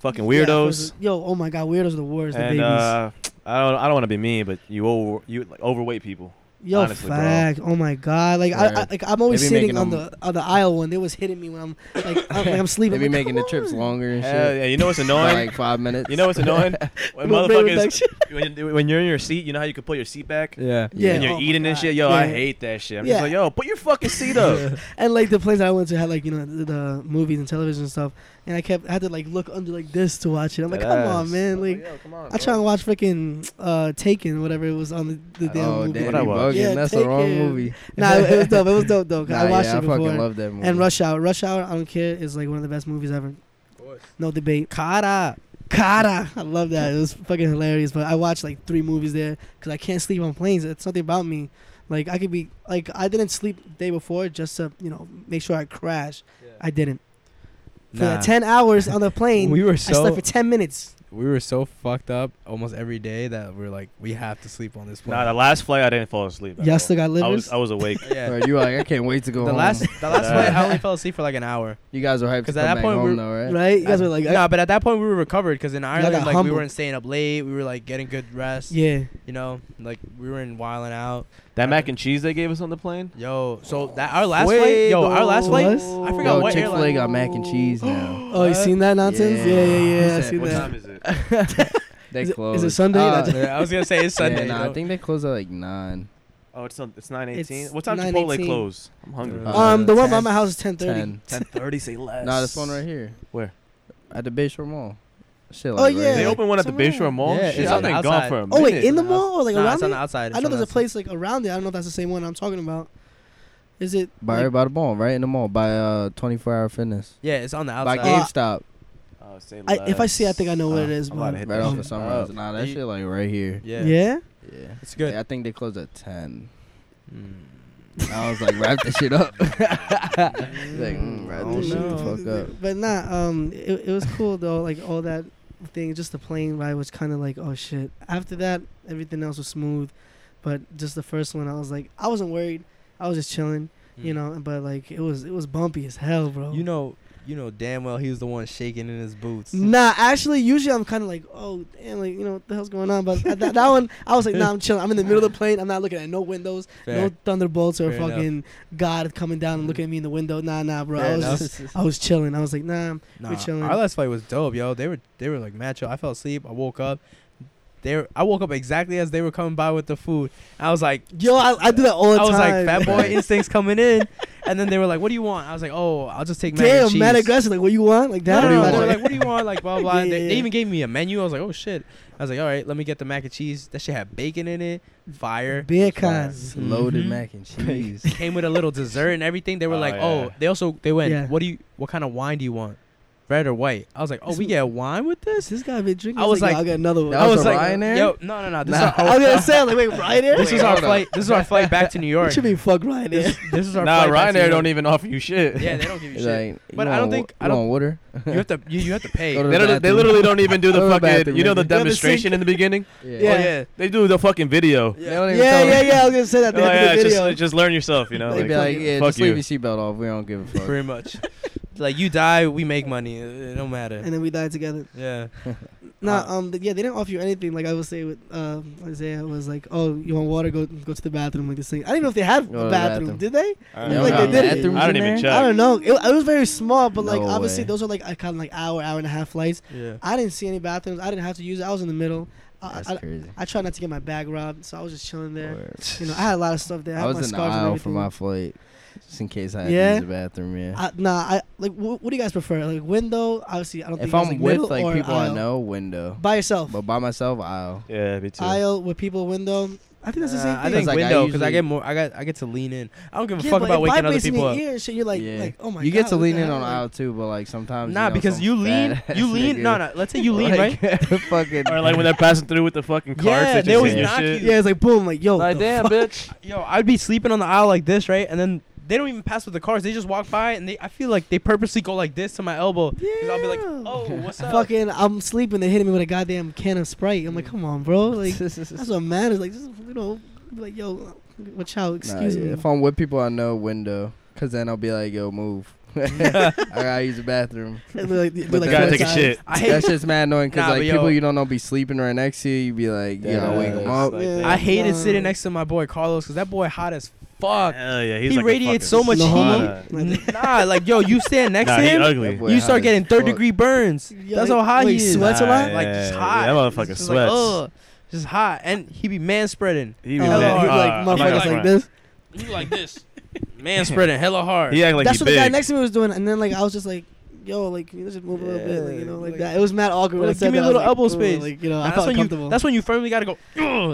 [SPEAKER 3] fucking
[SPEAKER 2] Yeah,
[SPEAKER 3] weirdos,
[SPEAKER 2] first- yo, oh my god, weirdos are the worst. the
[SPEAKER 3] and
[SPEAKER 2] babies.
[SPEAKER 3] uh, I don't, I don't want to be mean, but you over, you like overweight people.
[SPEAKER 2] yo,
[SPEAKER 3] honestly, bro.
[SPEAKER 2] fact. Oh my god, like I, I,
[SPEAKER 1] Word.
[SPEAKER 2] like I'm always
[SPEAKER 1] They be
[SPEAKER 2] sitting
[SPEAKER 1] making
[SPEAKER 2] on
[SPEAKER 1] them-
[SPEAKER 2] the on the aisle when they was hitting me when I'm like I'm, like,
[SPEAKER 1] (laughs)
[SPEAKER 2] I'm
[SPEAKER 1] They
[SPEAKER 2] sleeping.
[SPEAKER 1] be
[SPEAKER 2] I'm like,
[SPEAKER 1] making
[SPEAKER 2] (laughs) "Come
[SPEAKER 1] the trips
[SPEAKER 2] on."
[SPEAKER 1] longer and shit.
[SPEAKER 3] Hell yeah, you
[SPEAKER 2] (laughs)
[SPEAKER 3] know what's
[SPEAKER 1] For
[SPEAKER 3] annoying?
[SPEAKER 1] like five minutes.
[SPEAKER 3] You know what's annoying? When
[SPEAKER 2] Little bit
[SPEAKER 3] motherfuckers,
[SPEAKER 2] reduction.
[SPEAKER 3] (laughs) when, you- when you're in your seat, you know how you can put your seat back
[SPEAKER 4] Yeah.
[SPEAKER 2] Yeah.
[SPEAKER 3] and you're
[SPEAKER 2] oh my
[SPEAKER 3] eating and
[SPEAKER 2] God.
[SPEAKER 3] shit. Yo, I
[SPEAKER 2] Yeah.
[SPEAKER 3] hate that shit. I'm
[SPEAKER 2] Yeah.
[SPEAKER 3] just like, yo, put your fucking seat up.
[SPEAKER 2] And like the place that I went to had like you know the, the movies and television and stuff, and I kept I had to like look under like this to watch it. I'm like,
[SPEAKER 3] Dead
[SPEAKER 2] come
[SPEAKER 3] ass.
[SPEAKER 2] on, man!
[SPEAKER 3] I'm
[SPEAKER 2] Like
[SPEAKER 3] yo, come on,
[SPEAKER 2] I
[SPEAKER 3] bro.
[SPEAKER 2] try and watch freaking uh Taken, whatever it was on the, the damn
[SPEAKER 1] oh,
[SPEAKER 2] movie.
[SPEAKER 1] damn,
[SPEAKER 3] What I
[SPEAKER 1] you
[SPEAKER 3] watched.
[SPEAKER 1] bugging.
[SPEAKER 2] Yeah,
[SPEAKER 1] That's the
[SPEAKER 2] take
[SPEAKER 1] wrong
[SPEAKER 2] it.
[SPEAKER 1] movie.
[SPEAKER 2] Nah, it, it was dope. It was dope though. 'cause
[SPEAKER 1] Nah,
[SPEAKER 2] I watched
[SPEAKER 1] yeah,
[SPEAKER 2] it
[SPEAKER 1] I
[SPEAKER 2] before.
[SPEAKER 1] fucking love that movie.
[SPEAKER 2] and Rush Hour, Rush Hour, I don't care, is like one of the best movies ever. No debate.
[SPEAKER 4] Cara.
[SPEAKER 2] Cara, I love that. It was fucking hilarious. But I watched like three movies there because I can't sleep on planes. It's something about me. Like I could be like I didn't sleep the day before just to you know make sure I crash. I didn't. For
[SPEAKER 4] Nah.
[SPEAKER 2] that ten hours on the plane,
[SPEAKER 4] we were
[SPEAKER 2] I slept
[SPEAKER 4] so
[SPEAKER 2] for ten minutes.
[SPEAKER 4] we were so fucked up almost every day that we are like we have to sleep on this plane.
[SPEAKER 3] Nah, the last flight I didn't fall asleep. at
[SPEAKER 2] Y'all
[SPEAKER 3] all.
[SPEAKER 2] still got
[SPEAKER 3] I was,
[SPEAKER 2] livers.
[SPEAKER 3] I was awake.
[SPEAKER 2] (laughs)
[SPEAKER 4] yeah.
[SPEAKER 1] Bro, you were like, I can't wait to go
[SPEAKER 4] The
[SPEAKER 1] home.
[SPEAKER 4] last the
[SPEAKER 3] (laughs)
[SPEAKER 4] last
[SPEAKER 3] Yeah.
[SPEAKER 4] flight I only fell asleep for like an hour.
[SPEAKER 1] you guys were hyped to
[SPEAKER 4] Because
[SPEAKER 1] come
[SPEAKER 4] at that
[SPEAKER 1] back
[SPEAKER 4] point,
[SPEAKER 1] home,
[SPEAKER 4] we're-
[SPEAKER 1] though, right?
[SPEAKER 2] right? You guys were like,
[SPEAKER 4] nah, but at that point we were recovered because in Ireland like we
[SPEAKER 2] humbled.
[SPEAKER 4] weren't staying up late. We were like getting good rest.
[SPEAKER 2] yeah.
[SPEAKER 4] You know, like we were in wilding out.
[SPEAKER 3] That mac and cheese they gave us on the plane.
[SPEAKER 4] Yo, so that our last flight, yo, our last flight,
[SPEAKER 2] What?
[SPEAKER 4] I forgot
[SPEAKER 1] Yo,
[SPEAKER 4] what
[SPEAKER 1] Chick Fil A
[SPEAKER 4] airline-
[SPEAKER 1] got mac and cheese
[SPEAKER 4] (gasps)
[SPEAKER 1] now.
[SPEAKER 2] Oh, you seen that nonsense?
[SPEAKER 1] Yeah.
[SPEAKER 2] Yeah, yeah, yeah. I
[SPEAKER 1] What
[SPEAKER 2] seen
[SPEAKER 1] time
[SPEAKER 2] that.
[SPEAKER 3] is it?
[SPEAKER 1] They
[SPEAKER 2] Is it- is it
[SPEAKER 1] closed.
[SPEAKER 2] Sunday?
[SPEAKER 1] Uh,
[SPEAKER 2] That's-
[SPEAKER 4] Yeah, I was gonna say it's
[SPEAKER 2] (laughs)
[SPEAKER 1] yeah,
[SPEAKER 4] Sunday.
[SPEAKER 1] nah, I
[SPEAKER 4] though. (laughs)
[SPEAKER 1] think they close at like nine.
[SPEAKER 3] Oh, it's on, it's nine eighteen.
[SPEAKER 2] It's
[SPEAKER 3] What time
[SPEAKER 2] 9:18.
[SPEAKER 3] Chipotle close? I'm hungry.
[SPEAKER 4] Uh,
[SPEAKER 2] Um, the one by
[SPEAKER 1] 10,
[SPEAKER 2] my house is ten thirty.
[SPEAKER 1] Ten.
[SPEAKER 3] Ten thirty, say less.
[SPEAKER 1] Nah, this one right here.
[SPEAKER 3] Where?
[SPEAKER 1] At the Bayshore Mall. Shit,
[SPEAKER 2] Oh,
[SPEAKER 1] like right
[SPEAKER 2] yeah.
[SPEAKER 3] They
[SPEAKER 1] here.
[SPEAKER 2] like
[SPEAKER 3] opened one at the
[SPEAKER 2] somewhere.
[SPEAKER 3] Bayshore Mall.
[SPEAKER 4] Yeah,
[SPEAKER 3] Shit,
[SPEAKER 1] it's
[SPEAKER 3] I've
[SPEAKER 1] on
[SPEAKER 4] the
[SPEAKER 3] been gone
[SPEAKER 4] outside.
[SPEAKER 3] for a minute.
[SPEAKER 2] Oh wait, in the mall or like
[SPEAKER 4] Nah,
[SPEAKER 2] around
[SPEAKER 4] it's on
[SPEAKER 2] it?
[SPEAKER 4] the outside.
[SPEAKER 2] I
[SPEAKER 4] It's
[SPEAKER 2] know
[SPEAKER 4] on the
[SPEAKER 2] there's a
[SPEAKER 4] outside.
[SPEAKER 2] place like around it. I don't know if that's the same one I'm talking about. Is it?
[SPEAKER 1] by
[SPEAKER 2] like-
[SPEAKER 1] by the mall, right in the mall, by uh 24 Hour Fitness,
[SPEAKER 4] Yeah, it's on the
[SPEAKER 1] by
[SPEAKER 4] outside.
[SPEAKER 2] Uh,
[SPEAKER 1] GameStop,
[SPEAKER 3] Oh, say
[SPEAKER 2] I, if I see, I
[SPEAKER 3] less.
[SPEAKER 2] think I know what it is,
[SPEAKER 3] I'm about
[SPEAKER 2] but
[SPEAKER 3] to hit
[SPEAKER 1] right
[SPEAKER 3] that
[SPEAKER 1] off
[SPEAKER 3] shit
[SPEAKER 1] of Sunrise.
[SPEAKER 3] up.
[SPEAKER 1] Nah, that
[SPEAKER 4] They-
[SPEAKER 1] shit like right here.
[SPEAKER 4] yeah.
[SPEAKER 2] yeah.
[SPEAKER 1] Yeah,
[SPEAKER 4] it's good.
[SPEAKER 1] Yeah, I think they close at 10.
[SPEAKER 4] Mm.
[SPEAKER 1] I was like, wrap this shit up. (laughs) like, mm, wrap
[SPEAKER 4] Oh,
[SPEAKER 1] this shit
[SPEAKER 4] no.
[SPEAKER 1] the fuck up.
[SPEAKER 2] But nah, um, it, it was cool though. Like all that thing, just the plane ride was kind of like, oh shit. After that, everything else was smooth, but just the first one, I was like, I wasn't worried. I was just chilling, you know. But like, it was it was bumpy as hell, bro.
[SPEAKER 4] Hmm. you know, you know damn well he was the one shaking in his boots.
[SPEAKER 2] Nah, actually, usually I'm kind of like, oh, damn, like, you know, what the hell's going on? But that, that one, I was like, nah, I'm chilling. I'm in the middle of the plane. I'm not looking at no windows,
[SPEAKER 4] Fair.
[SPEAKER 2] no thunderbolts or
[SPEAKER 4] Fair enough. Mm.
[SPEAKER 2] fucking God coming down and looking at me in the window. Nah, nah, bro.
[SPEAKER 4] Fair
[SPEAKER 2] I was (laughs)
[SPEAKER 4] enough.
[SPEAKER 2] just, I was chilling. I was like, nah,
[SPEAKER 4] Nah,
[SPEAKER 2] We chilling.
[SPEAKER 4] Our last fight was dope, yo. They were they were like match up. I fell asleep. I woke up. They were, I woke up exactly as they were coming by with the food. I was like,
[SPEAKER 2] yo, I, I do that all the
[SPEAKER 4] I was
[SPEAKER 2] time.
[SPEAKER 4] like,
[SPEAKER 2] (laughs)
[SPEAKER 4] fat boy instincts coming in. And then they were like, what do you want? I was like, oh, I'll just take mac and
[SPEAKER 2] damn,
[SPEAKER 4] cheese.
[SPEAKER 2] mad aggressive. Like, what you want? Like
[SPEAKER 4] No,
[SPEAKER 2] that?
[SPEAKER 4] no,
[SPEAKER 1] What do you
[SPEAKER 4] no, they were
[SPEAKER 1] want?
[SPEAKER 4] like, what do you want? Like, blah, blah.
[SPEAKER 2] Yeah,
[SPEAKER 4] they,
[SPEAKER 2] yeah,
[SPEAKER 4] they
[SPEAKER 2] yeah.
[SPEAKER 4] even gave me a menu. I was like, oh, shit. I was like, all right, let me get the mac and cheese. That shit had bacon in it, fire.
[SPEAKER 2] Beer con.
[SPEAKER 1] It's Loaded
[SPEAKER 2] Mm-hmm.
[SPEAKER 4] Mhm.
[SPEAKER 1] mac (laughs) and cheese.
[SPEAKER 4] Came with a little dessert and everything. They were
[SPEAKER 3] Oh,
[SPEAKER 4] like,
[SPEAKER 3] yeah.
[SPEAKER 4] oh, they also, they went,
[SPEAKER 2] Yeah.
[SPEAKER 4] what do you, what kind of wine do you want? Red or white? I was like, oh,
[SPEAKER 2] This
[SPEAKER 4] we
[SPEAKER 2] was-
[SPEAKER 4] get wine with this?
[SPEAKER 2] This guy been drinking.
[SPEAKER 4] I was
[SPEAKER 2] yo,
[SPEAKER 4] like-
[SPEAKER 2] I'll get another one.
[SPEAKER 1] That
[SPEAKER 4] I
[SPEAKER 1] was
[SPEAKER 4] was
[SPEAKER 1] a
[SPEAKER 4] like,
[SPEAKER 1] Ryanair?
[SPEAKER 4] yo, no, no, no. This,
[SPEAKER 1] Nah.
[SPEAKER 4] is,
[SPEAKER 2] (laughs) I
[SPEAKER 4] our,
[SPEAKER 2] was gonna say, like, wait, Ryanair? (laughs)
[SPEAKER 4] this is
[SPEAKER 1] Wait,
[SPEAKER 4] our
[SPEAKER 1] hold up.
[SPEAKER 4] flight. This is our flight back to New York.
[SPEAKER 2] What you mean, fuck Ryanair?
[SPEAKER 4] This, this is our
[SPEAKER 3] Nah,
[SPEAKER 4] flight back to New
[SPEAKER 3] Ryanair
[SPEAKER 4] York.
[SPEAKER 3] don't even offer you shit.
[SPEAKER 4] Yeah, they don't give you shit.
[SPEAKER 1] (laughs) like,
[SPEAKER 4] But
[SPEAKER 1] you
[SPEAKER 4] I don't
[SPEAKER 1] want
[SPEAKER 4] think-
[SPEAKER 1] wa-
[SPEAKER 4] I
[SPEAKER 1] you
[SPEAKER 4] don't-
[SPEAKER 1] want water.
[SPEAKER 4] (laughs)
[SPEAKER 1] (laughs)
[SPEAKER 4] You have to, you, you have to pay.
[SPEAKER 1] Go
[SPEAKER 4] Oh
[SPEAKER 1] to
[SPEAKER 3] They,
[SPEAKER 1] the
[SPEAKER 3] don't, they
[SPEAKER 1] bathroom.
[SPEAKER 3] literally don't even do
[SPEAKER 1] Go
[SPEAKER 3] the
[SPEAKER 1] to the
[SPEAKER 3] fucking.
[SPEAKER 1] bathroom,
[SPEAKER 3] you know the
[SPEAKER 1] nigga.
[SPEAKER 2] Go to the
[SPEAKER 3] demonstration in the beginning.
[SPEAKER 2] Yeah.
[SPEAKER 4] yeah.
[SPEAKER 3] They do the fucking video.
[SPEAKER 1] Oh, They don't
[SPEAKER 2] yeah,
[SPEAKER 1] even tell
[SPEAKER 2] yeah,
[SPEAKER 1] us. (laughs)
[SPEAKER 2] yeah. I was gonna say that.
[SPEAKER 3] They're
[SPEAKER 4] Oh,
[SPEAKER 2] They
[SPEAKER 3] like,
[SPEAKER 2] have
[SPEAKER 3] yeah,
[SPEAKER 2] the
[SPEAKER 3] just,
[SPEAKER 2] video.
[SPEAKER 3] just learn yourself. You know.
[SPEAKER 1] They'd
[SPEAKER 3] Like,
[SPEAKER 1] be like, yeah,
[SPEAKER 3] fuck
[SPEAKER 1] just leave
[SPEAKER 3] you.
[SPEAKER 1] your seatbelt off. We don't
[SPEAKER 4] (laughs)
[SPEAKER 1] give a fuck.
[SPEAKER 4] pretty much. like you die, we make money. It don't matter.
[SPEAKER 2] And then we died together.
[SPEAKER 4] Yeah.
[SPEAKER 2] No,
[SPEAKER 4] Uh,
[SPEAKER 2] um, th- yeah, they didn't offer you anything. Like I was saying with um, Isaiah was like, "Oh, you want water? Go, go to the bathroom." Like this thing. I didn't know if they had a
[SPEAKER 1] Go to the
[SPEAKER 2] bathroom.
[SPEAKER 1] bathroom.
[SPEAKER 2] Did they?
[SPEAKER 3] I
[SPEAKER 2] They
[SPEAKER 3] don't
[SPEAKER 2] like, they
[SPEAKER 3] know.
[SPEAKER 2] did it.
[SPEAKER 3] I
[SPEAKER 1] in
[SPEAKER 3] don't even
[SPEAKER 1] there?
[SPEAKER 3] check.
[SPEAKER 2] I don't know. It, it was very small, but like
[SPEAKER 1] No
[SPEAKER 2] obviously
[SPEAKER 1] way.
[SPEAKER 2] those are like I kind of like hour, hour and a half flights.
[SPEAKER 4] Yeah.
[SPEAKER 2] I didn't see any bathrooms. I didn't have to use it. I was in the middle. I,
[SPEAKER 1] That's
[SPEAKER 2] I,
[SPEAKER 1] crazy.
[SPEAKER 2] I tried not to get my bag robbed, so I was just chilling there.
[SPEAKER 1] Word.
[SPEAKER 2] You know, I had a lot of stuff there. I,
[SPEAKER 1] I
[SPEAKER 2] had my
[SPEAKER 1] was in the
[SPEAKER 2] scarves and
[SPEAKER 1] aisle for my
[SPEAKER 2] everything.
[SPEAKER 1] flight, just in case I had
[SPEAKER 2] Yeah?
[SPEAKER 1] to use the bathroom. Yeah.
[SPEAKER 2] I, nah, I like. Wh- what do you guys prefer? Like window? Obviously, I don't
[SPEAKER 1] if
[SPEAKER 2] think it was,
[SPEAKER 1] I'm
[SPEAKER 2] like
[SPEAKER 1] with
[SPEAKER 2] middle
[SPEAKER 1] like
[SPEAKER 2] or
[SPEAKER 1] people I
[SPEAKER 2] aisle.
[SPEAKER 1] know, window.
[SPEAKER 2] by yourself,
[SPEAKER 1] But by myself, aisle.
[SPEAKER 3] Yeah, me too.
[SPEAKER 2] aisle with people, window. I think that's the same
[SPEAKER 4] Uh,
[SPEAKER 2] thing.
[SPEAKER 4] I think
[SPEAKER 1] Like, I
[SPEAKER 4] window because I,
[SPEAKER 1] usually-
[SPEAKER 4] get more. I got I get to lean in. I don't give a
[SPEAKER 2] Yeah,
[SPEAKER 4] fuck
[SPEAKER 2] but
[SPEAKER 4] about
[SPEAKER 2] if
[SPEAKER 4] waking other
[SPEAKER 2] vibrates in
[SPEAKER 4] people
[SPEAKER 2] your
[SPEAKER 4] up.
[SPEAKER 2] ear and shit, you're like,
[SPEAKER 1] Yeah.
[SPEAKER 2] like, oh my god.
[SPEAKER 1] you get to
[SPEAKER 2] what
[SPEAKER 1] lean
[SPEAKER 2] the
[SPEAKER 1] in on
[SPEAKER 2] hell?
[SPEAKER 1] aisle two, but like sometimes
[SPEAKER 4] Nah,
[SPEAKER 1] you know,
[SPEAKER 4] because
[SPEAKER 1] some
[SPEAKER 4] you
[SPEAKER 1] (laughs)
[SPEAKER 4] lean,
[SPEAKER 1] fat-ass
[SPEAKER 4] you lean.
[SPEAKER 1] nigga,
[SPEAKER 4] No, no. Let's say you lean,
[SPEAKER 1] (laughs)
[SPEAKER 4] right?
[SPEAKER 1] like, fucking.
[SPEAKER 3] Or like when
[SPEAKER 1] (laughs)
[SPEAKER 3] they're passing through with the fucking carts.
[SPEAKER 4] Yeah,
[SPEAKER 3] that
[SPEAKER 4] they
[SPEAKER 3] just
[SPEAKER 4] always
[SPEAKER 3] hit your
[SPEAKER 4] knock
[SPEAKER 3] shit.
[SPEAKER 2] Yeah, it's like boom, like yo.
[SPEAKER 4] (laughs) Like
[SPEAKER 2] the
[SPEAKER 4] damn,
[SPEAKER 2] fuck?
[SPEAKER 4] bitch. Yo, I'd be sleeping on the aisle like this, right? And then they don't even pass with the cars. They just walk by, and they. I feel like they purposely go like this to my elbow. 'Cause I'll be like,
[SPEAKER 2] Yeah.
[SPEAKER 4] oh, what's up?
[SPEAKER 2] Fucking, I'm sleeping. They hitting me with a goddamn can of Sprite. I'm like,
[SPEAKER 4] Mm.
[SPEAKER 2] come on, bro. Like, (laughs) that's
[SPEAKER 4] (laughs)
[SPEAKER 2] what matters. Like, just, you know, be like, yo, watch out.
[SPEAKER 1] Nah,
[SPEAKER 2] Excuse
[SPEAKER 1] yeah,
[SPEAKER 2] me.
[SPEAKER 1] If I'm with people I know, window, because then I'll be like, yo,
[SPEAKER 4] (laughs)
[SPEAKER 1] move. (laughs) I gotta use the bathroom.
[SPEAKER 2] And be like, be
[SPEAKER 1] But
[SPEAKER 2] like
[SPEAKER 1] gotta
[SPEAKER 2] four
[SPEAKER 1] take a
[SPEAKER 2] times.
[SPEAKER 3] shit.
[SPEAKER 4] I hate.
[SPEAKER 1] That's just mad annoying because
[SPEAKER 4] Nah,
[SPEAKER 1] like
[SPEAKER 4] but yo-
[SPEAKER 1] people you don't know be sleeping right next to you. You be like, you
[SPEAKER 3] Yeah,
[SPEAKER 1] gotta wake
[SPEAKER 3] it's
[SPEAKER 1] them up.
[SPEAKER 3] like
[SPEAKER 2] Yeah.
[SPEAKER 3] that.
[SPEAKER 4] I hated sitting
[SPEAKER 2] Um,
[SPEAKER 4] next to my boy Carlos because that boy hot as fuck.
[SPEAKER 3] Hell yeah, he's
[SPEAKER 4] He
[SPEAKER 3] like a
[SPEAKER 4] radiates so
[SPEAKER 3] fucking
[SPEAKER 4] much
[SPEAKER 2] No
[SPEAKER 4] (laughs)
[SPEAKER 3] sauna.
[SPEAKER 2] heat. (laughs)
[SPEAKER 4] nah, like yo, you stand next
[SPEAKER 3] Nah,
[SPEAKER 4] to
[SPEAKER 3] he
[SPEAKER 4] him,
[SPEAKER 1] That
[SPEAKER 3] ugly.
[SPEAKER 1] boy
[SPEAKER 4] you
[SPEAKER 1] hot
[SPEAKER 4] start
[SPEAKER 1] as
[SPEAKER 4] getting third
[SPEAKER 1] fuck.
[SPEAKER 4] degree burns.
[SPEAKER 2] Yeah,
[SPEAKER 4] That's
[SPEAKER 2] like-
[SPEAKER 4] how hot
[SPEAKER 2] wait,
[SPEAKER 4] he is.
[SPEAKER 2] sweats a
[SPEAKER 3] Nah,
[SPEAKER 2] lot?
[SPEAKER 4] Like just
[SPEAKER 3] yeah,
[SPEAKER 4] hot.
[SPEAKER 3] That motherfucker
[SPEAKER 4] Just like,
[SPEAKER 3] sweats.
[SPEAKER 4] ugh, just hot, and he be man spreading.
[SPEAKER 3] He
[SPEAKER 2] Oh,
[SPEAKER 3] was
[SPEAKER 4] Yeah.
[SPEAKER 2] like,
[SPEAKER 4] Yeah.
[SPEAKER 3] uh,
[SPEAKER 2] like,
[SPEAKER 3] I'm not gonna
[SPEAKER 2] motherfuckers like
[SPEAKER 3] front.
[SPEAKER 2] this.
[SPEAKER 4] You like this, man spreading hella hard.
[SPEAKER 3] He act like
[SPEAKER 2] That's
[SPEAKER 3] he
[SPEAKER 2] what the guy
[SPEAKER 3] big.
[SPEAKER 2] next to me was doing, and then like I was just like, "Yo, like can you just move a little bit, like you know, like,
[SPEAKER 4] Yeah,
[SPEAKER 2] that." It was mad awkward. when I
[SPEAKER 4] like,
[SPEAKER 2] said
[SPEAKER 4] give me a
[SPEAKER 2] that. I was
[SPEAKER 4] little elbow
[SPEAKER 2] like, "Ooh,"
[SPEAKER 4] space.
[SPEAKER 2] like you know,
[SPEAKER 4] Nah,
[SPEAKER 2] I
[SPEAKER 4] that's
[SPEAKER 2] felt
[SPEAKER 4] when
[SPEAKER 2] comfortable.
[SPEAKER 4] you. That's when you firmly gotta go. "Ugh,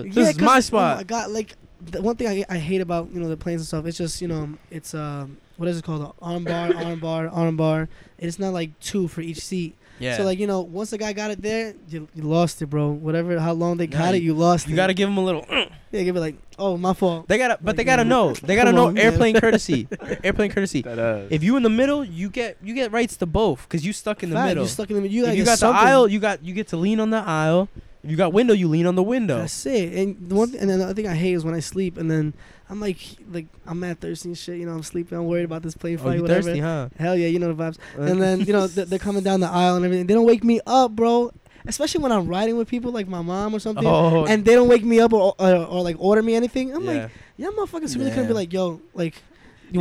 [SPEAKER 4] This
[SPEAKER 2] Yeah,
[SPEAKER 4] is
[SPEAKER 2] 'cause- Oh
[SPEAKER 4] my
[SPEAKER 2] my
[SPEAKER 4] spot.
[SPEAKER 2] god, like the one thing I, I hate about you know the planes and stuff, it's just you know it's um what is it called, arm
[SPEAKER 4] (laughs)
[SPEAKER 2] bar, arm bar, arm bar. It's not like two for each seat.
[SPEAKER 4] yeah.
[SPEAKER 2] So like you know, once the guy got it there, you, you lost it, bro. Whatever, how long they
[SPEAKER 4] Nah,
[SPEAKER 2] got it, you lost.
[SPEAKER 4] you
[SPEAKER 2] it.
[SPEAKER 4] gotta give him a little. "Ugh."
[SPEAKER 2] yeah, give it like, oh my fault.
[SPEAKER 4] They gotta, but
[SPEAKER 2] Like,
[SPEAKER 4] they gotta
[SPEAKER 2] mm.
[SPEAKER 4] know. They gotta
[SPEAKER 2] Come
[SPEAKER 4] know
[SPEAKER 2] on, man.
[SPEAKER 4] airplane
[SPEAKER 2] (laughs)
[SPEAKER 4] courtesy. airplane courtesy.
[SPEAKER 3] That, uh,
[SPEAKER 4] If you in the middle, you get you get rights to both because you stuck in the
[SPEAKER 2] Fact,
[SPEAKER 4] middle.
[SPEAKER 2] you stuck in the middle. You
[SPEAKER 4] if
[SPEAKER 2] gotta
[SPEAKER 4] you
[SPEAKER 2] get
[SPEAKER 4] got the
[SPEAKER 2] something.
[SPEAKER 4] aisle, you got you get to lean on the aisle. If you got window, you lean on the window.
[SPEAKER 2] That's it. And the one th- and then the other thing I hate is when I sleep and then I'm like like I'm mad thirsty and shit. You know I'm sleeping. I'm worried about this plane
[SPEAKER 4] oh,
[SPEAKER 2] flight.
[SPEAKER 4] you
[SPEAKER 2] whatever.
[SPEAKER 4] thirsty, huh? Uh,
[SPEAKER 2] Hell yeah, you know the vibes. and
[SPEAKER 4] (laughs)
[SPEAKER 2] then you know th- they're coming down the aisle and everything. They don't wake me up, bro. Especially when I'm riding with people like my mom or something.
[SPEAKER 4] oh,
[SPEAKER 2] And they don't wake me up or, or, or like order me anything. I'm
[SPEAKER 4] yeah.
[SPEAKER 2] like, yeah, motherfuckers really couldn't
[SPEAKER 1] Yeah.
[SPEAKER 2] be like, yo, like, you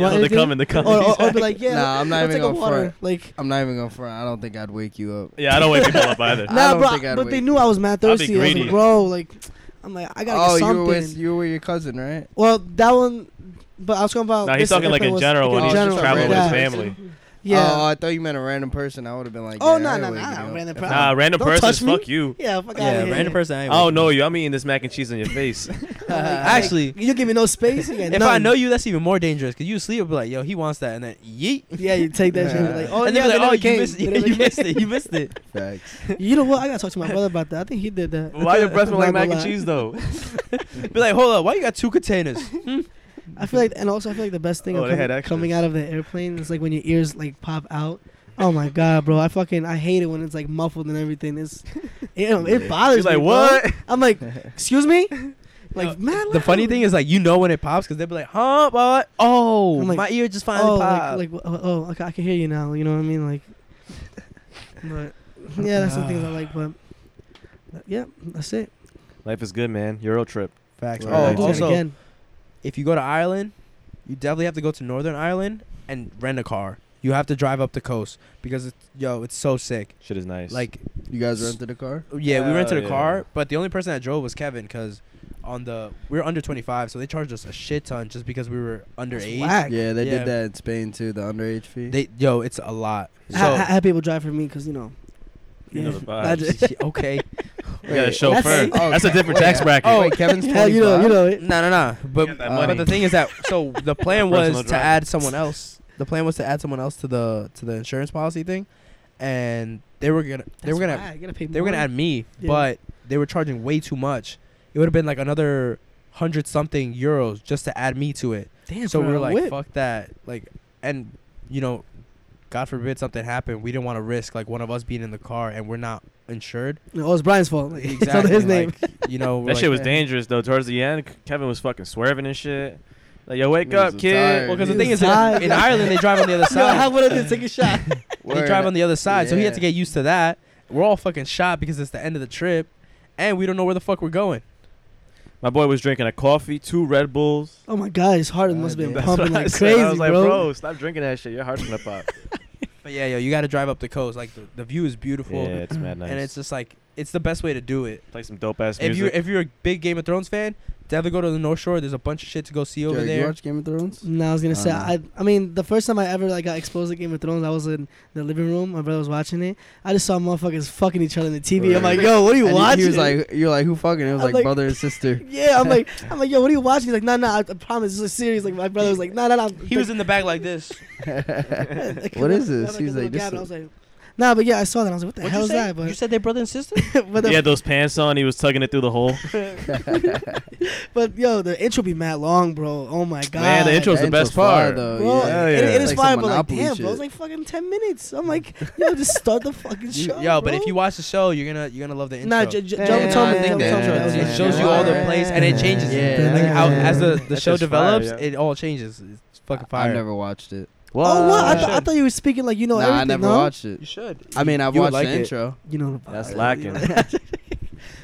[SPEAKER 3] yeah,
[SPEAKER 2] want
[SPEAKER 3] they're
[SPEAKER 2] anything?
[SPEAKER 3] coming. They're coming.
[SPEAKER 2] Or, or, or
[SPEAKER 3] (laughs)
[SPEAKER 2] be like, yeah,
[SPEAKER 1] Nah, I'm not
[SPEAKER 2] let's
[SPEAKER 1] even
[SPEAKER 2] take a
[SPEAKER 1] gonna
[SPEAKER 2] water.
[SPEAKER 1] front.
[SPEAKER 2] Like,
[SPEAKER 1] I'm not even gonna front. I don't think I'd wake you up.
[SPEAKER 3] yeah, I don't wake people
[SPEAKER 2] (laughs)
[SPEAKER 3] up either.
[SPEAKER 1] I
[SPEAKER 2] nah,
[SPEAKER 1] don't
[SPEAKER 2] bro.
[SPEAKER 1] think I'd
[SPEAKER 2] but they
[SPEAKER 1] wake
[SPEAKER 2] knew I was mad
[SPEAKER 3] I'd be
[SPEAKER 2] thirsty. I was like,
[SPEAKER 3] greedy.
[SPEAKER 2] bro, like, I'm like, I gotta
[SPEAKER 1] Oh,
[SPEAKER 2] get
[SPEAKER 1] you
[SPEAKER 2] something.
[SPEAKER 1] were with you were with your cousin, right?
[SPEAKER 2] Well, that one, but I was talking about.
[SPEAKER 3] Nah, he's
[SPEAKER 2] this
[SPEAKER 3] talking like
[SPEAKER 2] airplane
[SPEAKER 3] in
[SPEAKER 2] was-
[SPEAKER 3] general when
[SPEAKER 1] like,
[SPEAKER 3] he's
[SPEAKER 1] in
[SPEAKER 3] just
[SPEAKER 1] general,
[SPEAKER 3] traveling with his
[SPEAKER 1] yeah.
[SPEAKER 3] family.
[SPEAKER 1] Oh,
[SPEAKER 2] Yeah.
[SPEAKER 1] I thought you meant a random person. I would have been like,
[SPEAKER 2] Oh,
[SPEAKER 1] yeah,
[SPEAKER 2] nah,
[SPEAKER 1] I ain't
[SPEAKER 2] nah,
[SPEAKER 1] waking
[SPEAKER 2] nah,
[SPEAKER 1] you up. If
[SPEAKER 2] random per-
[SPEAKER 1] I-
[SPEAKER 3] Nah, random
[SPEAKER 2] Don't
[SPEAKER 3] person.
[SPEAKER 2] touch me.
[SPEAKER 3] Fuck you.
[SPEAKER 2] Yeah, fuck
[SPEAKER 4] yeah,
[SPEAKER 2] out here.
[SPEAKER 4] random person. I ain't
[SPEAKER 3] Oh
[SPEAKER 4] waking
[SPEAKER 3] no,
[SPEAKER 4] up.
[SPEAKER 3] you. I'm eating this mac and cheese in your face.
[SPEAKER 1] (laughs)
[SPEAKER 2] (laughs)
[SPEAKER 4] (laughs) Actually,
[SPEAKER 2] you give me no space. You got
[SPEAKER 4] if I
[SPEAKER 2] nothing.
[SPEAKER 4] know you, that's even more dangerous because you sleep, be like, yo, he wants that, and then yeet.
[SPEAKER 2] Yeah, you take that shit. and be
[SPEAKER 1] Yeah.
[SPEAKER 2] Like, oh,
[SPEAKER 4] and
[SPEAKER 2] yeah,
[SPEAKER 4] then
[SPEAKER 2] they
[SPEAKER 4] be like, oh,
[SPEAKER 2] never
[SPEAKER 4] you
[SPEAKER 2] came.
[SPEAKER 4] missed,
[SPEAKER 2] They (laughs)
[SPEAKER 4] (laughs) you,
[SPEAKER 2] never came.
[SPEAKER 4] missed it, you missed it.
[SPEAKER 1] Facts. (laughs)
[SPEAKER 2] You know what? I gotta talk to my brother about that. I think he did that.
[SPEAKER 3] Why your breath smell like mac
[SPEAKER 2] Not gonna
[SPEAKER 3] and
[SPEAKER 2] lie.
[SPEAKER 3] cheese though?
[SPEAKER 4] Be like, hold up, why you got two
[SPEAKER 2] (laughs)
[SPEAKER 4] containers?
[SPEAKER 2] I feel like, and also I feel like the best thing
[SPEAKER 3] Oh,
[SPEAKER 2] of
[SPEAKER 3] they
[SPEAKER 2] coming,
[SPEAKER 3] had extras.
[SPEAKER 2] coming out of the airplane is like when your ears like pop out. Oh my god, bro! I fucking I hate it when it's like muffled and everything. It's it, it bothers
[SPEAKER 3] He's like,
[SPEAKER 2] me. bro.
[SPEAKER 3] what?
[SPEAKER 2] I'm like, excuse me. Like,
[SPEAKER 4] No,
[SPEAKER 2] man.
[SPEAKER 4] The funny thing is, like, you know when it pops because they'll be like, huh, but oh,
[SPEAKER 2] I'm like,
[SPEAKER 4] my ear just finally
[SPEAKER 2] oh,
[SPEAKER 4] popped.
[SPEAKER 2] like, like oh, oh, okay, I can hear you now. You know what I mean? Like, but yeah, that's the things I like. But yeah, that's it.
[SPEAKER 3] Life is good, man. Euro trip.
[SPEAKER 4] Facts.
[SPEAKER 1] Oh,
[SPEAKER 4] Oh,
[SPEAKER 1] Right.
[SPEAKER 2] I'll do that
[SPEAKER 4] also,
[SPEAKER 2] again.
[SPEAKER 4] if you go to Ireland, you definitely have to go to Northern Ireland and rent a car. You have to drive up the coast because it's yo, it's so sick.
[SPEAKER 3] Shit is nice.
[SPEAKER 4] Like,
[SPEAKER 1] You guys rented a car?
[SPEAKER 4] yeah, we
[SPEAKER 3] Oh,
[SPEAKER 4] rented a
[SPEAKER 3] yeah.
[SPEAKER 4] car, but the only person that drove was Kevin because on the we were under 25, so they charged us a shit ton just because we were underage.
[SPEAKER 2] Whack.
[SPEAKER 1] Yeah, they
[SPEAKER 4] Yeah.
[SPEAKER 1] did that in Spain too. The underage fee.
[SPEAKER 4] They yo, it's a lot.
[SPEAKER 2] I,
[SPEAKER 4] So
[SPEAKER 2] I had people drive for me because you know.
[SPEAKER 3] You know the vibes.
[SPEAKER 2] I just-
[SPEAKER 4] (laughs) okay,
[SPEAKER 3] you got a
[SPEAKER 1] Wait,
[SPEAKER 3] chauffeur.
[SPEAKER 2] that's-
[SPEAKER 3] That's,
[SPEAKER 1] oh,
[SPEAKER 3] a different
[SPEAKER 1] wait,
[SPEAKER 3] tax bracket.
[SPEAKER 1] Oh, wait, Kevin's
[SPEAKER 2] (laughs) yeah, you know, you
[SPEAKER 1] 25?
[SPEAKER 2] know it.
[SPEAKER 4] no, no, no. But uh,
[SPEAKER 3] Yeah, that
[SPEAKER 1] money.
[SPEAKER 4] but the thing is that
[SPEAKER 3] (laughs)
[SPEAKER 4] so the plan was
[SPEAKER 3] Personal
[SPEAKER 4] to
[SPEAKER 3] driver.
[SPEAKER 4] add someone else. The plan was to add someone else to the to the insurance policy thing, and they were gonna they were gonna
[SPEAKER 2] gotta pay
[SPEAKER 4] They were gonna add me,
[SPEAKER 2] Yeah.
[SPEAKER 4] but they were charging way too much. It would have been like another hundred something euros just to add me to it.
[SPEAKER 2] Damn,
[SPEAKER 4] so
[SPEAKER 2] for
[SPEAKER 4] we were
[SPEAKER 2] a
[SPEAKER 4] like,
[SPEAKER 2] whip.
[SPEAKER 4] fuck that. Like, and you know, God forbid something happened. We didn't want to risk like one of us being in the car and we're not insured.
[SPEAKER 2] No, it was Brian's fault. (laughs) Like, it's under his name.
[SPEAKER 4] Like,
[SPEAKER 3] (laughs)
[SPEAKER 4] you know, we're
[SPEAKER 3] that
[SPEAKER 4] like,
[SPEAKER 3] shit was
[SPEAKER 1] yeah.
[SPEAKER 3] dangerous though. Towards the end, Kevin was fucking swerving and shit. Like, yo, wake
[SPEAKER 1] Niggas
[SPEAKER 3] up,
[SPEAKER 1] was
[SPEAKER 3] kid.
[SPEAKER 1] tired.
[SPEAKER 4] Well, because the
[SPEAKER 2] He
[SPEAKER 4] thing
[SPEAKER 2] was
[SPEAKER 4] is, in,
[SPEAKER 2] tired.
[SPEAKER 4] in Ireland they drive on
[SPEAKER 2] (laughs)
[SPEAKER 4] the other
[SPEAKER 2] Yo, how
[SPEAKER 4] side.
[SPEAKER 2] would I just take a
[SPEAKER 4] (laughs)
[SPEAKER 2] shot?
[SPEAKER 4] they drive on the other side, so he had to
[SPEAKER 1] Yeah.
[SPEAKER 4] get used to that. We're all fucking shot because it's the end of the trip, and we don't know where the fuck we're going.
[SPEAKER 3] My boy was drinking a coffee, two Red Bulls.
[SPEAKER 2] Oh my god, his heart must have
[SPEAKER 1] Yeah,
[SPEAKER 2] been
[SPEAKER 1] That's
[SPEAKER 2] pumping
[SPEAKER 3] what I
[SPEAKER 2] like
[SPEAKER 3] said.
[SPEAKER 2] crazy,
[SPEAKER 3] I was like,
[SPEAKER 2] bro.
[SPEAKER 3] stop drinking that shit. Your heart's gonna (laughs) pop.
[SPEAKER 4] But yeah, yo, you got to drive up the coast. Like the, the view is beautiful.
[SPEAKER 3] yeah, it's mad nice.
[SPEAKER 4] and it's just like it's the best way to do it.
[SPEAKER 3] Play some dope ass
[SPEAKER 4] If
[SPEAKER 3] music.
[SPEAKER 4] you're if you're a big Game of Thrones fan, definitely go to the North Shore. There's a bunch of shit to go see over
[SPEAKER 1] Jared, you
[SPEAKER 4] there.
[SPEAKER 1] watch Game of Thrones?
[SPEAKER 2] No, I was gonna say
[SPEAKER 1] Uh.
[SPEAKER 2] I. I mean, the first time I ever like got exposed to Game of Thrones, I was in the living room. My brother was watching it. I just saw motherfuckers fucking each other on the TV. I'm
[SPEAKER 1] Right.
[SPEAKER 2] like, yo, what are
[SPEAKER 1] (laughs)
[SPEAKER 2] you
[SPEAKER 1] And he-
[SPEAKER 2] watching?
[SPEAKER 1] He was like, you're like, who fucking? It was
[SPEAKER 2] I'm
[SPEAKER 1] like,
[SPEAKER 2] like-
[SPEAKER 1] brother and sister.
[SPEAKER 2] (laughs) yeah,
[SPEAKER 1] (laughs)
[SPEAKER 2] I'm like, I'm like, yo, what are you watching? He's like, nah, nah, I, I promise, it's a series. Like my brother was like, nah, nah, nah.
[SPEAKER 4] He was in the back like this.
[SPEAKER 1] (laughs) what is this? He's like, this
[SPEAKER 2] I was
[SPEAKER 1] is,
[SPEAKER 2] like, nah, but yeah, I saw that. I was like, what (laughs) the
[SPEAKER 4] What'd
[SPEAKER 2] hell
[SPEAKER 4] you
[SPEAKER 2] is
[SPEAKER 4] say?
[SPEAKER 2] that?
[SPEAKER 4] you
[SPEAKER 2] But,
[SPEAKER 4] said they brother and sister.
[SPEAKER 2] but (laughs) the
[SPEAKER 3] he had those pants on. He was tugging it through the (laughs) hole.
[SPEAKER 2] But yo, the intro be mad long, bro. Oh my god.
[SPEAKER 3] Man, the intro's the best
[SPEAKER 1] fly,
[SPEAKER 3] part.
[SPEAKER 1] though.
[SPEAKER 2] Bro,
[SPEAKER 1] Oh, yeah.
[SPEAKER 3] Hell
[SPEAKER 2] it,
[SPEAKER 3] yeah.
[SPEAKER 2] it
[SPEAKER 1] Like
[SPEAKER 2] is
[SPEAKER 1] some
[SPEAKER 2] fire, but like,
[SPEAKER 1] Monopoly
[SPEAKER 2] damn, bro,
[SPEAKER 1] shit.
[SPEAKER 2] it's like fucking ten minutes. I'm like, yo, just start the fucking
[SPEAKER 4] You-
[SPEAKER 2] show. bro.
[SPEAKER 4] yo, but if you watch the show, you're gonna you're gonna love the intro.
[SPEAKER 2] nah, J- J-
[SPEAKER 1] Yeah,
[SPEAKER 2] Jonathan told
[SPEAKER 4] I
[SPEAKER 2] me,
[SPEAKER 4] think
[SPEAKER 2] Jonathan
[SPEAKER 4] that-
[SPEAKER 2] told me.
[SPEAKER 4] it shows you all the plays and it changes.
[SPEAKER 1] Yeah,
[SPEAKER 4] Like how
[SPEAKER 2] Yeah.
[SPEAKER 4] as the, the
[SPEAKER 3] That's
[SPEAKER 4] show
[SPEAKER 3] just
[SPEAKER 4] develops,
[SPEAKER 3] fire, yeah.
[SPEAKER 4] it all changes. It's fucking
[SPEAKER 1] I
[SPEAKER 4] fire.
[SPEAKER 1] never watched it.
[SPEAKER 2] Oh, what? I,
[SPEAKER 4] you
[SPEAKER 2] th- I
[SPEAKER 4] should.
[SPEAKER 2] thought you were speaking like you know
[SPEAKER 1] nah,
[SPEAKER 2] everything.
[SPEAKER 1] I never
[SPEAKER 2] no?
[SPEAKER 1] watched it.
[SPEAKER 4] You should.
[SPEAKER 1] I mean, I've
[SPEAKER 4] You
[SPEAKER 1] watched
[SPEAKER 4] would like
[SPEAKER 1] the
[SPEAKER 4] it.
[SPEAKER 1] intro.
[SPEAKER 2] You know (laughs) the
[SPEAKER 3] That's
[SPEAKER 2] vibe.
[SPEAKER 3] lacking.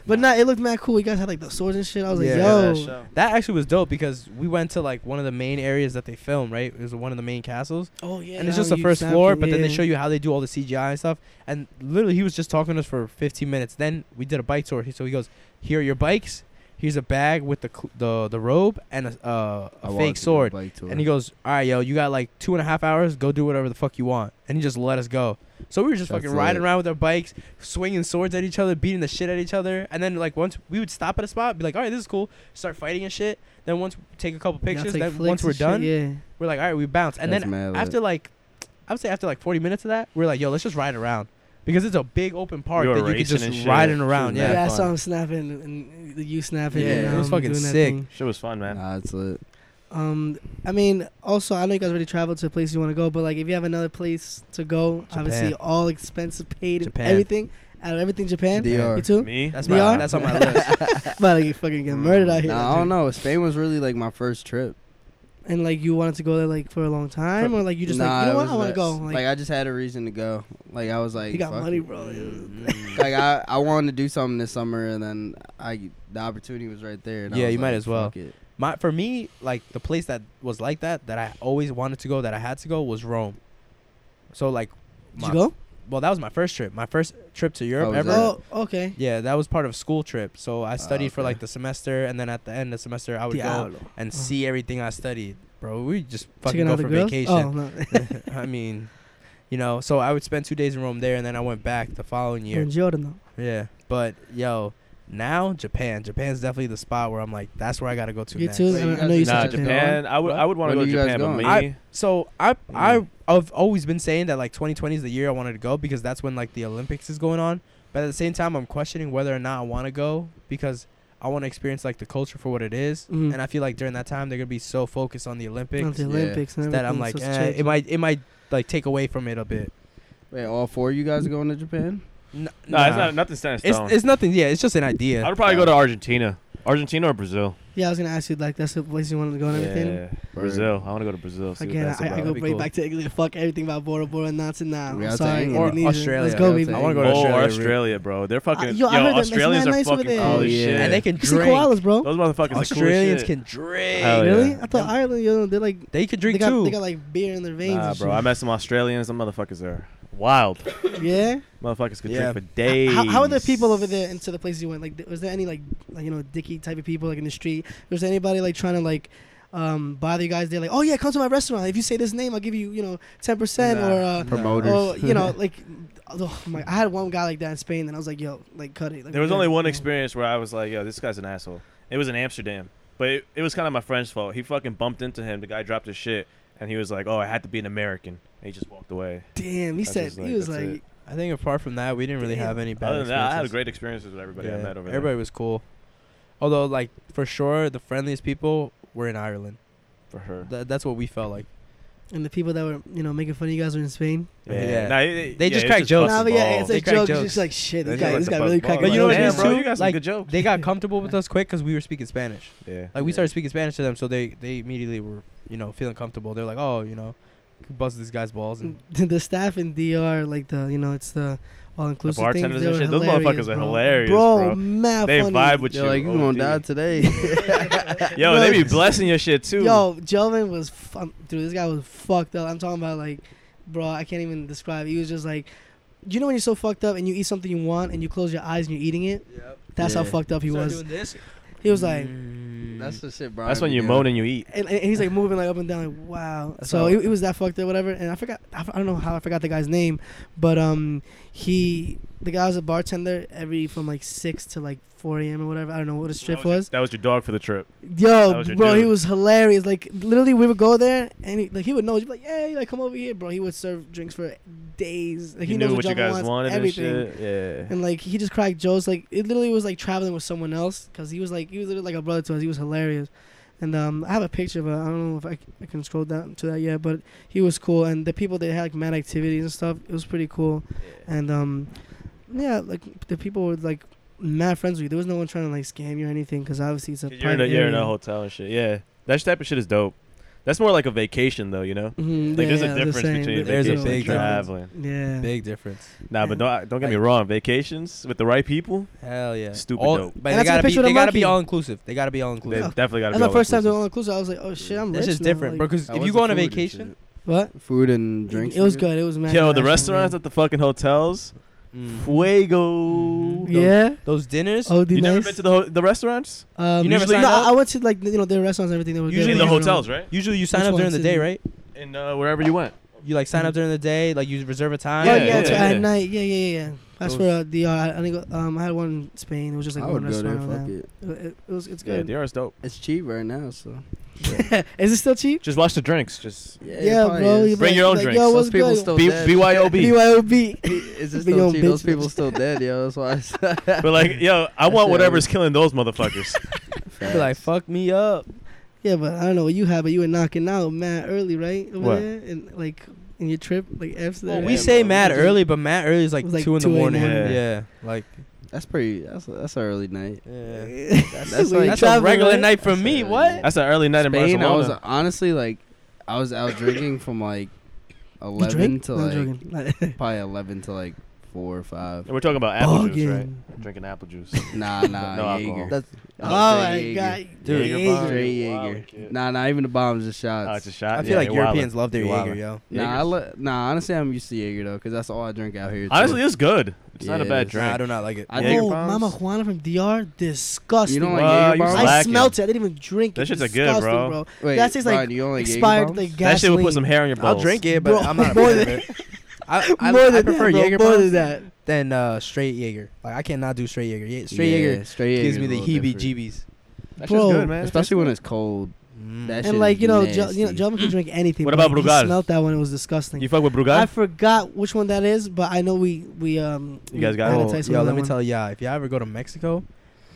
[SPEAKER 2] But nah, it looked mad cool. You guys had like the swords and shit. I was like,
[SPEAKER 4] Yeah.
[SPEAKER 2] yo,
[SPEAKER 4] That actually was dope because we went to like one of the main areas that they film. Right, it was one of the main castles,
[SPEAKER 2] oh yeah.
[SPEAKER 4] and it's just the first floor. But then they show you how they do all the CGI and stuff. And literally, he was just talking to us for 15 minutes. Then we did a bike tour. He- So he goes, "Here are your bikes. Here's a bag with the cl- the the robe and a uh,
[SPEAKER 1] I
[SPEAKER 4] a
[SPEAKER 1] wanted
[SPEAKER 4] fake
[SPEAKER 1] to do
[SPEAKER 4] sword."
[SPEAKER 1] bike tour.
[SPEAKER 4] And he goes, "All right, yo, you got like two and a half hours. Go do whatever the fuck you want." And he just let us go. So we were just
[SPEAKER 1] That's
[SPEAKER 4] fucking riding
[SPEAKER 1] lit.
[SPEAKER 4] around with our bikes, swinging swords at each other, beating the shit at each other. And then like once we would stop at a spot, be like, "All right, this is cool." Start fighting and shit. Then once we take a couple pictures, then once we're done,
[SPEAKER 2] yeah.
[SPEAKER 4] we're like, "All right, we bounce." And
[SPEAKER 1] That's
[SPEAKER 4] then
[SPEAKER 1] mad lit.
[SPEAKER 4] after like, I would say after like 40 minutes of that, we're like, "Yo, let's just ride around." Because it's a big open park
[SPEAKER 3] were
[SPEAKER 4] that you can
[SPEAKER 3] racing and
[SPEAKER 4] just
[SPEAKER 3] shit.
[SPEAKER 4] riding
[SPEAKER 1] It
[SPEAKER 4] around.
[SPEAKER 1] was
[SPEAKER 4] Yeah,
[SPEAKER 1] mad
[SPEAKER 2] Yeah, I
[SPEAKER 1] fun.
[SPEAKER 2] saw him snapping and you snapping.
[SPEAKER 4] Yeah,
[SPEAKER 2] and,
[SPEAKER 4] it was
[SPEAKER 2] um,
[SPEAKER 4] fucking
[SPEAKER 2] doing that
[SPEAKER 4] sick.
[SPEAKER 2] thing.
[SPEAKER 3] Shit was fun, man.
[SPEAKER 1] Nah, it's lit.
[SPEAKER 2] Um, I mean, also I know you guys already traveled to a place you want to go, but like if you have another place to go, obviously
[SPEAKER 4] Japan.
[SPEAKER 2] all expenses paid, and
[SPEAKER 4] Japan.
[SPEAKER 2] everything, out of everything, Japan.
[SPEAKER 1] DR.
[SPEAKER 2] You too?
[SPEAKER 3] Me?
[SPEAKER 4] that's
[SPEAKER 2] They
[SPEAKER 4] my
[SPEAKER 2] are?
[SPEAKER 4] that's on my list.
[SPEAKER 2] About to get fucking get murdered (laughs) out here.
[SPEAKER 1] Nah, I don't know. Spain was really like my first trip.
[SPEAKER 2] And like you wanted to go there like for a long time, or like you just
[SPEAKER 1] nah,
[SPEAKER 2] like you know
[SPEAKER 1] it
[SPEAKER 2] what
[SPEAKER 1] was
[SPEAKER 2] I want
[SPEAKER 1] lit.
[SPEAKER 2] to go. Like,
[SPEAKER 1] I just had a reason to go. Like I was like,
[SPEAKER 2] you got
[SPEAKER 1] fuck
[SPEAKER 2] money,
[SPEAKER 1] it. Mm,
[SPEAKER 2] bro.
[SPEAKER 1] (laughs) like
[SPEAKER 2] (laughs)
[SPEAKER 1] I, I wanted to do something this summer, and then I the opportunity was right there. and I
[SPEAKER 4] Yeah,
[SPEAKER 1] was
[SPEAKER 4] you might
[SPEAKER 1] like,
[SPEAKER 4] as well.
[SPEAKER 1] fuck it.
[SPEAKER 4] My for me, like the place that was like that that I always wanted to go that I had to go was Rome. So like,
[SPEAKER 2] Did
[SPEAKER 4] my-
[SPEAKER 2] you go?
[SPEAKER 4] Well, that was my first trip. My first trip to Europe
[SPEAKER 1] was
[SPEAKER 4] ever.
[SPEAKER 1] that? Ah,
[SPEAKER 2] Oh, okay.
[SPEAKER 4] Yeah, that was part of a school trip. So I studied for
[SPEAKER 1] okay.
[SPEAKER 4] like the semester, and then at the end of the semester, I would go
[SPEAKER 2] Diablo.
[SPEAKER 4] and
[SPEAKER 2] Oh.
[SPEAKER 4] see everything I studied. Bro, we just
[SPEAKER 2] Checking
[SPEAKER 4] fucking go
[SPEAKER 2] out the
[SPEAKER 4] for
[SPEAKER 2] girls? Oh,
[SPEAKER 4] vacation. (laughs)
[SPEAKER 2] no.
[SPEAKER 4] I mean, you know, so I would spend two days in Rome there, and then I went back the
[SPEAKER 2] (laughs)
[SPEAKER 4] following year.
[SPEAKER 2] Buongiorno.
[SPEAKER 4] Yeah, but yo, now Japan. Japan's definitely the spot where I'm like, that's where I gotta go to.
[SPEAKER 2] You
[SPEAKER 4] next.
[SPEAKER 2] too.
[SPEAKER 1] Wait,
[SPEAKER 2] I-
[SPEAKER 1] you
[SPEAKER 2] I
[SPEAKER 1] guys
[SPEAKER 2] know you
[SPEAKER 1] did
[SPEAKER 3] Nah,
[SPEAKER 2] said
[SPEAKER 3] Japan. I would I would want to
[SPEAKER 1] When
[SPEAKER 3] go
[SPEAKER 1] are you
[SPEAKER 3] to
[SPEAKER 1] guys
[SPEAKER 3] Japan, but
[SPEAKER 1] going?
[SPEAKER 3] me.
[SPEAKER 4] I- So I
[SPEAKER 1] Mm.
[SPEAKER 4] I I've always been saying that like 2020 is the year I wanted to go because that's when like the Olympics is going on. But at the same time, I'm questioning whether or not I want to go because I want to experience like the culture for what it is.
[SPEAKER 2] Mhm.
[SPEAKER 4] And I feel like during that time they're gonna be so focused on the Olympics
[SPEAKER 2] Of the
[SPEAKER 1] Yeah.
[SPEAKER 2] Olympics and
[SPEAKER 4] that I'm
[SPEAKER 2] everything,
[SPEAKER 4] like,
[SPEAKER 2] so it's
[SPEAKER 4] eh, it
[SPEAKER 2] changing.
[SPEAKER 4] might it might like take away from it a bit.
[SPEAKER 1] Wait, all four of you guys are going to Japan?
[SPEAKER 4] N-
[SPEAKER 3] no,
[SPEAKER 4] nah.
[SPEAKER 3] it's not nothing stands
[SPEAKER 4] It's,
[SPEAKER 3] stone.
[SPEAKER 4] it's nothing. Yeah, it's just an
[SPEAKER 3] I
[SPEAKER 4] idea.
[SPEAKER 3] would probably go to Argentina, Argentina or Brazil.
[SPEAKER 2] Yeah, I was gonna ask you like that's the place you wanted to go and everything.
[SPEAKER 3] Yeah, Brazil. I want to go to Brazil. see what
[SPEAKER 2] Again,
[SPEAKER 3] that's
[SPEAKER 2] I, I
[SPEAKER 3] about.
[SPEAKER 2] go
[SPEAKER 4] That'd be
[SPEAKER 2] right
[SPEAKER 4] cool.
[SPEAKER 2] back to Italy. Fuck everything about Bora Bora and Nazi now.
[SPEAKER 1] We
[SPEAKER 2] I'm
[SPEAKER 1] out
[SPEAKER 2] sorry,
[SPEAKER 1] to England.
[SPEAKER 4] Or
[SPEAKER 2] Indonesia.
[SPEAKER 4] Australia.
[SPEAKER 2] Let's go,
[SPEAKER 1] We out to
[SPEAKER 2] baby.
[SPEAKER 4] I want to go to
[SPEAKER 3] oh,
[SPEAKER 4] Australia.
[SPEAKER 3] Australia, bro. They're fucking.
[SPEAKER 2] Uh, yo,
[SPEAKER 3] yo,
[SPEAKER 2] I heard that- that's
[SPEAKER 3] Australians
[SPEAKER 2] mad
[SPEAKER 3] are
[SPEAKER 2] nice over
[SPEAKER 3] fucking
[SPEAKER 2] there.
[SPEAKER 1] Oh,
[SPEAKER 3] cool as
[SPEAKER 1] yeah.
[SPEAKER 3] shit.
[SPEAKER 4] And they can
[SPEAKER 2] You see
[SPEAKER 4] drink.
[SPEAKER 2] koalas, bro.
[SPEAKER 3] Those motherfuckers are cool as
[SPEAKER 4] Australians
[SPEAKER 3] shit.
[SPEAKER 4] can drink.
[SPEAKER 3] Hell yeah.
[SPEAKER 2] really? I thought Ireland, you know, they like
[SPEAKER 4] They could drink
[SPEAKER 2] they got,
[SPEAKER 4] too.
[SPEAKER 2] They got like beer in their veins.
[SPEAKER 3] Nah,
[SPEAKER 2] and
[SPEAKER 3] bro. I met some Australians. Them motherfuckers are wild.
[SPEAKER 2] shit. yeah.
[SPEAKER 3] Motherfuckers could
[SPEAKER 4] Yeah.
[SPEAKER 3] drink for days.
[SPEAKER 2] How, how are the people over there into the places you went? Like, th- was there any like, like you know, dicky type of people like in the street? Was there anybody like trying to like um, bother you guys? They're like, oh yeah, come to my restaurant. If you say this name, I'll give you you know ten percent
[SPEAKER 4] Nah.
[SPEAKER 2] or uh,
[SPEAKER 1] Promoters.
[SPEAKER 2] oh you (laughs)
[SPEAKER 4] (laughs)
[SPEAKER 2] know like. Oh my, I had one guy like that in Spain, and I was like, "Yo, like, cut it." Like,
[SPEAKER 3] There was
[SPEAKER 2] we're
[SPEAKER 3] only
[SPEAKER 2] good,
[SPEAKER 3] one
[SPEAKER 2] you know.
[SPEAKER 3] experience where I was like, yo, this guy's an asshole. It was in Amsterdam. But it, it was kind of my friend's fault. He fucking bumped into him. The guy dropped his shit. And he was like, oh, I had to be an American. And he just walked away.
[SPEAKER 2] Damn, he
[SPEAKER 3] That's
[SPEAKER 2] said
[SPEAKER 3] just like-
[SPEAKER 2] he was
[SPEAKER 3] that's
[SPEAKER 2] like,
[SPEAKER 3] it.
[SPEAKER 4] I think apart from that, we didn't really
[SPEAKER 2] Damn.
[SPEAKER 4] have any bad.
[SPEAKER 3] Other than that, I had
[SPEAKER 4] experiences.
[SPEAKER 3] great experiences with everybody I
[SPEAKER 4] Yeah,
[SPEAKER 3] met over there.
[SPEAKER 4] Everybody was cool. Although, like for sure, the friendliest people were in Ireland.
[SPEAKER 3] For her.
[SPEAKER 4] Th- that's what we felt like.
[SPEAKER 2] and the people that were you know making fun of you guys were in Spain.
[SPEAKER 3] Yeah.
[SPEAKER 4] Yeah.
[SPEAKER 3] Nah, it-
[SPEAKER 4] They
[SPEAKER 3] yeah,
[SPEAKER 4] just
[SPEAKER 3] it
[SPEAKER 4] crack
[SPEAKER 3] was
[SPEAKER 4] jokes.
[SPEAKER 2] Nah,
[SPEAKER 3] busting
[SPEAKER 2] but yeah, it's
[SPEAKER 3] balls.
[SPEAKER 4] They
[SPEAKER 2] a
[SPEAKER 4] crack
[SPEAKER 2] joke. It's
[SPEAKER 4] jokes.
[SPEAKER 2] just like shit.
[SPEAKER 3] They
[SPEAKER 2] This
[SPEAKER 3] just
[SPEAKER 2] guy,
[SPEAKER 3] like
[SPEAKER 2] this
[SPEAKER 3] to
[SPEAKER 2] guy
[SPEAKER 3] bust
[SPEAKER 2] really
[SPEAKER 3] balls.
[SPEAKER 2] cracked
[SPEAKER 4] But
[SPEAKER 2] me
[SPEAKER 4] you know
[SPEAKER 2] up.
[SPEAKER 4] what it
[SPEAKER 3] Damn,
[SPEAKER 4] is,
[SPEAKER 3] bro,
[SPEAKER 4] too?
[SPEAKER 3] you got some
[SPEAKER 2] (laughs)
[SPEAKER 4] Like,
[SPEAKER 3] good jokes.
[SPEAKER 4] They got comfortable with us quick because we were speaking Spanish.
[SPEAKER 3] Yeah.
[SPEAKER 4] Like
[SPEAKER 1] Yeah.
[SPEAKER 4] we started speaking Spanish to them, so they they immediately were you know feeling comfortable. They're like, oh, you know, could bust this guy's balls and
[SPEAKER 2] (laughs) the staff in DR, like the you know, it's the all
[SPEAKER 3] The
[SPEAKER 2] inclusive.
[SPEAKER 3] bartenders and shit. Those motherfuckers are hilarious,
[SPEAKER 2] bro.
[SPEAKER 3] bro.
[SPEAKER 2] mad
[SPEAKER 3] They
[SPEAKER 2] funny.
[SPEAKER 3] vibe with
[SPEAKER 1] They're
[SPEAKER 3] you.
[SPEAKER 1] like, you
[SPEAKER 3] OD.
[SPEAKER 1] gonna die today.
[SPEAKER 2] (laughs)
[SPEAKER 3] Yo, they be blessing your shit, too.
[SPEAKER 2] Yo, Jovan was fun, dude. This guy was fucked up. I'm talking about like, bro. I can't even describe. He was just like. you know when you're so fucked up and you eat something you want and you close your eyes and you're eating it. That's how
[SPEAKER 1] Yeah.
[SPEAKER 2] fucked up he was. He was like,
[SPEAKER 1] (laughs) That's the shit, bro.
[SPEAKER 3] That's when you moan and you eat.
[SPEAKER 2] and, and he's like moving like up and down, like wow.
[SPEAKER 1] That's
[SPEAKER 2] so
[SPEAKER 1] how-
[SPEAKER 2] it, it was that fucked up, whatever. And I forgot, I, I don't know how I forgot the guy's name, but um, he the guy was a bartender every from like six to like four a.m. or whatever. I don't know what his shift was.
[SPEAKER 3] That was your dog for the trip. that
[SPEAKER 2] Yo,
[SPEAKER 3] was your
[SPEAKER 2] bro, he
[SPEAKER 3] dude.
[SPEAKER 2] was hilarious. Like literally, we would go there and he, like he would know. He'd be like, yeah, like come over here, bro. He would serve drinks for days. Like,
[SPEAKER 3] he, knew
[SPEAKER 2] knows
[SPEAKER 3] what you
[SPEAKER 2] Java
[SPEAKER 3] guys
[SPEAKER 2] wants,
[SPEAKER 3] wanted
[SPEAKER 2] everything.
[SPEAKER 3] and shit. Yeah.
[SPEAKER 2] And like he just cracked jokes. Like it literally was like traveling with someone else because he was like he was literally like a brother to us. He was hilarious. And um, I have a picture, but I don't know if I, c- I can scroll down to that yet. But he was cool, and the people they had like mad activities and stuff. It was pretty cool. And um, yeah, like the people were like mad friends with you. There was no one trying to like scam you or anything because obviously it's a
[SPEAKER 3] You're in a,
[SPEAKER 2] private
[SPEAKER 3] you're in a
[SPEAKER 2] area.
[SPEAKER 3] hotel and shit. Yeah. That sh- type of shit is dope. That's more like a vacation though, you know.
[SPEAKER 2] Mhm,
[SPEAKER 3] Like there's
[SPEAKER 2] yeah,
[SPEAKER 3] a
[SPEAKER 2] the
[SPEAKER 3] difference
[SPEAKER 2] same,
[SPEAKER 3] between
[SPEAKER 2] but
[SPEAKER 4] There's a
[SPEAKER 3] vacation
[SPEAKER 4] big
[SPEAKER 3] and
[SPEAKER 4] difference.
[SPEAKER 3] traveling.
[SPEAKER 2] Yeah.
[SPEAKER 4] Big difference.
[SPEAKER 3] Nah, but don't don't get me wrong. Vacations with the right people,
[SPEAKER 4] Hell yeah.
[SPEAKER 3] Stupid
[SPEAKER 4] all,
[SPEAKER 3] dope.
[SPEAKER 2] And
[SPEAKER 4] But they
[SPEAKER 2] that's the
[SPEAKER 4] gotta be
[SPEAKER 2] picture of the
[SPEAKER 4] they gotta be
[SPEAKER 2] monkey.
[SPEAKER 4] all inclusive. They gotta be all
[SPEAKER 3] they
[SPEAKER 4] inclusive.
[SPEAKER 3] definitely got to.
[SPEAKER 2] That's my first time doing all inclusive. I was like, oh shit, I'm
[SPEAKER 4] That's
[SPEAKER 2] rich
[SPEAKER 4] just
[SPEAKER 2] now,
[SPEAKER 4] different,
[SPEAKER 2] like-
[SPEAKER 4] bro. Because if you go on a vacation,
[SPEAKER 2] What?
[SPEAKER 1] food and drinks.
[SPEAKER 2] It was
[SPEAKER 1] were
[SPEAKER 2] good. It was mad.
[SPEAKER 3] Yo,
[SPEAKER 2] good,
[SPEAKER 3] the
[SPEAKER 2] actually,
[SPEAKER 3] restaurants
[SPEAKER 2] man.
[SPEAKER 3] at the fucking hotels,
[SPEAKER 4] Mm.
[SPEAKER 3] fuego.
[SPEAKER 4] Mhm.
[SPEAKER 2] Mm-hmm. Yeah.
[SPEAKER 4] those dinners,
[SPEAKER 2] Oh, the
[SPEAKER 3] You never
[SPEAKER 2] nice.
[SPEAKER 3] been to the ho- the restaurants?
[SPEAKER 2] Um,
[SPEAKER 4] You never
[SPEAKER 2] usually-
[SPEAKER 4] signed
[SPEAKER 2] no,
[SPEAKER 4] up?
[SPEAKER 2] I I went to like you know their restaurants and everything. They were good,
[SPEAKER 3] Usually
[SPEAKER 2] but
[SPEAKER 3] the
[SPEAKER 2] I don't know.
[SPEAKER 3] hotels, right?
[SPEAKER 4] usually you sign
[SPEAKER 2] Which
[SPEAKER 4] up during
[SPEAKER 2] ones
[SPEAKER 4] the
[SPEAKER 2] is
[SPEAKER 4] day,
[SPEAKER 2] it?
[SPEAKER 4] right?
[SPEAKER 3] And uh, wherever you went.
[SPEAKER 4] You like sign up during the day, like you reserve a time.
[SPEAKER 2] Oh, Yeah,
[SPEAKER 3] Yeah,
[SPEAKER 2] yeah,
[SPEAKER 3] yeah,
[SPEAKER 2] that's right,
[SPEAKER 3] yeah, Oh.
[SPEAKER 2] at
[SPEAKER 3] yeah.
[SPEAKER 2] night. Yeah, yeah, yeah. yeah. That's
[SPEAKER 4] Those-
[SPEAKER 2] for uh, the uh, I I think um I had one in Spain. It was just like
[SPEAKER 1] I would
[SPEAKER 2] one
[SPEAKER 1] go
[SPEAKER 2] restaurant.
[SPEAKER 1] there.
[SPEAKER 2] over
[SPEAKER 1] Fuck
[SPEAKER 2] there.
[SPEAKER 1] it.
[SPEAKER 2] It- it- it was it's
[SPEAKER 3] Yeah,
[SPEAKER 2] good.
[SPEAKER 3] DR is dope.
[SPEAKER 1] It's cheap right now, so
[SPEAKER 2] (laughs) Is it still cheap?
[SPEAKER 3] Just watch the drinks. Just
[SPEAKER 1] yeah, it
[SPEAKER 2] Yeah,
[SPEAKER 1] probably
[SPEAKER 2] bro.
[SPEAKER 1] is.
[SPEAKER 2] you'd be
[SPEAKER 3] Bring
[SPEAKER 2] like-
[SPEAKER 3] your own
[SPEAKER 2] like,
[SPEAKER 3] drinks.
[SPEAKER 2] Yo,
[SPEAKER 1] Those
[SPEAKER 2] what's
[SPEAKER 1] people
[SPEAKER 2] good?
[SPEAKER 1] still
[SPEAKER 3] B-
[SPEAKER 1] dead.
[SPEAKER 3] BYOB.
[SPEAKER 2] BYOB.
[SPEAKER 1] Is it
[SPEAKER 2] Big
[SPEAKER 1] still
[SPEAKER 2] old
[SPEAKER 1] cheap? Those
[SPEAKER 2] bitch.
[SPEAKER 1] people still dead, yo. That's why.
[SPEAKER 2] (laughs)
[SPEAKER 1] It's
[SPEAKER 3] But like, yo, I
[SPEAKER 1] That's
[SPEAKER 3] want
[SPEAKER 1] it.
[SPEAKER 3] whatever's killing those motherfuckers.
[SPEAKER 4] Be like fuck me up.
[SPEAKER 2] Yeah, but I don't know what you had, but you were knocking out mad early, right? Over
[SPEAKER 3] What?
[SPEAKER 2] there and like in your trip, like after
[SPEAKER 4] Well,
[SPEAKER 2] that.
[SPEAKER 4] we
[SPEAKER 1] Yeah,
[SPEAKER 4] say
[SPEAKER 1] bro.
[SPEAKER 4] mad
[SPEAKER 1] It was
[SPEAKER 2] (laughs)
[SPEAKER 4] early, but mad early is like,
[SPEAKER 2] It was like
[SPEAKER 4] two in the
[SPEAKER 2] 2 a.m.
[SPEAKER 4] morning.
[SPEAKER 3] Yeah.
[SPEAKER 4] Yeah. like
[SPEAKER 1] That's pretty. That's that's an early night.
[SPEAKER 4] yeah.
[SPEAKER 1] That's
[SPEAKER 2] Were you
[SPEAKER 1] like-
[SPEAKER 4] That's a
[SPEAKER 2] traveling,
[SPEAKER 4] regular
[SPEAKER 2] right?
[SPEAKER 4] night for
[SPEAKER 1] That's
[SPEAKER 4] me.
[SPEAKER 1] early.
[SPEAKER 4] What?
[SPEAKER 3] That's an early night in
[SPEAKER 1] Spain. I was
[SPEAKER 3] Barcelona.
[SPEAKER 1] honestly like, I was out drinking from like
[SPEAKER 2] You
[SPEAKER 1] eleven
[SPEAKER 2] drink?
[SPEAKER 1] to
[SPEAKER 2] No, I'm
[SPEAKER 1] like
[SPEAKER 2] joking. (laughs)
[SPEAKER 1] probably eleven to like four or five.
[SPEAKER 3] We're talking about apple juice,
[SPEAKER 2] Bugging.
[SPEAKER 3] right? Drinking apple juice.
[SPEAKER 1] Nah, nah,
[SPEAKER 3] No alcohol.
[SPEAKER 1] Jaeger.
[SPEAKER 4] That's
[SPEAKER 2] Oh
[SPEAKER 1] Straight
[SPEAKER 2] my
[SPEAKER 1] Jaeger.
[SPEAKER 2] god,
[SPEAKER 4] Dude,
[SPEAKER 2] Jaeger.
[SPEAKER 3] Jaeger bomb.
[SPEAKER 1] Straight
[SPEAKER 3] Wow,
[SPEAKER 1] Jaeger.
[SPEAKER 3] kid.
[SPEAKER 1] Nah, not even the bombs, just shots.
[SPEAKER 3] Oh, it's a shot.
[SPEAKER 4] I feel
[SPEAKER 3] Yeah,
[SPEAKER 4] like
[SPEAKER 3] you're
[SPEAKER 4] Europeans
[SPEAKER 3] wildin'.
[SPEAKER 4] love their
[SPEAKER 3] You're
[SPEAKER 4] Jaeger,
[SPEAKER 3] wildin'.
[SPEAKER 4] yo.
[SPEAKER 1] Nah, I
[SPEAKER 3] Jaegers.
[SPEAKER 1] lo- nah, honestly, I'm used to Jaeger though, because that's all I drink out here. too.
[SPEAKER 3] Honestly, it's good. It's not a
[SPEAKER 1] Yeah,
[SPEAKER 3] bad
[SPEAKER 1] it's-
[SPEAKER 3] drink.
[SPEAKER 4] Nah, I do not like it.
[SPEAKER 1] I
[SPEAKER 3] Jaeger
[SPEAKER 2] oh,
[SPEAKER 1] think
[SPEAKER 3] bombs?
[SPEAKER 2] Mama Juana from DR, disgusting.
[SPEAKER 1] you don't like
[SPEAKER 3] Wow,
[SPEAKER 1] Jaeger
[SPEAKER 3] you
[SPEAKER 1] bombs?
[SPEAKER 2] I
[SPEAKER 3] Slacking.
[SPEAKER 2] smelt it. I didn't even drink it.
[SPEAKER 3] That shit's a good,
[SPEAKER 2] Disgusting,
[SPEAKER 3] bro.
[SPEAKER 1] Wait,
[SPEAKER 2] that tastes like
[SPEAKER 1] Brian, you don't like Jaeger
[SPEAKER 2] Expired
[SPEAKER 1] bombs?
[SPEAKER 2] like gasoline.
[SPEAKER 3] that shit will put some hair on your balls.
[SPEAKER 4] I'll drink it, but
[SPEAKER 2] Bro,
[SPEAKER 4] I'm not a
[SPEAKER 2] more
[SPEAKER 4] fan of
[SPEAKER 2] than-
[SPEAKER 4] it.
[SPEAKER 2] (laughs)
[SPEAKER 4] I, I,
[SPEAKER 2] more
[SPEAKER 4] I
[SPEAKER 2] than
[SPEAKER 4] prefer
[SPEAKER 2] that, bro,
[SPEAKER 4] Jaeger
[SPEAKER 2] more than
[SPEAKER 4] bombs
[SPEAKER 2] that.
[SPEAKER 4] than uh, straight Jaeger. Like I cannot do straight Jaeger. Yeah, straight
[SPEAKER 1] Yeah,
[SPEAKER 4] Jaeger
[SPEAKER 1] straight
[SPEAKER 4] gives
[SPEAKER 1] Jaeger's
[SPEAKER 4] me
[SPEAKER 1] a
[SPEAKER 4] the
[SPEAKER 1] little different.
[SPEAKER 4] heebie-jeebies. Mm.
[SPEAKER 3] That
[SPEAKER 2] Bro.
[SPEAKER 3] shit's good, man.
[SPEAKER 1] Especially when it's cold. That shit
[SPEAKER 2] And like
[SPEAKER 1] is
[SPEAKER 2] you know, jo-
[SPEAKER 1] nasty.
[SPEAKER 2] you know, Gentleman can drink anything.
[SPEAKER 3] What
[SPEAKER 2] but
[SPEAKER 3] about
[SPEAKER 2] he
[SPEAKER 3] Brugal?
[SPEAKER 2] Smelt that one. It was disgusting.
[SPEAKER 3] You fuck with
[SPEAKER 2] I (laughs)
[SPEAKER 3] Brugal?
[SPEAKER 2] forgot which one that is, but I know we we um.
[SPEAKER 3] You guys got
[SPEAKER 2] we
[SPEAKER 3] it?
[SPEAKER 2] had a
[SPEAKER 4] Oh,
[SPEAKER 2] taste
[SPEAKER 4] yo,
[SPEAKER 2] of
[SPEAKER 4] let
[SPEAKER 2] that
[SPEAKER 4] me
[SPEAKER 2] one.
[SPEAKER 4] tell y'all, if y'all ever go to Mexico,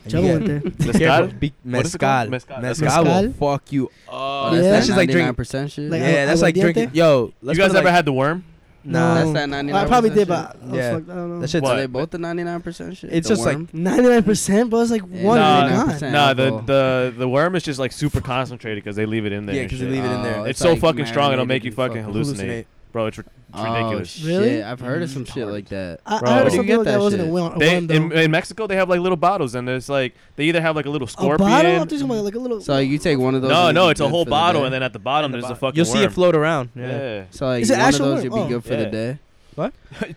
[SPEAKER 4] and you
[SPEAKER 2] Gentleman
[SPEAKER 4] get-
[SPEAKER 2] went there.
[SPEAKER 3] Mezcal?
[SPEAKER 4] Be-
[SPEAKER 3] What is it called?
[SPEAKER 4] mezcal.
[SPEAKER 3] Mezcal.
[SPEAKER 4] Mezcal.
[SPEAKER 3] That's
[SPEAKER 4] will
[SPEAKER 2] mezcal?
[SPEAKER 4] fuck you.
[SPEAKER 1] Oh,
[SPEAKER 4] up.
[SPEAKER 1] that's
[SPEAKER 2] Yeah.
[SPEAKER 1] that
[SPEAKER 4] That's just like drinking.
[SPEAKER 1] 99% shit.
[SPEAKER 2] Like,
[SPEAKER 4] yeah, that's like
[SPEAKER 2] aguardiente?
[SPEAKER 4] drinking. Yo,
[SPEAKER 3] You
[SPEAKER 4] let's
[SPEAKER 3] guys
[SPEAKER 4] put,
[SPEAKER 3] ever
[SPEAKER 4] like-
[SPEAKER 3] had the worm?
[SPEAKER 4] Nah,
[SPEAKER 1] That's
[SPEAKER 2] No.
[SPEAKER 1] that
[SPEAKER 2] I
[SPEAKER 1] 99%
[SPEAKER 2] probably did,
[SPEAKER 1] shit.
[SPEAKER 2] but I was
[SPEAKER 4] Yeah.
[SPEAKER 2] fucked, I don't know.
[SPEAKER 4] that shit's
[SPEAKER 1] Are
[SPEAKER 3] What?
[SPEAKER 1] they both the 99% shit?
[SPEAKER 4] It's
[SPEAKER 1] The
[SPEAKER 4] just like-
[SPEAKER 1] worm?
[SPEAKER 2] Ninety-nine percent, but it's like
[SPEAKER 1] Yeah,
[SPEAKER 2] one.
[SPEAKER 3] nah,
[SPEAKER 2] God.
[SPEAKER 1] Nah,
[SPEAKER 3] Nah, the,
[SPEAKER 1] alcohol.
[SPEAKER 3] the the worm is just like super concentrated because they leave it in there.
[SPEAKER 4] Yeah,
[SPEAKER 3] and
[SPEAKER 4] 'cause they
[SPEAKER 3] shit.
[SPEAKER 4] leave it in there.
[SPEAKER 1] Oh,
[SPEAKER 3] It's so fucking strong it'll
[SPEAKER 1] marinated
[SPEAKER 3] make you
[SPEAKER 1] in
[SPEAKER 3] fucking hallucinate, bro. It's, ri- it's
[SPEAKER 1] Oh,
[SPEAKER 3] ridiculous.
[SPEAKER 2] Really?
[SPEAKER 1] Shit. I've heard of some shit like that.
[SPEAKER 2] I,
[SPEAKER 3] Bro.
[SPEAKER 2] I heard
[SPEAKER 3] You
[SPEAKER 2] something
[SPEAKER 1] get
[SPEAKER 2] like that,
[SPEAKER 1] that
[SPEAKER 2] wasn't
[SPEAKER 1] shit.
[SPEAKER 2] a win.
[SPEAKER 3] They in, in Mexico they have like little bottles and it's like they either have like a little
[SPEAKER 2] a
[SPEAKER 3] scorpion.
[SPEAKER 2] bottle? I thought you were talking about like a little.
[SPEAKER 1] So you take one of those.
[SPEAKER 3] no,
[SPEAKER 1] and
[SPEAKER 3] no,
[SPEAKER 1] you're
[SPEAKER 3] it's a
[SPEAKER 1] good
[SPEAKER 3] whole
[SPEAKER 1] for the
[SPEAKER 3] bottle
[SPEAKER 1] day?
[SPEAKER 3] and then at the bottom there's a fucking
[SPEAKER 4] You'll see
[SPEAKER 3] worm.
[SPEAKER 4] it float around. Yeah.
[SPEAKER 3] Yeah.
[SPEAKER 1] So like
[SPEAKER 2] Is it
[SPEAKER 1] one of
[SPEAKER 2] actual
[SPEAKER 1] those
[SPEAKER 2] worm?
[SPEAKER 1] you'd be
[SPEAKER 2] Oh.
[SPEAKER 1] good for
[SPEAKER 3] Yeah.
[SPEAKER 1] the day.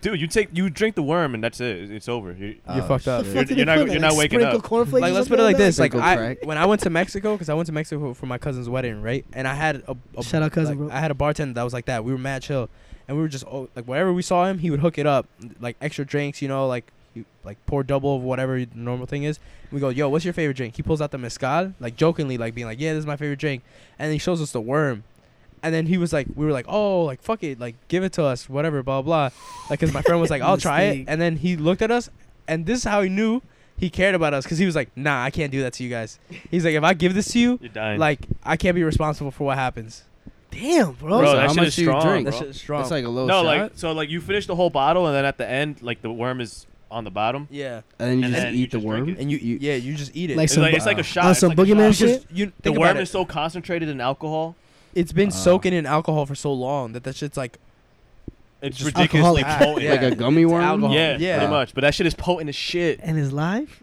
[SPEAKER 3] (laughs) Dude, you take you drink the worm and that's it. It's over. You-
[SPEAKER 1] Oh,
[SPEAKER 4] You're fucked up.
[SPEAKER 1] shit.
[SPEAKER 2] What did
[SPEAKER 3] you're
[SPEAKER 2] they
[SPEAKER 3] not-
[SPEAKER 2] put in
[SPEAKER 3] you're
[SPEAKER 2] it?
[SPEAKER 3] not
[SPEAKER 2] Like
[SPEAKER 3] waking
[SPEAKER 2] sprinkle
[SPEAKER 3] up.
[SPEAKER 2] cornflakes
[SPEAKER 4] Like
[SPEAKER 2] or
[SPEAKER 4] let's put it like
[SPEAKER 2] something
[SPEAKER 4] this. Like
[SPEAKER 1] Pickle
[SPEAKER 4] I,
[SPEAKER 1] crack.
[SPEAKER 4] when I went to Mexico, because I went to Mexico for my cousin's wedding, right? And I had a, a
[SPEAKER 2] Shout out cousin,
[SPEAKER 4] like,
[SPEAKER 2] bro.
[SPEAKER 4] I had a bartender that was like that. We were mad chill, and we were just oh, like wherever we saw him, he would hook it up, like extra drinks, you know, like you, like pour double of whatever the normal thing is. We go, yo, what's your favorite drink? He pulls out the mezcal, like jokingly, like being like, yeah, this is my favorite drink, and then he shows us the worm. And then he was like, we were like, oh, like fuck it, like give it to us, whatever, blah blah. Like, cause my friend (laughs) was like, I'll try it,
[SPEAKER 2] Mistake.
[SPEAKER 4] and then he looked at us, and this is how he knew he cared about us, cause he was like, nah, I can't do that to you guys. He's like, if I give this to you,
[SPEAKER 3] You're dying.
[SPEAKER 4] like I can't be responsible for what happens.
[SPEAKER 2] Damn, bro.
[SPEAKER 3] Bro,
[SPEAKER 1] So
[SPEAKER 3] that
[SPEAKER 1] how
[SPEAKER 3] shit
[SPEAKER 1] much
[SPEAKER 3] is
[SPEAKER 1] do you
[SPEAKER 3] strong,
[SPEAKER 1] drink?
[SPEAKER 3] bro.
[SPEAKER 4] That shit is strong.
[SPEAKER 1] It's like a little
[SPEAKER 3] no,
[SPEAKER 1] shot,
[SPEAKER 3] like so like you finish the whole bottle and then at the end like the worm is on the bottom.
[SPEAKER 4] yeah,
[SPEAKER 1] and then you
[SPEAKER 3] and
[SPEAKER 1] just
[SPEAKER 3] then you
[SPEAKER 1] eat the
[SPEAKER 3] just drink
[SPEAKER 1] worm.
[SPEAKER 3] it.
[SPEAKER 4] and you, yeah, you just eat it.
[SPEAKER 2] Like
[SPEAKER 3] It's
[SPEAKER 2] some
[SPEAKER 3] like
[SPEAKER 2] bu-
[SPEAKER 3] it's like a shot.
[SPEAKER 2] on
[SPEAKER 3] It's
[SPEAKER 2] some
[SPEAKER 3] like a
[SPEAKER 2] boogeyman
[SPEAKER 3] shot.
[SPEAKER 4] It's
[SPEAKER 2] shit.
[SPEAKER 4] just- you
[SPEAKER 3] The
[SPEAKER 4] think about
[SPEAKER 3] worm
[SPEAKER 4] it.
[SPEAKER 3] is so concentrated in alcohol.
[SPEAKER 4] it's been
[SPEAKER 1] Uh.
[SPEAKER 4] soaking in alcohol for so long that that shit's like
[SPEAKER 3] It's
[SPEAKER 4] Just
[SPEAKER 3] ridiculously
[SPEAKER 2] alcoholic.
[SPEAKER 3] potent.
[SPEAKER 1] Like a
[SPEAKER 4] Yeah.
[SPEAKER 1] gummy
[SPEAKER 4] It's
[SPEAKER 1] worm.
[SPEAKER 4] alcohol.
[SPEAKER 3] Yeah,
[SPEAKER 2] (laughs)
[SPEAKER 4] Yeah.
[SPEAKER 3] pretty much. But that shit is potent as shit.
[SPEAKER 2] And his life.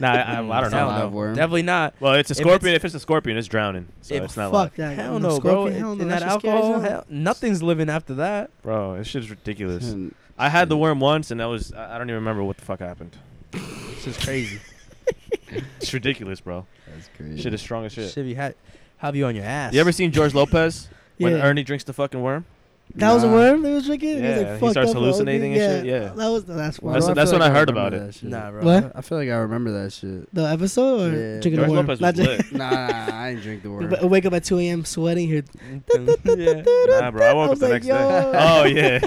[SPEAKER 3] Nah, (laughs) I, I, I don't
[SPEAKER 1] That's a
[SPEAKER 3] know.
[SPEAKER 1] live worm.
[SPEAKER 4] Definitely not.
[SPEAKER 3] Well, it's a
[SPEAKER 4] If
[SPEAKER 3] scorpion. If it's, a scorpion, it's drowning. So
[SPEAKER 4] If-
[SPEAKER 3] it's not like,
[SPEAKER 2] Fuck that.
[SPEAKER 4] Hell
[SPEAKER 2] On
[SPEAKER 4] no,
[SPEAKER 2] the
[SPEAKER 4] bro.
[SPEAKER 2] scorpion, hell
[SPEAKER 4] In
[SPEAKER 2] no, shit
[SPEAKER 4] that
[SPEAKER 2] scares
[SPEAKER 4] alcohol,
[SPEAKER 2] me.
[SPEAKER 4] hell, nothing's living after that.
[SPEAKER 3] bro. This shit is ridiculous.
[SPEAKER 1] And
[SPEAKER 3] I had the worm once, and that was I I don't even remember what the fuck happened.
[SPEAKER 4] It's (laughs) just crazy.
[SPEAKER 3] It's ridiculous, bro.
[SPEAKER 1] That's crazy.
[SPEAKER 3] Shit is strong as shit.
[SPEAKER 4] Shit, you ha- have you on your ass.
[SPEAKER 3] You ever seen George Lopez when
[SPEAKER 2] Yeah.
[SPEAKER 3] Ernie drinks the fucking worm?
[SPEAKER 2] That was a
[SPEAKER 1] Nah.
[SPEAKER 2] worm they was drinking.
[SPEAKER 3] Yeah,
[SPEAKER 2] he, was
[SPEAKER 3] he
[SPEAKER 2] like, fucked
[SPEAKER 3] starts
[SPEAKER 2] up, bro.
[SPEAKER 3] hallucinating and
[SPEAKER 2] yeah,
[SPEAKER 3] shit, yeah.
[SPEAKER 2] that was the last
[SPEAKER 1] Why
[SPEAKER 2] one.
[SPEAKER 3] That's-
[SPEAKER 1] do I
[SPEAKER 3] that's
[SPEAKER 1] feel
[SPEAKER 3] what I heard
[SPEAKER 1] remember
[SPEAKER 3] about it.
[SPEAKER 1] that shit?
[SPEAKER 4] Nah, bro.
[SPEAKER 2] What?
[SPEAKER 1] I feel like I remember that shit.
[SPEAKER 2] the episode or
[SPEAKER 1] Yeah.
[SPEAKER 2] drinking
[SPEAKER 3] George
[SPEAKER 2] a worm.
[SPEAKER 3] Lopez
[SPEAKER 2] Not
[SPEAKER 3] was
[SPEAKER 2] drinking-
[SPEAKER 3] lit.
[SPEAKER 1] nah, nah, I ain't drink the worm.
[SPEAKER 2] I (laughs) wake up at 2 a.m. sweating here. (laughs)
[SPEAKER 4] yeah.
[SPEAKER 3] Nah, bro. I woke up
[SPEAKER 2] was
[SPEAKER 3] the
[SPEAKER 2] like,
[SPEAKER 3] next day.
[SPEAKER 2] yo.
[SPEAKER 3] (laughs) Oh yeah,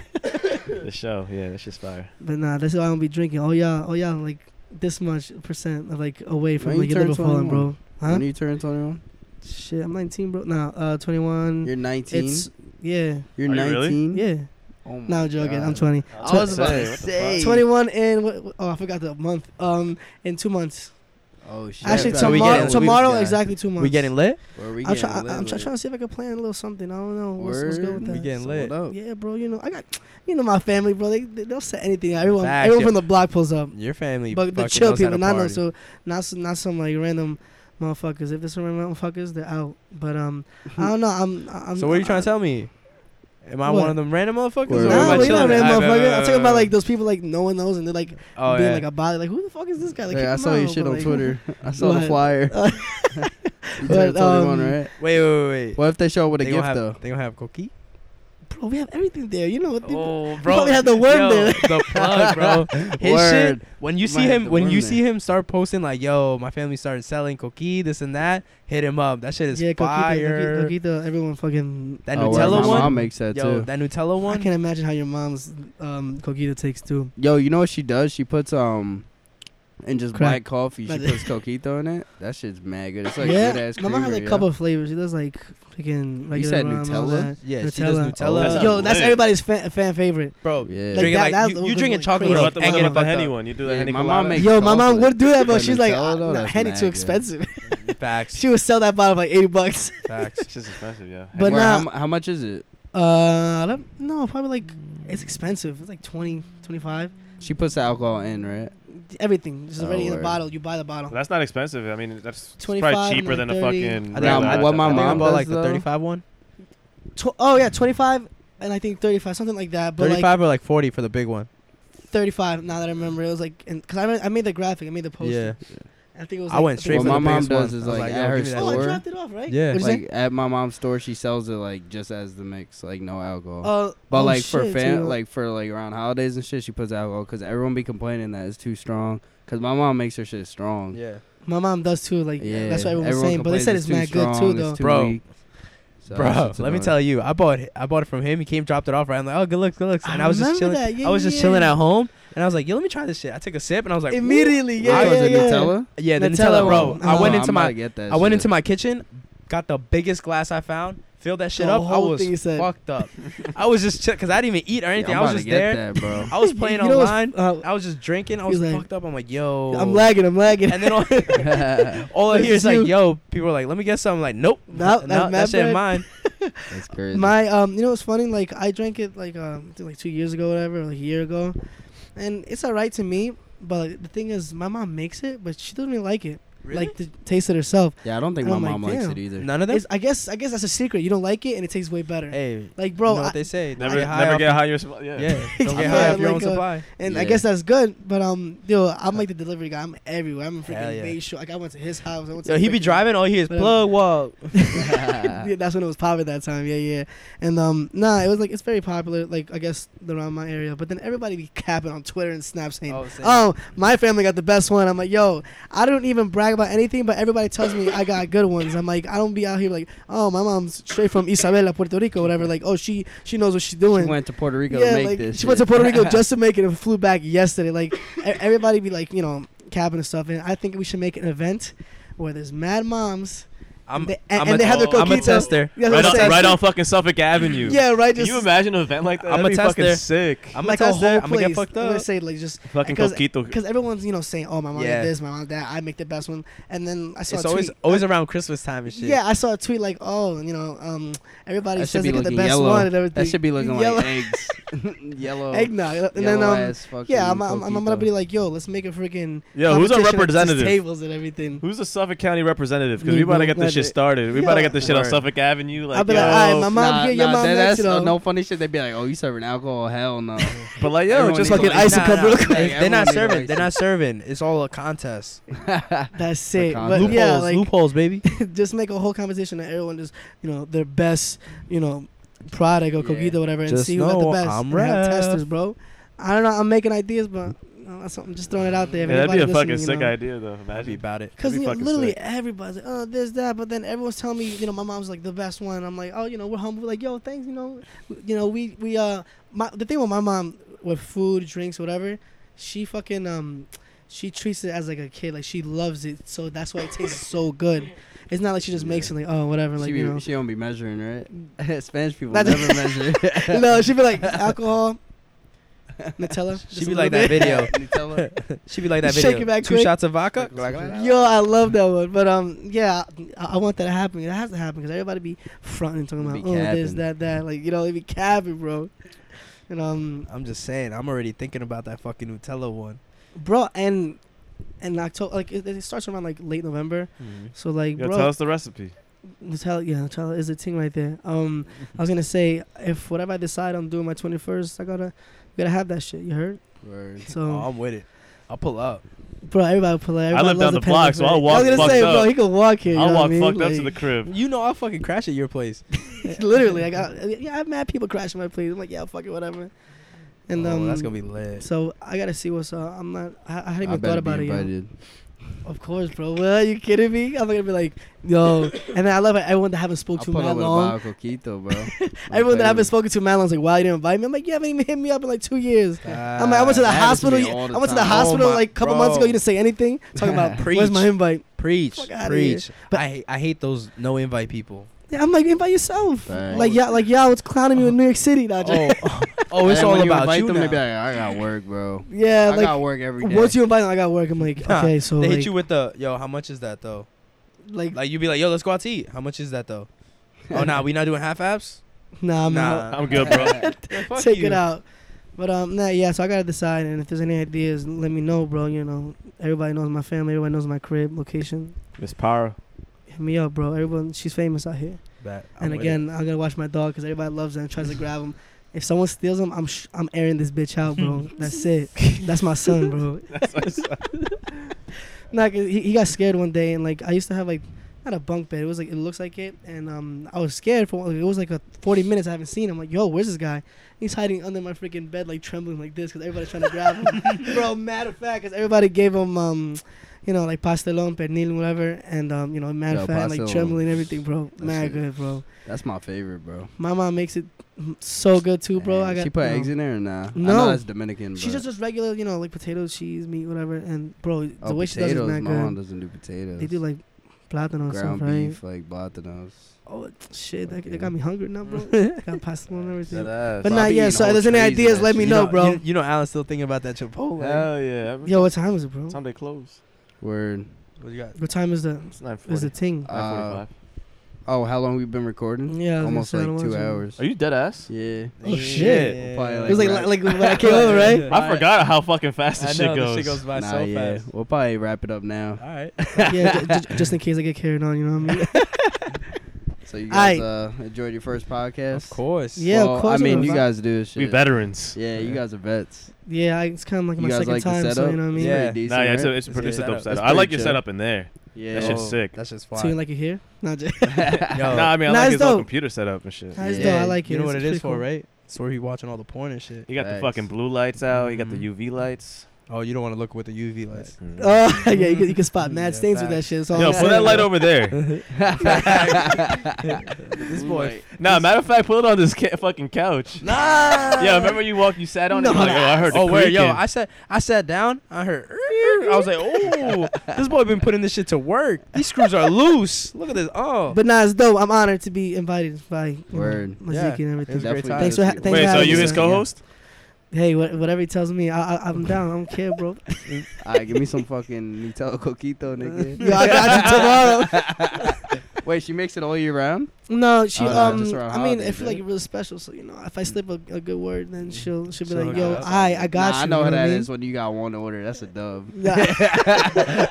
[SPEAKER 3] the show. Yeah, that shit's fire.
[SPEAKER 2] But nah, that's why I don't be drinking. Oh yeah, oh yeah, like this much percent like away from
[SPEAKER 1] When
[SPEAKER 2] like
[SPEAKER 1] you
[SPEAKER 2] your
[SPEAKER 1] turn
[SPEAKER 2] liver falling,
[SPEAKER 1] 21?
[SPEAKER 2] bro. Huh?
[SPEAKER 1] When you turn 21,
[SPEAKER 2] Shit, I'm 19, bro. Nah, uh, 21.
[SPEAKER 1] you're 19.
[SPEAKER 2] it's yeah,
[SPEAKER 1] you're
[SPEAKER 3] Are you really?
[SPEAKER 1] 19.
[SPEAKER 2] yeah.
[SPEAKER 1] Oh my
[SPEAKER 2] No, I'm joking. I'm
[SPEAKER 1] God.
[SPEAKER 2] 20.
[SPEAKER 1] I was about
[SPEAKER 3] Say,
[SPEAKER 1] to
[SPEAKER 3] what the
[SPEAKER 1] say.
[SPEAKER 3] fuck?
[SPEAKER 2] 21 in what, what- oh I forgot the month. Um, in two months.
[SPEAKER 1] Oh shit.
[SPEAKER 2] Actually,
[SPEAKER 4] So we
[SPEAKER 2] tomorrow.
[SPEAKER 4] getting-
[SPEAKER 2] tomorrow,
[SPEAKER 1] Yeah.
[SPEAKER 2] exactly two months.
[SPEAKER 4] we getting lit?
[SPEAKER 1] Where we
[SPEAKER 2] I'm,
[SPEAKER 1] getting
[SPEAKER 2] try, I,
[SPEAKER 1] lit
[SPEAKER 2] I'm try,
[SPEAKER 1] with?
[SPEAKER 2] trying to see if I can plan a little something. I don't know. What's, what's good
[SPEAKER 1] Word.
[SPEAKER 2] with
[SPEAKER 4] We
[SPEAKER 2] that?
[SPEAKER 4] getting
[SPEAKER 1] Sold
[SPEAKER 4] lit.
[SPEAKER 1] out.
[SPEAKER 2] Yeah, bro. You know, I got. You know, my family, bro. They they- they'll set anything. out. Everyone,
[SPEAKER 4] Facts,
[SPEAKER 2] everyone
[SPEAKER 4] yeah.
[SPEAKER 2] from the block pulls up.
[SPEAKER 4] Your family.
[SPEAKER 2] But the
[SPEAKER 4] fucking
[SPEAKER 2] chill
[SPEAKER 4] knows how
[SPEAKER 2] people,
[SPEAKER 4] to
[SPEAKER 2] not no,
[SPEAKER 4] party.
[SPEAKER 2] so not s- not some like random motherfuckers. If it's some random motherfuckers, they're out. But um, I don't know. I'm I'm.
[SPEAKER 4] So what are you trying
[SPEAKER 2] I,
[SPEAKER 4] to tell me? Am I
[SPEAKER 2] What?
[SPEAKER 4] one of them random motherfuckers?
[SPEAKER 1] Word. me?
[SPEAKER 4] or
[SPEAKER 2] Nah,
[SPEAKER 4] am I
[SPEAKER 2] we're
[SPEAKER 4] chilling?
[SPEAKER 2] not random
[SPEAKER 4] Alright, bet, bet,
[SPEAKER 2] motherfuckers. I'm
[SPEAKER 4] bet,
[SPEAKER 2] talking
[SPEAKER 4] bet,
[SPEAKER 2] about like
[SPEAKER 4] bet.
[SPEAKER 2] those people like no one knows and they're like
[SPEAKER 4] Oh,
[SPEAKER 2] being
[SPEAKER 4] yeah.
[SPEAKER 2] like a body. Like who the fuck is this guy? Like
[SPEAKER 1] Hey,
[SPEAKER 2] kick
[SPEAKER 1] I
[SPEAKER 2] him
[SPEAKER 1] saw your
[SPEAKER 2] out,
[SPEAKER 1] shit
[SPEAKER 2] but,
[SPEAKER 1] on
[SPEAKER 2] like- (laughs)
[SPEAKER 1] Twitter. I saw the
[SPEAKER 2] What?
[SPEAKER 1] flyer. you turned
[SPEAKER 2] But,
[SPEAKER 1] 21,
[SPEAKER 2] um,
[SPEAKER 1] right?
[SPEAKER 4] Wait, wait, wait, wait.
[SPEAKER 1] What if they show up with a
[SPEAKER 4] they
[SPEAKER 1] gift
[SPEAKER 4] gonna have, (laughs)
[SPEAKER 1] though?
[SPEAKER 4] They gonna
[SPEAKER 1] (laughs)
[SPEAKER 4] have cookie?
[SPEAKER 2] (laughs) Bro, we have everything there. You know what? people- (laughs)
[SPEAKER 4] Oh,
[SPEAKER 2] probably had the worm
[SPEAKER 4] yo,
[SPEAKER 2] there.
[SPEAKER 4] The
[SPEAKER 1] (laughs)
[SPEAKER 4] plug, bro. (laughs) His
[SPEAKER 1] Word.
[SPEAKER 4] shit. When you
[SPEAKER 1] You
[SPEAKER 4] see
[SPEAKER 1] might have
[SPEAKER 4] him,
[SPEAKER 1] the
[SPEAKER 4] when
[SPEAKER 1] worm
[SPEAKER 4] you
[SPEAKER 1] there.
[SPEAKER 4] see him start posting like, "Yo, my family started selling cookie, this and that," hit him up. That shit is
[SPEAKER 2] yeah, Coquito,
[SPEAKER 4] fire.
[SPEAKER 2] Coquito, Coquito, everyone fucking.
[SPEAKER 4] That
[SPEAKER 1] Oh, word.
[SPEAKER 4] Nutella
[SPEAKER 1] my
[SPEAKER 4] one.
[SPEAKER 1] mom makes that
[SPEAKER 4] Yo,
[SPEAKER 1] too.
[SPEAKER 4] that Nutella
[SPEAKER 2] I
[SPEAKER 4] one.
[SPEAKER 2] can't imagine how your mom's um Coquito takes too.
[SPEAKER 1] Yo, you know what she does? She puts um, in just
[SPEAKER 2] Crack.
[SPEAKER 1] black coffee. She
[SPEAKER 2] But- (laughs)
[SPEAKER 1] puts coquito in it. That shit's mad good. It's like
[SPEAKER 2] yeah,
[SPEAKER 1] good ass
[SPEAKER 2] my
[SPEAKER 1] creamer.
[SPEAKER 2] mom has like a
[SPEAKER 1] yo.
[SPEAKER 2] couple of flavors. She does like freaking regular
[SPEAKER 1] said
[SPEAKER 2] rum, all
[SPEAKER 1] Nutella?
[SPEAKER 2] that.
[SPEAKER 4] Yeah, she does
[SPEAKER 2] Nutella. Oh,
[SPEAKER 4] Nutella.
[SPEAKER 1] Oh, That's
[SPEAKER 2] Yo, that's
[SPEAKER 3] lit.
[SPEAKER 2] everybody's fan, fan favorite.
[SPEAKER 4] bro.
[SPEAKER 1] (laughs) Yeah.
[SPEAKER 4] Drinking
[SPEAKER 2] that-
[SPEAKER 4] like,
[SPEAKER 2] that's
[SPEAKER 4] you,
[SPEAKER 2] what
[SPEAKER 4] you
[SPEAKER 2] was
[SPEAKER 4] drinking
[SPEAKER 2] like
[SPEAKER 4] chocolate
[SPEAKER 2] crazy.
[SPEAKER 3] What
[SPEAKER 4] milk
[SPEAKER 3] about the,
[SPEAKER 4] and
[SPEAKER 3] what
[SPEAKER 4] getting
[SPEAKER 3] about the
[SPEAKER 4] fucked
[SPEAKER 3] henny
[SPEAKER 4] up.
[SPEAKER 3] one? You do the
[SPEAKER 1] Yeah,
[SPEAKER 3] henny
[SPEAKER 1] my
[SPEAKER 3] colada?
[SPEAKER 1] mom makes-
[SPEAKER 2] Yo, my mom
[SPEAKER 1] chocolate.
[SPEAKER 2] would do that, but
[SPEAKER 1] Like
[SPEAKER 2] she's like,
[SPEAKER 1] Nutella,
[SPEAKER 2] "Ah,
[SPEAKER 1] though,
[SPEAKER 2] nah,
[SPEAKER 1] that's
[SPEAKER 2] Henny too
[SPEAKER 1] mad,
[SPEAKER 2] expensive. (laughs)
[SPEAKER 4] Facts.
[SPEAKER 2] she would sell that bottle for like 80 bucks.
[SPEAKER 4] Facts.
[SPEAKER 3] It's just expensive, yeah.
[SPEAKER 2] But
[SPEAKER 1] Where-
[SPEAKER 2] nah.
[SPEAKER 1] how, mu- how much is it?
[SPEAKER 2] Uh, I don't- no, probably like, it's expensive. It's like 20, 25.
[SPEAKER 1] She puts the alcohol in, right?
[SPEAKER 2] Everything is
[SPEAKER 1] Oh,
[SPEAKER 2] already in the
[SPEAKER 1] word.
[SPEAKER 2] bottle. You buy the bottle.
[SPEAKER 3] That's not expensive. I mean, that's it's
[SPEAKER 2] 25,
[SPEAKER 3] probably cheaper than a
[SPEAKER 2] 930.
[SPEAKER 3] fucking.
[SPEAKER 4] I think
[SPEAKER 3] regular
[SPEAKER 4] I'm-
[SPEAKER 3] hot
[SPEAKER 1] what
[SPEAKER 3] dog.
[SPEAKER 1] my
[SPEAKER 4] I think I
[SPEAKER 1] mom
[SPEAKER 4] bought like
[SPEAKER 1] does,
[SPEAKER 4] the
[SPEAKER 1] though.
[SPEAKER 4] 35 one.
[SPEAKER 2] Tw- oh, yeah, 25 and I think 35, something like that. But
[SPEAKER 4] 35
[SPEAKER 2] like
[SPEAKER 4] or like 40 for the big one.
[SPEAKER 2] 35, now that I remember, it was like, because I, made- I made the graphic, I made the poster.
[SPEAKER 4] Yeah.
[SPEAKER 2] I think it was
[SPEAKER 4] I
[SPEAKER 2] like-
[SPEAKER 4] went straight
[SPEAKER 1] What
[SPEAKER 4] for
[SPEAKER 1] my
[SPEAKER 4] the
[SPEAKER 1] mom
[SPEAKER 4] biggest
[SPEAKER 1] does
[SPEAKER 4] one.
[SPEAKER 1] is,
[SPEAKER 4] I was
[SPEAKER 1] like, at her
[SPEAKER 4] give me that
[SPEAKER 2] Oh,
[SPEAKER 1] store-
[SPEAKER 2] I
[SPEAKER 4] shit.
[SPEAKER 2] dropped it off, right?
[SPEAKER 4] Yeah.
[SPEAKER 2] What'd you say?
[SPEAKER 1] Like at my mom's store, she sells it like just as the mix, like no alcohol.
[SPEAKER 2] Uh,
[SPEAKER 1] But
[SPEAKER 2] oh,
[SPEAKER 1] like for
[SPEAKER 2] shit,
[SPEAKER 1] fan,
[SPEAKER 2] too.
[SPEAKER 1] like for like around holidays and shit, she puts alcohol because everyone be complaining that it's too strong. Cause my mom makes her shit strong.
[SPEAKER 4] Yeah.
[SPEAKER 2] my mom does too. Like,
[SPEAKER 1] Yeah,
[SPEAKER 2] that's what everyone was saying. But they
[SPEAKER 1] complains
[SPEAKER 2] said it's,
[SPEAKER 1] too
[SPEAKER 2] mad good
[SPEAKER 1] strong,
[SPEAKER 2] too,
[SPEAKER 1] it's
[SPEAKER 2] though.
[SPEAKER 1] too
[SPEAKER 4] Bro.
[SPEAKER 1] weak. So that
[SPEAKER 4] Bro,
[SPEAKER 1] shit's
[SPEAKER 4] let me
[SPEAKER 1] annoying.
[SPEAKER 4] tell you, I bought it- I bought it from him. He came, dropped it off. Right? I'm like, oh, good looks, good looks. And I, was just
[SPEAKER 2] remember
[SPEAKER 4] chilling.
[SPEAKER 2] that, yeah,
[SPEAKER 4] I was just
[SPEAKER 2] yeah,
[SPEAKER 4] chilling
[SPEAKER 2] yeah.
[SPEAKER 4] at home, and I was like, yo, let me try this shit. I took a sip, and I was like, "Ooh."
[SPEAKER 2] immediately. Yeah,
[SPEAKER 1] Why
[SPEAKER 2] yeah,
[SPEAKER 1] was Oh, it
[SPEAKER 2] yeah.
[SPEAKER 1] Nutella?
[SPEAKER 4] Yeah, the
[SPEAKER 2] Nutella
[SPEAKER 4] Nutella, bro.
[SPEAKER 2] one.
[SPEAKER 4] I went
[SPEAKER 2] Oh,
[SPEAKER 4] into
[SPEAKER 1] I'm
[SPEAKER 4] my
[SPEAKER 1] about to get that
[SPEAKER 4] I
[SPEAKER 1] shit.
[SPEAKER 4] went into my kitchen, got the biggest glass I found, filled that shit
[SPEAKER 2] The
[SPEAKER 4] up. I
[SPEAKER 2] whole
[SPEAKER 4] was
[SPEAKER 2] thing you said.
[SPEAKER 4] fucked up. I was just chill because I didn't even eat or
[SPEAKER 1] Yeah,
[SPEAKER 4] anything.
[SPEAKER 1] I'm
[SPEAKER 4] I was
[SPEAKER 1] about to
[SPEAKER 4] just
[SPEAKER 1] get
[SPEAKER 4] there.
[SPEAKER 1] That, bro.
[SPEAKER 2] (laughs)
[SPEAKER 4] I was playing
[SPEAKER 2] You know what's-
[SPEAKER 4] online.
[SPEAKER 2] uh,
[SPEAKER 4] I was just drinking. I was
[SPEAKER 2] He's like,
[SPEAKER 4] fucked up. I'm like, yo,
[SPEAKER 2] I'm lagging. I'm lagging.
[SPEAKER 4] And then all, (laughs) all I hear is
[SPEAKER 2] It's you.
[SPEAKER 4] like, yo, people are like, let me get some. I'm like, nope,
[SPEAKER 2] Nope, that's
[SPEAKER 4] that
[SPEAKER 2] mad
[SPEAKER 4] shit
[SPEAKER 2] bread.
[SPEAKER 4] ain't mine.
[SPEAKER 1] (laughs) That's crazy.
[SPEAKER 2] (laughs) my um, you know what's funny? Like I drank it like um, I think, like two years ago, whatever, or like a year ago, and it's alright to me. But like, the thing is, my mom makes it, but she doesn't really like it. Like to taste it herself.
[SPEAKER 1] yeah, I don't think
[SPEAKER 2] And
[SPEAKER 1] my
[SPEAKER 2] I'm like,
[SPEAKER 1] mom likes
[SPEAKER 2] damn.
[SPEAKER 1] it either. (laughs)
[SPEAKER 4] (laughs) none of them.
[SPEAKER 2] It's, I guess I guess that's a secret. You don't like it, and it tastes way better.
[SPEAKER 4] Hey,
[SPEAKER 2] like bro,
[SPEAKER 4] you know
[SPEAKER 2] I-
[SPEAKER 4] what they say? don't
[SPEAKER 3] Never,
[SPEAKER 4] get high
[SPEAKER 3] never
[SPEAKER 4] off-
[SPEAKER 3] get high yourself. Yeah.
[SPEAKER 4] Yeah, don't
[SPEAKER 2] (laughs)
[SPEAKER 4] get
[SPEAKER 2] Yeah,
[SPEAKER 4] high off your
[SPEAKER 2] like,
[SPEAKER 4] own
[SPEAKER 2] uh,
[SPEAKER 4] supply.
[SPEAKER 2] and I
[SPEAKER 1] Yeah.
[SPEAKER 2] guess that's good. But um, yo, I'm like the delivery guy. I'm everywhere. I'm in
[SPEAKER 4] Hell
[SPEAKER 2] freaking
[SPEAKER 4] yeah.
[SPEAKER 2] Bayshore. Like I went to his house. I went to
[SPEAKER 4] Yo, he be
[SPEAKER 2] freaking-
[SPEAKER 4] driving. All he hears
[SPEAKER 2] But, um,
[SPEAKER 4] plug walk.
[SPEAKER 2] (laughs) yeah, that's when it was popular that time. Yeah, yeah. And um, nah, it was like it's very popular. Like I guess around my area. But then everybody be capping on Twitter and Snap saying,
[SPEAKER 4] Oh,
[SPEAKER 2] "Oh,
[SPEAKER 4] same.
[SPEAKER 2] my family got the best one." I'm like, "Yo, I don't even brag about anything, but everybody tells me I got good ones." I'm like, I don't be out here like, "Oh, my mom's straight from Isabela, Puerto Rico, whatever." Like, "Oh, she she knows what she's doing."
[SPEAKER 1] she went to Puerto Rico
[SPEAKER 2] yeah,
[SPEAKER 1] to make
[SPEAKER 2] like
[SPEAKER 1] this.
[SPEAKER 2] she went to
[SPEAKER 1] shit.
[SPEAKER 2] Puerto
[SPEAKER 1] (laughs)
[SPEAKER 2] Rico just to make it and flew back yesterday. Like e- everybody be like, you know, capping and stuff. And I think we should make an event where there's mad moms
[SPEAKER 4] I'm,
[SPEAKER 2] They- and-
[SPEAKER 4] I'm
[SPEAKER 2] and
[SPEAKER 4] a,
[SPEAKER 2] they have their
[SPEAKER 4] I'm a
[SPEAKER 2] coquito.
[SPEAKER 4] tester.
[SPEAKER 2] Yeah,
[SPEAKER 3] right,
[SPEAKER 2] that's
[SPEAKER 3] on,
[SPEAKER 2] what I'm
[SPEAKER 3] right
[SPEAKER 2] saying.
[SPEAKER 3] on fucking Suffolk Avenue.
[SPEAKER 2] Yeah, right.
[SPEAKER 3] Can
[SPEAKER 2] Just
[SPEAKER 3] you imagine an event like that?
[SPEAKER 4] I'm
[SPEAKER 3] That'd
[SPEAKER 4] a
[SPEAKER 3] be
[SPEAKER 4] tester.
[SPEAKER 3] fucking sick.
[SPEAKER 4] I'm
[SPEAKER 2] like
[SPEAKER 4] a
[SPEAKER 2] a
[SPEAKER 4] tester.
[SPEAKER 2] whole
[SPEAKER 4] I'm gonna get
[SPEAKER 2] place.
[SPEAKER 4] fucked
[SPEAKER 2] I'm gonna
[SPEAKER 4] up.
[SPEAKER 2] say like just
[SPEAKER 3] Fucking
[SPEAKER 2] Because-
[SPEAKER 3] coquito.
[SPEAKER 2] because everyone's you know saying, "Oh, my mom
[SPEAKER 4] Yeah.
[SPEAKER 2] did this, my mom did that. I make the best one." And then I saw
[SPEAKER 4] It's
[SPEAKER 2] a
[SPEAKER 4] always
[SPEAKER 2] tweet.
[SPEAKER 4] always
[SPEAKER 2] I-
[SPEAKER 4] around Christmas time and shit.
[SPEAKER 2] yeah, I saw a tweet like, "Oh, you know, um, everybody
[SPEAKER 1] That should
[SPEAKER 2] says
[SPEAKER 1] be
[SPEAKER 2] they get the
[SPEAKER 1] looking
[SPEAKER 2] best
[SPEAKER 1] yellow.
[SPEAKER 2] one and everything."
[SPEAKER 1] That should be looking
[SPEAKER 2] Yellow- (laughs)
[SPEAKER 1] like eggs. yellow.
[SPEAKER 2] eggnog. And then
[SPEAKER 1] yellow
[SPEAKER 2] um,
[SPEAKER 1] ass
[SPEAKER 2] yeah, I'm,
[SPEAKER 1] eh, fucking
[SPEAKER 2] I'm, I'm
[SPEAKER 1] coquito.
[SPEAKER 2] gonna be like, "Yo, let's make a freaking
[SPEAKER 3] Yo, who's our
[SPEAKER 2] competition at these
[SPEAKER 3] representative?
[SPEAKER 2] tables and everything."
[SPEAKER 3] Who's the Suffolk County representative? Because we
[SPEAKER 2] Me,
[SPEAKER 3] about to
[SPEAKER 2] me,
[SPEAKER 3] get this
[SPEAKER 2] me.
[SPEAKER 3] shit started. We about to
[SPEAKER 2] Yeah.
[SPEAKER 3] get this shit on
[SPEAKER 1] Word.
[SPEAKER 3] Suffolk Avenue. Like,
[SPEAKER 2] I'll be
[SPEAKER 3] yo,
[SPEAKER 2] like, "Alright, my mom
[SPEAKER 1] nah,
[SPEAKER 2] here, your
[SPEAKER 1] nah,
[SPEAKER 2] mom
[SPEAKER 1] that-
[SPEAKER 2] next,"
[SPEAKER 1] that's
[SPEAKER 2] you know.
[SPEAKER 1] uh, no funny shit. They'd be like, "Oh, you serving alcohol? Hell
[SPEAKER 2] (laughs)
[SPEAKER 1] no."
[SPEAKER 3] but like, yo,
[SPEAKER 1] Everyone
[SPEAKER 3] just
[SPEAKER 1] needs
[SPEAKER 3] fucking
[SPEAKER 1] to
[SPEAKER 2] ice
[SPEAKER 1] leave.
[SPEAKER 2] a cup real quick.
[SPEAKER 4] They, are
[SPEAKER 1] Everyone
[SPEAKER 4] not
[SPEAKER 1] needs
[SPEAKER 4] serving.
[SPEAKER 1] ice.
[SPEAKER 4] They're (laughs) not serving. It's all a contest.
[SPEAKER 1] (laughs)
[SPEAKER 2] That's it.
[SPEAKER 1] con-
[SPEAKER 2] But
[SPEAKER 4] loopholes,
[SPEAKER 2] yeah, like
[SPEAKER 4] loopholes, (laughs) baby.
[SPEAKER 2] (laughs) just make a whole competition and everyone just you know their best you know product or
[SPEAKER 1] Yeah.
[SPEAKER 2] coquito whatever and
[SPEAKER 4] Just
[SPEAKER 2] see who got the
[SPEAKER 4] know
[SPEAKER 2] best.
[SPEAKER 4] I'm
[SPEAKER 2] And have
[SPEAKER 4] ref.
[SPEAKER 2] testers, bro. I don't know. I'm making ideas, but you know, that's I'm just throwing it out there.
[SPEAKER 3] Yeah,
[SPEAKER 2] If
[SPEAKER 3] that'd be a
[SPEAKER 2] anybody
[SPEAKER 3] fucking
[SPEAKER 2] listening, you
[SPEAKER 3] sick
[SPEAKER 2] know.
[SPEAKER 3] idea, though.
[SPEAKER 4] (laughs) Happy
[SPEAKER 3] Imagine.
[SPEAKER 4] about it.
[SPEAKER 2] Cause
[SPEAKER 3] That'd
[SPEAKER 2] you
[SPEAKER 3] be
[SPEAKER 2] know,
[SPEAKER 3] fucking
[SPEAKER 2] literally
[SPEAKER 3] sick.
[SPEAKER 2] everybody's like, oh, this, that, but then everyone's telling me, you know, my mom's like the best one. I'm like, oh, you know, we're humble. Like, yo, thanks, you know, W- you know, we we uh, my the thing with my mom with food, drinks, whatever, she fucking um, she treats it as like a kid. Like she loves it, so that's why it tastes so good. It's not like she just makes it like, oh, whatever, like
[SPEAKER 1] she,
[SPEAKER 2] you
[SPEAKER 1] be-
[SPEAKER 2] know.
[SPEAKER 1] she don't be measuring, right? (laughs) Spanish people
[SPEAKER 2] That's-
[SPEAKER 1] never measure. (laughs)
[SPEAKER 2] (laughs) (laughs) no, she'd be like alcohol, Nutella.
[SPEAKER 4] She
[SPEAKER 2] just
[SPEAKER 4] be
[SPEAKER 2] a
[SPEAKER 4] like
[SPEAKER 2] little
[SPEAKER 4] that
[SPEAKER 2] bit. (laughs)
[SPEAKER 4] video.
[SPEAKER 1] Nutella.
[SPEAKER 4] She be like that
[SPEAKER 2] Shake
[SPEAKER 4] video.
[SPEAKER 2] it back
[SPEAKER 4] Two
[SPEAKER 2] quick.
[SPEAKER 4] shots of vodka.
[SPEAKER 2] Yo, I love that one, but um, yeah, I, I want that to happen. It has to happen because everybody be fronting, talking
[SPEAKER 1] Be
[SPEAKER 2] about oh this,
[SPEAKER 1] capping.
[SPEAKER 2] that, that, like you know, they be capping, bro. And um,
[SPEAKER 4] I'm just saying. I'm already thinking about that fucking Nutella one.
[SPEAKER 2] bro, and and October, like it, it starts around like late November, so like,
[SPEAKER 3] Yo,
[SPEAKER 2] bro,
[SPEAKER 3] tell us the recipe.
[SPEAKER 2] Nutella, yeah, Nutella is a thing right there. Um, I was gonna say if whatever I decide I'm doing my twenty first, I gotta gotta have that shit. You heard?
[SPEAKER 1] Word.
[SPEAKER 2] So,
[SPEAKER 4] Oh, I'm with it. I'll pull up.
[SPEAKER 2] bro, everybody pull up. Everybody
[SPEAKER 3] live
[SPEAKER 2] loves
[SPEAKER 3] down the
[SPEAKER 2] pen
[SPEAKER 3] block,
[SPEAKER 2] and
[SPEAKER 3] so I'll
[SPEAKER 2] paper. I
[SPEAKER 3] walk
[SPEAKER 2] was gonna
[SPEAKER 3] fucked
[SPEAKER 2] say, bro,
[SPEAKER 3] up.
[SPEAKER 2] he could walk here. You
[SPEAKER 3] I'll
[SPEAKER 2] know
[SPEAKER 3] walk
[SPEAKER 2] what I mean?
[SPEAKER 3] fucked up to
[SPEAKER 2] Like-
[SPEAKER 3] the crib.
[SPEAKER 4] You know I'll fucking crash at your place.
[SPEAKER 2] (laughs) Literally, like, I, yeah, I have mad people crashing my place. I'm like, yeah, fuck it, whatever. And
[SPEAKER 4] oh,
[SPEAKER 2] um,
[SPEAKER 4] that's gonna be lit.
[SPEAKER 2] so I gotta see what's up. I'm not. I, I hadn't
[SPEAKER 1] I
[SPEAKER 2] even thought
[SPEAKER 1] better
[SPEAKER 2] about
[SPEAKER 1] be
[SPEAKER 2] it. Yet.
[SPEAKER 1] invited.
[SPEAKER 2] Of course, bro. Well, are you kidding me? I'm gonna be like, yo.
[SPEAKER 1] (coughs)
[SPEAKER 2] and then I love it. Everyone that I haven't spoken
[SPEAKER 1] I'll
[SPEAKER 2] to
[SPEAKER 1] pull up
[SPEAKER 2] mad
[SPEAKER 1] with a
[SPEAKER 2] long.
[SPEAKER 1] bottle of
[SPEAKER 2] (laughs)
[SPEAKER 1] coquito, bro.
[SPEAKER 2] Everyone that I haven't
[SPEAKER 1] Better.
[SPEAKER 2] spoken to mad long is like, why you didn't invite me? I'm like, you haven't even hit me up in like two years. I'm like, I went to
[SPEAKER 1] Ah,
[SPEAKER 2] the
[SPEAKER 1] that happens to
[SPEAKER 2] hospital.
[SPEAKER 1] me
[SPEAKER 2] you-
[SPEAKER 1] all the
[SPEAKER 2] I went to the
[SPEAKER 1] time.
[SPEAKER 4] Oh
[SPEAKER 2] hospital
[SPEAKER 4] my-
[SPEAKER 2] like a couple months ago.
[SPEAKER 4] bro.
[SPEAKER 2] You didn't say anything. Talking about
[SPEAKER 1] (laughs)
[SPEAKER 2] where's my
[SPEAKER 4] Preach.
[SPEAKER 2] invite?
[SPEAKER 4] preach,
[SPEAKER 2] Fuck outta
[SPEAKER 4] preach.
[SPEAKER 2] But-
[SPEAKER 4] I I hate those no invite people.
[SPEAKER 2] Yeah, I'm like, invite yourself.
[SPEAKER 1] Thanks.
[SPEAKER 2] Like y'all, like y'all was clowning me in New York City. Nah, just-
[SPEAKER 4] (laughs) Oh, oh, oh, it's
[SPEAKER 1] And
[SPEAKER 4] all
[SPEAKER 1] when you
[SPEAKER 4] about
[SPEAKER 1] invite
[SPEAKER 4] you
[SPEAKER 1] them,
[SPEAKER 4] now.
[SPEAKER 1] They be like, I got work, bro.
[SPEAKER 2] yeah,
[SPEAKER 1] I
[SPEAKER 2] like
[SPEAKER 1] got work every day.
[SPEAKER 2] once you invite, me, I got work. I'm like,
[SPEAKER 4] Nah,
[SPEAKER 2] okay, so
[SPEAKER 4] they
[SPEAKER 2] like,
[SPEAKER 4] hit you with the yo. How much is that though?
[SPEAKER 2] like
[SPEAKER 4] Like you'd be like, yo, let's go out to eat. How much is that though? oh nah, we not doing half apps.
[SPEAKER 2] Nah, (laughs) I'm
[SPEAKER 4] Nah.
[SPEAKER 3] I'm good, bro.
[SPEAKER 2] (laughs)
[SPEAKER 4] Fuck
[SPEAKER 2] out. Take it
[SPEAKER 4] you.
[SPEAKER 2] out. But um, nah, yeah. So I gotta decide, and if there's any ideas, let me know, bro. You know, everybody knows my family. Everybody knows my crib location.
[SPEAKER 3] Miss Para.
[SPEAKER 2] Hit me up, bro. Everyone, she's famous out here.
[SPEAKER 4] Bet.
[SPEAKER 2] and
[SPEAKER 4] I'm with
[SPEAKER 2] again, I'm gonna watch my dog because everybody loves her and
[SPEAKER 1] (laughs)
[SPEAKER 2] tries to grab him. If someone steals him, I'm sh- I'm airing this bitch
[SPEAKER 1] (laughs)
[SPEAKER 2] out, bro. That's it. That's my son, bro. (laughs) Nah, 'cause he, he got scared one day, and like I used to have like not a bunk bed. It was like it looks like it, and um I was scared for it was like a 40 minutes I haven't seen him. Like yo, where's this guy? He's hiding under my freaking bed, like trembling like this, cause everybody's trying to
[SPEAKER 1] (laughs)
[SPEAKER 2] grab him. Bro, matter of fact, cause everybody gave him um. You know, like pastelon, pernil, whatever, and um, you know, matter
[SPEAKER 1] Yo,
[SPEAKER 2] of fact, like
[SPEAKER 1] pastelón.
[SPEAKER 2] trembling, and everything, bro.
[SPEAKER 1] That's
[SPEAKER 2] Mad
[SPEAKER 1] it.
[SPEAKER 2] good, bro.
[SPEAKER 1] That's my favorite, bro.
[SPEAKER 2] My mom makes it so good too, bro.
[SPEAKER 1] Damn,
[SPEAKER 2] I got
[SPEAKER 1] she put
[SPEAKER 2] you know,
[SPEAKER 1] eggs in there or nah? I
[SPEAKER 2] No.
[SPEAKER 1] know that's Dominican, but
[SPEAKER 2] She just does regular, you know, like potatoes, cheese, meat, whatever. And bro, the
[SPEAKER 1] oh,
[SPEAKER 2] way she does it
[SPEAKER 1] potatoes.
[SPEAKER 2] is
[SPEAKER 1] My
[SPEAKER 2] not
[SPEAKER 1] mom
[SPEAKER 2] good.
[SPEAKER 1] doesn't do potatoes.
[SPEAKER 2] They do like platano
[SPEAKER 1] ground
[SPEAKER 2] stuff, right?
[SPEAKER 1] beef, like platanos.
[SPEAKER 2] Oh shit, that, that
[SPEAKER 1] Okay.
[SPEAKER 2] got me hungry
[SPEAKER 1] (laughs)
[SPEAKER 2] now, bro. got pasta and everything. But
[SPEAKER 1] Bro, I
[SPEAKER 2] nah,
[SPEAKER 1] be
[SPEAKER 2] yeah.
[SPEAKER 1] eating
[SPEAKER 2] So
[SPEAKER 1] all
[SPEAKER 2] if there's any
[SPEAKER 1] crazy
[SPEAKER 2] ideas,
[SPEAKER 1] ass
[SPEAKER 2] let me
[SPEAKER 1] shit.
[SPEAKER 2] know,
[SPEAKER 4] it.
[SPEAKER 2] bro.
[SPEAKER 4] You, you know, Alan's still thinking about that Chipotle.
[SPEAKER 3] Hell yeah.
[SPEAKER 2] Yo, what time is it, bro?
[SPEAKER 3] Time they close.
[SPEAKER 1] Word.
[SPEAKER 4] What you got?
[SPEAKER 2] What time is the
[SPEAKER 3] It's 9:40.
[SPEAKER 2] is the thing?
[SPEAKER 1] Uh, Oh, how long we been recording?
[SPEAKER 2] Yeah, I was gonna
[SPEAKER 1] almost
[SPEAKER 2] say, I
[SPEAKER 1] like
[SPEAKER 2] don't
[SPEAKER 1] two
[SPEAKER 2] wanna-
[SPEAKER 1] hours.
[SPEAKER 3] Are you dead ass?
[SPEAKER 1] Yeah.
[SPEAKER 2] Oh, shit.
[SPEAKER 1] We'll probably,
[SPEAKER 2] It was like
[SPEAKER 1] wrap-
[SPEAKER 2] like when I
[SPEAKER 1] (laughs)
[SPEAKER 2] came over, right?
[SPEAKER 3] I forgot how fucking fast
[SPEAKER 4] I
[SPEAKER 3] this
[SPEAKER 4] know
[SPEAKER 3] shit goes.
[SPEAKER 4] this shit goes by
[SPEAKER 1] nah,
[SPEAKER 4] so
[SPEAKER 1] yeah.
[SPEAKER 2] (laughs)
[SPEAKER 4] fast.
[SPEAKER 1] We'll probably wrap it up now.
[SPEAKER 4] All right.
[SPEAKER 2] Yeah, j- j- just in case I get carried on, you know what I mean?
[SPEAKER 1] (laughs) So you guys
[SPEAKER 2] Aight.
[SPEAKER 1] uh, enjoyed your first podcast?
[SPEAKER 4] Of course.
[SPEAKER 2] Yeah, of
[SPEAKER 1] Well,
[SPEAKER 2] course
[SPEAKER 1] I
[SPEAKER 2] it
[SPEAKER 1] mean,
[SPEAKER 2] was.
[SPEAKER 1] you guys do this shit.
[SPEAKER 3] We veterans.
[SPEAKER 1] Yeah, you guys are vets.
[SPEAKER 2] Yeah, I, it's kind of like
[SPEAKER 1] you
[SPEAKER 2] my
[SPEAKER 1] guys
[SPEAKER 2] second
[SPEAKER 1] like
[SPEAKER 2] time,
[SPEAKER 1] the setup?
[SPEAKER 2] so you know what I mean.
[SPEAKER 1] It's
[SPEAKER 4] Yeah.
[SPEAKER 1] pretty decent,
[SPEAKER 3] Nah, yeah, it's a,
[SPEAKER 1] right?
[SPEAKER 3] it's a
[SPEAKER 4] It's
[SPEAKER 3] pretty
[SPEAKER 4] good
[SPEAKER 3] sick
[SPEAKER 4] setup.
[SPEAKER 3] dope
[SPEAKER 4] It's
[SPEAKER 3] setup. I
[SPEAKER 1] pretty
[SPEAKER 3] like your
[SPEAKER 1] chill.
[SPEAKER 3] setup in there.
[SPEAKER 1] yeah.
[SPEAKER 3] That shit's sick.
[SPEAKER 4] That's just fine.
[SPEAKER 2] So you like it here? (laughs) No, just,
[SPEAKER 4] Yo,
[SPEAKER 3] Nah, I mean, I
[SPEAKER 2] Nah,
[SPEAKER 3] like
[SPEAKER 2] it's
[SPEAKER 3] his whole
[SPEAKER 2] dope.
[SPEAKER 3] computer setup and shit.
[SPEAKER 2] Nah, it's
[SPEAKER 1] Yeah.
[SPEAKER 2] dope. I like it.
[SPEAKER 4] you know
[SPEAKER 2] It's
[SPEAKER 4] what it is
[SPEAKER 2] pretty
[SPEAKER 4] for,
[SPEAKER 2] cool.
[SPEAKER 4] right? It's where he watching all the porn and shit.
[SPEAKER 3] He got the
[SPEAKER 1] Facts.
[SPEAKER 3] fucking blue lights out. He got the
[SPEAKER 4] Mhm.
[SPEAKER 3] UV lights.
[SPEAKER 4] Oh, you don't want to look with the UV lights.
[SPEAKER 2] Oh (laughs) yeah, you can, you can spot mad
[SPEAKER 4] Yeah,
[SPEAKER 2] stains with that
[SPEAKER 4] facts.
[SPEAKER 2] shit. That's all
[SPEAKER 3] Yo,
[SPEAKER 2] I'm
[SPEAKER 3] put that
[SPEAKER 2] saying. (laughs)
[SPEAKER 3] light over
[SPEAKER 4] (laughs)
[SPEAKER 3] there.
[SPEAKER 1] (laughs) this
[SPEAKER 4] boy-
[SPEAKER 3] Nah, matter of fact, put it on this ca- fucking
[SPEAKER 2] (laughs)
[SPEAKER 3] couch.
[SPEAKER 4] Nah.
[SPEAKER 3] Yeah, remember you walked, you sat on it.
[SPEAKER 2] No.
[SPEAKER 3] Like, oh, I heard.
[SPEAKER 4] Oh,
[SPEAKER 3] the
[SPEAKER 4] where? Yo,
[SPEAKER 3] creaking.
[SPEAKER 4] I sat. I sat down. I heard. I was like, oh, this boy been putting this shit to work. These screws are loose. Look at this. Oh.
[SPEAKER 2] But nah, it's dope. I'm honored to be invited by you know,
[SPEAKER 1] Word.
[SPEAKER 2] Maziki
[SPEAKER 4] Yeah.
[SPEAKER 2] and everything.
[SPEAKER 1] (laughs)
[SPEAKER 4] It's great time.
[SPEAKER 2] Thanks for ha- thanks
[SPEAKER 3] Wait,
[SPEAKER 2] for
[SPEAKER 3] so
[SPEAKER 2] having
[SPEAKER 3] you
[SPEAKER 2] me,
[SPEAKER 3] his
[SPEAKER 2] sir.
[SPEAKER 3] co-host?
[SPEAKER 2] Hey, what, whatever he tells me, I, I,
[SPEAKER 4] (laughs)
[SPEAKER 2] I'm down. I don't care, bro.
[SPEAKER 1] All right, give me some fucking Nutella
[SPEAKER 2] (laughs)
[SPEAKER 1] coquito, nigga.
[SPEAKER 2] Yo, I got you tomorrow.
[SPEAKER 1] (laughs) Wait, she makes it all year round?
[SPEAKER 2] no, she.
[SPEAKER 1] Oh, no,
[SPEAKER 2] um,
[SPEAKER 1] just around
[SPEAKER 2] I mean,
[SPEAKER 1] holidays,
[SPEAKER 2] if like
[SPEAKER 1] right?
[SPEAKER 2] real special, so you know, if I slip a, a good word, then she'll she'll be
[SPEAKER 4] Mm. So,
[SPEAKER 2] like,
[SPEAKER 4] okay,
[SPEAKER 2] yo,
[SPEAKER 4] that's
[SPEAKER 2] I I got
[SPEAKER 1] Nah,
[SPEAKER 2] you.
[SPEAKER 1] I know
[SPEAKER 2] you
[SPEAKER 1] what that
[SPEAKER 2] I
[SPEAKER 1] is
[SPEAKER 2] mean?
[SPEAKER 1] when you got one order. That's a dub.
[SPEAKER 2] Nah.
[SPEAKER 1] (laughs)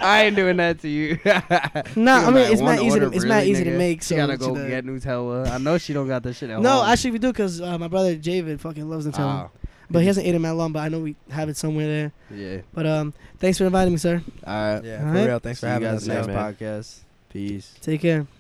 [SPEAKER 1] I ain't doing that to you. (laughs) She
[SPEAKER 2] Nah, I
[SPEAKER 1] gonna be
[SPEAKER 2] mean
[SPEAKER 1] like,
[SPEAKER 2] it's
[SPEAKER 1] "One
[SPEAKER 2] not easy. To,
[SPEAKER 1] order,
[SPEAKER 2] it's not
[SPEAKER 1] really,
[SPEAKER 2] easy to
[SPEAKER 1] nigga?"
[SPEAKER 2] make. So
[SPEAKER 1] She gotta
[SPEAKER 2] she
[SPEAKER 1] go
[SPEAKER 2] does.
[SPEAKER 1] get Nutella. I know she don't got that shit at
[SPEAKER 2] No,
[SPEAKER 1] home.
[SPEAKER 2] actually we do because uh, my brother Javid fucking loves
[SPEAKER 1] Ah,
[SPEAKER 2] Nutella, but he hasn't eaten that long. But I know we have it somewhere there.
[SPEAKER 1] yeah.
[SPEAKER 2] But um, thanks for inviting me, sir.
[SPEAKER 1] All right.
[SPEAKER 4] Yeah, for
[SPEAKER 2] Alright.
[SPEAKER 4] real. Thanks for
[SPEAKER 1] See you
[SPEAKER 4] having
[SPEAKER 1] guys
[SPEAKER 4] us.
[SPEAKER 3] man.
[SPEAKER 1] next
[SPEAKER 4] man.
[SPEAKER 1] podcast. Peace.
[SPEAKER 2] Take care.